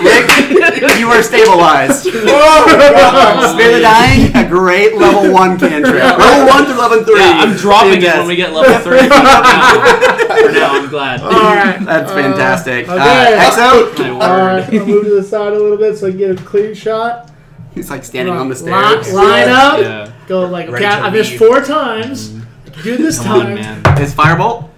Speaker 2: Rick, you are [LAUGHS] stabilized. Spare the dying, a great level one cantrip. Level one through level three.
Speaker 6: Yeah, I'm dropping it
Speaker 2: Yes.
Speaker 6: when we get level three. but For now, for now, I'm
Speaker 2: [LAUGHS]
Speaker 6: glad.
Speaker 5: All right.
Speaker 2: That's
Speaker 5: Uh,
Speaker 2: fantastic. Uh,
Speaker 5: okay.
Speaker 2: Exo,
Speaker 6: My
Speaker 5: All
Speaker 2: [LAUGHS]
Speaker 6: word.
Speaker 5: right. I'll uh, move to the side a little bit so I can get a clean shot.
Speaker 2: he's like standing on the
Speaker 5: Line,
Speaker 2: stairs.
Speaker 5: line up.
Speaker 6: Yeah.
Speaker 5: Go like, okay,
Speaker 8: Ready to
Speaker 5: I missed
Speaker 8: leave.
Speaker 5: four times. Do this
Speaker 6: Mm. Come on,
Speaker 5: time.
Speaker 6: man.
Speaker 2: It's firebolt.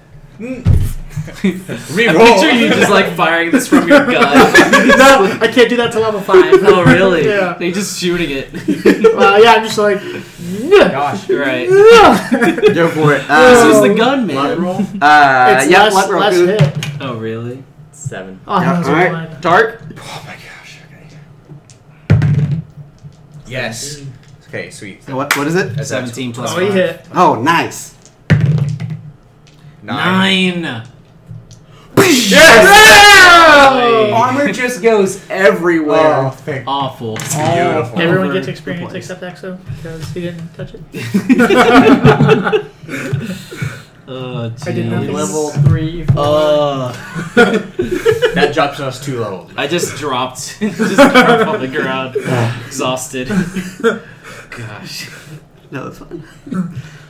Speaker 6: Reroll. Picture you just like firing this from your gun.
Speaker 5: no, [LAUGHS] I can't do that to level five.
Speaker 6: [LAUGHS] oh really?
Speaker 5: [LAUGHS] Yeah.
Speaker 6: They just shooting it.
Speaker 5: Well, yeah, I'm just like,
Speaker 8: Gosh.
Speaker 6: right.
Speaker 2: Go for it.
Speaker 6: This was
Speaker 2: Um,
Speaker 6: the gun man.
Speaker 8: roll?
Speaker 2: uh,
Speaker 5: it's
Speaker 2: yeah,
Speaker 5: less,
Speaker 2: luck roll,
Speaker 5: less
Speaker 2: Coop.
Speaker 5: hit.
Speaker 6: Oh really?
Speaker 7: Seven.
Speaker 5: Oh,
Speaker 2: Yeah,
Speaker 5: that's
Speaker 2: all
Speaker 5: a
Speaker 2: right.
Speaker 5: one.
Speaker 2: Tark.
Speaker 8: Oh my gosh. Okay. Yes. Okay, sweet.
Speaker 2: What, what is it?
Speaker 8: That's actual-
Speaker 6: Seventeen plus
Speaker 5: Oh, he
Speaker 6: five.
Speaker 5: hit.
Speaker 2: Oh, nice.
Speaker 8: Nine.
Speaker 6: Nine.
Speaker 2: Armor just goes everywhere.
Speaker 4: thank
Speaker 6: Awful.
Speaker 4: Beautiful.
Speaker 5: Everyone
Speaker 6: Over
Speaker 5: gets
Speaker 6: the
Speaker 5: experience
Speaker 6: place.
Speaker 5: except Exo because he didn't touch it.
Speaker 2: [LAUGHS]
Speaker 6: [LAUGHS] Oh, geez.
Speaker 5: I did nothing.
Speaker 2: Level
Speaker 5: three. Four.
Speaker 8: That drops us two levels.
Speaker 6: I just dropped, [LAUGHS] just dropped on the ground, exhausted. Gosh.
Speaker 2: No, that's fine.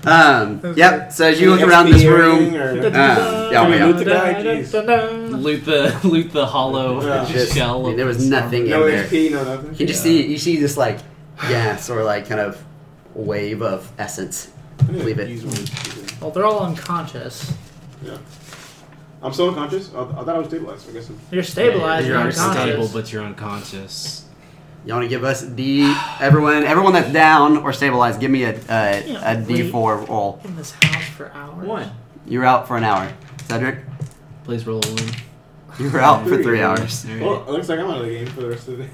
Speaker 2: Um, yep. So as you look around this room,
Speaker 4: Or,
Speaker 2: uh,
Speaker 6: Ah,
Speaker 2: yeah,
Speaker 4: Can we
Speaker 2: yeah.
Speaker 4: loot the guy? Jeez.
Speaker 6: Loot the loot the hollow
Speaker 4: Yeah.
Speaker 2: Just-
Speaker 6: shell. of
Speaker 2: there was
Speaker 6: this
Speaker 2: nothing
Speaker 4: no
Speaker 2: in there.
Speaker 4: HP, no nothing.
Speaker 2: You just see you see this like gas or like kind of wave of essence. Leave it.
Speaker 4: Use one.
Speaker 5: Well, they're all unconscious.
Speaker 4: I'm still unconscious. I, I thought I was stabilized. I guess I'm.
Speaker 5: You're stabilized.
Speaker 6: You're
Speaker 5: but unconscious.
Speaker 6: unstable, but you're unconscious.
Speaker 2: You want to give us D everyone everyone that's down or stabilized. Give me a a, a
Speaker 5: Yeah,
Speaker 2: D four roll.
Speaker 5: in this house for hours.
Speaker 7: One.
Speaker 2: You're out for an hour. Cedric,
Speaker 6: Please roll one.
Speaker 2: you're out for three hours.
Speaker 6: All right.
Speaker 4: Well, it looks like I'm out of the game for the rest of the day.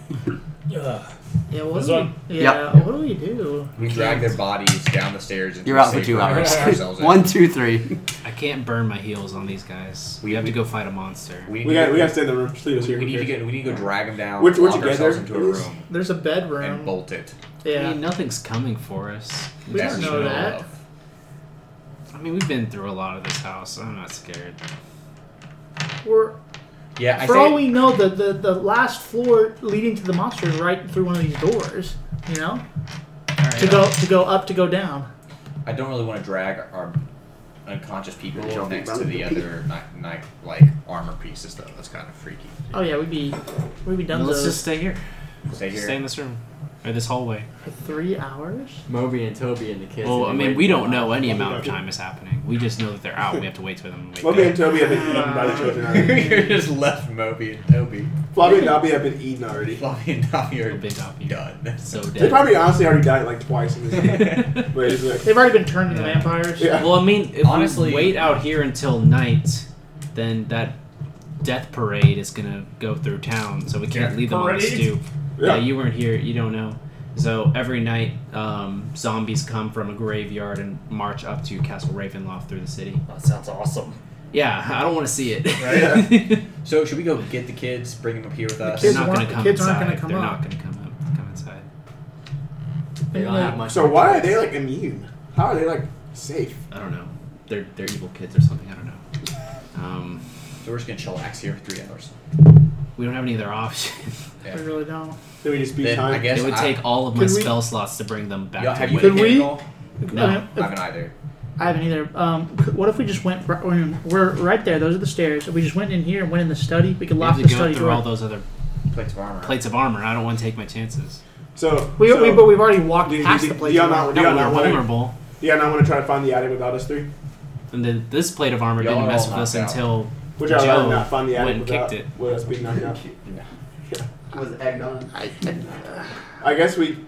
Speaker 3: Ugh.
Speaker 5: Yeah. What
Speaker 3: This
Speaker 5: do
Speaker 3: one?
Speaker 5: we, yeah. What do we do?
Speaker 8: We drag their bodies down the stairs. And
Speaker 2: You're out for two hours. [LAUGHS] One, two, three.
Speaker 6: I can't burn my heels on these guys. We
Speaker 8: We-
Speaker 6: have to
Speaker 8: we-
Speaker 6: go fight a monster.
Speaker 8: We,
Speaker 4: We got we got to stay in the room. Just leave us
Speaker 8: We,
Speaker 4: here.
Speaker 8: we need to get. We need to go drag them down.
Speaker 4: We're- we're
Speaker 8: lock
Speaker 4: together,
Speaker 8: ourselves into
Speaker 4: at
Speaker 8: a
Speaker 4: least?
Speaker 8: room
Speaker 5: There's a
Speaker 8: and
Speaker 5: bedroom.
Speaker 8: bolt it.
Speaker 6: I
Speaker 5: Yeah.
Speaker 6: mean, nothing's coming for us.
Speaker 5: We
Speaker 8: That's
Speaker 5: don't
Speaker 8: what
Speaker 5: know
Speaker 8: we
Speaker 5: that.
Speaker 8: love.
Speaker 6: I mean, we've been through a lot of this house. I'm not scared.
Speaker 5: We're,
Speaker 8: Yeah, I
Speaker 5: for
Speaker 8: say,
Speaker 5: all we know, the, the the last floor leading to the monster is right through one of these doors. You know, to
Speaker 6: um,
Speaker 5: go to go up to go down.
Speaker 8: I don't really want to drag our unconscious people
Speaker 2: Roll the
Speaker 8: next to the
Speaker 2: round.
Speaker 8: other ni- ni- like armor pieces though. That's kind of freaky.
Speaker 5: Oh yeah, we'd be we'd be done
Speaker 6: Well,
Speaker 5: with
Speaker 6: let's
Speaker 5: those
Speaker 6: just stay here.
Speaker 8: Stay here.
Speaker 6: Stay
Speaker 8: [LAUGHS]
Speaker 6: in this room or this hallway.
Speaker 5: for three hours.
Speaker 7: Moby and Toby and the kids.
Speaker 6: Well,
Speaker 7: have
Speaker 6: I
Speaker 7: been
Speaker 6: mean, we
Speaker 7: waiting
Speaker 6: don't
Speaker 7: a
Speaker 6: know
Speaker 7: while.
Speaker 6: any amount of time is happening. We just know that they're out. We have to wait for them.
Speaker 4: Moby
Speaker 6: to
Speaker 4: and Toby have been eaten by the children.
Speaker 8: [LAUGHS]
Speaker 4: already.
Speaker 8: You're just left Moby and Toby.
Speaker 4: Floppy and Dobby have been eaten already.
Speaker 8: Floppy and Dobby are
Speaker 6: Big top here.
Speaker 8: done.
Speaker 6: [LAUGHS]
Speaker 8: [LAUGHS]
Speaker 6: So
Speaker 4: They
Speaker 6: dead.
Speaker 4: probably honestly already died like twice in this game. But it's like,
Speaker 5: They've already been turned into
Speaker 6: Yeah.
Speaker 5: vampires.
Speaker 4: Yeah.
Speaker 6: Well, I mean, if
Speaker 8: Honestly-
Speaker 6: we wait out here until night, then that death parade is gonna go through town, so we can't
Speaker 3: Death
Speaker 6: leave them on the
Speaker 3: parade?
Speaker 6: stoop.
Speaker 4: Yeah.
Speaker 6: Yeah. you weren't here. You don't know. So every night, um, zombies come from a graveyard and march up to Castle Ravenloft through the city.
Speaker 3: That sounds awesome.
Speaker 6: Yeah, I don't want to see it.
Speaker 8: Right, So should we go get the kids, bring them up here with us?
Speaker 6: They're
Speaker 5: kids
Speaker 6: not
Speaker 5: weren't-
Speaker 6: gonna
Speaker 5: the
Speaker 6: come
Speaker 5: kids
Speaker 6: inside.
Speaker 5: aren't gonna come
Speaker 6: They're
Speaker 5: up.
Speaker 6: not [LAUGHS] gonna come up. Come inside.
Speaker 7: They don't have much.
Speaker 4: so why are they like immune? How are they like safe?
Speaker 6: I don't know. They're they're evil kids or something. I don't know. Um,
Speaker 8: So we're just gonna chillax here for three hours.
Speaker 6: we don't have any other option.
Speaker 8: Yeah.
Speaker 5: We really don't.
Speaker 4: Then we just be
Speaker 8: Then I
Speaker 4: time.
Speaker 8: guess
Speaker 6: [LAUGHS] it would
Speaker 8: I,
Speaker 6: take all of my
Speaker 5: Could we-
Speaker 6: spell slots to bring them back
Speaker 8: Y'all,
Speaker 6: to
Speaker 8: have you
Speaker 6: where-
Speaker 5: Could
Speaker 8: been hit
Speaker 5: we-
Speaker 8: at all?
Speaker 6: No.
Speaker 5: I mean,
Speaker 8: I haven't either.
Speaker 5: I haven't either. Um, c- what if we just went? right- We're we're right there. Those are the stairs. If we just went in here and went in the study, we could
Speaker 6: We
Speaker 5: lock
Speaker 6: have to
Speaker 5: the
Speaker 6: go
Speaker 5: study
Speaker 6: through
Speaker 5: door.
Speaker 6: all those other
Speaker 8: Plates of armor.
Speaker 6: plates of armor. I don't want to take my chances.
Speaker 4: So
Speaker 5: we,
Speaker 4: so,
Speaker 5: we, but we've already walked
Speaker 4: Do you-
Speaker 5: past
Speaker 4: do-
Speaker 5: the place.
Speaker 4: do y'all not- do
Speaker 6: Now
Speaker 4: y'all
Speaker 6: we're
Speaker 4: not want to?
Speaker 6: vulnerable,
Speaker 4: Yeah, and I want to try to find the attic without us three.
Speaker 6: and then this plate of armor
Speaker 8: Y'all
Speaker 6: didn't
Speaker 8: are
Speaker 6: mess
Speaker 8: all
Speaker 6: with us
Speaker 8: knocked out.
Speaker 6: until
Speaker 4: Would y'all rather
Speaker 6: Joe
Speaker 4: not find the attic
Speaker 6: went and
Speaker 4: without
Speaker 6: kicked
Speaker 4: with us being knocked out?
Speaker 2: Was egged on.
Speaker 4: I guess we.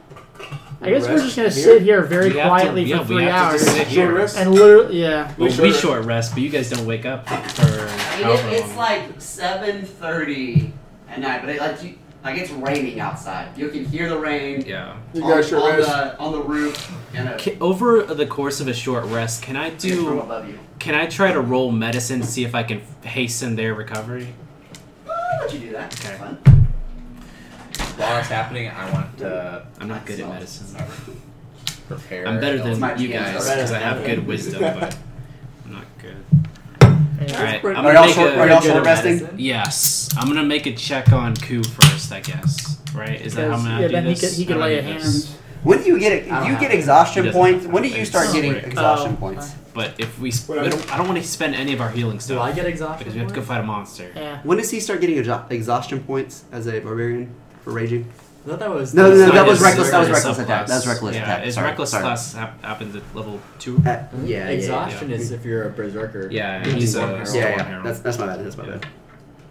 Speaker 5: I guess we're
Speaker 4: rest
Speaker 5: just
Speaker 4: here?
Speaker 5: gonna sit here very
Speaker 6: We have to-
Speaker 5: quietly
Speaker 6: yeah,
Speaker 5: for
Speaker 6: we
Speaker 5: three
Speaker 6: have to
Speaker 5: hours
Speaker 6: just sit
Speaker 4: Short
Speaker 6: here.
Speaker 4: rest?
Speaker 5: and literally, yeah.
Speaker 6: well,
Speaker 4: short
Speaker 6: we
Speaker 4: rest.
Speaker 6: short rest, but you guys don't wake up for however
Speaker 13: It, it's
Speaker 6: long.
Speaker 13: like seven thirty at night, but it, like you, like it's raining outside. You can hear the rain
Speaker 6: yeah.
Speaker 4: You
Speaker 13: on,
Speaker 4: guys sure
Speaker 13: on
Speaker 4: rest.
Speaker 13: the on the roof and a
Speaker 6: Ca- Over the course of a short rest, can I
Speaker 13: it's from
Speaker 6: do?
Speaker 13: above you.
Speaker 6: Can I try to roll medicine to see if I can hasten their recovery?
Speaker 13: I'll let you do that. It's
Speaker 6: Okay.
Speaker 13: fun.
Speaker 8: While that's happening, I want to
Speaker 6: I'm not good at medicine.
Speaker 8: prepare.
Speaker 6: I'm better
Speaker 8: Elsa.
Speaker 6: than you guys because I have good wisdom, but I'm not good.
Speaker 5: And-
Speaker 6: All right, I'm
Speaker 2: Are
Speaker 6: gonna
Speaker 2: y'all
Speaker 6: make
Speaker 2: short,
Speaker 6: a-
Speaker 2: are y'all short resting?
Speaker 6: Yes, I'm gonna make a check on Ku first. I guess. Right? Is that how I'm
Speaker 5: Because-
Speaker 6: gonna
Speaker 5: yeah,
Speaker 6: do
Speaker 5: then he
Speaker 6: this?
Speaker 5: could- he could
Speaker 6: How do I
Speaker 5: lay a
Speaker 6: do
Speaker 5: hand.
Speaker 6: this?
Speaker 2: When do you get
Speaker 13: I don't
Speaker 2: you
Speaker 13: have
Speaker 2: get
Speaker 13: it.
Speaker 6: He
Speaker 2: exhaustion
Speaker 6: doesn't
Speaker 2: points?
Speaker 6: have
Speaker 2: When do
Speaker 6: it.
Speaker 2: you start getting
Speaker 6: Break.
Speaker 2: exhaustion
Speaker 5: Oh,
Speaker 2: points?
Speaker 6: But if we, sp-
Speaker 4: Whatever.
Speaker 6: we don't, I don't want to spend any of our healing
Speaker 7: Do I
Speaker 6: stuff
Speaker 7: get exhausted?
Speaker 6: because we have to go fight a monster.
Speaker 5: Yeah.
Speaker 2: When does he start getting exha- exhaustion points as a barbarian for raging?
Speaker 7: I thought that was.
Speaker 2: No, no,
Speaker 6: It's
Speaker 2: no,
Speaker 6: not
Speaker 2: that was
Speaker 6: his
Speaker 2: reckless- that was
Speaker 6: sub-
Speaker 2: reckless
Speaker 6: subclass.
Speaker 2: attack. That was reckless
Speaker 6: yeah,
Speaker 2: attack.
Speaker 6: His
Speaker 2: Sorry,
Speaker 6: reckless
Speaker 2: sorry.
Speaker 6: class hap- happens at level two.
Speaker 2: yeah,
Speaker 7: Exhaustion
Speaker 6: yeah, yeah.
Speaker 7: is if you're a berserker.
Speaker 6: Yeah,
Speaker 7: You
Speaker 6: he's
Speaker 7: need
Speaker 6: a-
Speaker 7: one
Speaker 6: he's
Speaker 7: barrel.
Speaker 6: a
Speaker 2: Yeah,
Speaker 6: one
Speaker 2: yeah.
Speaker 6: arrow.
Speaker 2: That's, that's my bad. That's my bad.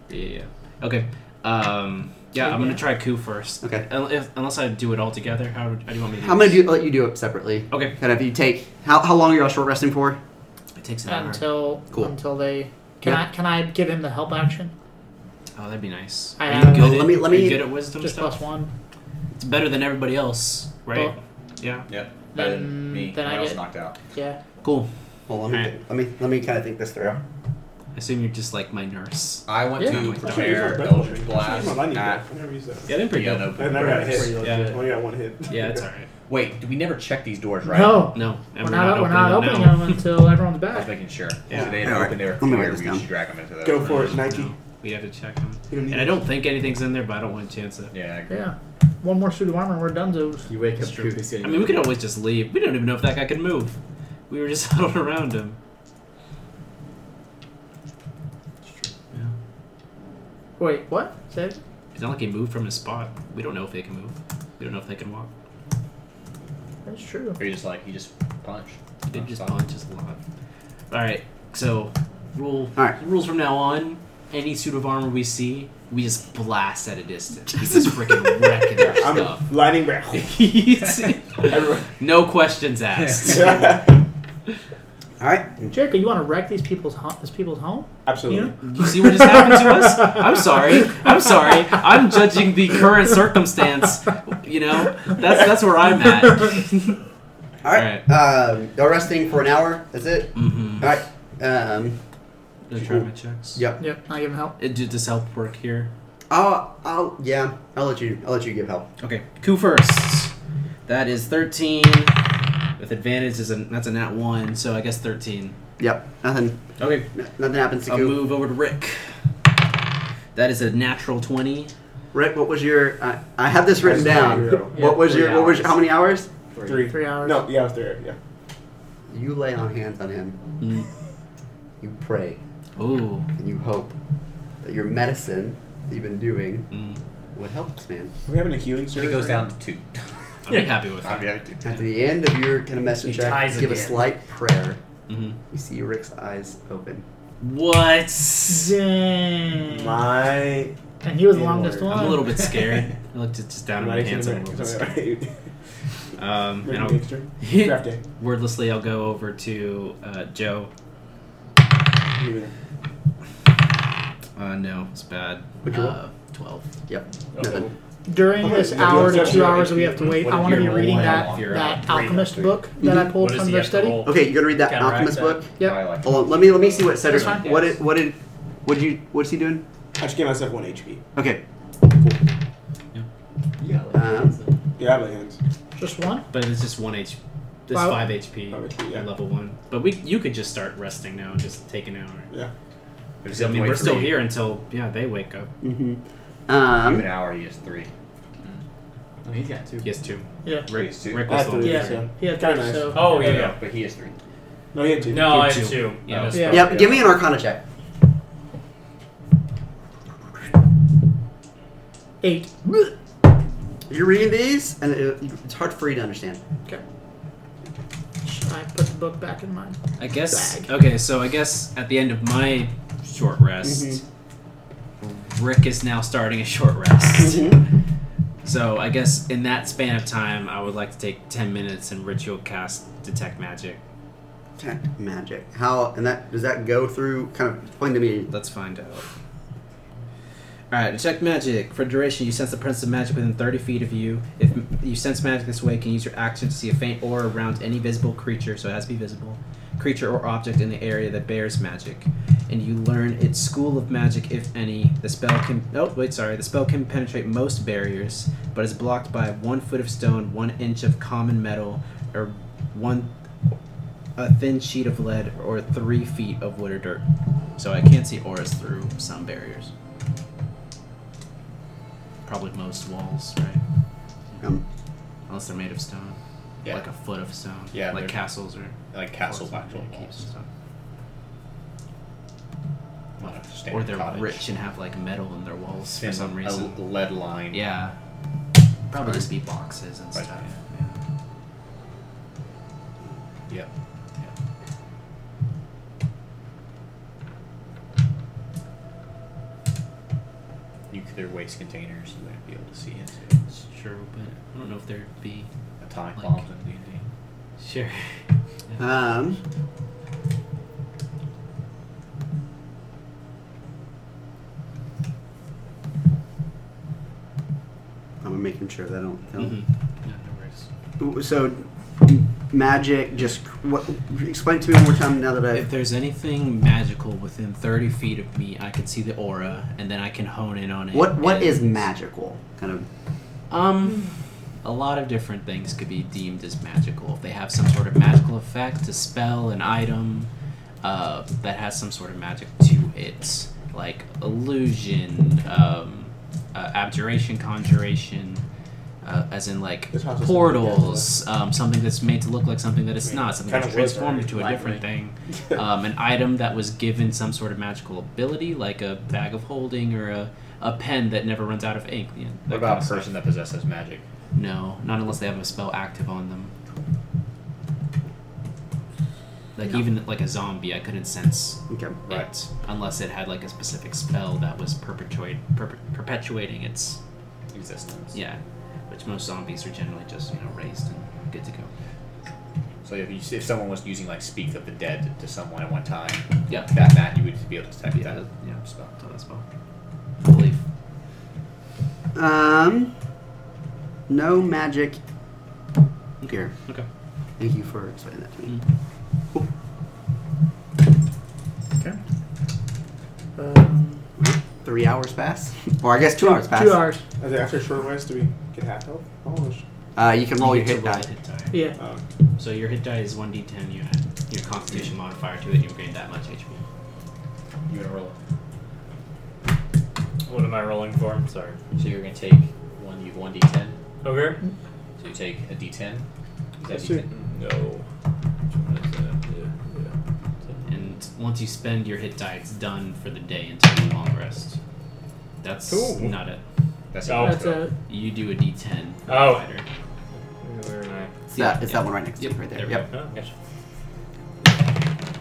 Speaker 6: Yeah, yeah. yeah. Okay. Um, yeah, I'm gonna try coup first.
Speaker 2: Okay.
Speaker 6: Un- if, unless I do it all together, how, do- how do you want me to?
Speaker 2: I'm gonna do, let you do it separately.
Speaker 6: Okay.
Speaker 2: And if you take how, how long are y'all short resting for?
Speaker 6: It takes
Speaker 5: Um,
Speaker 6: an hour.
Speaker 5: until
Speaker 2: Cool.
Speaker 5: until they can
Speaker 2: Yeah.
Speaker 5: I can I give him the help action?
Speaker 6: Oh, that'd be nice.
Speaker 5: I
Speaker 6: Are
Speaker 5: have-
Speaker 6: you good?
Speaker 2: Let me-
Speaker 6: at,
Speaker 2: let
Speaker 6: are you
Speaker 2: me-
Speaker 6: good at wisdom
Speaker 5: Just
Speaker 6: stuff.
Speaker 5: plus one.
Speaker 6: It's better than everybody else, right?
Speaker 5: Well-
Speaker 6: yeah.
Speaker 8: Yep. Better than
Speaker 5: Then
Speaker 8: me.
Speaker 5: then
Speaker 8: I,
Speaker 5: I
Speaker 8: was
Speaker 5: get
Speaker 8: knocked out.
Speaker 5: yeah.
Speaker 6: Cool.
Speaker 2: Well, let me
Speaker 6: Alright.
Speaker 2: let me let me kind of think this through.
Speaker 6: I assume you're just like my nurse.
Speaker 8: I went
Speaker 5: Yeah.
Speaker 8: to
Speaker 6: That's
Speaker 8: prepare
Speaker 4: right.
Speaker 8: Eldritch
Speaker 4: Come
Speaker 8: Blast.
Speaker 4: on, I need
Speaker 8: at-
Speaker 4: that. I never used that.
Speaker 6: Yeah, they're pretty
Speaker 8: Yeah,
Speaker 6: good.
Speaker 8: no,
Speaker 4: And I got a
Speaker 8: Brax.
Speaker 4: hit.
Speaker 6: Yeah.
Speaker 4: Only got one hit.
Speaker 6: [LAUGHS]
Speaker 4: [LAUGHS]
Speaker 6: Yeah, it's alright.
Speaker 8: Wait, do we never check these doors, right?
Speaker 5: No,
Speaker 6: No, and
Speaker 5: we're not, we're
Speaker 6: opening
Speaker 5: not
Speaker 6: them
Speaker 5: opening
Speaker 6: now.
Speaker 5: them until everyone's
Speaker 8: I was
Speaker 5: back.
Speaker 8: making sure.
Speaker 6: Yeah.
Speaker 8: So they
Speaker 2: All
Speaker 8: had
Speaker 2: right.
Speaker 8: open there.
Speaker 2: Let me write
Speaker 8: clear,
Speaker 2: this
Speaker 8: We
Speaker 2: down.
Speaker 8: should drag them into those.
Speaker 4: Go for
Speaker 6: No,
Speaker 4: it, Nike.
Speaker 6: We have to check them.
Speaker 4: You don't need
Speaker 6: And I don't think anything's in there, but I don't want to chance it.
Speaker 8: Yeah, I agree.
Speaker 5: Yeah, one more suit of armor, we're done. Those.
Speaker 7: You wake
Speaker 6: That's
Speaker 7: up.
Speaker 6: true.
Speaker 7: Coop is
Speaker 6: I
Speaker 7: getting.
Speaker 6: mean, we could always just leave. We don't even know if that guy can move. We were just [LAUGHS] huddled around him. Yeah.
Speaker 5: Wait, what? Say it?
Speaker 6: It's not like he moved from his spot. We don't know if they can move. We don't know if they can walk.
Speaker 5: That's true.
Speaker 8: Or you just like you just punch.
Speaker 6: He did just punch us a lot. All right. So, rule
Speaker 2: All right.
Speaker 6: rules from now on. Any suit of armor we see, we just blast at a distance. He's just freaking wrecking
Speaker 4: [LAUGHS]
Speaker 6: their stuff.
Speaker 4: I'm lining back. Everyone-
Speaker 6: no questions asked.
Speaker 2: All right.
Speaker 5: Jericho, you want to wreck these people's ho- this people's home?
Speaker 4: Absolutely.
Speaker 6: You see what just happened to us? I'm sorry. I'm sorry. I'm judging the current circumstance. You know, that's that's where I'm at. [LAUGHS]
Speaker 2: All right. Um, y'all resting for an hour. That's it.
Speaker 6: mm-hmm.
Speaker 2: All right. Um,
Speaker 6: Gonna try my checks.
Speaker 2: yep.
Speaker 5: Yep, I give him help.
Speaker 6: It, did this help work here?
Speaker 2: I'll, I'll yeah. I'll let you. I'll let you give help.
Speaker 6: Okay. Coup first. That is 13. With advantage is a, that's a nat one, so I guess 13.
Speaker 2: Yep. Nothing.
Speaker 6: Okay.
Speaker 2: n- Nothing happens to
Speaker 6: I'll
Speaker 2: you.
Speaker 6: move over to Rick. That is a natural 20.
Speaker 2: Rick, what was your? I, I had this written
Speaker 4: That's
Speaker 2: down.
Speaker 4: zero.
Speaker 2: what was
Speaker 7: three
Speaker 2: your? What was your,
Speaker 7: hours.
Speaker 2: how many hours?
Speaker 7: Three.
Speaker 4: Three.
Speaker 5: Three hours.
Speaker 4: No, yeah, I was there. Yeah.
Speaker 2: You lay on hands on him.
Speaker 6: Mm.
Speaker 2: You pray
Speaker 6: Ooh.
Speaker 2: and you hope that your medicine that you've been doing
Speaker 6: Mm.
Speaker 2: would help this man.
Speaker 4: Are we having a healing
Speaker 8: It
Speaker 4: surge?
Speaker 8: goes
Speaker 4: right
Speaker 8: down to two.
Speaker 6: I'm pretty happy with
Speaker 8: I'm
Speaker 6: that.
Speaker 8: happy to.
Speaker 2: At the end of your kind of medicine
Speaker 14: He
Speaker 2: check,
Speaker 14: ties
Speaker 2: give a
Speaker 14: again.
Speaker 2: slight prayer.
Speaker 6: hmm
Speaker 2: You see Rick's eyes open.
Speaker 6: What?
Speaker 5: Dang.
Speaker 4: now? My.
Speaker 5: and he was the longest
Speaker 4: Inward.
Speaker 5: one.
Speaker 6: I'm a little bit scared. I looked at- just down at my
Speaker 4: Right,
Speaker 6: pants.
Speaker 4: right,
Speaker 6: I'm a little bit scared.
Speaker 4: [LAUGHS] right.
Speaker 6: Um, and
Speaker 4: Rick
Speaker 6: I'll,
Speaker 4: Baxter. Draft day.
Speaker 6: wordlessly, I'll go over to uh, Joe.
Speaker 4: You there.
Speaker 6: Uh, no, it's bad.
Speaker 2: What'd you roll?
Speaker 6: Uh, Twelve.
Speaker 2: Yep.
Speaker 4: Okay.
Speaker 2: Nothing.
Speaker 5: During this hour to two hours that we have to wait, I want to be reading that
Speaker 6: You're out.
Speaker 5: that alchemist book that I pulled
Speaker 3: What does
Speaker 5: from
Speaker 3: he
Speaker 5: their
Speaker 3: have to
Speaker 5: study.
Speaker 3: roll?
Speaker 2: Okay, you're gonna read that
Speaker 3: Counteract
Speaker 2: alchemist
Speaker 3: that.
Speaker 2: book.
Speaker 8: I
Speaker 5: Yep.
Speaker 8: like
Speaker 6: Oh,
Speaker 2: Hold on, let me let me see what Cedric.
Speaker 5: That's fine.
Speaker 2: What did what did what did you what's he doing?
Speaker 4: I just gave myself one HP.
Speaker 2: Okay.
Speaker 7: Yeah. Like,
Speaker 2: Um,
Speaker 4: Yeah, I have my hands.
Speaker 5: Just one.
Speaker 6: But it's just one HP. It's
Speaker 5: Wow.
Speaker 6: five HP
Speaker 4: Five HP, yeah.
Speaker 6: at level one. But we, you could just start resting now and just take an hour.
Speaker 4: Yeah.
Speaker 8: There's
Speaker 6: I mean,
Speaker 8: definitely
Speaker 6: we're still
Speaker 8: three.
Speaker 6: here until yeah they wake up.
Speaker 2: hmm
Speaker 8: Even
Speaker 2: Um,
Speaker 8: an hour, he has three.
Speaker 7: oh, he's got two.
Speaker 6: Yes, two.
Speaker 5: Yeah.
Speaker 6: Rick,
Speaker 8: Yes, two.
Speaker 6: Rick
Speaker 4: I
Speaker 6: was
Speaker 4: have
Speaker 6: the
Speaker 4: three.
Speaker 6: one.
Speaker 5: Yeah.
Speaker 4: Yeah.
Speaker 5: He had three,
Speaker 4: Kinda nice.
Speaker 5: so
Speaker 3: Oh yeah,
Speaker 8: No,
Speaker 3: yeah.
Speaker 8: But he has three.
Speaker 4: No, he had [LAUGHS] two.
Speaker 3: No, I
Speaker 6: Two.
Speaker 3: have two.
Speaker 6: Yeah.
Speaker 3: Yeah.
Speaker 5: Yeah.
Speaker 2: yep. Give me an Arcana check.
Speaker 5: eight.
Speaker 2: You're reading these, and it, it's hard for you to understand.
Speaker 5: Okay. Should I put the book back in mine?
Speaker 6: I guess.
Speaker 5: Bag.
Speaker 6: Okay, so I guess at the end of my short rest, Rick is now starting a short rest. So I guess in that span of time, I would like to take ten minutes and ritual cast detect magic.
Speaker 2: Detect magic. How and that does that go through? Kind of explain to me.
Speaker 6: Let's find out. All right, detect magic. For duration, you sense the presence of magic within 30 feet of you. If m- you sense magic this way, you can use your action to see a faint aura around any visible creature, so it has to be visible, creature or object in the area that bears magic. And you learn its school of magic, if any. The spell can. Oh, wait, sorry. The spell can penetrate most barriers, but is blocked by one foot of stone, one inch of common metal, or one. A thin sheet of lead or three feet of wood or dirt. So I can't see auras through some barriers. Probably most walls, right?
Speaker 2: Um,
Speaker 6: Unless they're made of stone.
Speaker 8: Yeah.
Speaker 6: Like a foot of stone.
Speaker 8: Yeah,
Speaker 6: Like
Speaker 8: they're-
Speaker 6: castles or
Speaker 8: Like castle actual
Speaker 6: keeps
Speaker 8: walls.
Speaker 6: and stuff.
Speaker 8: Not a
Speaker 6: Or
Speaker 8: standard
Speaker 6: they're
Speaker 8: cottage. Oh.
Speaker 6: rich and have like metal in their walls
Speaker 8: Thin-
Speaker 6: for some
Speaker 8: a
Speaker 6: reason.
Speaker 8: lead line.
Speaker 6: Yeah.
Speaker 1: Probably just be boxes and stuff.
Speaker 8: Yep. Nuclear waste containers, you wouldn't be able to see into.
Speaker 1: Sure, but I don't know if there'd be.
Speaker 8: Atomic
Speaker 1: Like-
Speaker 8: bombs in
Speaker 6: [LAUGHS]
Speaker 8: D&D.
Speaker 1: Sure.
Speaker 2: Um. I'm making sure that I don't kill.
Speaker 1: Mhm. Yeah, no worries.
Speaker 2: So, magic. Just what? Explain to me one more time now that I.
Speaker 1: If there's anything magical within 30 feet of me, I can see the aura, and then I can hone in on it.
Speaker 2: What what is
Speaker 1: and-
Speaker 2: magical? Kind of.
Speaker 1: Um, a lot of different things could be deemed as magical. If they have some sort of magical effect, a spell, an item uh, that has some sort of magic to it, like illusion, um, uh, abjuration, conjuration, uh, as in like
Speaker 4: This house is-
Speaker 1: portals, um, something that's made to look like something that it's not, something
Speaker 4: Kind
Speaker 1: that's
Speaker 4: of was
Speaker 1: transformed
Speaker 4: already,
Speaker 1: into a different thing,
Speaker 4: [LAUGHS]
Speaker 1: um, an item that was given some sort of magical ability, like a bag of holding or a, a pen that never runs out of ink. You know, that
Speaker 8: What
Speaker 1: kind
Speaker 8: about
Speaker 1: of
Speaker 8: a
Speaker 1: stuff.
Speaker 8: person that possesses magic?
Speaker 1: No, not unless they have a spell active on them. Like even like a zombie, I couldn't sense
Speaker 2: Okay.
Speaker 1: it unless it had like a specific spell that was perpetuate, perpe perpetuating its
Speaker 8: Existence.
Speaker 1: yeah. Which most zombies are generally just you know raised and good to go.
Speaker 8: So if, you, if someone was using like speak of the dead to someone at one time,
Speaker 1: Yeah.
Speaker 8: that mat you would be able to detect that
Speaker 1: yeah.
Speaker 8: spell.
Speaker 1: So that's all. I believe.
Speaker 2: Um. No magic. Here.
Speaker 1: Okay.
Speaker 2: Thank you for explaining that to me.
Speaker 5: Okay. Um,
Speaker 2: Three hours pass, [LAUGHS] or I guess two hours pass.
Speaker 5: two hours.
Speaker 4: Is it after a short rest, do we get half health? Oh, sh-
Speaker 2: Uh, you can roll
Speaker 1: You
Speaker 2: your
Speaker 1: get
Speaker 2: hit
Speaker 1: to roll
Speaker 2: die.
Speaker 1: a hit die.
Speaker 5: Yeah.
Speaker 4: oh.
Speaker 1: So your hit die is one d10. You add your Constitution modifier to it. and You gain that much HP.
Speaker 8: You gonna roll?
Speaker 3: What am I rolling for? I'm sorry.
Speaker 8: So you're gonna take one d one d10.
Speaker 3: Okay.
Speaker 8: So you take a d10. Is that
Speaker 4: That's
Speaker 8: D10?
Speaker 4: it.
Speaker 15: No. What is that? Yeah, yeah.
Speaker 1: And once you spend your hit die, it's done for the day until your long rest. That's
Speaker 3: Cool.
Speaker 1: not it.
Speaker 8: That's
Speaker 3: Oh.
Speaker 5: That's
Speaker 8: it.
Speaker 5: a
Speaker 1: You do a D10.
Speaker 3: Oh.
Speaker 1: Fighter.
Speaker 3: Where am I?
Speaker 2: It's
Speaker 1: Yeah,
Speaker 2: that. It's
Speaker 1: yeah.
Speaker 2: that one right next to
Speaker 1: Yep,
Speaker 2: you, right there.
Speaker 1: there we
Speaker 2: Yep.
Speaker 3: Oh, gotcha.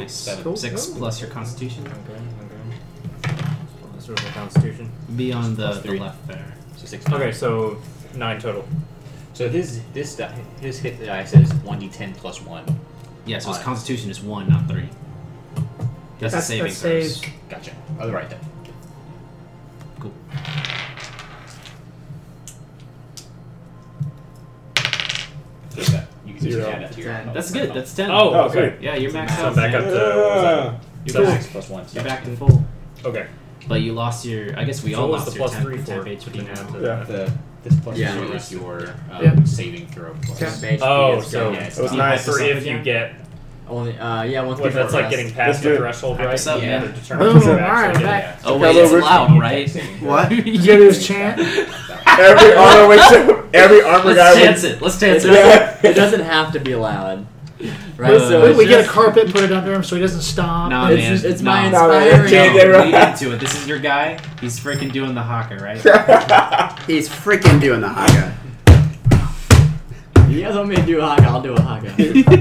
Speaker 1: Nice. Seven.
Speaker 8: Seven.
Speaker 1: Six plus your Constitution.
Speaker 3: I'm good. I'm good. This was my Constitution.
Speaker 1: Be on the,
Speaker 8: Plus
Speaker 1: the
Speaker 8: three.
Speaker 1: left there.
Speaker 8: So six.
Speaker 3: Okay, so nine total.
Speaker 8: So his this di- his hit die says one d10 plus one.
Speaker 1: Yeah, so his
Speaker 8: Alright.
Speaker 1: Constitution is one, not three. That's, a
Speaker 5: That's-
Speaker 1: saving
Speaker 5: that saves.
Speaker 1: throws.
Speaker 8: Gotcha. Oh, right then.
Speaker 1: Cool.
Speaker 8: So that- You can
Speaker 4: Zero.
Speaker 8: just add that to your
Speaker 7: Ten.
Speaker 8: health.
Speaker 1: that's good. That's ten.
Speaker 3: Oh,
Speaker 4: Oh,
Speaker 3: okay.
Speaker 4: good.
Speaker 1: yeah, you're maxed
Speaker 3: So
Speaker 1: out.
Speaker 3: back
Speaker 1: man.
Speaker 3: up to
Speaker 1: You're
Speaker 8: So
Speaker 3: Cool.
Speaker 8: six
Speaker 1: back.
Speaker 8: plus one. So
Speaker 1: You're back to
Speaker 8: The,
Speaker 1: full.
Speaker 3: Okay.
Speaker 1: But you lost your. I guess we
Speaker 3: So
Speaker 1: all
Speaker 3: what was
Speaker 1: lost
Speaker 3: the
Speaker 1: your
Speaker 3: plus
Speaker 1: temp,
Speaker 3: three for
Speaker 1: temp
Speaker 3: it?
Speaker 1: HP now.
Speaker 4: Yeah.
Speaker 8: the this plus
Speaker 7: Yeah.
Speaker 8: two is your um,
Speaker 5: Yeah.
Speaker 8: saving throw. Plus.
Speaker 7: Temp HP
Speaker 3: Oh,
Speaker 7: is
Speaker 3: so
Speaker 7: gone.
Speaker 8: Yeah, it's
Speaker 4: It was
Speaker 8: not-
Speaker 4: nice.
Speaker 3: For if you get
Speaker 7: only uh yeah once
Speaker 3: Well,
Speaker 7: before
Speaker 3: that's like
Speaker 7: rest.
Speaker 3: getting past
Speaker 4: Let's do
Speaker 3: the
Speaker 4: it.
Speaker 3: threshold,
Speaker 1: Hype
Speaker 3: right?
Speaker 1: us up,
Speaker 3: yeah.
Speaker 1: man.
Speaker 3: they're determined
Speaker 5: Boom,
Speaker 3: to
Speaker 5: all
Speaker 3: actually
Speaker 5: right,
Speaker 3: get
Speaker 5: back.
Speaker 3: it.
Speaker 1: Oh
Speaker 4: Hello,
Speaker 1: wait, it's
Speaker 4: Rick.
Speaker 1: loud,
Speaker 3: [LAUGHS]
Speaker 1: right?
Speaker 2: What?
Speaker 5: you gotta do his chant. [LAUGHS]
Speaker 4: Every armor wizard, every armor [LAUGHS] guy.
Speaker 1: Let's
Speaker 4: would-
Speaker 1: dance it. Let's dance it.
Speaker 4: Yeah.
Speaker 7: it doesn't have to be loud right
Speaker 1: Uh,
Speaker 7: so
Speaker 5: We,
Speaker 7: it's
Speaker 5: we get a
Speaker 7: just-
Speaker 5: carpet put it under him so he doesn't stomp.
Speaker 1: Nah,
Speaker 5: It's-
Speaker 1: man. [LAUGHS]
Speaker 7: it's, it's
Speaker 1: Nah.
Speaker 7: my
Speaker 4: No, man,
Speaker 7: inspiring
Speaker 4: can't get
Speaker 1: Lead into it. This is your guy. He's freaking doing the hawker, right?
Speaker 2: He's freaking doing the haga.
Speaker 7: you guys want me to do a haka I'll do a haka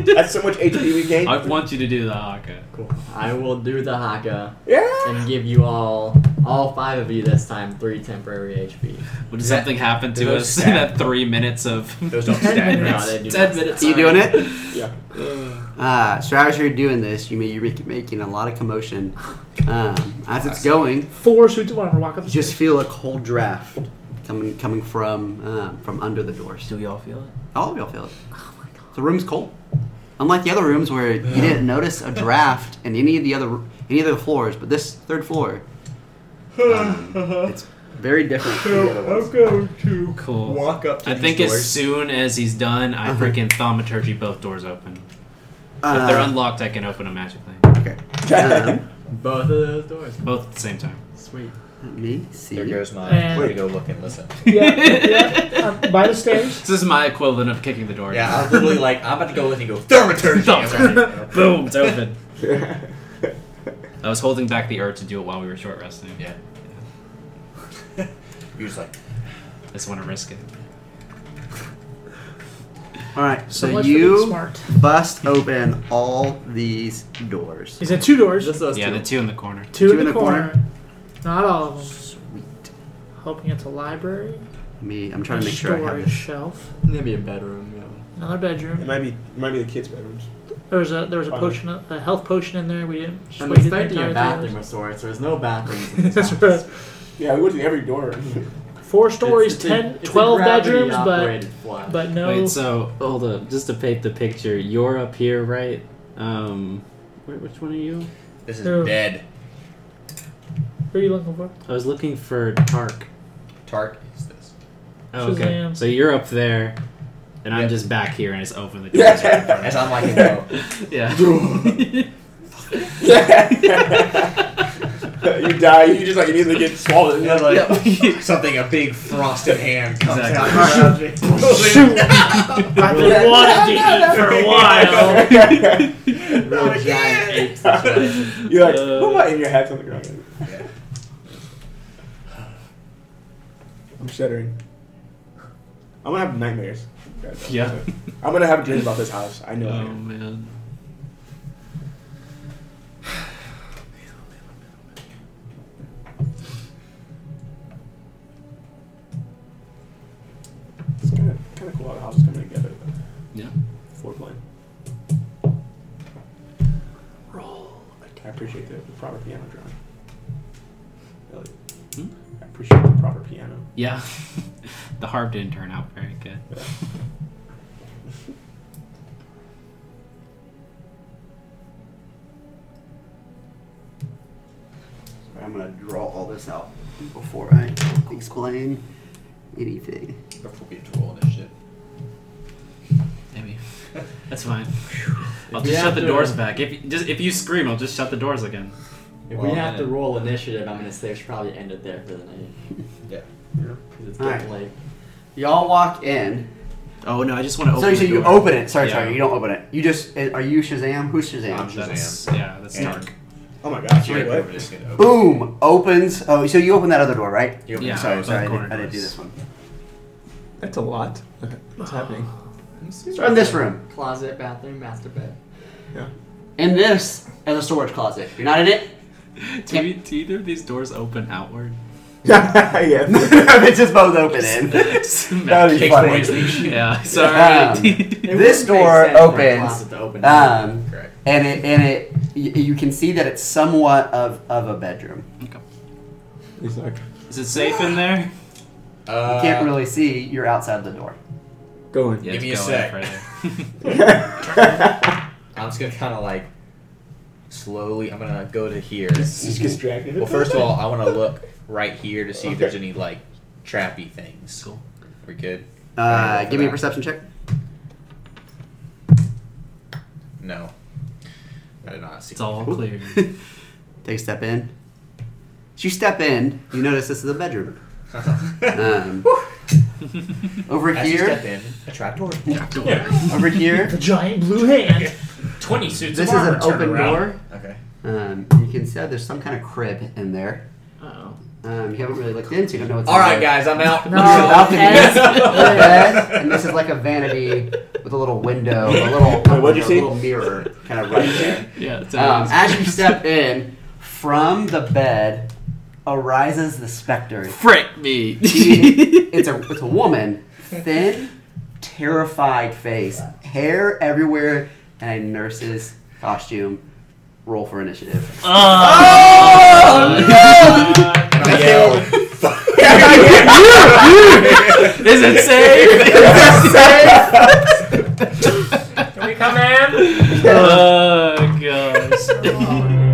Speaker 4: [LAUGHS] That's so much HP we gain.
Speaker 1: I want you to do the hawker.
Speaker 7: cool I will do the haka
Speaker 4: Yeah.
Speaker 7: and give you all all five of you this time three temporary HP
Speaker 1: Would something happen
Speaker 8: do
Speaker 1: to
Speaker 3: [LAUGHS]
Speaker 8: those
Speaker 1: us in
Speaker 8: stat-
Speaker 1: that three minutes of
Speaker 8: Those don't
Speaker 5: Ten
Speaker 8: stack.
Speaker 7: No,
Speaker 5: minutes.
Speaker 7: they do
Speaker 1: ten
Speaker 7: not.
Speaker 1: minutes?
Speaker 2: you doing it?
Speaker 4: Yeah.
Speaker 2: Uh, so as you're doing this, you may you're making- making a lot of commotion. Um, as it's going,
Speaker 5: Four suits of armor walk up.
Speaker 2: you
Speaker 5: the
Speaker 2: just
Speaker 5: stairs.
Speaker 2: feel a cold draft coming coming from um, from under the doors.
Speaker 1: Do we all feel it?
Speaker 2: All of y'all feel it. The room's cold. Unlike the other rooms where you didn't notice a draft in any of the other any of the floors, but this third floor, um, it's very different. From the other ones.
Speaker 4: going to
Speaker 1: Cool.
Speaker 4: up
Speaker 1: I think as soon as he's done, I
Speaker 2: Uh-huh.
Speaker 1: freaking thaumaturgy both doors open. if they're
Speaker 2: Uh,
Speaker 1: unlocked, I can open them magically.
Speaker 2: okay. Um,
Speaker 7: both of those doors
Speaker 1: Both at the same time.
Speaker 7: sweet
Speaker 2: let me see.
Speaker 8: There goes my.
Speaker 5: And-
Speaker 8: Way to go look and listen.
Speaker 5: yeah, yeah, um, by the stairs.
Speaker 1: This is my equivalent of kicking the door.
Speaker 8: [LAUGHS] Yeah, I was literally like, I'm about to go with you. and Go thaumaturgy. I was like,
Speaker 1: [LAUGHS]
Speaker 4: [LAUGHS]
Speaker 1: Boom, it's open.
Speaker 4: yeah.
Speaker 1: I was holding back the urge to do it while we were short resting.
Speaker 8: Yeah. You're just like,
Speaker 6: just want to risk it.
Speaker 2: All right,
Speaker 5: So
Speaker 2: so
Speaker 5: much for being
Speaker 2: you
Speaker 5: smart.
Speaker 2: bust open all these doors.
Speaker 5: He said two doors.
Speaker 6: yeah, the two in the corner.
Speaker 5: Two, in, the, corner. Not all of them. Hoping it's a library.
Speaker 2: Me, I'm trying
Speaker 5: a
Speaker 2: to make sure I have
Speaker 5: storage
Speaker 2: this.
Speaker 5: shelf.
Speaker 7: Maybe a bedroom. You know.
Speaker 5: Another
Speaker 4: It
Speaker 5: bedroom.
Speaker 4: might be it might be the kids' bedrooms.
Speaker 5: There was a there was a
Speaker 4: Fine.
Speaker 5: potion, a health potion in there. We didn't. just
Speaker 7: I'm
Speaker 5: waited the
Speaker 7: expecting a
Speaker 5: entire
Speaker 7: bathroom
Speaker 5: time.
Speaker 7: of sorts. There's no bathrooms. In
Speaker 5: [LAUGHS]
Speaker 7: this
Speaker 5: That's
Speaker 7: house.
Speaker 5: right.
Speaker 4: Yeah, we went to every [LAUGHS] door.
Speaker 5: Four stories,
Speaker 7: It's- it's a-
Speaker 5: ten, twelve
Speaker 7: it's a
Speaker 5: 12
Speaker 7: gravity
Speaker 5: bedrooms, but
Speaker 7: operated flat.
Speaker 5: but no.
Speaker 6: Wait, so hold up, just to paint the picture, you're up here, right? Um, wait, which one are you?
Speaker 8: This is
Speaker 5: They're-
Speaker 8: dead.
Speaker 5: Who are you looking for?
Speaker 6: I was looking for Tark.
Speaker 8: Tark is this.
Speaker 6: Oh, okay,
Speaker 5: Shazam.
Speaker 6: so you're up there, and I'm
Speaker 8: Yeah.
Speaker 6: just back here, and it's open. The doors right in
Speaker 1: [LAUGHS]
Speaker 6: front
Speaker 8: As I'm [LAUGHS] like, no.
Speaker 6: of me. yeah.
Speaker 4: you die. You just like immediately get swallowed.
Speaker 8: That's
Speaker 5: [LAUGHS]
Speaker 8: like something a big frosted hand comes out.
Speaker 5: Shoot! I've been
Speaker 2: [LAUGHS]
Speaker 4: [LAUGHS]
Speaker 5: wanting to eat for a while. [LAUGHS]
Speaker 7: Real giant ape situation.
Speaker 4: [LAUGHS]
Speaker 6: [LAUGHS]
Speaker 4: You're like,
Speaker 6: Uh,
Speaker 4: what am I? And your hat's on the ground.
Speaker 8: Yeah.
Speaker 4: I'm shuddering. I'm gonna have nightmares.
Speaker 6: Yeah.
Speaker 4: I'm gonna have dreams about this house. I know. I
Speaker 6: Oh
Speaker 4: am.
Speaker 6: man.
Speaker 4: It's kind of kind of cool how the house is coming together.
Speaker 6: Yeah.
Speaker 4: Floor plan. Roll. I appreciate the, the proper piano drawing. Really.
Speaker 6: Hmm?
Speaker 4: I appreciate the proper piano.
Speaker 1: [LAUGHS]
Speaker 6: Yeah. the harp didn't turn out very good.
Speaker 2: I'm gonna draw all this out before I explain anything.
Speaker 8: Before we draw this shit.
Speaker 6: Maybe. That's fine. I'll
Speaker 7: we
Speaker 6: just shut
Speaker 7: have
Speaker 6: the
Speaker 7: to-
Speaker 6: doors back. If just if you scream, I'll just shut the doors again.
Speaker 7: If we
Speaker 8: Well,
Speaker 7: have to
Speaker 8: then-
Speaker 7: roll initiative, I'm gonna say we should probably end it there for the
Speaker 2: [LAUGHS]
Speaker 7: night.
Speaker 8: Yeah.
Speaker 7: 'Cause it's
Speaker 2: All right.
Speaker 7: getting late.
Speaker 2: Y'all walk in.
Speaker 6: Oh no, I just want to
Speaker 2: So
Speaker 6: open.
Speaker 2: you,
Speaker 6: the
Speaker 2: so you
Speaker 6: door.
Speaker 2: open it. Sorry,
Speaker 6: Yeah.
Speaker 2: sorry. You don't open it. You just eh, are you Shazam? Who's Shazam?
Speaker 8: I'm Shazam.
Speaker 6: That's, yeah, that's
Speaker 8: Yeah.
Speaker 6: dark.
Speaker 4: Oh my gosh!
Speaker 8: You're
Speaker 4: Wait,
Speaker 8: over
Speaker 4: what?
Speaker 8: this gonna open.
Speaker 2: Boom! Opens. Oh, so you open that other door, right? You open
Speaker 6: Yeah,
Speaker 2: Sorry,
Speaker 6: both
Speaker 2: sorry. I
Speaker 6: corner
Speaker 2: didn't, I didn't do
Speaker 6: doors.
Speaker 2: this one.
Speaker 7: That's
Speaker 4: [LAUGHS]
Speaker 7: a lot.
Speaker 4: [SIGHS]
Speaker 7: What's happening?
Speaker 2: Start in this room.
Speaker 7: Closet, bathroom, master bed.
Speaker 2: In this as a storage closet. You're not in [LAUGHS] it.
Speaker 6: Do, we, do either of these doors open
Speaker 2: [LAUGHS]
Speaker 6: outward?
Speaker 4: yeah.
Speaker 2: it's just both open in.
Speaker 6: Smack.
Speaker 2: be
Speaker 8: Take
Speaker 2: funny.
Speaker 8: away his
Speaker 6: [LAUGHS]
Speaker 8: leash.
Speaker 6: yeah, sorry.
Speaker 2: Um,
Speaker 7: It
Speaker 2: this door
Speaker 7: wouldn't make sense for a
Speaker 2: opens.
Speaker 7: closet to open
Speaker 2: Um,
Speaker 8: Correct.
Speaker 2: and it and it y- you can see that it's somewhat of of a bedroom.
Speaker 4: He's
Speaker 7: [LAUGHS]
Speaker 4: like,
Speaker 6: Is it [LAUGHS] safe in there?
Speaker 8: Uh,
Speaker 2: You can't really see. You're outside the door.
Speaker 4: going.
Speaker 6: Yeah,
Speaker 8: Give me a
Speaker 6: it's going
Speaker 8: sec.
Speaker 6: further.
Speaker 8: [LAUGHS] I'm just gonna kind of like slowly. I'm gonna go to here.
Speaker 4: [LAUGHS] Just gets dragged.
Speaker 8: Well, first of all, I want to look right here to see if there's any like trappy things.
Speaker 6: Cool.
Speaker 8: We good?
Speaker 2: Uh, give me a perception check. [LAUGHS]
Speaker 8: No, I did not see.
Speaker 6: it's all
Speaker 2: Ooh.
Speaker 6: clear.
Speaker 2: Take a step in. As you step in, you notice this is a
Speaker 7: [LAUGHS]
Speaker 2: bedroom. Um, over
Speaker 8: As you step
Speaker 2: here,
Speaker 8: in, a trapdoor.
Speaker 2: over
Speaker 7: [LAUGHS]
Speaker 2: here,
Speaker 5: The giant blue
Speaker 6: [LAUGHS]
Speaker 5: hand.
Speaker 3: 20 suits
Speaker 2: this is
Speaker 3: of armor
Speaker 2: an
Speaker 3: turn
Speaker 2: open
Speaker 3: around.
Speaker 2: door.
Speaker 8: Okay.
Speaker 2: Um, you can see that there's some kind of crib in there.
Speaker 7: Oh.
Speaker 2: Um, you haven't really looked into. You don't know what's.
Speaker 8: All right,
Speaker 2: in there.
Speaker 8: guys, I'm out.
Speaker 5: No.
Speaker 2: There's a balcony,
Speaker 5: Yes.
Speaker 2: a bed, and this is like a vanity with a little window, a little,
Speaker 4: Wait, what'd you
Speaker 2: a
Speaker 4: see?
Speaker 2: little mirror, kind of right there.
Speaker 6: [LAUGHS] Yeah, it's
Speaker 2: Um, as
Speaker 6: [LAUGHS]
Speaker 2: you step in, from the bed arises the specter.
Speaker 6: Frick me. [LAUGHS]
Speaker 2: She- it's a it's a woman, thin, terrified face, hair everywhere, and a nurse's costume. Roll for initiative.
Speaker 6: Oh, [LAUGHS]
Speaker 8: And I yell.
Speaker 6: [LAUGHS] Is it safe? [LAUGHS]
Speaker 3: Can we come in?
Speaker 6: oh gosh.